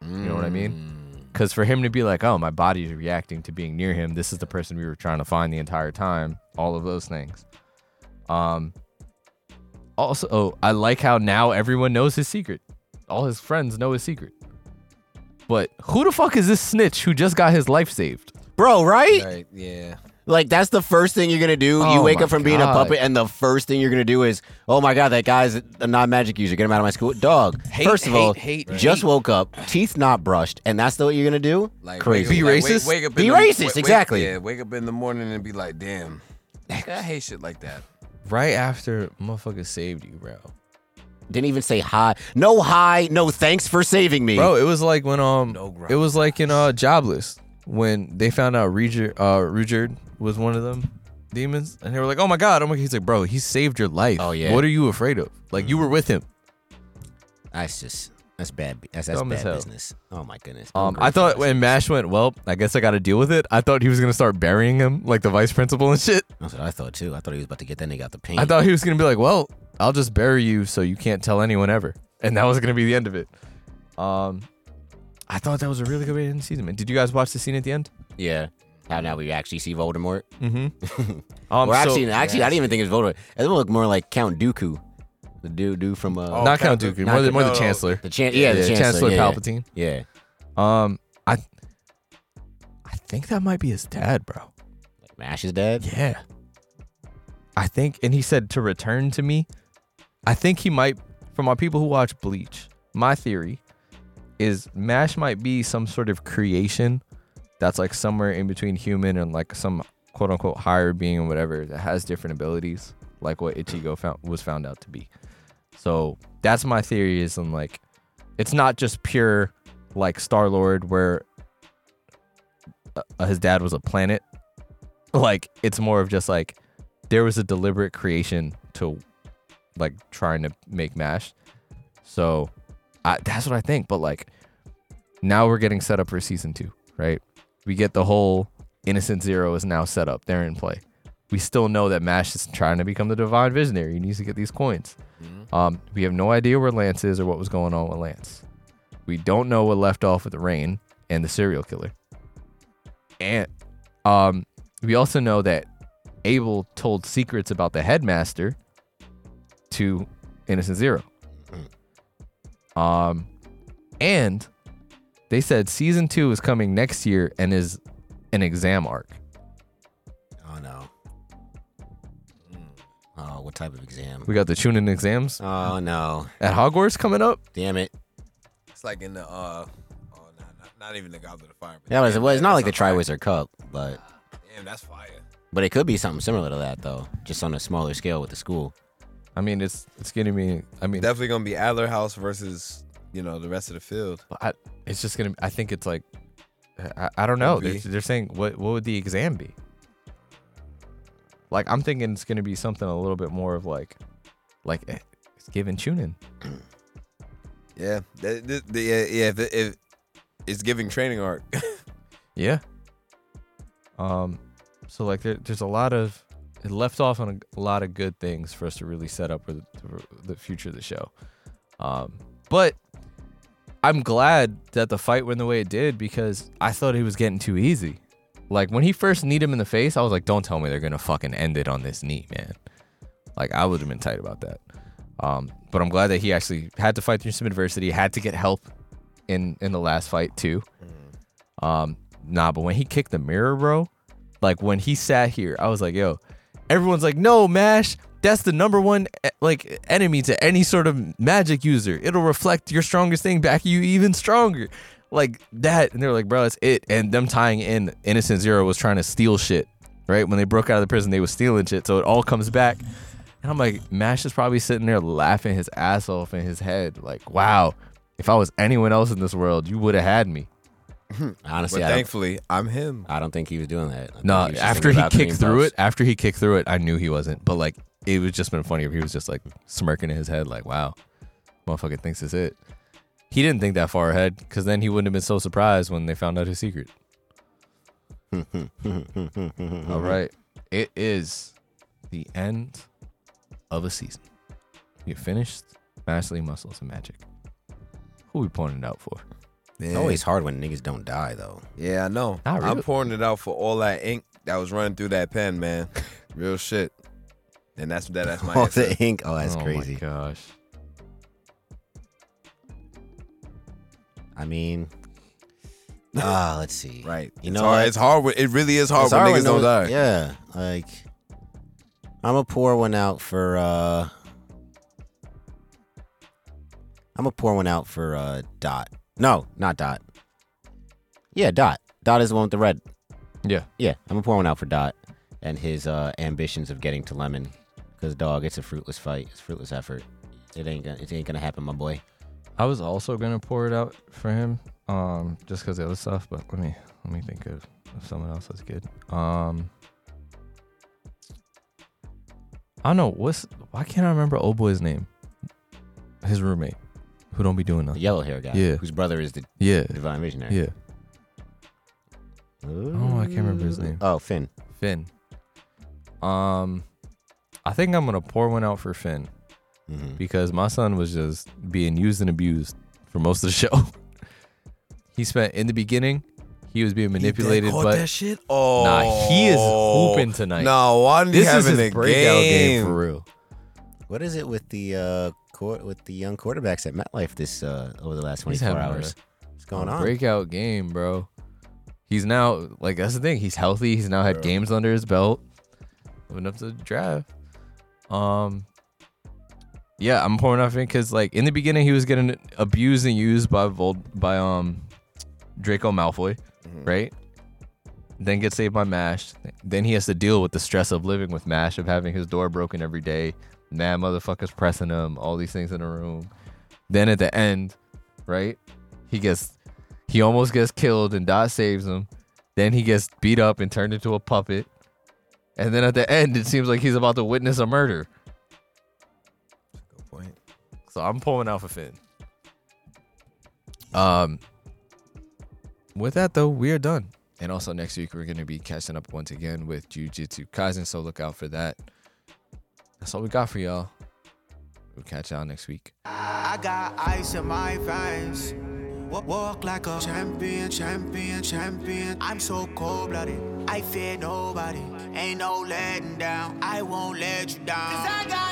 Speaker 4: You know what I mean? Because for him to be like, oh, my body's reacting to being near him. This is the person we were trying to find the entire time. All of those things. Um. Also, oh, I like how now everyone knows his secret. All his friends know his secret. But who the fuck is this snitch who just got his life saved?
Speaker 2: Bro, right?
Speaker 3: Right? Mm, Yeah.
Speaker 2: Like that's the first thing you're gonna do. you
Speaker 4: Oh
Speaker 2: wake
Speaker 4: my
Speaker 2: up from being a
Speaker 4: God.
Speaker 2: puppet, and the first thing you're gonna do is, oh my god, that guy's a non-magic user. Get him out of my school, dog. first of all,
Speaker 3: hate,
Speaker 2: just
Speaker 3: hate.
Speaker 2: woke up, teeth not brushed, and that's the what you're gonna do?
Speaker 3: Like,
Speaker 2: Crazy.
Speaker 3: Wake,
Speaker 4: Be
Speaker 3: up- like, wake-
Speaker 4: racist?
Speaker 3: Wake, up.
Speaker 2: Be
Speaker 3: in the-
Speaker 2: racist,
Speaker 3: wake- wake-
Speaker 2: exactly.
Speaker 3: Yeah. Wake up in the morning and be like, damn. I hate shit like that.
Speaker 4: Right after motherfucker saved you, bro.
Speaker 2: Didn't even say hi. No hi. No thanks for saving me.
Speaker 4: Bro, it was like when um,
Speaker 3: No grind.
Speaker 4: it was like in uh, Jobless when they found out Ruger uh Ruger was one of them demons, and they were like, "Oh my god!" Oh my, he's like, "Bro, he saved your life.
Speaker 2: Oh, yeah. Mm.
Speaker 4: what are you afraid of? Like you were with him."
Speaker 2: that's just that's bad. bu- That's that's
Speaker 4: Dumb as
Speaker 2: bad
Speaker 4: hell.
Speaker 2: business. Oh my goodness.
Speaker 4: Um, I thought
Speaker 2: Ungrateful.
Speaker 4: when Mash went, "Well, I guess I got to deal with it." I thought he was gonna start burying him like the vice principal and shit.
Speaker 2: that's what I thought too. I thought he was about to get that nigga out the paint.
Speaker 4: I thought he was gonna be like, "Well, I'll just bury you so you can't tell anyone ever," and that was gonna be the end of it. Um, I thought that was a really good way to end the season. Man, did you guys watch the scene at the end?
Speaker 2: yeah. How now we actually see Voldemort?
Speaker 4: Mm-hmm. um,
Speaker 2: or
Speaker 4: so-
Speaker 2: actually, actually, I didn't even think it was Voldemort. It looked more like Count Dooku, the dude, dude from uh,
Speaker 3: Oh,
Speaker 4: not Count
Speaker 3: Count
Speaker 4: Dooku,
Speaker 2: Dooku.
Speaker 4: more than more
Speaker 3: No,
Speaker 4: the
Speaker 3: no.
Speaker 4: Chancellor.
Speaker 2: the chan- yeah, the Chancellor, yeah,
Speaker 4: Palpatine.
Speaker 2: Yeah. yeah.
Speaker 4: Um, I, I think that might be his dad, bro.
Speaker 2: Like Mash's dad.
Speaker 4: Yeah, I think, and he said to return to me. I think he might. For my people who watch Bleach, my theory is Mash might be some sort of creation that's like somewhere in between human and like some quote unquote higher being or whatever that has different abilities, like what Ichigo found was found out to be. So that's my theory is in like it's not just pure like Star Lord where uh, his dad was a planet. Like it's more of just like there was a deliberate creation to like trying to make Mash. So I, that's what I think. But like now we're getting set up for season two, right? We get the whole Innocent Zero is now set up. They're in play. We still know that Mash is trying to become the Divine Visionary. He needs to get these coins. Um, we have no idea where Lance is or what was going on with Lance. We don't know what left off with the rain and the serial killer. And um, we also know that Abel told secrets about the headmaster to Innocent Zero. Um, and they said season two is coming next year and is an exam arc.
Speaker 2: Oh no. Oh, what type of exam?
Speaker 4: Mm. We got the Chunin exams
Speaker 2: Oh no!
Speaker 4: at Hogwarts coming up.
Speaker 2: Damn it!
Speaker 3: It's like in the uh, oh no, not, not even the Goblet of Fire. but
Speaker 2: Yeah, but it's, well, it's not like the
Speaker 3: that's on fire.
Speaker 2: Triwizard Cup, but
Speaker 3: Damn, that's fire.
Speaker 2: but it could be something similar to that though, just on a smaller scale with the school.
Speaker 4: I mean, it's it's gonna be. I mean,
Speaker 3: Definitely gonna be Adler House versus you know the rest of the field.
Speaker 4: I, it's just gonna. I think it's like, I, I don't know.
Speaker 3: Could
Speaker 4: They're,
Speaker 3: be.
Speaker 4: they're saying what what would the exam be? Like I'm thinking it's gonna be something a little bit more of like, like eh, it's given tuning.
Speaker 3: Yeah, the, the, the, yeah, yeah. If, it- if it's giving training
Speaker 2: <laughs>
Speaker 3: arc,
Speaker 4: Yeah. Um, so like there, there's a lot of it left off on a, lot of good things for us to really set up for the, for the future of the show. Um, but I'm glad that the fight went the way it did because I thought he was getting too easy. Like when he first kneed him in the face, I was like, "Don't tell me they're gonna fucking end it on this knee, man." Like I would have been tight about that. Um, but I'm glad that he actually had to fight through some adversity, had to get help in in the last fight too. Um, nah, but when he kicked the mirror, bro, like when he sat here, I was like, yo, everyone's like, no, Mash, that's the number one eh, like enemy to any sort of magic user. It'll reflect your strongest thing back at you even stronger. Like that. And they were like, bro, that's it. And them tying in Innocent Zero was trying to steal shit. Right? When they broke out of the prison, they was stealing shit. So it all comes back. And I'm like, Mash is probably sitting there laughing his ass off in his head. Like, wow, if I was anyone else in this world, you would have had me.
Speaker 3: but
Speaker 2: Honestly, I don't,
Speaker 3: thankfully I'm him.
Speaker 2: I don't think he was doing that. I think
Speaker 4: No,
Speaker 2: was just
Speaker 4: after
Speaker 2: thinking
Speaker 4: he
Speaker 2: about the
Speaker 4: kicked
Speaker 2: main
Speaker 4: through
Speaker 2: post. <laughs>
Speaker 4: it, after he kicked through it, I knew he wasn't. But like, it was just been funny if he was just like smirking in his head, like, "Wow, motherfucker thinks it's it." He didn't think that far ahead, because then he wouldn't have been so surprised when they found out his secret. All right, Mm-hmm. it is the end of a season. We have finished Masterly Muscles and Magic. Who we pointing it out for?
Speaker 2: It's
Speaker 3: Yeah,
Speaker 2: always hard when niggas don't die though.
Speaker 3: yeah, I know.
Speaker 4: Not
Speaker 3: I'm
Speaker 4: really.
Speaker 3: pouring it out for all that ink that was running through that pen, man. Real shit. And that's that.
Speaker 4: <laughs>
Speaker 3: That's
Speaker 2: <laughs>
Speaker 3: my
Speaker 2: All
Speaker 3: answer.
Speaker 2: the ink. Oh, that's
Speaker 4: oh
Speaker 2: crazy.
Speaker 4: My gosh,
Speaker 2: I
Speaker 4: <laughs>
Speaker 2: mean, ah, let's see.
Speaker 3: Right.
Speaker 2: You
Speaker 3: it's
Speaker 2: know
Speaker 3: hard.
Speaker 2: what?
Speaker 3: It's hard. When, it really is hard
Speaker 4: Oh,
Speaker 2: It's
Speaker 3: when
Speaker 2: hard
Speaker 3: niggas don't
Speaker 2: no-
Speaker 3: die.
Speaker 2: Yeah, like I'm gonna pour one out for. uh I'm gonna pour one out for uh Dot. No, not Dot. Yeah, Dot. Dot is the one with the red.
Speaker 4: Yeah.
Speaker 2: yeah. I'm gonna pour one out for Dot and his uh ambitions of getting to Lemon, because dog, it's a fruitless fight. It's a fruitless effort. It ain't gonna. It ain't gonna happen, my boy.
Speaker 4: I was also gonna pour it out for him, um, just because the other stuff. But let me let me think of, of someone else that's good. Um, I don't know what's why can't I remember old boy's name? His roommate, who don't be doing
Speaker 2: The
Speaker 4: nothing.
Speaker 2: yellow hair guy.
Speaker 4: Yeah.
Speaker 2: Whose brother is the
Speaker 4: Yeah,
Speaker 2: divine visionary.
Speaker 4: yeah. Oh, I can't remember his name.
Speaker 2: Oh, Finn.
Speaker 4: Finn. Um, I think I'm gonna pour one out for Finn
Speaker 2: Mhm.
Speaker 4: because my son was just being used and abused for most of the show. <laughs> he spent in the beginning, he was being manipulated,
Speaker 3: Caught
Speaker 4: but
Speaker 3: that shit. Oh,
Speaker 4: Nah, he is hooping tonight.
Speaker 3: No, why didn't he
Speaker 4: this is
Speaker 3: having
Speaker 4: his
Speaker 3: a
Speaker 4: breakout game.
Speaker 3: game?
Speaker 4: for real.
Speaker 2: What is it with the uh court with the young quarterbacks at MetLife this uh over the last
Speaker 4: He's
Speaker 2: 24
Speaker 4: having
Speaker 2: hours? What's going
Speaker 4: Oh,
Speaker 2: on?
Speaker 4: Breakout game, bro. He's now like that's the thing. He's healthy. He's now had games under his belt. Went up to the draft. Um. Yeah, I'm pouring off in because like in the beginning he was getting abused and used by Vol by um Draco Malfoy,
Speaker 2: Mm-hmm.
Speaker 4: right? Then gets saved by Mash. Then he has to deal with the stress of living with Mash, of having his door broken every day, mad motherfuckers pressing him, all these things in the room. Then at the end, right? He gets he almost gets killed and Dot saves him. Then he gets beat up and turned into a puppet. And then at the end, it seems like he's about to witness a murder. So I'm pulling out for Finn. Um, with that though, we are done. And also next week we're gonna be catching up once again with Jujutsu Kaisen, so look out for that. That's all we got for y'all. We'll catch y'all next week.
Speaker 1: I got ice in my veins. Wa- Walk like a champion, champion, champion. I'm so cold blooded. I fear nobody. Ain't no letting down. I won't let you down. Cause I got